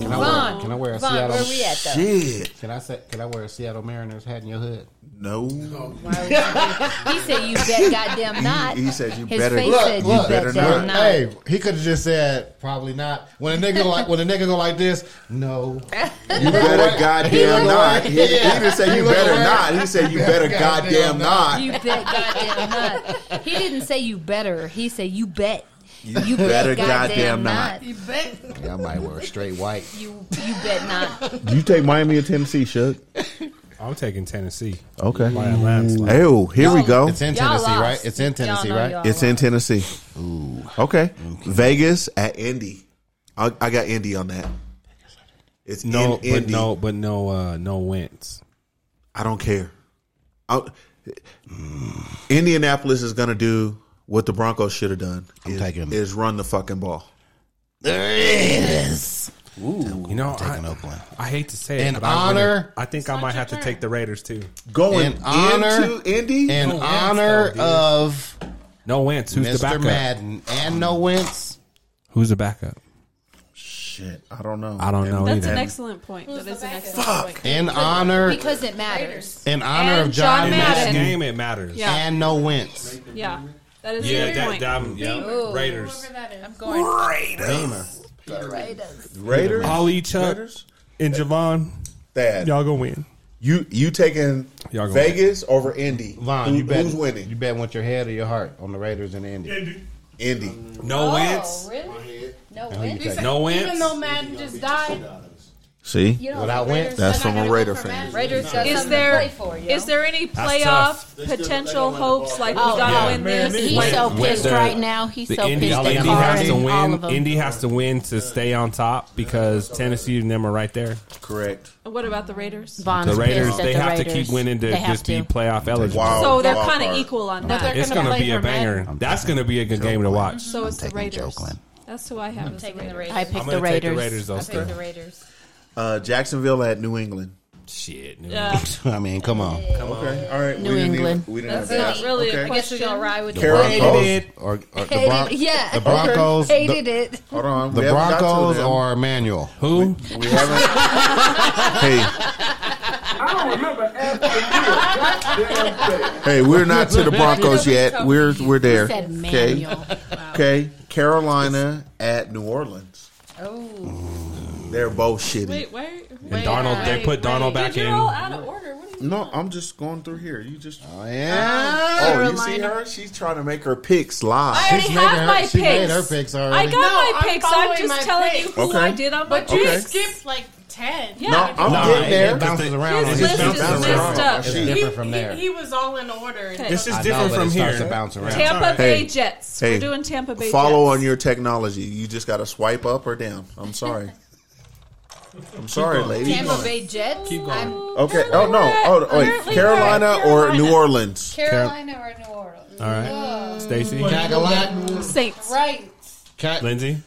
Speaker 5: can I wear? Can I wear a
Speaker 4: Vaughn,
Speaker 5: Seattle?
Speaker 4: where we at, though?
Speaker 2: Shit,
Speaker 5: Can I say? Can I wear a Seattle Mariners hat in your hood?
Speaker 2: no.
Speaker 4: He said, you bet goddamn not.
Speaker 2: He said you
Speaker 4: His
Speaker 2: better.
Speaker 4: face
Speaker 2: not.
Speaker 4: said,
Speaker 5: Look, look,
Speaker 4: you bet
Speaker 2: better
Speaker 4: damn
Speaker 2: not.
Speaker 4: not.
Speaker 5: Hey, he could have just said probably not. When a nigga like when a nigga go like this, no.
Speaker 2: You better goddamn not. He,
Speaker 5: Yeah.
Speaker 2: he didn't say you
Speaker 5: He look
Speaker 2: better
Speaker 5: away.
Speaker 2: not. He said you better goddamn
Speaker 5: goddamn
Speaker 2: not.
Speaker 4: You bet goddamn not. He didn't say you better. He said, you bet.
Speaker 2: You,
Speaker 4: You
Speaker 2: better
Speaker 4: bet
Speaker 2: goddamn not.
Speaker 9: You bet.
Speaker 5: Yeah, I might wear a straight white.
Speaker 4: You, you bet not.
Speaker 2: You take Miami or Tennessee, Shug?
Speaker 3: I'm taking Tennessee.
Speaker 2: Okay.
Speaker 3: By a landslide.
Speaker 2: Oh, here we go.
Speaker 5: It's in
Speaker 4: Y'all
Speaker 5: Tennessee,
Speaker 4: lost.
Speaker 5: right? It's in Tennessee,
Speaker 4: Y'all know
Speaker 5: right?
Speaker 4: y'all
Speaker 2: It's in Tennessee.
Speaker 5: Ooh,
Speaker 2: Okay. Vegas at Indy. I, I got Indy on that. It's in
Speaker 3: No, but
Speaker 2: Indy.
Speaker 3: no, but no, uh, no wins.
Speaker 2: I don't care. I, Indianapolis is going to do what the Broncos should have done.
Speaker 5: I'm
Speaker 2: is,
Speaker 5: taking-
Speaker 2: is run the fucking ball.
Speaker 5: there it is.
Speaker 3: You know,
Speaker 5: taking
Speaker 3: I,
Speaker 5: Oakland.
Speaker 3: I hate to say
Speaker 5: In
Speaker 3: it, but I'm gonna-
Speaker 5: honor-
Speaker 3: I think I might have to take the Raiders too.
Speaker 2: Going
Speaker 5: In honor-
Speaker 2: into Indy,
Speaker 5: In
Speaker 3: No wins,
Speaker 5: honor
Speaker 3: though, dude.
Speaker 5: of
Speaker 3: No wins. Who's the
Speaker 5: Mr.
Speaker 3: backup?
Speaker 5: Madden and no Wentz.
Speaker 3: Who's the backup?
Speaker 2: shit, I don't know.
Speaker 3: I don't know
Speaker 8: That's
Speaker 3: either.
Speaker 8: an excellent point. That is an excellent point.
Speaker 5: In honor,
Speaker 4: Because it matters.
Speaker 5: in honor of
Speaker 8: And
Speaker 5: John
Speaker 8: John
Speaker 3: In this
Speaker 8: Madden.
Speaker 5: Madden
Speaker 3: game, it matters.
Speaker 8: Yeah.
Speaker 5: and no Wentz.
Speaker 8: Yeah, that is a
Speaker 3: Yeah,
Speaker 8: good
Speaker 3: that,
Speaker 8: point.
Speaker 3: that, um, yeah.
Speaker 4: Ooh.
Speaker 3: Raiders.
Speaker 5: Beamer.
Speaker 2: Raiders,
Speaker 3: Ollie, Chuck, and Javon,
Speaker 2: Thad,
Speaker 3: y'all gonna win.
Speaker 2: you you taking
Speaker 3: Y'all gonna
Speaker 2: Vegas over Indy?
Speaker 5: Vaughn,
Speaker 2: Who-
Speaker 5: you bet.
Speaker 2: who's winning?
Speaker 5: You bet with your head or your heart on the Raiders and Indy.
Speaker 2: Indy.
Speaker 8: Oh.
Speaker 3: No wins.
Speaker 4: really? No
Speaker 5: wins?
Speaker 4: wins?
Speaker 5: take?
Speaker 3: Oh, No
Speaker 9: Even
Speaker 3: wins.
Speaker 9: though Madden just died,
Speaker 2: See,
Speaker 4: You know,
Speaker 5: Without Wentz,
Speaker 2: That's
Speaker 9: they're
Speaker 2: from
Speaker 9: not
Speaker 2: a
Speaker 9: gonna
Speaker 2: Raider
Speaker 9: vote for
Speaker 2: fan.
Speaker 9: Madden.
Speaker 4: Raiders got
Speaker 8: Is
Speaker 4: something
Speaker 8: there-
Speaker 4: to play for, yo.
Speaker 8: Is there any
Speaker 3: tough.
Speaker 8: playoff potential hopes like we
Speaker 7: Oh,
Speaker 8: got to
Speaker 3: yeah.
Speaker 8: win
Speaker 3: Man,
Speaker 8: this?
Speaker 3: me-
Speaker 7: He's
Speaker 3: Wait,
Speaker 7: so
Speaker 3: wait,
Speaker 7: pissed
Speaker 3: the-
Speaker 7: right now. He's
Speaker 3: The
Speaker 7: so
Speaker 3: Indy,
Speaker 7: pissed. at
Speaker 3: Indy
Speaker 7: Carr
Speaker 3: has to
Speaker 7: and all of
Speaker 3: win.
Speaker 7: them.
Speaker 3: Indy has to win to stay on top because Tennessee and them are right there.
Speaker 2: correct.
Speaker 8: What about the Raiders?
Speaker 7: Vaughn's
Speaker 3: The Raiders,
Speaker 7: pissed at
Speaker 3: they
Speaker 7: the
Speaker 3: have to
Speaker 7: Raiders.
Speaker 3: keep winning to
Speaker 7: They have
Speaker 3: just be
Speaker 7: to.
Speaker 3: playoff eligible.
Speaker 2: Wow.
Speaker 8: So they're
Speaker 2: Oh, wild
Speaker 8: kind of
Speaker 2: card.
Speaker 8: equal on
Speaker 9: they're
Speaker 8: that.
Speaker 3: It's
Speaker 9: gonna
Speaker 3: going to
Speaker 9: play
Speaker 3: be a
Speaker 9: for Madden.
Speaker 3: banger. That's going to be a good game to watch.
Speaker 8: So it's the
Speaker 5: taking
Speaker 8: Raiders.
Speaker 5: Oakland.
Speaker 8: That's who I have. as the
Speaker 4: taking the
Speaker 8: Raiders.
Speaker 4: Raiders?
Speaker 7: I
Speaker 3: I'm
Speaker 7: picked
Speaker 3: going
Speaker 7: the
Speaker 3: to take the
Speaker 7: Raiders.
Speaker 3: Raiders, though. still.
Speaker 4: the Raiders.
Speaker 2: Uh, Jacksonville at New England.
Speaker 3: Shit. no.
Speaker 8: Yeah,
Speaker 5: I mean, come on.
Speaker 2: Okay, all right.
Speaker 7: New
Speaker 2: we didn't
Speaker 7: England.
Speaker 2: Even, we didn't
Speaker 8: that's
Speaker 2: have
Speaker 8: not
Speaker 2: that.
Speaker 8: really a
Speaker 2: Okay.
Speaker 4: I guess we're
Speaker 8: question.
Speaker 4: going to ride with
Speaker 2: Carol-
Speaker 4: the
Speaker 2: Hated
Speaker 5: Broncos
Speaker 2: it.
Speaker 5: or, or the,
Speaker 4: Hated-
Speaker 5: Bron-
Speaker 4: yeah.
Speaker 5: the Broncos,
Speaker 4: Hated
Speaker 5: the,
Speaker 4: it.
Speaker 2: Hold on.
Speaker 5: the
Speaker 2: we haven't got to
Speaker 5: Broncos
Speaker 2: them.
Speaker 5: or Manuel.
Speaker 3: Who?
Speaker 2: We haven't. hey,
Speaker 11: I don't remember
Speaker 2: hey, we're not to the Broncos yet. We're we're there.
Speaker 7: He said
Speaker 2: Okay,
Speaker 7: manual.
Speaker 2: okay. Carolina at New Orleans.
Speaker 4: Oh.
Speaker 2: They're both shitty.
Speaker 8: Wait, wait, wait.
Speaker 3: And Donald, they put Donald back
Speaker 8: You're all
Speaker 3: in.
Speaker 8: out of order. What are you?
Speaker 2: No, I'm just going through here. You just
Speaker 5: Oh, yeah.
Speaker 2: oh, you see her? She's trying to make her picks live.
Speaker 8: I already
Speaker 5: She's made
Speaker 8: have
Speaker 5: her-
Speaker 8: my
Speaker 5: she made
Speaker 8: picks.
Speaker 5: her picks
Speaker 8: I
Speaker 5: already. No,
Speaker 8: got my
Speaker 9: I'm
Speaker 8: picks. I'm
Speaker 9: following
Speaker 8: just
Speaker 9: my
Speaker 8: telling
Speaker 9: picks.
Speaker 8: you who I
Speaker 2: Okay.
Speaker 8: did on my
Speaker 9: But you
Speaker 2: Okay.
Speaker 8: picks.
Speaker 9: skipped like 10.
Speaker 8: Yeah.
Speaker 2: no, I'm
Speaker 5: Nah,
Speaker 2: getting
Speaker 5: it
Speaker 2: there.
Speaker 5: bounces around.
Speaker 8: His
Speaker 5: It
Speaker 8: list
Speaker 5: bounces
Speaker 8: is
Speaker 5: around.
Speaker 8: messed up.
Speaker 5: It's
Speaker 2: He-
Speaker 5: different from there.
Speaker 9: He, he was all in order.
Speaker 3: This is
Speaker 5: I know,
Speaker 3: different
Speaker 5: but
Speaker 3: from
Speaker 5: it starts
Speaker 3: here.
Speaker 5: to bounce around.
Speaker 8: Tampa Bay
Speaker 2: Hey,
Speaker 8: Jets.
Speaker 2: hey,
Speaker 8: We're doing Tampa Bay.
Speaker 2: Follow
Speaker 8: Jets.
Speaker 2: on your technology. You just got to swipe up or down. I'm sorry. I'm sorry, lady.
Speaker 4: Tampa Bay Jets?
Speaker 3: Keep going.
Speaker 4: I'm
Speaker 2: Okay. Oh no. Oh wait.
Speaker 8: Apparently we're at
Speaker 2: Carolina or New Orleans?
Speaker 4: Carolina or New Orleans?
Speaker 3: All right. Stacy,
Speaker 5: Cadillac,
Speaker 8: Saints.
Speaker 4: Right.
Speaker 5: Cat,
Speaker 3: Lindsay,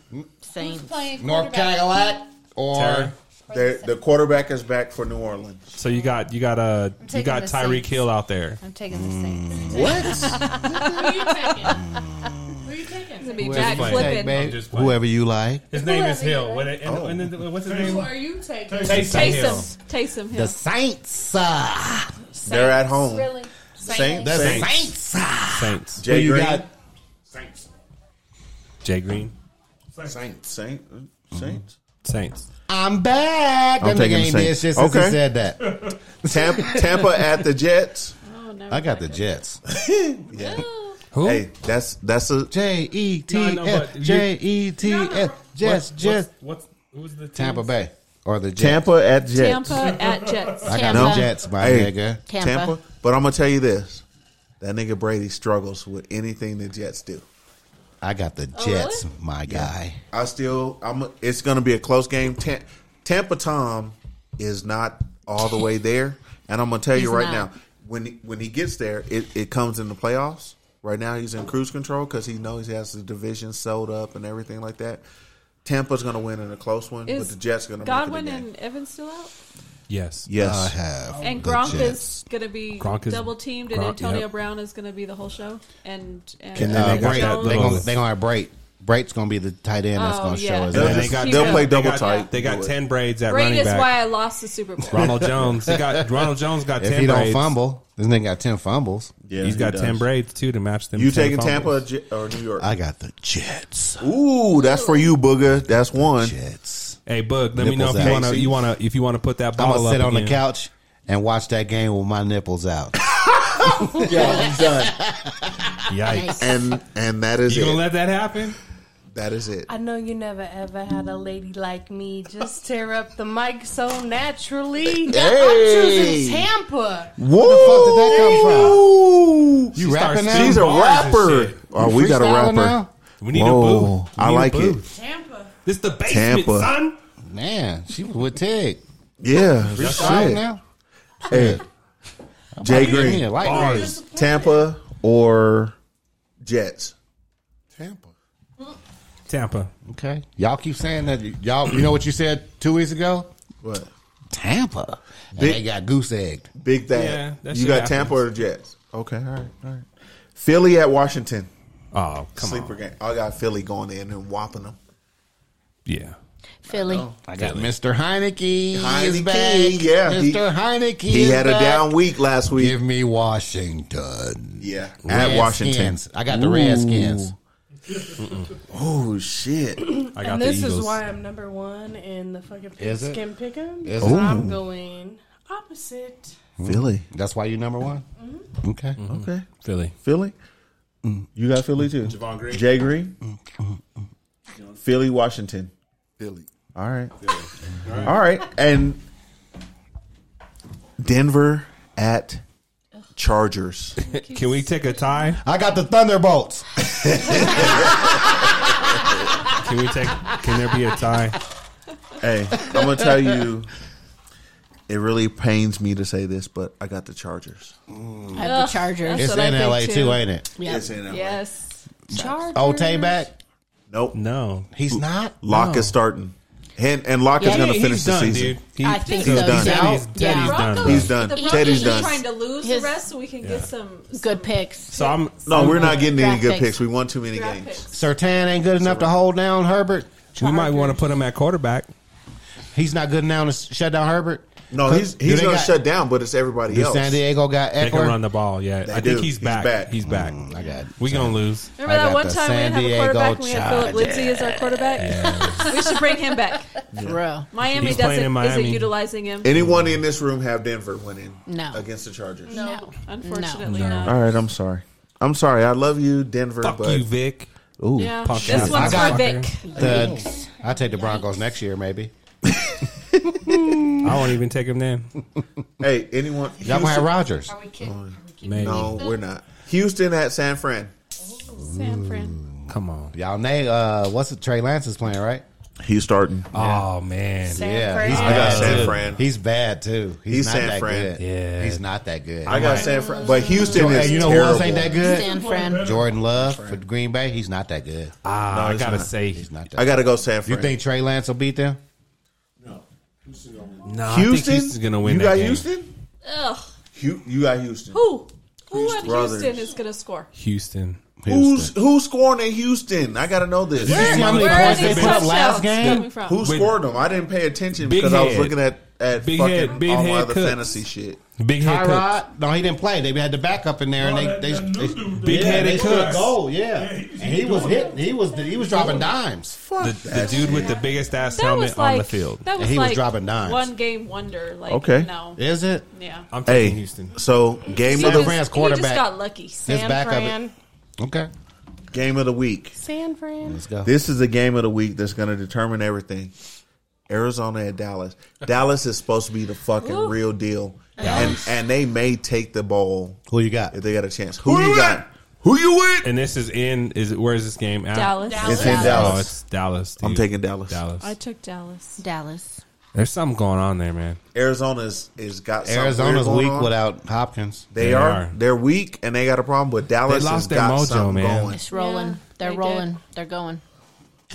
Speaker 7: Saints.
Speaker 4: Playing
Speaker 5: North
Speaker 4: quarterback.
Speaker 5: Cadillac, or
Speaker 3: Tara,
Speaker 2: They're- the quarterback is back for New Orleans.
Speaker 3: So you got you got uh you
Speaker 4: taking
Speaker 3: got
Speaker 4: the
Speaker 3: Tyreek
Speaker 4: Saints.
Speaker 3: Hill out there.
Speaker 4: I'm taking the Saints.
Speaker 9: Who are you taking? Who are you taking?
Speaker 8: It's gonna be
Speaker 5: Whoever
Speaker 8: back
Speaker 5: you
Speaker 8: flipping.
Speaker 5: take, babe.
Speaker 3: I'm just playing.
Speaker 5: Whoever you like.
Speaker 3: His name is Hill. What, and, and then what's his
Speaker 9: Who
Speaker 3: name?
Speaker 9: are you taking?
Speaker 3: Taysom Hill.
Speaker 8: Taysom, Taysom Hill.
Speaker 5: The Saints. Uh,
Speaker 2: They're at home.
Speaker 7: Really?
Speaker 2: Saints.
Speaker 5: the
Speaker 2: Saints.
Speaker 5: Saints. uh.
Speaker 3: Saints.
Speaker 2: Jay
Speaker 5: Who you
Speaker 2: Green.
Speaker 5: got?
Speaker 10: Saints.
Speaker 3: Jay Green.
Speaker 2: Saints. Saints. Saints.
Speaker 3: Saints.
Speaker 5: I'm back.
Speaker 2: I'm
Speaker 5: That nigga
Speaker 2: taking the
Speaker 5: ain't did
Speaker 2: Saints.
Speaker 5: shit since
Speaker 2: Okay.
Speaker 5: he said that.
Speaker 2: Tampa, Tampa at the Jets.
Speaker 8: Oh,
Speaker 5: I got the Jets.
Speaker 3: Who?
Speaker 2: Hey, that's that's a
Speaker 5: J E T
Speaker 3: No, I know,
Speaker 5: F
Speaker 3: but you-
Speaker 5: J E T F Jets Jets
Speaker 3: What's, who's the team?
Speaker 5: Tampa Bay or the Jets.
Speaker 2: Tampa at Jets.
Speaker 8: Tampa at Jets.
Speaker 5: I got
Speaker 7: Tampa.
Speaker 5: the Jets, my
Speaker 2: Hey.
Speaker 5: nigga.
Speaker 7: Tampa.
Speaker 2: But I'm gonna tell you this: that nigga Brady struggles with anything the Jets do.
Speaker 5: I got the
Speaker 8: Oh,
Speaker 5: Jets, my guy.
Speaker 2: I still, I'm. It's gonna be a close game. Tam, Tampa Tom is not all the way there, and I'm gonna tell you
Speaker 7: He's
Speaker 2: right
Speaker 7: not.
Speaker 2: now when he- when he gets there, it, it comes in the playoffs. Right now, he's in cruise control because he knows he has the division sewed up and everything like that. Tampa's gonna win in a close one,
Speaker 8: Is
Speaker 2: but the Jets gonna
Speaker 8: Godwin
Speaker 2: make it a game.
Speaker 8: and Evans still out,
Speaker 3: Yes.
Speaker 2: yes.
Speaker 5: I have
Speaker 8: and
Speaker 5: the
Speaker 8: Gronk
Speaker 5: Jets.
Speaker 8: is gonna be
Speaker 3: Gronk is-
Speaker 8: double teamed, and
Speaker 3: Gronk-
Speaker 8: Antonio
Speaker 3: yep.
Speaker 8: Brown is gonna be the whole show. And and,
Speaker 3: And then
Speaker 5: Uh,
Speaker 3: they got
Speaker 5: Brate.
Speaker 3: that
Speaker 5: They
Speaker 3: little-
Speaker 5: gonna they gonna have Brate. Brate's gonna be the tight end that's
Speaker 8: Oh,
Speaker 5: gonna show
Speaker 8: yeah.
Speaker 5: us.
Speaker 2: They'll,
Speaker 3: And
Speaker 5: that.
Speaker 3: they
Speaker 2: just-
Speaker 3: got-
Speaker 2: they'll play
Speaker 3: They
Speaker 2: double
Speaker 3: got,
Speaker 2: tight.
Speaker 3: They got
Speaker 2: Do it.
Speaker 3: ten braids at
Speaker 8: Brady
Speaker 3: running
Speaker 8: is why
Speaker 3: back.
Speaker 8: I lost the Super Bowl.
Speaker 3: Ronald Jones. They got Ronald Jones got
Speaker 5: If
Speaker 3: ten
Speaker 5: he don't
Speaker 3: braids.
Speaker 5: fumble, this nigga got ten fumbles.
Speaker 2: Yeah,
Speaker 3: He's
Speaker 2: he
Speaker 3: got
Speaker 2: does.
Speaker 3: ten braids too to match them.
Speaker 2: You
Speaker 3: 10
Speaker 2: taking Tampa or
Speaker 3: fumbles.
Speaker 2: J- or New York?
Speaker 5: I got the Jets.
Speaker 2: Ooh, that's for you, Booger. That's one.
Speaker 5: Jets.
Speaker 3: Hey, Boog, let me know
Speaker 5: Nipples
Speaker 3: if you
Speaker 5: out.
Speaker 3: want to.
Speaker 2: Casey.
Speaker 3: You want to if you want to put that
Speaker 5: I'm
Speaker 3: bottle
Speaker 5: gonna sit
Speaker 3: up
Speaker 5: on the
Speaker 3: again.
Speaker 5: couch and watch that game with my nipples out.
Speaker 2: Yeah, he's done.
Speaker 3: Yikes!
Speaker 2: And and that is
Speaker 3: You gonna
Speaker 2: it.
Speaker 3: let that happen?
Speaker 2: That is it.
Speaker 9: I know you never ever had a lady like me just tear up the mic so naturally. I'm
Speaker 2: Hey.
Speaker 9: choosing Tampa.
Speaker 2: Whoa!
Speaker 5: Where the fuck did
Speaker 2: come
Speaker 5: that
Speaker 2: from?
Speaker 5: You rapping now?
Speaker 2: She's a
Speaker 3: Bars and
Speaker 2: rapper.
Speaker 3: shit.
Speaker 2: Oh, we got a
Speaker 5: Freestyling
Speaker 2: rapper.
Speaker 5: now?
Speaker 3: We need a
Speaker 2: Whoa.
Speaker 3: booth. We
Speaker 2: I
Speaker 3: need a
Speaker 2: like it.
Speaker 3: booth.
Speaker 9: Tampa.
Speaker 3: This the basement,
Speaker 2: Tampa.
Speaker 3: son.
Speaker 5: Man, she was with Tig.
Speaker 2: Yeah,
Speaker 5: Out
Speaker 2: shit.
Speaker 5: now.
Speaker 2: Hey, Jay Green,
Speaker 5: Yeah, light
Speaker 3: Bars.
Speaker 5: green.
Speaker 2: Tampa or Jets?
Speaker 10: Tampa.
Speaker 3: Tampa.
Speaker 5: Okay. Y'all keep saying that. Y'all, you know what you said two weeks ago?
Speaker 2: What?
Speaker 5: Tampa. And
Speaker 2: Big-
Speaker 5: they got goose egged.
Speaker 2: Big that.
Speaker 3: Yeah, that
Speaker 2: you
Speaker 3: shit
Speaker 2: got
Speaker 3: happens.
Speaker 2: Tampa or the Jets? Okay, all right, all right. Philly at Washington.
Speaker 3: Oh, come
Speaker 2: Sleeper
Speaker 3: on.
Speaker 2: game. I got Philly going in and whopping them.
Speaker 3: Yeah.
Speaker 7: Philly.
Speaker 5: I got Mr. Heineke. is
Speaker 2: Heineke,
Speaker 5: back.
Speaker 2: yeah,
Speaker 5: Mr.
Speaker 2: he-
Speaker 5: Heineke.
Speaker 2: He
Speaker 5: is
Speaker 2: had a
Speaker 5: back.
Speaker 2: down week last week.
Speaker 5: Give me Washington.
Speaker 2: yeah,
Speaker 5: Redskins.
Speaker 2: at Washington.
Speaker 5: I got the Redskins.
Speaker 2: Oh shit!
Speaker 3: I got
Speaker 9: And
Speaker 3: the
Speaker 9: this
Speaker 3: Eagles.
Speaker 9: is why I'm number one in the fucking
Speaker 5: Is it?
Speaker 9: pigskin pick'em.
Speaker 5: Is
Speaker 9: Because
Speaker 5: it?
Speaker 9: I'm going opposite.
Speaker 2: Philly.
Speaker 5: That's why you number one? Okay.
Speaker 2: Mm-hmm. Okay.
Speaker 3: Philly.
Speaker 2: Philly. Mm. You got Philly too. Javon Green. Jay Green. Philly, Washington.
Speaker 10: Philly.
Speaker 2: All right. All right. And Denver at Chargers.
Speaker 3: Can we take a tie?
Speaker 5: I got the Thunderbolts.
Speaker 3: Can we take? Can there be a tie?
Speaker 2: hey, I'm gonna tell you. It really pains me to say this, but I got the Chargers.
Speaker 7: I have the Chargers.
Speaker 5: It's
Speaker 8: what I
Speaker 5: in
Speaker 8: think,
Speaker 5: LA
Speaker 8: too.
Speaker 5: too, ain't it?
Speaker 7: Yeah.
Speaker 2: It's in LA.
Speaker 8: Yes,
Speaker 2: Oh,
Speaker 5: Ote back?
Speaker 2: Nope.
Speaker 3: No.
Speaker 5: He's not.
Speaker 2: Locke
Speaker 3: No.
Speaker 2: is starting, and and Locke is
Speaker 7: Yeah,
Speaker 2: gonna
Speaker 7: he-
Speaker 2: finish
Speaker 3: he's
Speaker 2: the
Speaker 3: done,
Speaker 2: season.
Speaker 3: dude. He-
Speaker 7: I think
Speaker 2: He's
Speaker 7: so.
Speaker 2: done.
Speaker 7: He's
Speaker 3: Teddy's,
Speaker 7: out.
Speaker 3: Teddy's
Speaker 7: Yeah.
Speaker 3: done. bro.
Speaker 2: He's done.
Speaker 8: the
Speaker 2: Teddy's
Speaker 8: Broncos are
Speaker 2: done.
Speaker 8: trying to lose
Speaker 7: His-
Speaker 8: the rest so we can get some
Speaker 7: Good picks.
Speaker 3: So I'm.
Speaker 2: No, we're not getting any
Speaker 7: Draft
Speaker 2: good
Speaker 7: picks.
Speaker 2: picks. We won too many
Speaker 8: draft
Speaker 2: games.
Speaker 8: picks.
Speaker 5: Sertan ain't good enough to hold down Herbert.
Speaker 3: We might want to put him at quarterback.
Speaker 5: He's not good enough to shut down Herbert.
Speaker 2: No,
Speaker 5: Could-
Speaker 2: he's
Speaker 5: do
Speaker 2: he's
Speaker 5: they
Speaker 2: gonna
Speaker 5: got-
Speaker 2: shut down, but it's everybody
Speaker 5: Do
Speaker 2: else.
Speaker 5: San Diego got
Speaker 3: They can run
Speaker 5: Eckler.
Speaker 3: the ball. Yeah,
Speaker 2: They
Speaker 3: I
Speaker 2: do.
Speaker 3: think he's
Speaker 2: He's
Speaker 3: back.
Speaker 2: back. Mm,
Speaker 3: He's back.
Speaker 5: I got.
Speaker 3: We gonna lose.
Speaker 8: Remember
Speaker 5: I
Speaker 8: that
Speaker 5: got
Speaker 8: one
Speaker 5: the
Speaker 8: time we didn't have a
Speaker 5: San
Speaker 8: quarterback and
Speaker 5: Diego
Speaker 8: we had Philip Lindsay as our quarterback? we should bring him back.
Speaker 7: For real.
Speaker 8: Miami
Speaker 3: He's playing
Speaker 8: doesn't
Speaker 3: in
Speaker 8: isn't
Speaker 3: Miami.
Speaker 8: utilizing him.
Speaker 2: Anyone in this room have Denver winning?
Speaker 7: No.
Speaker 2: against the Chargers.
Speaker 7: No.
Speaker 8: Unfortunately,
Speaker 3: No.
Speaker 8: not.
Speaker 2: All right, I'm sorry. I'm sorry. I love you, Denver,
Speaker 3: Fuck
Speaker 2: but
Speaker 3: you, Vic.
Speaker 2: ooh,
Speaker 8: Yeah,
Speaker 3: Punk
Speaker 8: this
Speaker 3: ass
Speaker 8: one's for
Speaker 5: motherfucker.
Speaker 8: Vic.
Speaker 5: The, I take the Broncos next year, maybe.
Speaker 3: I won't even take him then.
Speaker 2: hey, anyone?
Speaker 5: Y'all gonna have Rodgers.
Speaker 4: Are we kidding?
Speaker 3: Maybe.
Speaker 2: No, we're not. Houston at San Fran.
Speaker 8: San Fran.
Speaker 3: Come on.
Speaker 5: Y'all name uh, what's it? Trey Lance is playing, right?
Speaker 2: He's starting.
Speaker 3: Oh man.
Speaker 5: Yeah, he's
Speaker 2: I got
Speaker 5: bad.
Speaker 2: San
Speaker 5: too.
Speaker 2: Fran.
Speaker 5: He's bad too. He's,
Speaker 2: He's
Speaker 5: not
Speaker 2: San
Speaker 5: that
Speaker 2: Fran.
Speaker 5: good.
Speaker 3: Yeah.
Speaker 5: he's not that good.
Speaker 2: I got San Fran, but Houston
Speaker 5: Hey,
Speaker 2: is
Speaker 5: you know
Speaker 2: terrible.
Speaker 5: who else ain't that good?
Speaker 7: San Fran.
Speaker 5: Jordan Love for Green Bay. He's not that good.
Speaker 3: Ah, I
Speaker 2: he's
Speaker 3: gotta
Speaker 2: not.
Speaker 3: say,
Speaker 5: He's not that.
Speaker 2: I gotta go San
Speaker 5: good.
Speaker 2: Fran.
Speaker 5: You think Trey Lance will beat them?
Speaker 3: No, I think
Speaker 2: Houston,
Speaker 3: Houston's gonna win.
Speaker 2: You
Speaker 3: that
Speaker 2: got
Speaker 3: game.
Speaker 2: Houston.
Speaker 8: Ugh.
Speaker 2: Hu- you got Houston.
Speaker 8: Who? Who at
Speaker 2: Brothers.
Speaker 8: Houston is going to score?
Speaker 3: Houston.
Speaker 2: Who's who's scoring in Houston? I gotta know this.
Speaker 8: Where-
Speaker 5: how many
Speaker 8: where are
Speaker 5: points they
Speaker 8: these
Speaker 5: put up
Speaker 8: touchdowns
Speaker 5: last game?
Speaker 8: coming from?
Speaker 2: Who
Speaker 3: Wait.
Speaker 2: scored them? I didn't pay attention
Speaker 3: Big
Speaker 2: because I was
Speaker 3: head.
Speaker 2: looking at at
Speaker 3: Big
Speaker 2: fucking
Speaker 3: head, big
Speaker 2: all my
Speaker 3: head
Speaker 2: other
Speaker 3: Cooks.
Speaker 2: fantasy shit.
Speaker 3: Big head Cooks.
Speaker 5: Tyrod, no, he didn't play. They had the backup in there, and
Speaker 10: Oh, that-
Speaker 5: they they,
Speaker 10: that
Speaker 5: they,
Speaker 10: new dude,
Speaker 3: Big
Speaker 5: yeah,
Speaker 3: Head
Speaker 5: they
Speaker 3: and
Speaker 5: scored a
Speaker 3: Cooks.
Speaker 5: goal, yeah.
Speaker 10: he- he
Speaker 5: and he was
Speaker 10: doing it.
Speaker 5: hitting. He was he was dropping dimes.
Speaker 3: The, the dude with the biggest ass
Speaker 8: That
Speaker 3: helmet
Speaker 8: was like
Speaker 3: on the field.
Speaker 8: That was
Speaker 5: And he was
Speaker 8: like
Speaker 5: dropping dimes.
Speaker 8: One game wonder. Like
Speaker 2: Okay.
Speaker 8: no,
Speaker 5: Is it?
Speaker 8: yeah.
Speaker 3: I'm
Speaker 2: Hey,
Speaker 3: taking Houston.
Speaker 2: so game
Speaker 8: He
Speaker 2: of
Speaker 5: Southern
Speaker 8: just-
Speaker 2: the
Speaker 5: Fran's
Speaker 8: He
Speaker 5: quarterback.
Speaker 8: just got lucky.
Speaker 5: His
Speaker 9: San
Speaker 5: backup-
Speaker 9: Fran.
Speaker 5: Okay,
Speaker 2: game of the week.
Speaker 9: San Fran.
Speaker 5: let's go.
Speaker 2: This is the game of the week that's going to determine everything. Arizona and Dallas. Dallas is supposed to be the fucking real deal, and and they may take the bowl
Speaker 5: Who you got?
Speaker 2: if they got a chance. Who, you got? Who you with?
Speaker 3: And this is in is it where is this game at?
Speaker 8: Dallas.
Speaker 9: Dallas.
Speaker 2: It's in Dallas.
Speaker 3: Oh, it's Dallas.
Speaker 2: I'm
Speaker 3: dude.
Speaker 2: taking Dallas.
Speaker 3: Dallas.
Speaker 8: I took Dallas.
Speaker 7: Dallas.
Speaker 3: There's something going on there, man.
Speaker 2: Arizona's is got something weird
Speaker 5: Arizona's
Speaker 2: going
Speaker 5: weak
Speaker 2: on.
Speaker 5: without Hopkins.
Speaker 2: They,
Speaker 3: They
Speaker 2: are.
Speaker 3: are.
Speaker 2: They're weak and they got a problem. But Dallas
Speaker 3: They
Speaker 2: has
Speaker 3: lost their
Speaker 2: got
Speaker 3: mojo,
Speaker 2: something
Speaker 3: man.
Speaker 2: going.
Speaker 7: It's rolling.
Speaker 8: Yeah,
Speaker 7: They're
Speaker 8: they
Speaker 7: rolling. They're going.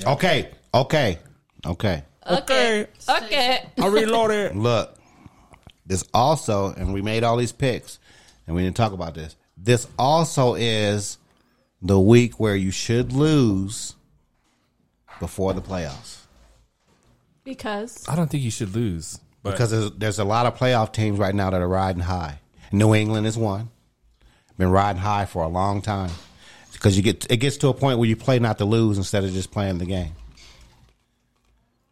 Speaker 5: Okay, okay, okay.
Speaker 8: Okay. Okay.
Speaker 3: I reloaded.
Speaker 5: Look, this also, and we made all these picks, and we didn't talk about this. This also is the week where you should lose before the playoffs
Speaker 8: Because
Speaker 3: I don't think you should lose. But
Speaker 5: because there's, there's a lot of playoff teams right now that are riding high. New England is one, been riding high for a long time because you get it gets to a point where you play not to lose instead of just playing the game.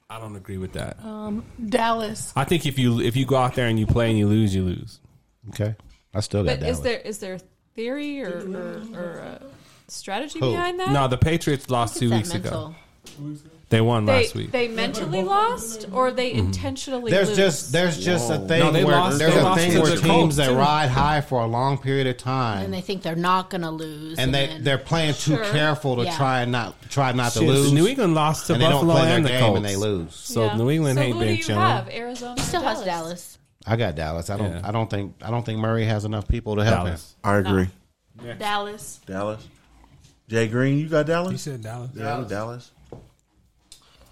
Speaker 3: I don't agree with that.
Speaker 8: Um,
Speaker 9: Dallas.
Speaker 3: I think if you if you go out there and you play and you lose, you lose.
Speaker 5: Okay, I still got
Speaker 8: but
Speaker 5: that.
Speaker 8: is there is there theory or or, or uh, strategy
Speaker 5: Who?
Speaker 8: behind that?
Speaker 3: No, the Patriots lost two
Speaker 7: That
Speaker 3: weeks
Speaker 7: mental.
Speaker 3: ago. They won
Speaker 8: They,
Speaker 3: last week.
Speaker 8: they mentally lost or they intentionally
Speaker 5: There's
Speaker 8: lose?
Speaker 5: just there's just a thing
Speaker 3: No, they
Speaker 5: where
Speaker 3: lost-
Speaker 5: there's
Speaker 3: they
Speaker 5: a
Speaker 3: lost
Speaker 5: thing
Speaker 3: to
Speaker 5: where
Speaker 3: the Colts,
Speaker 5: teams that
Speaker 3: too.
Speaker 5: ride high for a long period of
Speaker 7: And
Speaker 5: time
Speaker 7: they think they're not going to lose.
Speaker 5: and they they're playing too
Speaker 8: Sure.
Speaker 5: careful to
Speaker 7: Yeah.
Speaker 5: try and not try not to
Speaker 3: Shit,
Speaker 5: lose.
Speaker 3: New England lost to
Speaker 5: and they don't
Speaker 3: Buffalo
Speaker 5: play their
Speaker 3: and the
Speaker 5: game
Speaker 3: Colts.
Speaker 5: and they lose.
Speaker 3: So New England
Speaker 8: so
Speaker 3: ain't
Speaker 8: who
Speaker 3: been
Speaker 8: do you
Speaker 3: chilling.
Speaker 8: have? Arizona.
Speaker 7: still
Speaker 8: Dallas.
Speaker 7: has Dallas.
Speaker 5: I got Dallas. I don't
Speaker 3: Yeah.
Speaker 5: I don't think I don't think Murray has enough people to help him.
Speaker 3: Dallas.
Speaker 2: I agree.
Speaker 9: Dallas.
Speaker 2: Dallas. Jay Green, you got Dallas.
Speaker 3: You said Dallas.
Speaker 2: yeah, Dallas.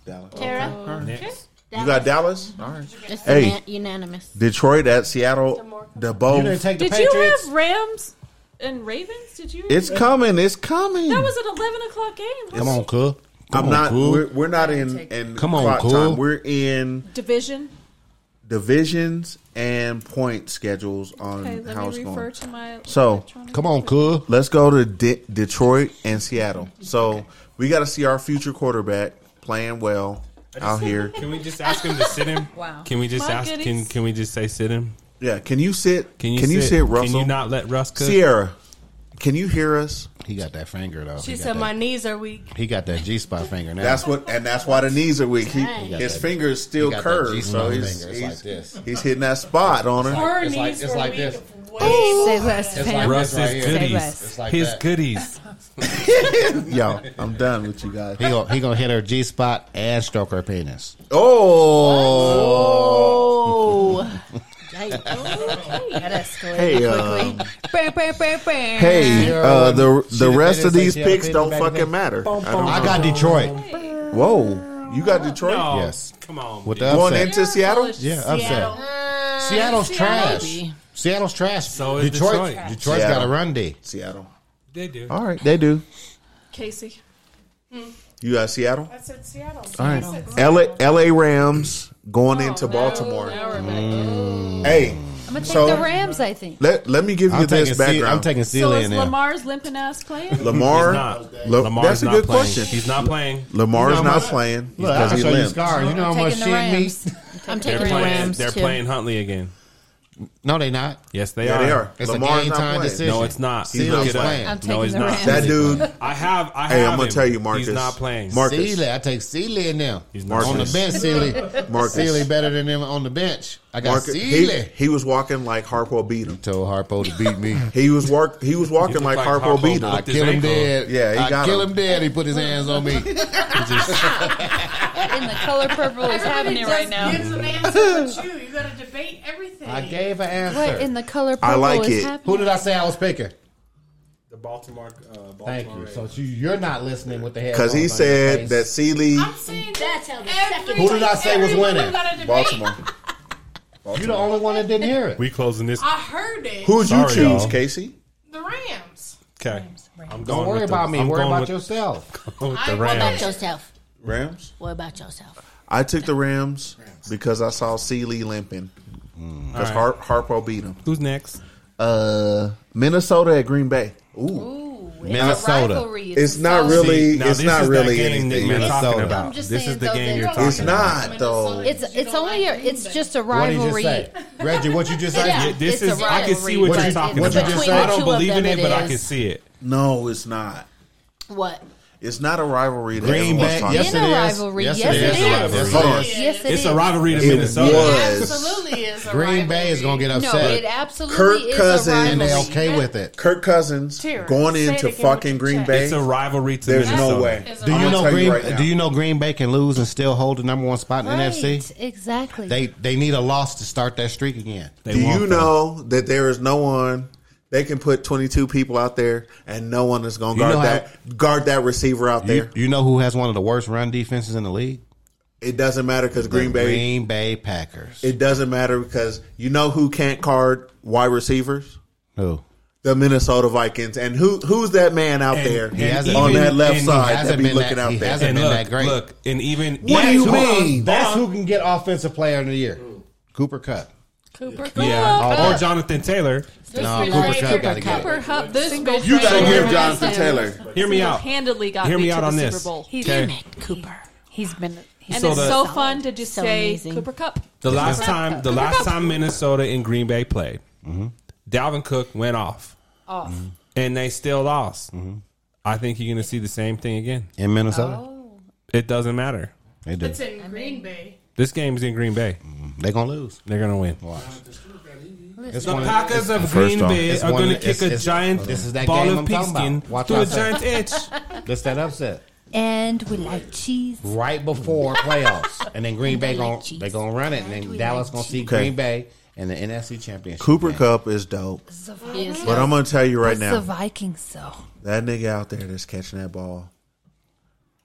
Speaker 2: Dallas.
Speaker 7: Tara,
Speaker 3: Next.
Speaker 2: You got Dallas. All right.
Speaker 7: it's
Speaker 2: Hey.
Speaker 7: unan- unanimous.
Speaker 2: Detroit at Seattle. The bowl.
Speaker 5: You didn't take the
Speaker 8: Did you
Speaker 5: Patriots.
Speaker 8: have Rams and Ravens? Did you?
Speaker 2: It's coming. It's coming.
Speaker 8: that was an eleven o'clock game.
Speaker 5: Come on, cool.
Speaker 2: I'm not.
Speaker 5: cool.
Speaker 2: We're, we're not in. in
Speaker 5: Come on,
Speaker 2: clock
Speaker 5: cool.
Speaker 2: time. We're in
Speaker 8: Division.
Speaker 2: divisions and point schedules on
Speaker 8: Okay, let
Speaker 2: how it's
Speaker 8: me refer
Speaker 2: going.
Speaker 8: to my.
Speaker 2: So-
Speaker 8: electronic-
Speaker 5: Come on, cool.
Speaker 2: Let's go to De- Detroit and Seattle. So we got to see our future quarterback playing well out here.
Speaker 3: Can we just ask him to sit him? wow. Can we just
Speaker 8: My
Speaker 3: ask? Can,
Speaker 8: goodies.
Speaker 3: can we just say sit him?
Speaker 2: Yeah, can you sit?
Speaker 3: Can you
Speaker 2: can
Speaker 3: sit,
Speaker 2: you sit Russell?
Speaker 3: Can you not let Russ cook?
Speaker 2: Sierra, can you hear us?
Speaker 5: He got that finger though.
Speaker 9: She
Speaker 5: he
Speaker 9: said
Speaker 5: got
Speaker 9: my
Speaker 5: that,
Speaker 9: knees are weak.
Speaker 5: he got that G spot finger now.
Speaker 2: That's what, and that's why the knees are weak. He,
Speaker 7: Dang.
Speaker 2: his
Speaker 5: that-
Speaker 2: fingers still
Speaker 5: got that
Speaker 2: curved,
Speaker 5: G-spot
Speaker 2: so he's,
Speaker 5: finger. It's
Speaker 2: he's,
Speaker 5: like this.
Speaker 2: he's hitting that spot on her.
Speaker 9: Her
Speaker 5: it's
Speaker 9: knees
Speaker 5: like- it's
Speaker 9: were
Speaker 5: like
Speaker 9: weak.
Speaker 5: this.
Speaker 9: Way-
Speaker 4: Say less,
Speaker 5: It's
Speaker 4: Pam.
Speaker 5: like-
Speaker 3: Russ's
Speaker 5: Right here.
Speaker 4: It's
Speaker 3: goodies.
Speaker 5: like
Speaker 3: His
Speaker 5: that.
Speaker 3: goodies.
Speaker 2: Yo, I'm done with you guys.
Speaker 5: He gonna, he gonna hit her G spot and stroke her penis.
Speaker 2: Oh,
Speaker 7: Oh. that escalated
Speaker 2: Hey, um,
Speaker 7: quickly. Bam, bam, bam, bam.
Speaker 2: hey, uh, the
Speaker 5: She
Speaker 2: the
Speaker 5: didn't
Speaker 2: rest
Speaker 5: say
Speaker 2: of these
Speaker 5: she had a
Speaker 2: picks
Speaker 5: pin
Speaker 2: don't
Speaker 5: back in there.
Speaker 2: fucking matter. I don't
Speaker 5: I
Speaker 2: know.
Speaker 5: got Detroit.
Speaker 2: Whoa, you got Detroit
Speaker 3: No.
Speaker 5: Yes.
Speaker 3: Oh, Come on.
Speaker 5: With
Speaker 3: dude.
Speaker 5: the
Speaker 2: going
Speaker 5: upset.
Speaker 2: into Seattle.
Speaker 5: Yeah, upset. Seattle's trash.
Speaker 7: Maybe.
Speaker 5: Seattle's trash.
Speaker 3: So is
Speaker 5: Detroit.
Speaker 3: Detroit.
Speaker 5: Detroit's
Speaker 2: Seattle.
Speaker 5: got a run D.
Speaker 2: Seattle.
Speaker 3: They do.
Speaker 2: All right, they do.
Speaker 8: Casey.
Speaker 2: You got Seattle.
Speaker 9: I said Seattle.
Speaker 2: All right, LA, LA Rams going
Speaker 5: Oh,
Speaker 2: into Baltimore. Hey,
Speaker 4: I'm gonna take
Speaker 2: So-
Speaker 4: the Rams. I think.
Speaker 2: let, let me give you
Speaker 5: I'm taking,
Speaker 2: this
Speaker 5: C- I'm
Speaker 2: background.
Speaker 5: taking
Speaker 8: So
Speaker 5: Celia
Speaker 8: is
Speaker 5: in there.
Speaker 8: Lamar's limping ass playing?
Speaker 2: Lamar,
Speaker 3: He's not.
Speaker 2: La-
Speaker 3: Lamar's
Speaker 2: that's a
Speaker 3: not
Speaker 2: good
Speaker 3: playing.
Speaker 2: question.
Speaker 3: He's not playing.
Speaker 2: Lamar's
Speaker 5: You know
Speaker 2: not
Speaker 5: my-
Speaker 2: playing
Speaker 5: Look,
Speaker 2: because
Speaker 5: I'll
Speaker 2: he
Speaker 5: show you
Speaker 2: limped.
Speaker 5: Scar. You know how much
Speaker 4: Taking the
Speaker 5: shit me.
Speaker 4: Rams.
Speaker 7: I'm
Speaker 3: They're
Speaker 7: taking the
Speaker 3: playing.
Speaker 7: Rams
Speaker 3: they're
Speaker 7: too.
Speaker 3: playing Huntley again.
Speaker 5: No, they not.
Speaker 3: Yes, they
Speaker 2: Yeah,
Speaker 3: are.
Speaker 2: they are.
Speaker 5: It's a
Speaker 2: Lamar's
Speaker 5: game
Speaker 2: not
Speaker 5: time
Speaker 2: playing.
Speaker 5: decision.
Speaker 3: No, it's not.
Speaker 2: He's
Speaker 3: Look
Speaker 2: not
Speaker 3: it up.
Speaker 5: playing. I'm
Speaker 3: no,
Speaker 4: taking
Speaker 3: he's
Speaker 4: the
Speaker 3: not.
Speaker 4: Rams.
Speaker 2: That dude,
Speaker 3: I have. I have.
Speaker 2: Hey, I'm gonna
Speaker 3: him.
Speaker 2: tell you, Marcus.
Speaker 3: He's not playing.
Speaker 2: Marcus.
Speaker 5: Celia, I take Celia in there.
Speaker 3: He's not
Speaker 5: on the
Speaker 2: Marcus.
Speaker 5: bench, Celia.
Speaker 2: Marcus.
Speaker 5: Celia better than him on the bench. I got
Speaker 2: Marcus- he,
Speaker 5: Celia.
Speaker 2: he was walking like Harpo beat him.
Speaker 5: Told Harpo to beat me.
Speaker 2: He was work. He was walking
Speaker 3: He
Speaker 2: like,
Speaker 3: looked like
Speaker 2: Harpo,
Speaker 3: Harpo
Speaker 2: beat him.
Speaker 5: I
Speaker 3: With his
Speaker 5: kill him
Speaker 3: ankle.
Speaker 5: dead.
Speaker 2: Yeah, he
Speaker 5: I
Speaker 2: got
Speaker 5: kill
Speaker 2: him.
Speaker 5: him. dead. He put his hands on me.
Speaker 4: And the color purple is having it right now.
Speaker 9: Gives an answer but you. You got to debate everything.
Speaker 5: I gave an
Speaker 4: What
Speaker 5: answer.
Speaker 4: in the color purple
Speaker 2: I like
Speaker 4: is
Speaker 2: it.
Speaker 4: happening?
Speaker 5: Who did I say I was picking?
Speaker 3: The Baltimore. Uh, Baltimore
Speaker 5: Thank you.
Speaker 3: Ravens.
Speaker 5: So you, you're not listening with the head.
Speaker 2: Because he said that Sealy,
Speaker 9: I'm saying
Speaker 7: That's how the
Speaker 9: every,
Speaker 7: second
Speaker 5: Who did I say was
Speaker 9: every week
Speaker 5: winning?
Speaker 9: we got a debate.
Speaker 2: Baltimore.
Speaker 5: You're the only one that didn't hear it.
Speaker 3: We closing this.
Speaker 9: I heard it.
Speaker 2: Who'd you
Speaker 3: Sorry,
Speaker 2: choose,
Speaker 3: y'all.
Speaker 2: Casey?
Speaker 9: The Rams.
Speaker 3: Okay, I'm going
Speaker 5: Don't worry
Speaker 3: with the-
Speaker 5: about me.
Speaker 3: I'm
Speaker 5: worry
Speaker 3: going
Speaker 5: about
Speaker 3: with-
Speaker 5: yourself.
Speaker 3: going with
Speaker 9: I-
Speaker 3: the
Speaker 9: what
Speaker 7: What about
Speaker 3: Rams.
Speaker 7: yourself?
Speaker 2: Rams.
Speaker 7: What about yourself?
Speaker 2: I took the Rams because I saw Sealy limping. Because
Speaker 3: Mm. All
Speaker 2: Har- Harpo beat him.
Speaker 3: Who's next?
Speaker 2: Uh, Minnesota at Green Bay. Ooh,
Speaker 5: Minnesota.
Speaker 4: Rivalry.
Speaker 2: it's not
Speaker 4: so-
Speaker 2: really.
Speaker 3: See, now
Speaker 2: it's
Speaker 3: this
Speaker 2: not
Speaker 3: is
Speaker 2: really
Speaker 3: that game that
Speaker 2: anything.
Speaker 3: you're talking
Speaker 5: Minnesota.
Speaker 3: about.
Speaker 5: I'm
Speaker 4: just
Speaker 3: this
Speaker 4: saying,
Speaker 3: is the
Speaker 4: though,
Speaker 3: game
Speaker 4: they
Speaker 3: you're
Speaker 4: don't-
Speaker 3: talking
Speaker 2: It's
Speaker 3: about.
Speaker 2: not though.
Speaker 4: It's it's only a, it's just a
Speaker 5: What did you
Speaker 4: rivalry.
Speaker 5: say, Reggie? What you just
Speaker 7: Yeah.
Speaker 5: said?
Speaker 3: Yeah, this
Speaker 4: It's
Speaker 3: is.
Speaker 4: a
Speaker 3: I can see what
Speaker 5: rivalry,
Speaker 3: you're
Speaker 5: but
Speaker 3: talking
Speaker 5: it's
Speaker 3: about.
Speaker 5: between
Speaker 3: I
Speaker 7: the
Speaker 3: don't
Speaker 7: two of
Speaker 3: believe in it,
Speaker 7: them it
Speaker 3: but I
Speaker 7: is.
Speaker 3: can see it.
Speaker 2: No, it's not.
Speaker 7: What?
Speaker 2: It's not a rivalry. That
Speaker 5: Green
Speaker 2: everyone's
Speaker 5: Bay.
Speaker 2: talking
Speaker 5: Yes,
Speaker 4: In
Speaker 5: it
Speaker 4: a
Speaker 5: is.
Speaker 4: rivalry.
Speaker 5: Yes,
Speaker 4: Yes,
Speaker 5: it
Speaker 4: it
Speaker 5: is.
Speaker 4: is.
Speaker 2: Yes, it is.
Speaker 4: Yes, it
Speaker 3: It's
Speaker 4: is.
Speaker 3: a rivalry to
Speaker 2: It
Speaker 3: Minnesota.
Speaker 2: was.
Speaker 9: Absolutely is a
Speaker 5: Green Bay is
Speaker 9: rivalry.
Speaker 5: going to get
Speaker 4: No, it
Speaker 5: upset,
Speaker 4: absolutely
Speaker 2: Kirk
Speaker 4: is
Speaker 2: Cousins-
Speaker 4: a rivalry.
Speaker 5: and they're okay with it.
Speaker 2: Kirk Cousins
Speaker 9: Terrence,
Speaker 2: going
Speaker 9: say it
Speaker 2: into
Speaker 9: again with
Speaker 2: fucking
Speaker 9: your
Speaker 2: Green
Speaker 9: chest.
Speaker 2: Bay.
Speaker 3: It's a rivalry to
Speaker 2: There's
Speaker 3: Minnesota.
Speaker 2: no way.
Speaker 9: Is a
Speaker 5: Do you
Speaker 9: I'm
Speaker 5: know
Speaker 2: tell you
Speaker 5: Green?
Speaker 2: right now.
Speaker 5: do you know Green Bay can lose and still hold the number one spot in
Speaker 4: Right,
Speaker 5: the NFC?
Speaker 4: Exactly.
Speaker 5: They they need a loss to start that streak again.
Speaker 3: They
Speaker 2: Do
Speaker 3: want
Speaker 2: you
Speaker 3: them.
Speaker 2: know that there is no one? They can put 22 people out there, and no one is going to
Speaker 5: You
Speaker 2: guard
Speaker 5: know how-
Speaker 2: that guard that receiver out there.
Speaker 5: You, you know who has one of the worst run defenses in the league?
Speaker 2: it doesn't matter because Green
Speaker 5: The
Speaker 2: Bay.
Speaker 5: Green Bay Packers.
Speaker 2: It doesn't matter because you know who can't guard wide receivers?
Speaker 5: Who?
Speaker 2: The Minnesota Vikings. And who who's that man out
Speaker 3: And-
Speaker 2: there
Speaker 3: and
Speaker 5: He hasn't-
Speaker 2: on
Speaker 5: even-
Speaker 2: that
Speaker 3: and
Speaker 2: left
Speaker 3: he
Speaker 2: side that
Speaker 5: hasn't
Speaker 2: be
Speaker 5: been
Speaker 2: looking
Speaker 5: that-
Speaker 2: out
Speaker 5: he
Speaker 2: there?
Speaker 5: hasn't-
Speaker 3: And
Speaker 5: been
Speaker 3: look,
Speaker 5: that great.
Speaker 3: look, and even
Speaker 2: What do you
Speaker 5: Hold on.
Speaker 2: mean?
Speaker 5: That's who can get offensive player of the year. Cooper Cup.
Speaker 4: Cooper
Speaker 8: Uh,
Speaker 3: Yeah, or Jonathan Taylor.
Speaker 5: No, Cooper Cup got to get
Speaker 8: Cooper
Speaker 5: it.
Speaker 8: Cup. This goes
Speaker 2: You got to
Speaker 8: right
Speaker 2: give
Speaker 8: over
Speaker 2: Jonathan
Speaker 8: him.
Speaker 2: Taylor.
Speaker 3: Hear me out.
Speaker 8: Handedly got
Speaker 3: Hear
Speaker 8: me,
Speaker 3: me
Speaker 8: to
Speaker 3: out
Speaker 8: the
Speaker 3: on
Speaker 8: Super
Speaker 3: this.
Speaker 8: Bowl.
Speaker 4: He's,
Speaker 7: Damn it, Cooper.
Speaker 4: he's been he's
Speaker 8: and
Speaker 3: So
Speaker 8: it's
Speaker 3: the-
Speaker 8: so fun to just
Speaker 7: So
Speaker 8: say
Speaker 7: amazing.
Speaker 8: Cooper Cup.
Speaker 3: The last time, the last time Minnesota and Green Bay played, Dalvin Cook went off,
Speaker 4: off.
Speaker 3: and they still lost. I think you're going to see the same thing again.
Speaker 5: In Minnesota?
Speaker 3: It doesn't matter.
Speaker 5: They do.
Speaker 9: It's in Green Bay.
Speaker 3: This game's in Green Bay.
Speaker 5: They're going to lose.
Speaker 3: They're going to win.
Speaker 5: Watch. It's
Speaker 3: The
Speaker 5: one-
Speaker 3: Packers
Speaker 5: it's-
Speaker 3: of
Speaker 2: First
Speaker 3: Green
Speaker 2: off,
Speaker 3: Bay
Speaker 5: it's
Speaker 3: are
Speaker 5: one-
Speaker 3: going to
Speaker 5: it's-
Speaker 3: kick a
Speaker 5: it's-
Speaker 3: giant
Speaker 5: this is that
Speaker 3: ball
Speaker 5: game
Speaker 3: of
Speaker 5: I'm talking
Speaker 3: pigskin
Speaker 5: about. Watch
Speaker 3: through a
Speaker 5: out.
Speaker 3: giant itch.
Speaker 5: That's that upset.
Speaker 4: And we like cheese.
Speaker 5: Right before playoffs. And then Green Bay
Speaker 7: we
Speaker 5: going
Speaker 7: like cheese.
Speaker 5: they going to run it. And then Dallas going to see
Speaker 2: Okay.
Speaker 5: Green Bay in the NFC Championship.
Speaker 2: Cooper
Speaker 5: game.
Speaker 2: Cup is dope. But I'm going to tell you right
Speaker 4: It's the
Speaker 2: now
Speaker 4: Vikings though.
Speaker 2: that nigga out there that's catching that ball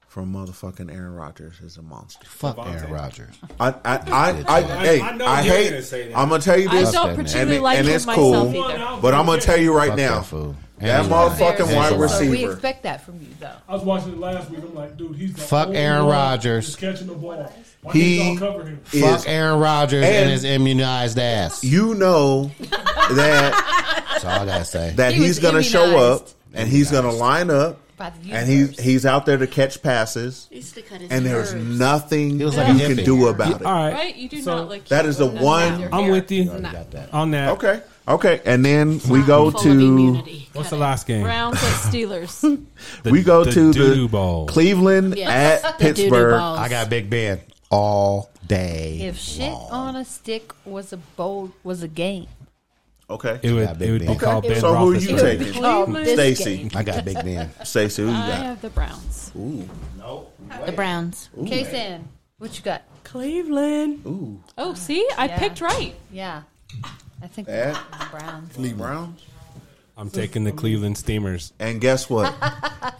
Speaker 2: from motherfucking Aaron Rodgers is a monster.
Speaker 5: Fuck Aaron Rodgers.
Speaker 2: I, I, I, I, hey,
Speaker 3: I know
Speaker 2: I
Speaker 3: you're
Speaker 2: hate.
Speaker 3: gonna say that.
Speaker 2: I'm gonna tell you
Speaker 8: I
Speaker 2: this,
Speaker 5: Fuck that
Speaker 8: don't
Speaker 5: man.
Speaker 8: particularly
Speaker 2: And it-
Speaker 8: like
Speaker 2: and
Speaker 8: him
Speaker 2: it's
Speaker 8: myself
Speaker 2: cool.
Speaker 8: either.
Speaker 2: but I'm gonna tell you right
Speaker 5: Fuck
Speaker 2: now,
Speaker 5: that fool.
Speaker 2: that
Speaker 5: Aaron Rodgers.
Speaker 2: motherfucking
Speaker 5: Aaron
Speaker 2: wide
Speaker 5: Rodgers.
Speaker 4: So we
Speaker 2: receiver.
Speaker 4: expect that from you though.
Speaker 11: I was watching it last week. I'm like, dude, he's the
Speaker 5: Fuck
Speaker 11: only
Speaker 5: Aaron
Speaker 11: one
Speaker 5: Rodgers.
Speaker 11: that's catching the ball. Why
Speaker 2: He-
Speaker 11: can't y'all cover him?
Speaker 2: is-
Speaker 5: Fuck Aaron Rodgers and,
Speaker 2: And-
Speaker 5: his immunized ass.
Speaker 2: You know that
Speaker 5: That's all I gotta say.
Speaker 2: that
Speaker 4: He was
Speaker 2: he's gonna show up
Speaker 4: immunized.
Speaker 2: and he's gonna line up
Speaker 4: By the
Speaker 2: and he's
Speaker 4: universe.
Speaker 2: he's out there to catch passes and there's nothing
Speaker 5: He was
Speaker 2: you
Speaker 5: like a
Speaker 2: can
Speaker 5: hippie.
Speaker 2: do about
Speaker 3: All
Speaker 2: it.
Speaker 3: right,
Speaker 8: Right? You do
Speaker 3: So-
Speaker 8: not like
Speaker 2: That is the
Speaker 8: None of
Speaker 2: one-
Speaker 8: that.
Speaker 3: I'm with you
Speaker 5: You got that.
Speaker 3: on that.
Speaker 2: Okay, okay, and then we go
Speaker 7: Full of
Speaker 2: to
Speaker 7: immunity.
Speaker 3: What's the last game?
Speaker 8: Browns at Steelers.
Speaker 3: The-
Speaker 2: we go
Speaker 3: the
Speaker 2: to
Speaker 3: doo-doo
Speaker 2: the
Speaker 3: bowl.
Speaker 2: Cleveland
Speaker 7: Yes.
Speaker 2: at
Speaker 7: The doo-doo
Speaker 2: Pittsburgh.
Speaker 7: balls.
Speaker 5: I got Big Ben all day.
Speaker 4: If shit on a stick was a bowl was a game.
Speaker 2: Okay,
Speaker 3: It would,
Speaker 5: got Big
Speaker 3: it would be
Speaker 5: Ben.
Speaker 3: called Ben
Speaker 2: so who are you
Speaker 3: Roethlisberger.
Speaker 2: taking,
Speaker 7: Oh,
Speaker 2: Stacy?
Speaker 5: I got Big Ben.
Speaker 2: Stacy, who you
Speaker 8: I
Speaker 2: got?
Speaker 8: have the Browns.
Speaker 7: The Browns.
Speaker 4: Kason, what you got?
Speaker 8: Cleveland. Oh, see, I
Speaker 4: Yeah.
Speaker 8: picked right.
Speaker 4: Yeah. I think
Speaker 5: Eh.
Speaker 2: That-
Speaker 4: Browns.
Speaker 2: Browns.
Speaker 3: I'm taking the Cleveland Steamers.
Speaker 2: And guess what?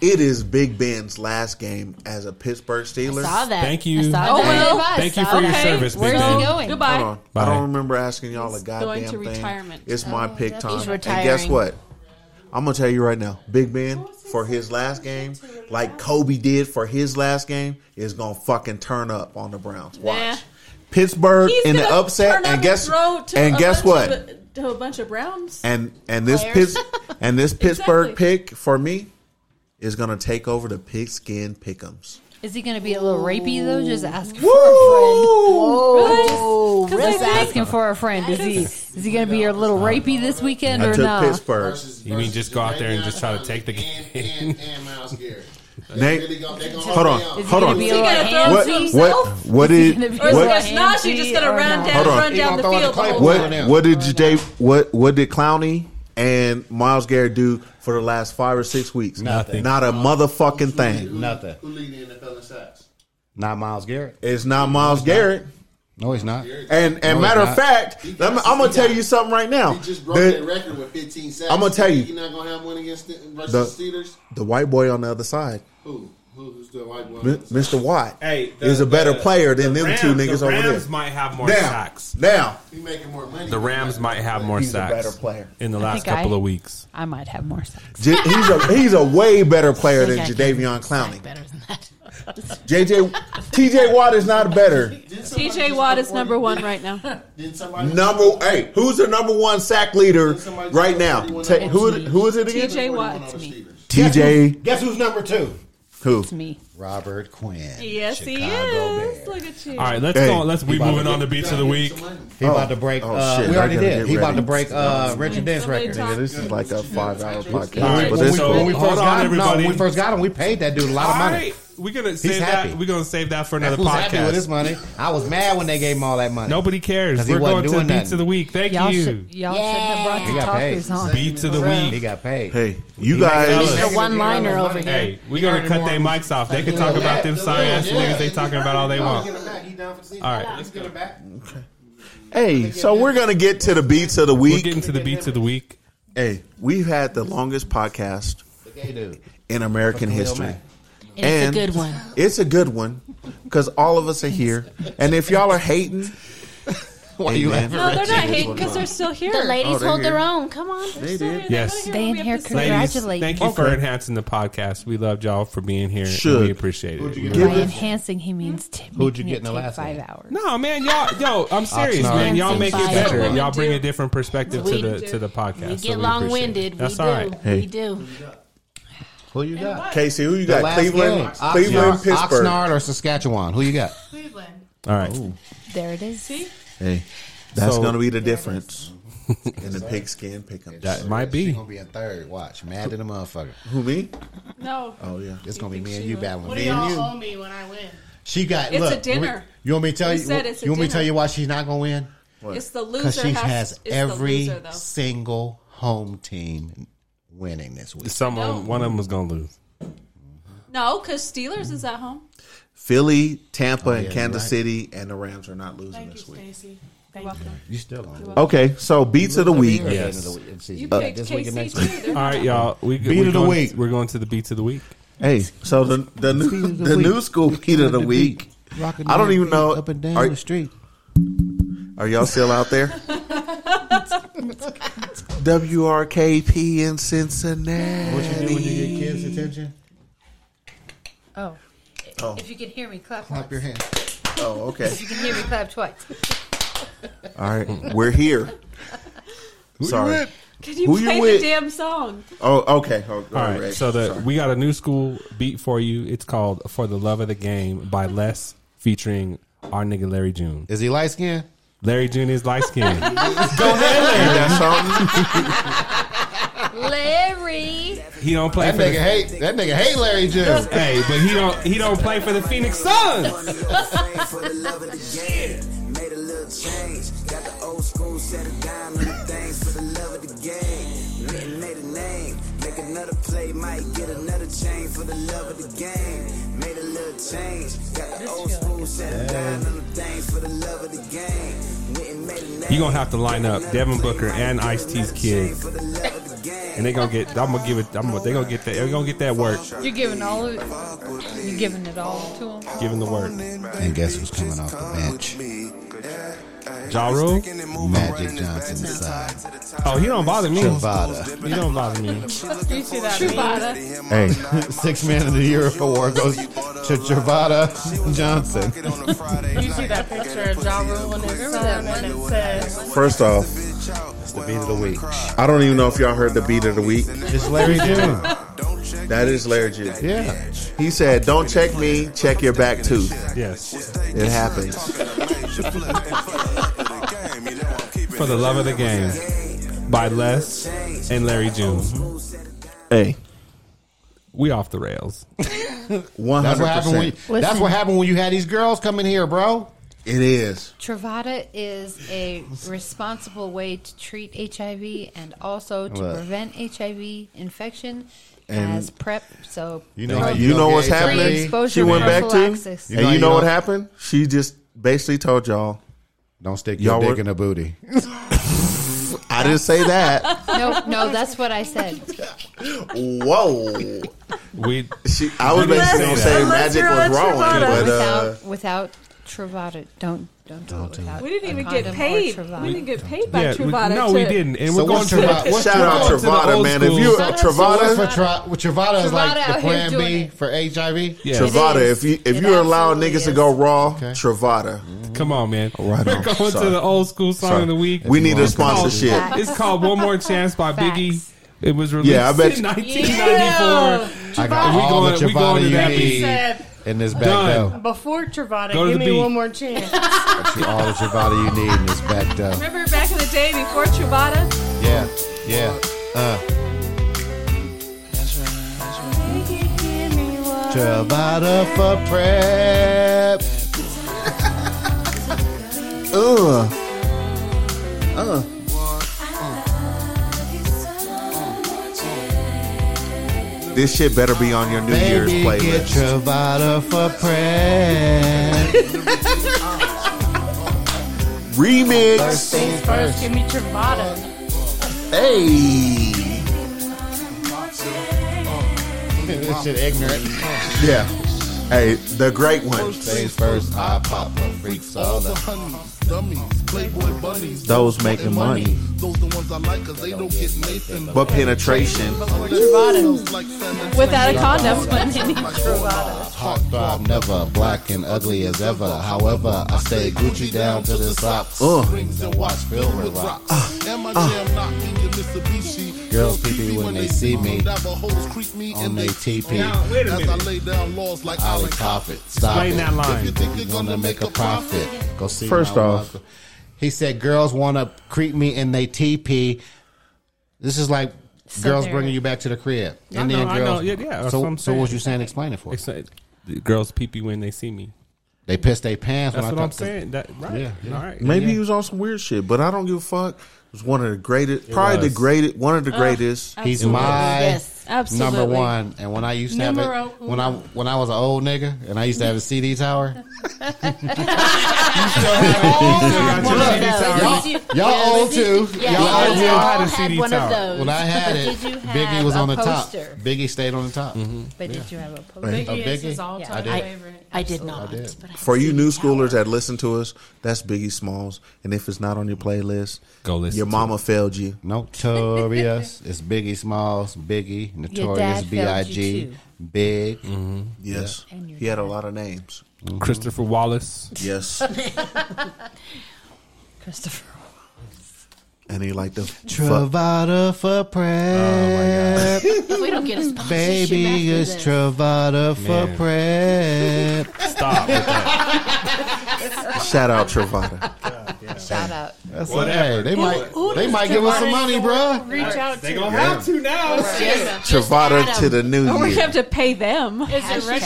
Speaker 2: it is Big Ben's last game as a Pittsburgh Steeler.
Speaker 7: Saw that.
Speaker 3: Thank you.
Speaker 7: I saw
Speaker 8: Oh,
Speaker 7: that.
Speaker 8: well.
Speaker 3: Thank you for your
Speaker 8: Okay,
Speaker 3: service, Big
Speaker 4: Where's
Speaker 3: Ben.
Speaker 4: he going?
Speaker 8: Goodbye.
Speaker 2: Hold on.
Speaker 3: Bye.
Speaker 2: I don't remember asking y'all a goddamn
Speaker 8: going to
Speaker 2: thing.
Speaker 8: retirement. Oh,
Speaker 2: It's my pick time. And
Speaker 7: retiring.
Speaker 2: guess what? I'm gonna tell you right now, Big Ben for his last game, like Kobe did for his last game, is gonna fucking turn up on the Browns. Watch
Speaker 8: Nah.
Speaker 2: Pittsburgh
Speaker 8: He's
Speaker 2: in the
Speaker 8: gonna
Speaker 2: upset,
Speaker 8: turn up
Speaker 2: and guess
Speaker 8: throw to
Speaker 2: and
Speaker 8: a
Speaker 2: guess what?
Speaker 8: bunch of- to a bunch of Browns.
Speaker 2: and and this
Speaker 7: Players.
Speaker 2: Pitts, and this Pittsburgh
Speaker 8: Exactly.
Speaker 2: pick for me is gonna take over the pigskin pickums.
Speaker 4: Is he gonna be a little rapey though? Just asking
Speaker 2: Woo!
Speaker 7: Oh,
Speaker 4: for just
Speaker 8: I
Speaker 4: asking for a friend. Is he is he gonna be a little rapey this weekend
Speaker 2: I
Speaker 4: or
Speaker 2: took
Speaker 4: no?
Speaker 2: Pittsburgh.
Speaker 3: You mean just go out there and just try to take the game?
Speaker 2: Nate, hold on, hold
Speaker 4: gonna
Speaker 2: on.
Speaker 4: be a
Speaker 8: He
Speaker 4: little
Speaker 8: gonna throw
Speaker 2: What?
Speaker 8: to
Speaker 4: handsy?
Speaker 2: What?
Speaker 8: himself?
Speaker 2: What did?
Speaker 4: Is he gonna be
Speaker 8: Or is
Speaker 4: What?
Speaker 8: it just not? She's just gonna
Speaker 4: Or
Speaker 8: run
Speaker 4: not.
Speaker 8: down,
Speaker 2: Hold on.
Speaker 8: run
Speaker 5: He
Speaker 8: down
Speaker 5: gonna
Speaker 8: the
Speaker 5: throw in the
Speaker 8: field. the whole
Speaker 5: clay.
Speaker 8: time.
Speaker 5: What
Speaker 2: What? What did you Dave? What? What did Clowney and Miles Garrett do for the last five or six weeks?
Speaker 5: Nothing.
Speaker 2: Not a motherfucking thing.
Speaker 5: Nothing.
Speaker 10: Who lead the NFL in sacks?
Speaker 5: Not Miles Garrett.
Speaker 2: It's not Miles Garrett.
Speaker 5: No, he's not.
Speaker 2: And and
Speaker 5: No,
Speaker 2: matter
Speaker 5: he's
Speaker 2: of
Speaker 5: not.
Speaker 2: fact, let me, I'm gonna tell you something right now.
Speaker 13: He just broke
Speaker 2: The-
Speaker 13: that record with 15 seconds.
Speaker 2: I'ma tell you.
Speaker 13: You're not going to have one against the,
Speaker 2: The-
Speaker 13: versus the Steelers?
Speaker 2: the white boy on the other side,
Speaker 13: Who? Who's the white one?
Speaker 2: M- Mr. Watt,
Speaker 3: Hey, the-
Speaker 2: is a better
Speaker 3: the-
Speaker 2: player than them two
Speaker 3: Rams-
Speaker 2: niggas
Speaker 3: the
Speaker 2: over
Speaker 3: Rams
Speaker 2: there.
Speaker 3: might have more
Speaker 2: now,
Speaker 3: sacks.
Speaker 2: now,
Speaker 13: He making more money.
Speaker 3: The Rams might have more
Speaker 2: He's a
Speaker 3: sacks.
Speaker 2: better player.
Speaker 3: in the last
Speaker 4: think
Speaker 3: couple
Speaker 4: I-
Speaker 3: of weeks.
Speaker 4: I might have more sex.
Speaker 2: J- he's a he's a way better player than
Speaker 7: Think I can
Speaker 2: Jadavion Clowney.
Speaker 7: sack Better than that.
Speaker 2: JJ TJ Watt is not better.
Speaker 8: TJ Watt is number one right now.
Speaker 13: Didn't somebody
Speaker 2: Number hey, who's the number one sack leader right now? Ta- who who is it again?
Speaker 8: TJ Watt.
Speaker 13: It's me.
Speaker 2: TJ
Speaker 13: Guess who's number two?
Speaker 2: who?
Speaker 7: Me.
Speaker 5: Robert Quinn.
Speaker 8: Yes, he
Speaker 5: Chicago
Speaker 8: is.
Speaker 5: Bear.
Speaker 8: Look at you.
Speaker 3: All right, let's
Speaker 2: Hey.
Speaker 3: go. Let's we
Speaker 5: about
Speaker 3: moving
Speaker 5: to
Speaker 3: on to beats of the week.
Speaker 5: He about to break.
Speaker 2: Oh,
Speaker 5: uh,
Speaker 2: shit.
Speaker 5: we
Speaker 2: I
Speaker 5: already
Speaker 2: gotta
Speaker 5: did.
Speaker 2: get
Speaker 5: He about
Speaker 2: ready.
Speaker 5: to break uh, Richard Dent's record.
Speaker 2: Nigga, this is like a five hour podcast.
Speaker 5: All right,
Speaker 2: but
Speaker 5: when, we,
Speaker 2: this-
Speaker 3: so-
Speaker 5: when we first
Speaker 3: hold on,
Speaker 5: got him, no,
Speaker 3: everybody.
Speaker 5: when we first got him, we paid that dude a lot
Speaker 3: All
Speaker 5: of money.
Speaker 3: right, we're gonna save
Speaker 5: happy.
Speaker 3: that. We're gonna save that for
Speaker 5: I
Speaker 3: another
Speaker 5: was happy with his
Speaker 3: podcast.
Speaker 5: money. I was mad when they gave him all that money.
Speaker 3: Nobody cares.
Speaker 5: 'Cause he
Speaker 3: We're
Speaker 5: wasn't
Speaker 3: going to the
Speaker 5: doing
Speaker 3: beats
Speaker 5: nothing.
Speaker 3: of the week. Thank
Speaker 4: Y'all
Speaker 3: you.
Speaker 4: should y'all
Speaker 7: Yeah.
Speaker 4: shouldn't
Speaker 5: He
Speaker 4: have
Speaker 5: got
Speaker 4: brought
Speaker 5: paid.
Speaker 4: the talkers on.
Speaker 3: beats of the
Speaker 5: He
Speaker 3: week.
Speaker 5: got paid.
Speaker 2: hey, you
Speaker 3: Fellas.
Speaker 2: guys,
Speaker 7: A one liner over here.
Speaker 3: Hey, we're gonna cut their mics off. They can talk about them science niggas. They talking about all they want. All right, let's go.
Speaker 2: hey, so we're gonna get to the beats of the
Speaker 3: We're
Speaker 2: week.
Speaker 3: getting to the beats of the week.
Speaker 2: Hey, we've had the longest podcast in American history.
Speaker 7: And it's a good one.
Speaker 2: It's a good one because all of us are here. And if y'all are hating,
Speaker 5: Why you
Speaker 2: Amen.
Speaker 5: laughing?
Speaker 8: No, they're not hating because they're still here.
Speaker 7: The
Speaker 2: Oh,
Speaker 7: ladies
Speaker 2: they're
Speaker 7: hold their
Speaker 2: here.
Speaker 7: own. Come on.
Speaker 2: they did.
Speaker 3: Yes.
Speaker 8: They
Speaker 4: They in
Speaker 8: have
Speaker 4: here
Speaker 8: to say.
Speaker 3: Ladies,
Speaker 4: congratulate
Speaker 3: thank you for enhancing the podcast. We loved y'all for being here. and
Speaker 2: Should.
Speaker 3: we appreciate it. We
Speaker 4: By
Speaker 2: Give us,
Speaker 4: enhancing, he means t-
Speaker 5: Who'd you
Speaker 4: making
Speaker 5: get
Speaker 4: it
Speaker 5: in the
Speaker 4: take
Speaker 5: last
Speaker 4: five
Speaker 5: one?
Speaker 4: hours.
Speaker 3: No, man, y'all, yo, I'm serious,
Speaker 5: no.
Speaker 3: man. Y'all make it
Speaker 7: Fancy
Speaker 3: better.
Speaker 7: fire.
Speaker 3: Y'all bring a different perspective to
Speaker 7: We
Speaker 3: the
Speaker 7: do.
Speaker 3: to the podcast.
Speaker 7: We
Speaker 3: so
Speaker 7: get
Speaker 3: appreciate
Speaker 7: long
Speaker 3: it.
Speaker 7: winded. We
Speaker 3: That's
Speaker 7: do.
Speaker 3: all right.
Speaker 2: Hey.
Speaker 7: We do.
Speaker 5: Who you got?
Speaker 2: Casey, who you
Speaker 5: The
Speaker 2: got?
Speaker 5: last game.
Speaker 2: Cleveland,
Speaker 5: Oxnard-
Speaker 2: Cleveland, Pittsburgh.
Speaker 5: Oxnard or Saskatchewan? Who you got?
Speaker 9: Cleveland.
Speaker 3: All right.
Speaker 5: Oh,
Speaker 4: There it is.
Speaker 2: Hey, that's
Speaker 3: So-
Speaker 2: going to be the difference in the pigskin pickup.
Speaker 3: That might
Speaker 5: She
Speaker 3: be.
Speaker 5: gonna be in third. Watch, mad than a motherfucker.
Speaker 2: Who me?
Speaker 8: No.
Speaker 2: Oh yeah.
Speaker 5: It's gonna be me and you battling.
Speaker 9: What
Speaker 5: Me
Speaker 9: do
Speaker 5: and
Speaker 9: y'all
Speaker 5: you.
Speaker 9: owe me when I win?
Speaker 5: She got.
Speaker 8: It's
Speaker 5: look,
Speaker 8: a dinner.
Speaker 5: You want me to tell
Speaker 8: You
Speaker 5: you?
Speaker 8: said it's a
Speaker 5: you want me to
Speaker 8: dinner.
Speaker 5: tell you why she's not gonna win?
Speaker 8: It's the
Speaker 5: Because
Speaker 8: loser.
Speaker 5: she has
Speaker 8: it's the
Speaker 5: every
Speaker 8: loser, though.
Speaker 5: single home team winning this week.
Speaker 3: Someone,
Speaker 8: No.
Speaker 3: one of them was gonna lose.
Speaker 8: No, because Steelers is at home.
Speaker 2: Philly, Tampa, and
Speaker 5: Oh, yeah,
Speaker 2: Kansas
Speaker 5: right.
Speaker 2: City, and the Rams are not losing
Speaker 9: Thank you,
Speaker 2: this week.
Speaker 9: Stacy. Thank you.
Speaker 5: You still gonna win.
Speaker 2: Okay, so beats of the week.
Speaker 3: Yes.
Speaker 8: You picked KC too. They're
Speaker 3: All right, y'all. We
Speaker 5: Beat
Speaker 3: we're
Speaker 5: of the
Speaker 3: going,
Speaker 5: week.
Speaker 3: We're going to the beats of the week.
Speaker 2: Hey, so the the new
Speaker 5: of the
Speaker 2: the
Speaker 5: week.
Speaker 2: new school beat of the week. I don't even know.
Speaker 5: Up and down
Speaker 2: Are,
Speaker 5: the street.
Speaker 2: are y'all still out there? WRKP in Cincinnati.
Speaker 5: What you do when you get kids' attention?
Speaker 4: Oh.
Speaker 2: Oh.
Speaker 4: If you can hear me clap,
Speaker 5: Clap your hands.
Speaker 2: Oh, okay.
Speaker 4: you can hear me clap twice.
Speaker 2: All right, we're here. Sorry.
Speaker 8: Can you
Speaker 2: Who you
Speaker 8: play
Speaker 2: with?
Speaker 8: the damn song?
Speaker 2: Oh, okay. Oh,
Speaker 3: All right. So the we got a new school beat for you. It's called "For the Love of the Game" by Les, featuring our nigga Larry June.
Speaker 5: Is he light skinned?
Speaker 3: Larry June is light skinned.
Speaker 2: that
Speaker 4: Larry.
Speaker 3: he don't play
Speaker 5: That
Speaker 3: for.
Speaker 5: nigga
Speaker 3: The,
Speaker 5: hate. That nigga hate Larry June.
Speaker 3: hey, but he don't he don't play for the Phoenix Suns.
Speaker 14: for the love of the game. Made a little change. Got the old school set of dime on the things for the love of the game. Went and made a name. Make another play, might get another chain for the love of the game. Made a little change. Got the old school set of dime on the things for the love of the game. Went and made a name.
Speaker 3: You gonna have to line up Devin Booker and Ice T's kids,
Speaker 14: for the love of the game.
Speaker 3: and they gonna get. I'm gonna give it. I'm gonna, they gonna get that. They gonna get that work.
Speaker 4: You're giving all of it. You're giving it all to him.
Speaker 3: Give him the work.
Speaker 5: And guess who's coming off the bench?
Speaker 3: Ja Rule?
Speaker 5: Magic Johnson's side.
Speaker 3: Oh, he don't bother me.
Speaker 5: Truvada.
Speaker 3: He don't bother me.
Speaker 9: You see that?
Speaker 8: Truvada.
Speaker 5: Hey, six man of the year award goes to Truvada Johnson.
Speaker 9: You see that picture of Ja Rule and his son, and it says,
Speaker 2: song. First off,
Speaker 5: It's the beat of the week.
Speaker 2: I don't even know if y'all heard the beat of the week.
Speaker 5: It's Larry June.
Speaker 2: That is Larry June.
Speaker 5: Yeah.
Speaker 2: He said, "Don't check me, check your back too."
Speaker 3: Yes.
Speaker 2: It happens.
Speaker 3: For the love of the game. By Les and Larry June.
Speaker 2: Hey,
Speaker 3: We off the rails.
Speaker 2: one
Speaker 5: That's
Speaker 2: hundred
Speaker 5: what happened when.
Speaker 2: percent.
Speaker 5: That's what happened when you had these girls come in here, bro.
Speaker 2: It is.
Speaker 4: Travada is a responsible way to treat HIV and also to
Speaker 5: Look.
Speaker 4: prevent HIV infection
Speaker 2: And-
Speaker 4: as PrEP. So
Speaker 5: You know how
Speaker 2: You know
Speaker 5: don't
Speaker 2: what's
Speaker 5: get HIV.
Speaker 2: happening?
Speaker 4: Pre-exposure
Speaker 2: She went back to,
Speaker 4: prophylaxis.
Speaker 2: and you know what happened? She just basically told y'all,
Speaker 5: Don't stick
Speaker 2: Y'all
Speaker 5: your
Speaker 2: work-
Speaker 5: dick in a booty.
Speaker 2: I didn't say that.
Speaker 4: No, no, that's what I said.
Speaker 2: Whoa.
Speaker 3: We.
Speaker 2: She, I was
Speaker 3: We
Speaker 2: basically gonna
Speaker 3: didn't say that.
Speaker 2: say
Speaker 3: Unless
Speaker 2: magic
Speaker 3: you're
Speaker 2: was wrong,
Speaker 3: on
Speaker 2: but uh,
Speaker 4: without without Travada, don't don't do it without.
Speaker 8: We didn't
Speaker 4: a
Speaker 8: even
Speaker 4: condom
Speaker 8: get
Speaker 4: or
Speaker 8: paid.
Speaker 4: Truvada.
Speaker 8: We didn't get paid by
Speaker 3: we,
Speaker 8: Truvada.
Speaker 3: no,
Speaker 8: to-
Speaker 3: we didn't. And
Speaker 5: So
Speaker 3: we're going
Speaker 5: what's
Speaker 3: to
Speaker 5: Truvada- what's
Speaker 3: we're
Speaker 2: Shout out
Speaker 3: going to the
Speaker 2: Truvada,
Speaker 3: old
Speaker 2: man. If
Speaker 3: school.
Speaker 2: you-
Speaker 3: Shout
Speaker 5: So
Speaker 3: out
Speaker 5: what's
Speaker 2: Travada-
Speaker 5: for tra- Travada is
Speaker 4: Travada
Speaker 5: like
Speaker 4: out
Speaker 5: the
Speaker 4: here
Speaker 5: plan
Speaker 4: doing
Speaker 5: B
Speaker 4: it.
Speaker 5: for HIV.
Speaker 3: Yeah.
Speaker 2: Travada, if you if
Speaker 4: It
Speaker 2: you allow
Speaker 4: absolutely
Speaker 2: niggas to
Speaker 4: is.
Speaker 2: go raw, Travada.
Speaker 3: Come on, man.
Speaker 2: Right
Speaker 3: We're
Speaker 2: on.
Speaker 3: going
Speaker 2: Oh, Sorry.
Speaker 3: to the old school song
Speaker 2: Sorry.
Speaker 3: of the week.
Speaker 2: We need a
Speaker 3: It's called-
Speaker 2: sponsorship.
Speaker 3: It's called One More Chance by
Speaker 4: Facts.
Speaker 3: Biggie. It was released
Speaker 2: Yeah, I bet
Speaker 3: in
Speaker 2: you-
Speaker 3: 1994.
Speaker 5: I got
Speaker 3: We
Speaker 5: all
Speaker 3: going-
Speaker 5: the
Speaker 3: we going
Speaker 5: Travada
Speaker 3: to that
Speaker 5: you
Speaker 3: beat.
Speaker 5: need
Speaker 9: Said
Speaker 5: in this back
Speaker 3: Done.
Speaker 5: door.
Speaker 9: before Travada,
Speaker 3: Go to
Speaker 9: give
Speaker 3: the
Speaker 9: me
Speaker 3: beat.
Speaker 9: one more chance.
Speaker 5: Got you all the Travada you need in this back door.
Speaker 8: Remember back in the day before Truvada?
Speaker 5: Yeah, yeah. Uh. Travada for prep.
Speaker 2: Ugh. This shit better be on your New Year's
Speaker 5: Baby, get
Speaker 2: playlist.
Speaker 5: Travada for prep.
Speaker 2: Remix.
Speaker 9: Things first, give me Travada.
Speaker 2: Hey.
Speaker 5: this shit ignorant.
Speaker 2: Yeah. Hey, the great one.
Speaker 5: Things first, I pop a freak soda.
Speaker 13: honeys, dummies, playboy bunnies.
Speaker 2: Those making money.
Speaker 13: Those the ones I like because they don't get Nathan.
Speaker 2: But penetration.
Speaker 4: Without a condom.
Speaker 5: Hot throb never, black and ugly as ever. However, I stay Gucci down to the socks.
Speaker 2: Ugh.
Speaker 5: Rings and watch film with rocks.
Speaker 13: And my jam knocking your Mitsubishi.
Speaker 5: Girls pee pee Ah. when they see me
Speaker 13: Navajos creep me
Speaker 5: on
Speaker 13: and
Speaker 5: they
Speaker 13: they
Speaker 5: TP.
Speaker 3: Now, wait a
Speaker 13: As I
Speaker 3: minute.
Speaker 13: lay down laws like
Speaker 5: Ollie
Speaker 13: Ollie
Speaker 5: top it. Stop
Speaker 3: Explain
Speaker 5: it.
Speaker 3: that line.
Speaker 5: Think you're gonna make a profit? Go see.
Speaker 2: First
Speaker 5: my
Speaker 2: off-
Speaker 5: mother. he said girls want to creep me and they TP. This is like girls
Speaker 4: there-
Speaker 5: bringing you back to the crib.
Speaker 3: I
Speaker 5: And
Speaker 3: know,
Speaker 5: then
Speaker 3: I
Speaker 5: girls.
Speaker 3: know. Yeah, yeah, that's
Speaker 5: so,
Speaker 3: what I'm
Speaker 5: so
Speaker 3: saying.
Speaker 5: what you saying? Explain it for us.
Speaker 3: Except the girls pee pee when they see me.
Speaker 5: They piss their pants.
Speaker 3: That's
Speaker 5: when
Speaker 3: what
Speaker 5: I
Speaker 3: I'm
Speaker 5: thought-
Speaker 3: saying. That right?
Speaker 5: Yeah, yeah.
Speaker 3: All right.
Speaker 2: Maybe he was on some weird shit, but I don't give a fuck. It was one of the greatest, probably
Speaker 3: was.
Speaker 2: the greatest, one of the greatest.
Speaker 5: He's my
Speaker 7: Yes.
Speaker 8: Absolutely.
Speaker 5: number one. And when I used to
Speaker 9: Numero
Speaker 5: have it, when I when I was an old nigga and I used to have a CD tower.
Speaker 7: All
Speaker 5: y'all- y'all old too. Y'all old
Speaker 7: Y'all
Speaker 5: too.
Speaker 7: all
Speaker 3: had a
Speaker 7: had
Speaker 3: CD
Speaker 7: one of
Speaker 3: tower.
Speaker 7: those.
Speaker 5: When I had
Speaker 7: But
Speaker 5: it,
Speaker 7: did you
Speaker 5: Biggie
Speaker 7: have
Speaker 5: was
Speaker 7: a
Speaker 5: on the
Speaker 7: poster?
Speaker 5: top. Biggie stayed on the top.
Speaker 4: But did you have a poster?
Speaker 9: Biggie, is
Speaker 5: Biggie?
Speaker 9: his all-time
Speaker 5: I did.
Speaker 9: favorite.
Speaker 7: I did not.
Speaker 5: did.
Speaker 7: But I
Speaker 2: For you
Speaker 7: did
Speaker 2: new
Speaker 7: have
Speaker 2: schoolers
Speaker 7: it.
Speaker 2: that listen to us, that's Biggie Smalls. And if it's not on your playlist,
Speaker 3: Go listen
Speaker 2: Your
Speaker 3: to
Speaker 2: mama failed you.
Speaker 5: Notorious. it's Biggie Smalls, Biggie, Notorious
Speaker 4: dad failed you
Speaker 5: B.I.G., Big.
Speaker 2: Yes.
Speaker 4: And your
Speaker 2: He had a lot of names.
Speaker 3: Christopher Wallace.
Speaker 2: Yes.
Speaker 4: Christopher.
Speaker 2: and he liked to fuck.
Speaker 5: Travada for prep.
Speaker 7: If we don't get a sponsorship
Speaker 5: Baby,
Speaker 7: after
Speaker 5: it's
Speaker 7: this,
Speaker 5: Travada for
Speaker 3: Man.
Speaker 5: prep.
Speaker 3: Stop. with that.
Speaker 2: Shout out Travada.
Speaker 4: Shout out.
Speaker 5: That's
Speaker 3: Whatever.
Speaker 5: okay. They might,
Speaker 7: who
Speaker 5: they
Speaker 7: does
Speaker 5: might give us some
Speaker 7: Travada
Speaker 5: money, bruh.
Speaker 9: Reach out
Speaker 3: They
Speaker 9: to
Speaker 3: gonna have to now.
Speaker 7: just- just add
Speaker 2: Travada
Speaker 7: 'em.
Speaker 2: to the new
Speaker 8: Or Oh, we
Speaker 2: year.
Speaker 8: have to pay them.
Speaker 9: Is it
Speaker 7: Hashtag.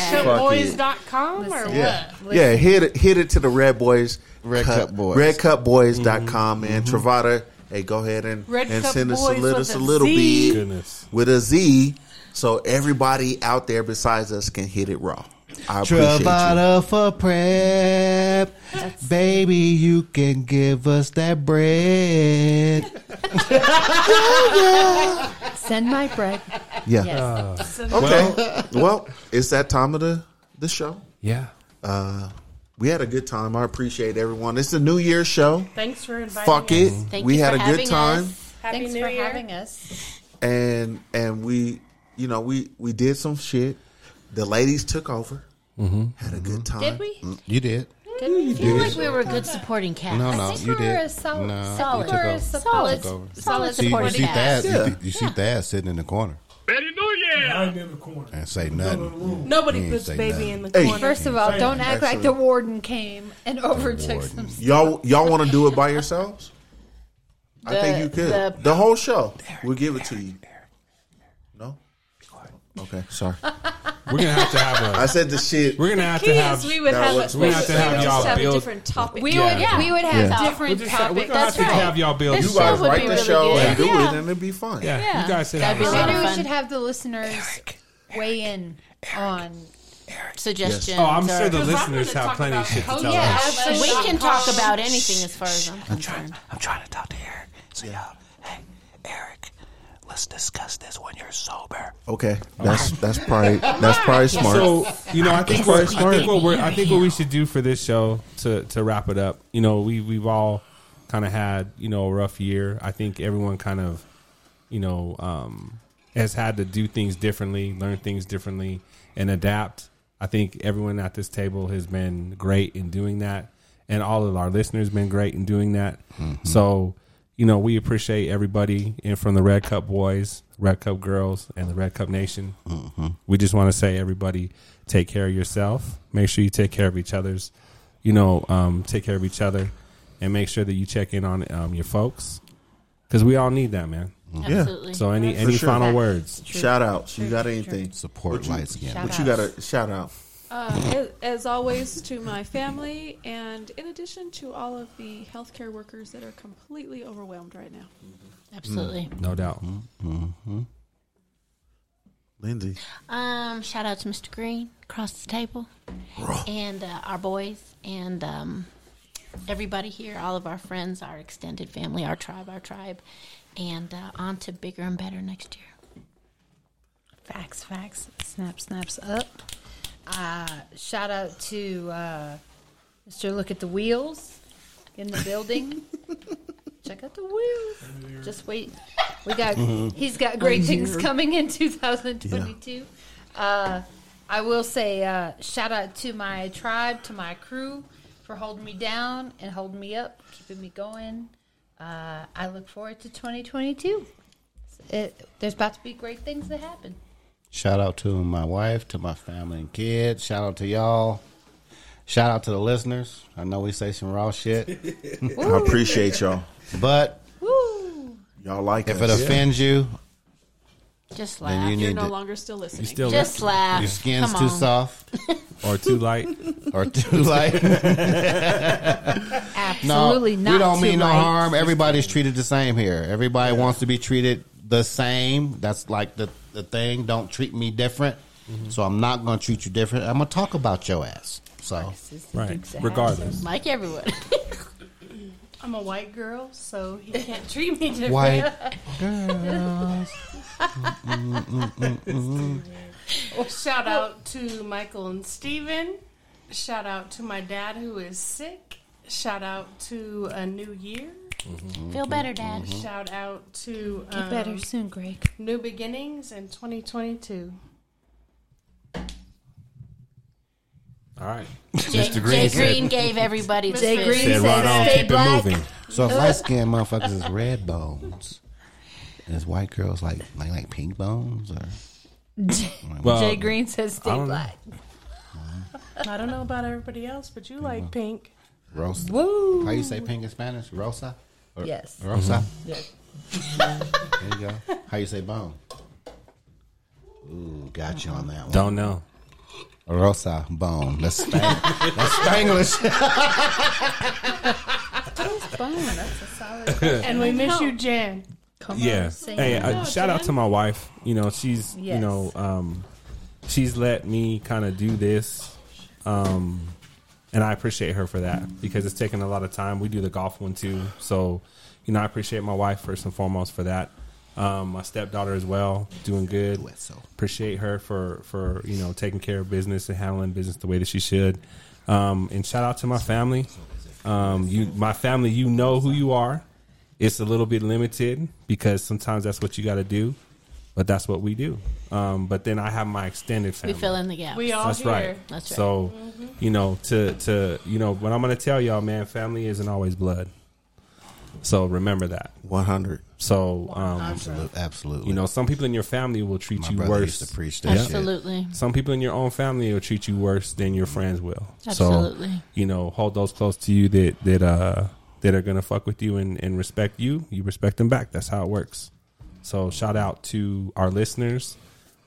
Speaker 9: redshirtboys.com or what?
Speaker 2: Yeah. Yeah, hit it hit it to the Red Boys.
Speaker 5: Red Cup Boys.
Speaker 2: Redcupboys.com man. Travada, hey, go ahead and,
Speaker 9: Red
Speaker 2: and
Speaker 9: Cup
Speaker 2: send us a
Speaker 9: Boys
Speaker 2: little
Speaker 9: with
Speaker 2: a
Speaker 9: a
Speaker 2: little
Speaker 9: Z.
Speaker 2: bit
Speaker 3: Goodness.
Speaker 2: with a Z so everybody out there besides us can hit it raw. I appreciate you.
Speaker 5: Travada for prep. Baby, you can give us that bread.
Speaker 4: Send my bread.
Speaker 2: Yeah.
Speaker 4: Yes.
Speaker 2: Okay. well, it's that time of the the show. Uh,
Speaker 3: Yeah.
Speaker 2: We had a good time. I appreciate everyone. It's the New Year's show.
Speaker 9: Thanks for inviting
Speaker 2: Fuck
Speaker 9: us.
Speaker 2: it.
Speaker 7: Thank
Speaker 2: we
Speaker 7: you
Speaker 2: had
Speaker 7: for
Speaker 2: a good
Speaker 7: having
Speaker 2: time.
Speaker 7: us.
Speaker 9: Happy
Speaker 4: Thanks
Speaker 9: New
Speaker 4: for
Speaker 9: Year.
Speaker 4: having us.
Speaker 2: and and we you know we we did some shit the ladies took over had a good time
Speaker 7: Did we?
Speaker 5: You did.
Speaker 7: I feel like we were a good supporting cast.
Speaker 5: No, no, you
Speaker 4: We're
Speaker 5: did.
Speaker 4: a sol-
Speaker 5: No, Uh, you
Speaker 4: solid,
Speaker 5: took over.
Speaker 4: solid,
Speaker 5: Took over.
Speaker 4: solid, solid
Speaker 5: See, you
Speaker 4: supporting
Speaker 5: see
Speaker 4: cast.
Speaker 5: Thad.
Speaker 2: Yeah.
Speaker 5: You, you see Thad sitting in the corner
Speaker 11: I ain't in the corner.
Speaker 5: and say nothing.
Speaker 9: Nobody
Speaker 5: ain't
Speaker 9: puts
Speaker 5: say
Speaker 9: baby
Speaker 5: nothing.
Speaker 9: in the
Speaker 2: Hey.
Speaker 9: corner.
Speaker 4: First of all, don't act like
Speaker 2: Actually-
Speaker 4: the warden came and overtook
Speaker 5: warden.
Speaker 4: some.
Speaker 2: y'all y'all want to do it by yourselves i think you could the,
Speaker 7: the-
Speaker 2: whole show we'll give it to you no okay sorry
Speaker 3: We're gonna have to have
Speaker 2: i
Speaker 3: a.
Speaker 2: said the shit
Speaker 3: We're gonna have to
Speaker 8: Key
Speaker 3: have.
Speaker 8: is we would
Speaker 2: that
Speaker 8: have,
Speaker 2: was-
Speaker 8: a,
Speaker 2: we
Speaker 3: have to
Speaker 8: would
Speaker 3: have
Speaker 8: just
Speaker 3: y'all
Speaker 8: have
Speaker 3: build-
Speaker 8: a different topic.
Speaker 4: We
Speaker 3: Yeah.
Speaker 4: would, yeah. we would have
Speaker 7: Yeah.
Speaker 4: different
Speaker 3: We're, just, we're
Speaker 4: topics.
Speaker 3: gonna have
Speaker 4: That's
Speaker 3: to
Speaker 4: right.
Speaker 3: have y'all build.
Speaker 7: This
Speaker 2: you guys
Speaker 7: show would
Speaker 2: write
Speaker 7: be
Speaker 2: the
Speaker 7: really
Speaker 2: show
Speaker 7: good.
Speaker 2: and do
Speaker 4: Yeah.
Speaker 2: it and it'd be fun
Speaker 3: Yeah, you guys said
Speaker 7: That'd be a
Speaker 4: Maybe
Speaker 7: lot of
Speaker 4: we
Speaker 7: fun.
Speaker 4: should have the listeners weigh in on
Speaker 7: suggestions.
Speaker 3: Oh, I'm sure
Speaker 7: or-
Speaker 3: the listeners have plenty of shit to tell
Speaker 7: yeah,
Speaker 3: us.
Speaker 7: we can talk about anything as far as I'm
Speaker 14: I'm
Speaker 7: concerned.
Speaker 14: trying. I'm trying to talk to Eric. So y'all, hey, Eric, let's discuss this when you're sober.
Speaker 2: Okay, that's that's probably that's probably smart.
Speaker 3: So you know, I think what
Speaker 2: That's
Speaker 3: I think what we're I think what we should do for this show to to wrap it up. You know, we we've all kind of had you know a rough year. I think everyone kind of you know um, has had to do things differently, learn things differently, and adapt. I think everyone at this table has been great in doing that, and all of our listeners been great in doing that. So you know, we appreciate everybody in from the Red Cup Boys, Red Cup Girls, and the Red Cup Nation. We just want to say, everybody, take care of yourself. Make sure you take care of each other's. You know, um, take care of each other, and make sure that you check in on um, your folks because we all need that, man.
Speaker 2: Yeah. Absolutely.
Speaker 3: So any
Speaker 2: For
Speaker 3: any
Speaker 2: sure.
Speaker 3: final
Speaker 2: Fact.
Speaker 3: words?
Speaker 2: True. Shout outs. You True, got true, anything? true.
Speaker 5: Support
Speaker 2: What you-
Speaker 5: lights again.
Speaker 2: What
Speaker 8: Shout
Speaker 2: you got a shout out?
Speaker 8: Uh, a- as always, to my family, and in addition to all of the healthcare workers that are completely overwhelmed right now.
Speaker 7: Absolutely.
Speaker 3: No doubt.
Speaker 5: Mm-hmm.
Speaker 2: Lindsay.
Speaker 7: Um, shout out to Mr. Green across the table, and uh, our boys, and um, everybody here, all of our friends, our extended family, our tribe, our tribe, and uh, on to bigger and better next year.
Speaker 4: Facts, facts. Snap, snaps up. Uh, shout out to uh, Mr. Look at the Wheels in the building. Check out the wheels. Just wait. We got.
Speaker 6: Mhm.
Speaker 4: He's got great
Speaker 6: I'm
Speaker 4: things
Speaker 6: here.
Speaker 4: coming in 2022. Uh, I will say uh, shout out to my tribe, to my crew for holding me down and holding me up, keeping me going. Uh, I look forward to 2022. It, there's about to be great things that happen.
Speaker 5: Shout out to my wife, to my family and kids. Shout out to y'all. Shout out to the listeners. I know we say some raw shit.
Speaker 2: I appreciate y'all.
Speaker 5: But
Speaker 2: y'all like
Speaker 5: if
Speaker 2: us.
Speaker 5: it offends you,
Speaker 7: Just
Speaker 5: Then laugh. you
Speaker 8: You're
Speaker 5: need
Speaker 8: no
Speaker 5: to-
Speaker 8: longer still listening.
Speaker 5: still
Speaker 7: Just
Speaker 5: listening.
Speaker 7: laugh.
Speaker 5: Your skin's
Speaker 7: Come
Speaker 5: too
Speaker 7: on.
Speaker 5: soft.
Speaker 3: Or too light.
Speaker 5: or too light.
Speaker 4: Absolutely
Speaker 5: no,
Speaker 4: not
Speaker 5: We don't
Speaker 4: too
Speaker 5: mean no
Speaker 4: light.
Speaker 5: harm. Everybody's treated the same here. Everybody wants to be treated the same. That's like the, the thing. Don't treat me different. So I'm not going to treat you different. I'm going to talk about your ass. So,
Speaker 3: Right. Regardless.
Speaker 7: Like everyone.
Speaker 9: I'm a white girl, so he can't treat me different.
Speaker 5: White girls.
Speaker 9: Well, Shout out to Michael and Steven. Shout out to my dad who is sick. Shout out to a new year.
Speaker 7: Feel better, Dad.
Speaker 9: Shout out to um,
Speaker 4: Get better soon, Greg.
Speaker 9: New beginnings in 2022.
Speaker 3: All right.
Speaker 7: Jay, Mr. Green, Jay Green gave everybody the
Speaker 4: Jay
Speaker 7: fish.
Speaker 4: Green
Speaker 3: Said
Speaker 4: says,
Speaker 3: right on,
Speaker 4: "Stay
Speaker 3: keep it
Speaker 4: black."
Speaker 3: moving.
Speaker 5: so if light skinned motherfuckers is red bones, and it's white girls like like, like pink bones or.
Speaker 3: Well,
Speaker 4: Jay Green says,
Speaker 3: Um, I
Speaker 4: "Stay
Speaker 3: don't know.
Speaker 4: black."
Speaker 9: I don't know about everybody else, but you like pink.
Speaker 5: Rosa.
Speaker 4: Woo.
Speaker 5: How you say pink in Spanish? Rosa? Or-
Speaker 4: Yes.
Speaker 5: Rosa.
Speaker 4: Yeah.
Speaker 3: Mm-hmm.
Speaker 5: There you go. How you say bone? Ooh, got you on that one.
Speaker 3: Don't know.
Speaker 5: Rosa bone. That's, spang- that's Spanglish.
Speaker 4: Fine, that's a solid.
Speaker 9: And we miss you, Jan.
Speaker 4: Come
Speaker 3: Yeah.
Speaker 4: on, sing
Speaker 3: Hey,
Speaker 4: it.
Speaker 3: uh, shout out to my wife. You know, she's you
Speaker 4: Yes.
Speaker 3: know, um, she's let me kind of do this, um, and I appreciate her for that because it's taken a lot of time. We do the golf one too, so you know, I appreciate my wife first and foremost for that. Um, my stepdaughter as well, doing good. Appreciate her for for you know taking care of business and handling business the way that she should. Um, and shout out to my family. Um, you, my family, you know who you are it's a little bit limited because sometimes that's what you got to do, but that's what we do. Um, but then I have my extended
Speaker 7: We
Speaker 3: family.
Speaker 7: fill in the gaps.
Speaker 9: We all
Speaker 3: that's
Speaker 9: here.
Speaker 3: right.
Speaker 7: That's right. Mm-hmm.
Speaker 3: So, you know, to to you know, what I'm gonna tell y'all, man, family isn't always blood. So remember that.
Speaker 2: One hundred.
Speaker 3: So, um,
Speaker 5: Absolutely. Absolutely.
Speaker 3: you know, some people in your family will treat
Speaker 5: my
Speaker 3: you
Speaker 5: brother
Speaker 3: worse.
Speaker 5: used to preach that shit.
Speaker 7: Absolutely.
Speaker 3: Some people in your own family will treat you worse than your friends will. So,
Speaker 7: Absolutely.
Speaker 3: you know, hold those close to you that that uh that are gonna fuck with you and, and respect you. You respect them back. That's how it works. So shout out to our listeners.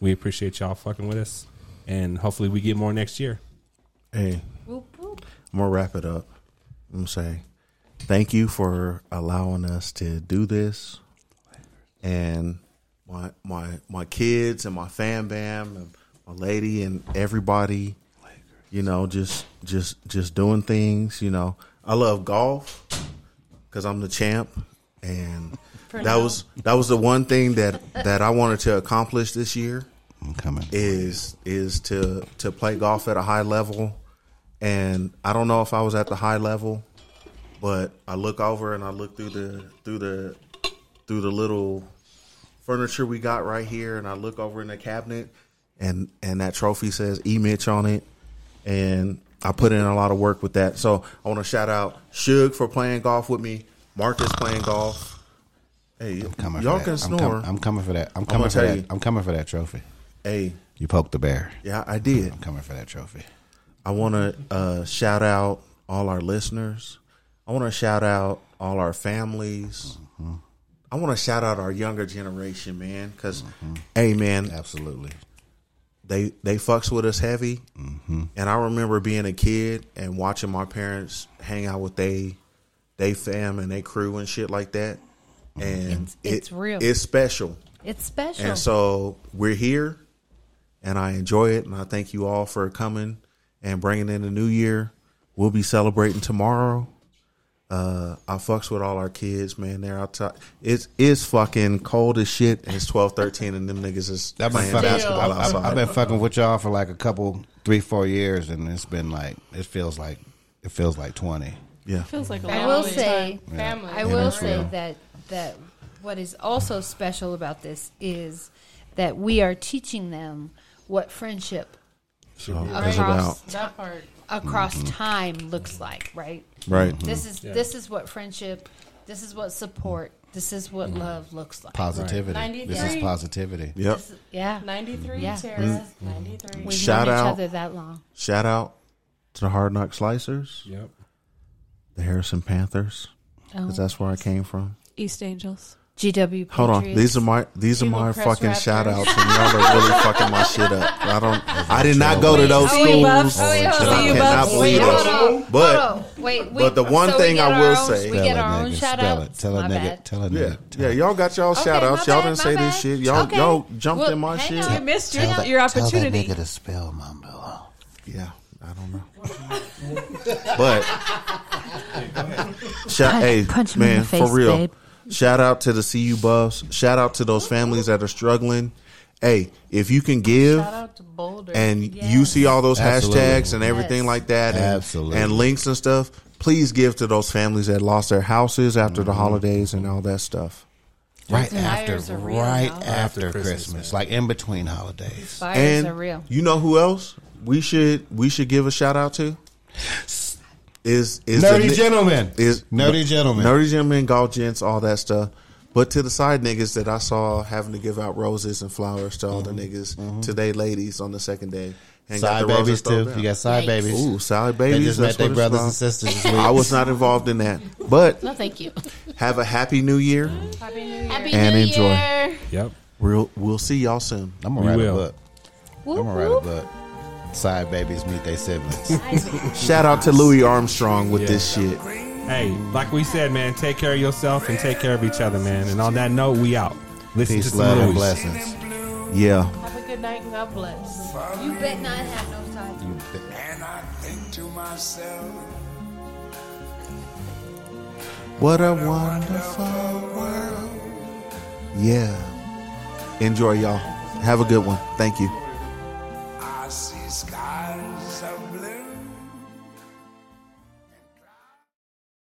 Speaker 3: We appreciate y'all fucking with us, and hopefully we get more next year.
Speaker 2: Hey,
Speaker 4: Whoop, whoop.
Speaker 2: I'm gonna wrap it up. I'm saying thank you for allowing us to do this, and my my my kids and my fan band and my lady and everybody. You know, just just just doing things. You know, I love golf because I'm the champ, and
Speaker 15: For
Speaker 2: that
Speaker 15: now.
Speaker 2: was that was the one thing that that I wanted to accomplish this year. Is is to to play golf at a high level, and I don't know if I was at the high level, but I look over and I look through the through the through the little furniture we got right here, and I look over in the cabinet, and and that trophy says E Mitch on it, and I put in a lot of work with that. So I want to shout out Suge for playing golf with me. Marcus playing golf. Hey,
Speaker 5: coming
Speaker 2: y'all
Speaker 5: for
Speaker 2: can
Speaker 5: that.
Speaker 2: snore.
Speaker 5: I'm, com- I'm coming for that. I'm
Speaker 2: I'm
Speaker 5: coming
Speaker 2: gonna
Speaker 5: for
Speaker 2: tell
Speaker 5: that.
Speaker 2: you.
Speaker 5: I'm coming for that trophy.
Speaker 2: Hey,
Speaker 5: you poked the bear.
Speaker 2: Yeah, I did.
Speaker 5: I'm coming for that trophy.
Speaker 2: I want to uh, shout out all our listeners. I want to shout out all our families. I want to shout out our younger generation, man, because, hey, man,
Speaker 5: absolutely,
Speaker 2: they they fucks with us heavy. And I remember being a kid and watching my parents hang out with they they fam and they crew and shit like that. And
Speaker 4: It's- it's real.
Speaker 2: It's special.
Speaker 4: It's special.
Speaker 2: And so we're here, and I enjoy it, and I thank you all for coming and bringing in the new year. We'll be celebrating tomorrow. Uh, I fucks with all our kids, man. They're outside. It's it's fucking cold as shit. and It's twelve thirteen, and them niggas is
Speaker 5: I've been
Speaker 2: playing
Speaker 5: fucking.
Speaker 2: basketball
Speaker 5: I've, I've-
Speaker 2: outside.
Speaker 5: I've been fucking with y'all for like a couple, three, four years, and it's been like it feels like it feels like twenty.
Speaker 2: Yeah,
Speaker 8: Feels like a
Speaker 4: I
Speaker 8: long
Speaker 4: will
Speaker 8: time.
Speaker 4: say,
Speaker 8: Yeah. Family.
Speaker 4: I
Speaker 5: Yeah,
Speaker 4: will
Speaker 5: that's
Speaker 4: say
Speaker 5: real.
Speaker 4: that that what is also special about this is that we are teaching them what friendship
Speaker 2: So,
Speaker 4: across
Speaker 2: it's about-
Speaker 9: That part.
Speaker 4: across
Speaker 9: Mhm.
Speaker 4: time looks like, right?
Speaker 2: Right.
Speaker 4: This
Speaker 2: Mhm.
Speaker 4: is
Speaker 2: Yeah.
Speaker 4: this is what friendship, this is what support, this is what love looks like.
Speaker 5: Positivity. This is
Speaker 9: 93.
Speaker 5: positivity.
Speaker 2: Yep.
Speaker 4: Yeah,
Speaker 9: ninety-three.
Speaker 4: Yeah.
Speaker 9: Sarah,
Speaker 2: Mm.
Speaker 9: ninety-three.
Speaker 4: We've
Speaker 2: Shout
Speaker 4: known
Speaker 2: out
Speaker 4: each other that long.
Speaker 2: Shout out to the Hard Knock Slicers.
Speaker 3: Yep.
Speaker 2: The Harrison Panthers, because
Speaker 8: Oh.
Speaker 2: that's where I came from.
Speaker 8: East Angels.
Speaker 4: GW.
Speaker 2: Hold on, these are my these are
Speaker 8: Eagle
Speaker 2: my
Speaker 8: Crest
Speaker 2: fucking
Speaker 8: Raptors.
Speaker 2: shout outs, and y'all are really fucking my shit up. I don't, I did not go to those
Speaker 4: Oh, wait,
Speaker 2: schools,
Speaker 4: Buffs. Oh, wait,
Speaker 2: and
Speaker 4: hold on.
Speaker 2: I cannot believe
Speaker 4: Hold on, hold
Speaker 2: it.
Speaker 4: on.
Speaker 2: But
Speaker 4: Wait, we-
Speaker 2: but the one
Speaker 4: so we
Speaker 2: thing
Speaker 4: get
Speaker 2: I
Speaker 4: our
Speaker 2: will
Speaker 4: own-
Speaker 2: say,
Speaker 4: we get our own shout
Speaker 5: Spell
Speaker 4: out.
Speaker 5: it. Tell a
Speaker 4: My
Speaker 5: nigga.
Speaker 4: bad.
Speaker 5: Tell a
Speaker 2: yeah,
Speaker 5: nigga.
Speaker 2: yeah, y'all got y'all shout outs. Y'all didn't say this shit. Y'all
Speaker 4: Okay.
Speaker 2: y'all jumped
Speaker 4: Well,
Speaker 2: in my
Speaker 4: hang
Speaker 2: shit.
Speaker 4: on. You missed
Speaker 5: Tell
Speaker 4: your-
Speaker 5: that-
Speaker 4: your
Speaker 5: Tell
Speaker 4: opportunity.
Speaker 5: that nigga to spell Mumbo.
Speaker 2: Yeah, I don't know. But shout,
Speaker 15: Punch-
Speaker 2: hey,
Speaker 15: punch me in
Speaker 2: man,
Speaker 15: the face,
Speaker 2: for real.
Speaker 15: babe.
Speaker 2: Shout out to the CU Buffs. Shout out to those families that are struggling. Hey, if you can give,
Speaker 9: Shout out to Boulder.
Speaker 2: and you see all those
Speaker 5: Absolutely.
Speaker 2: hashtags and everything
Speaker 5: Yes.
Speaker 2: like that, and,
Speaker 5: Absolutely.
Speaker 2: and links and stuff. Please give to those families that lost their houses after
Speaker 5: Mm-hmm.
Speaker 2: the holidays and all that stuff.
Speaker 5: Right after, right after Christmas, like in between holidays.
Speaker 4: Fires
Speaker 2: and
Speaker 4: are real.
Speaker 2: you know who else we should we should give a shout out to is is
Speaker 5: Nerdy
Speaker 2: ni-
Speaker 5: gentlemen.
Speaker 2: is
Speaker 5: Nerdy gentlemen.
Speaker 2: nerdy gentlemen golf gents all that stuff but to the side niggas that I saw having to give out roses and flowers to all the niggas to they ladies on the second day
Speaker 5: Mm-hmm. Side babies too. You got side babies.
Speaker 2: Ooh, side
Speaker 5: They
Speaker 2: babies.
Speaker 5: just
Speaker 2: that's
Speaker 5: met their
Speaker 2: what it's
Speaker 5: brothers and
Speaker 2: about.
Speaker 5: sisters this week.
Speaker 2: I was not involved in that, but
Speaker 7: No, thank you.
Speaker 2: have a happy new year
Speaker 9: Happy New Year.
Speaker 7: Happy
Speaker 2: and
Speaker 7: New
Speaker 2: enjoy.
Speaker 7: Year.
Speaker 3: Yep.
Speaker 2: We'll we'll see y'all soon.
Speaker 5: I'm gonna write a book. I'm gonna write a book. Side babies meet their siblings.
Speaker 2: Shout out to Louis Armstrong with this shit.
Speaker 3: Hey, like we said, man, take care of yourself and take care of each other, man. And on that note, we out. Listen
Speaker 5: Peace,
Speaker 3: to some
Speaker 5: love, and
Speaker 3: Louis.
Speaker 5: blessings.
Speaker 2: Yeah.
Speaker 9: Have a good night and God bless.
Speaker 4: You bet not have no time.
Speaker 14: And I think to myself,
Speaker 2: What a wonderful world. Yeah. Enjoy, y'all. Have a good one. Thank you.
Speaker 14: I see sky.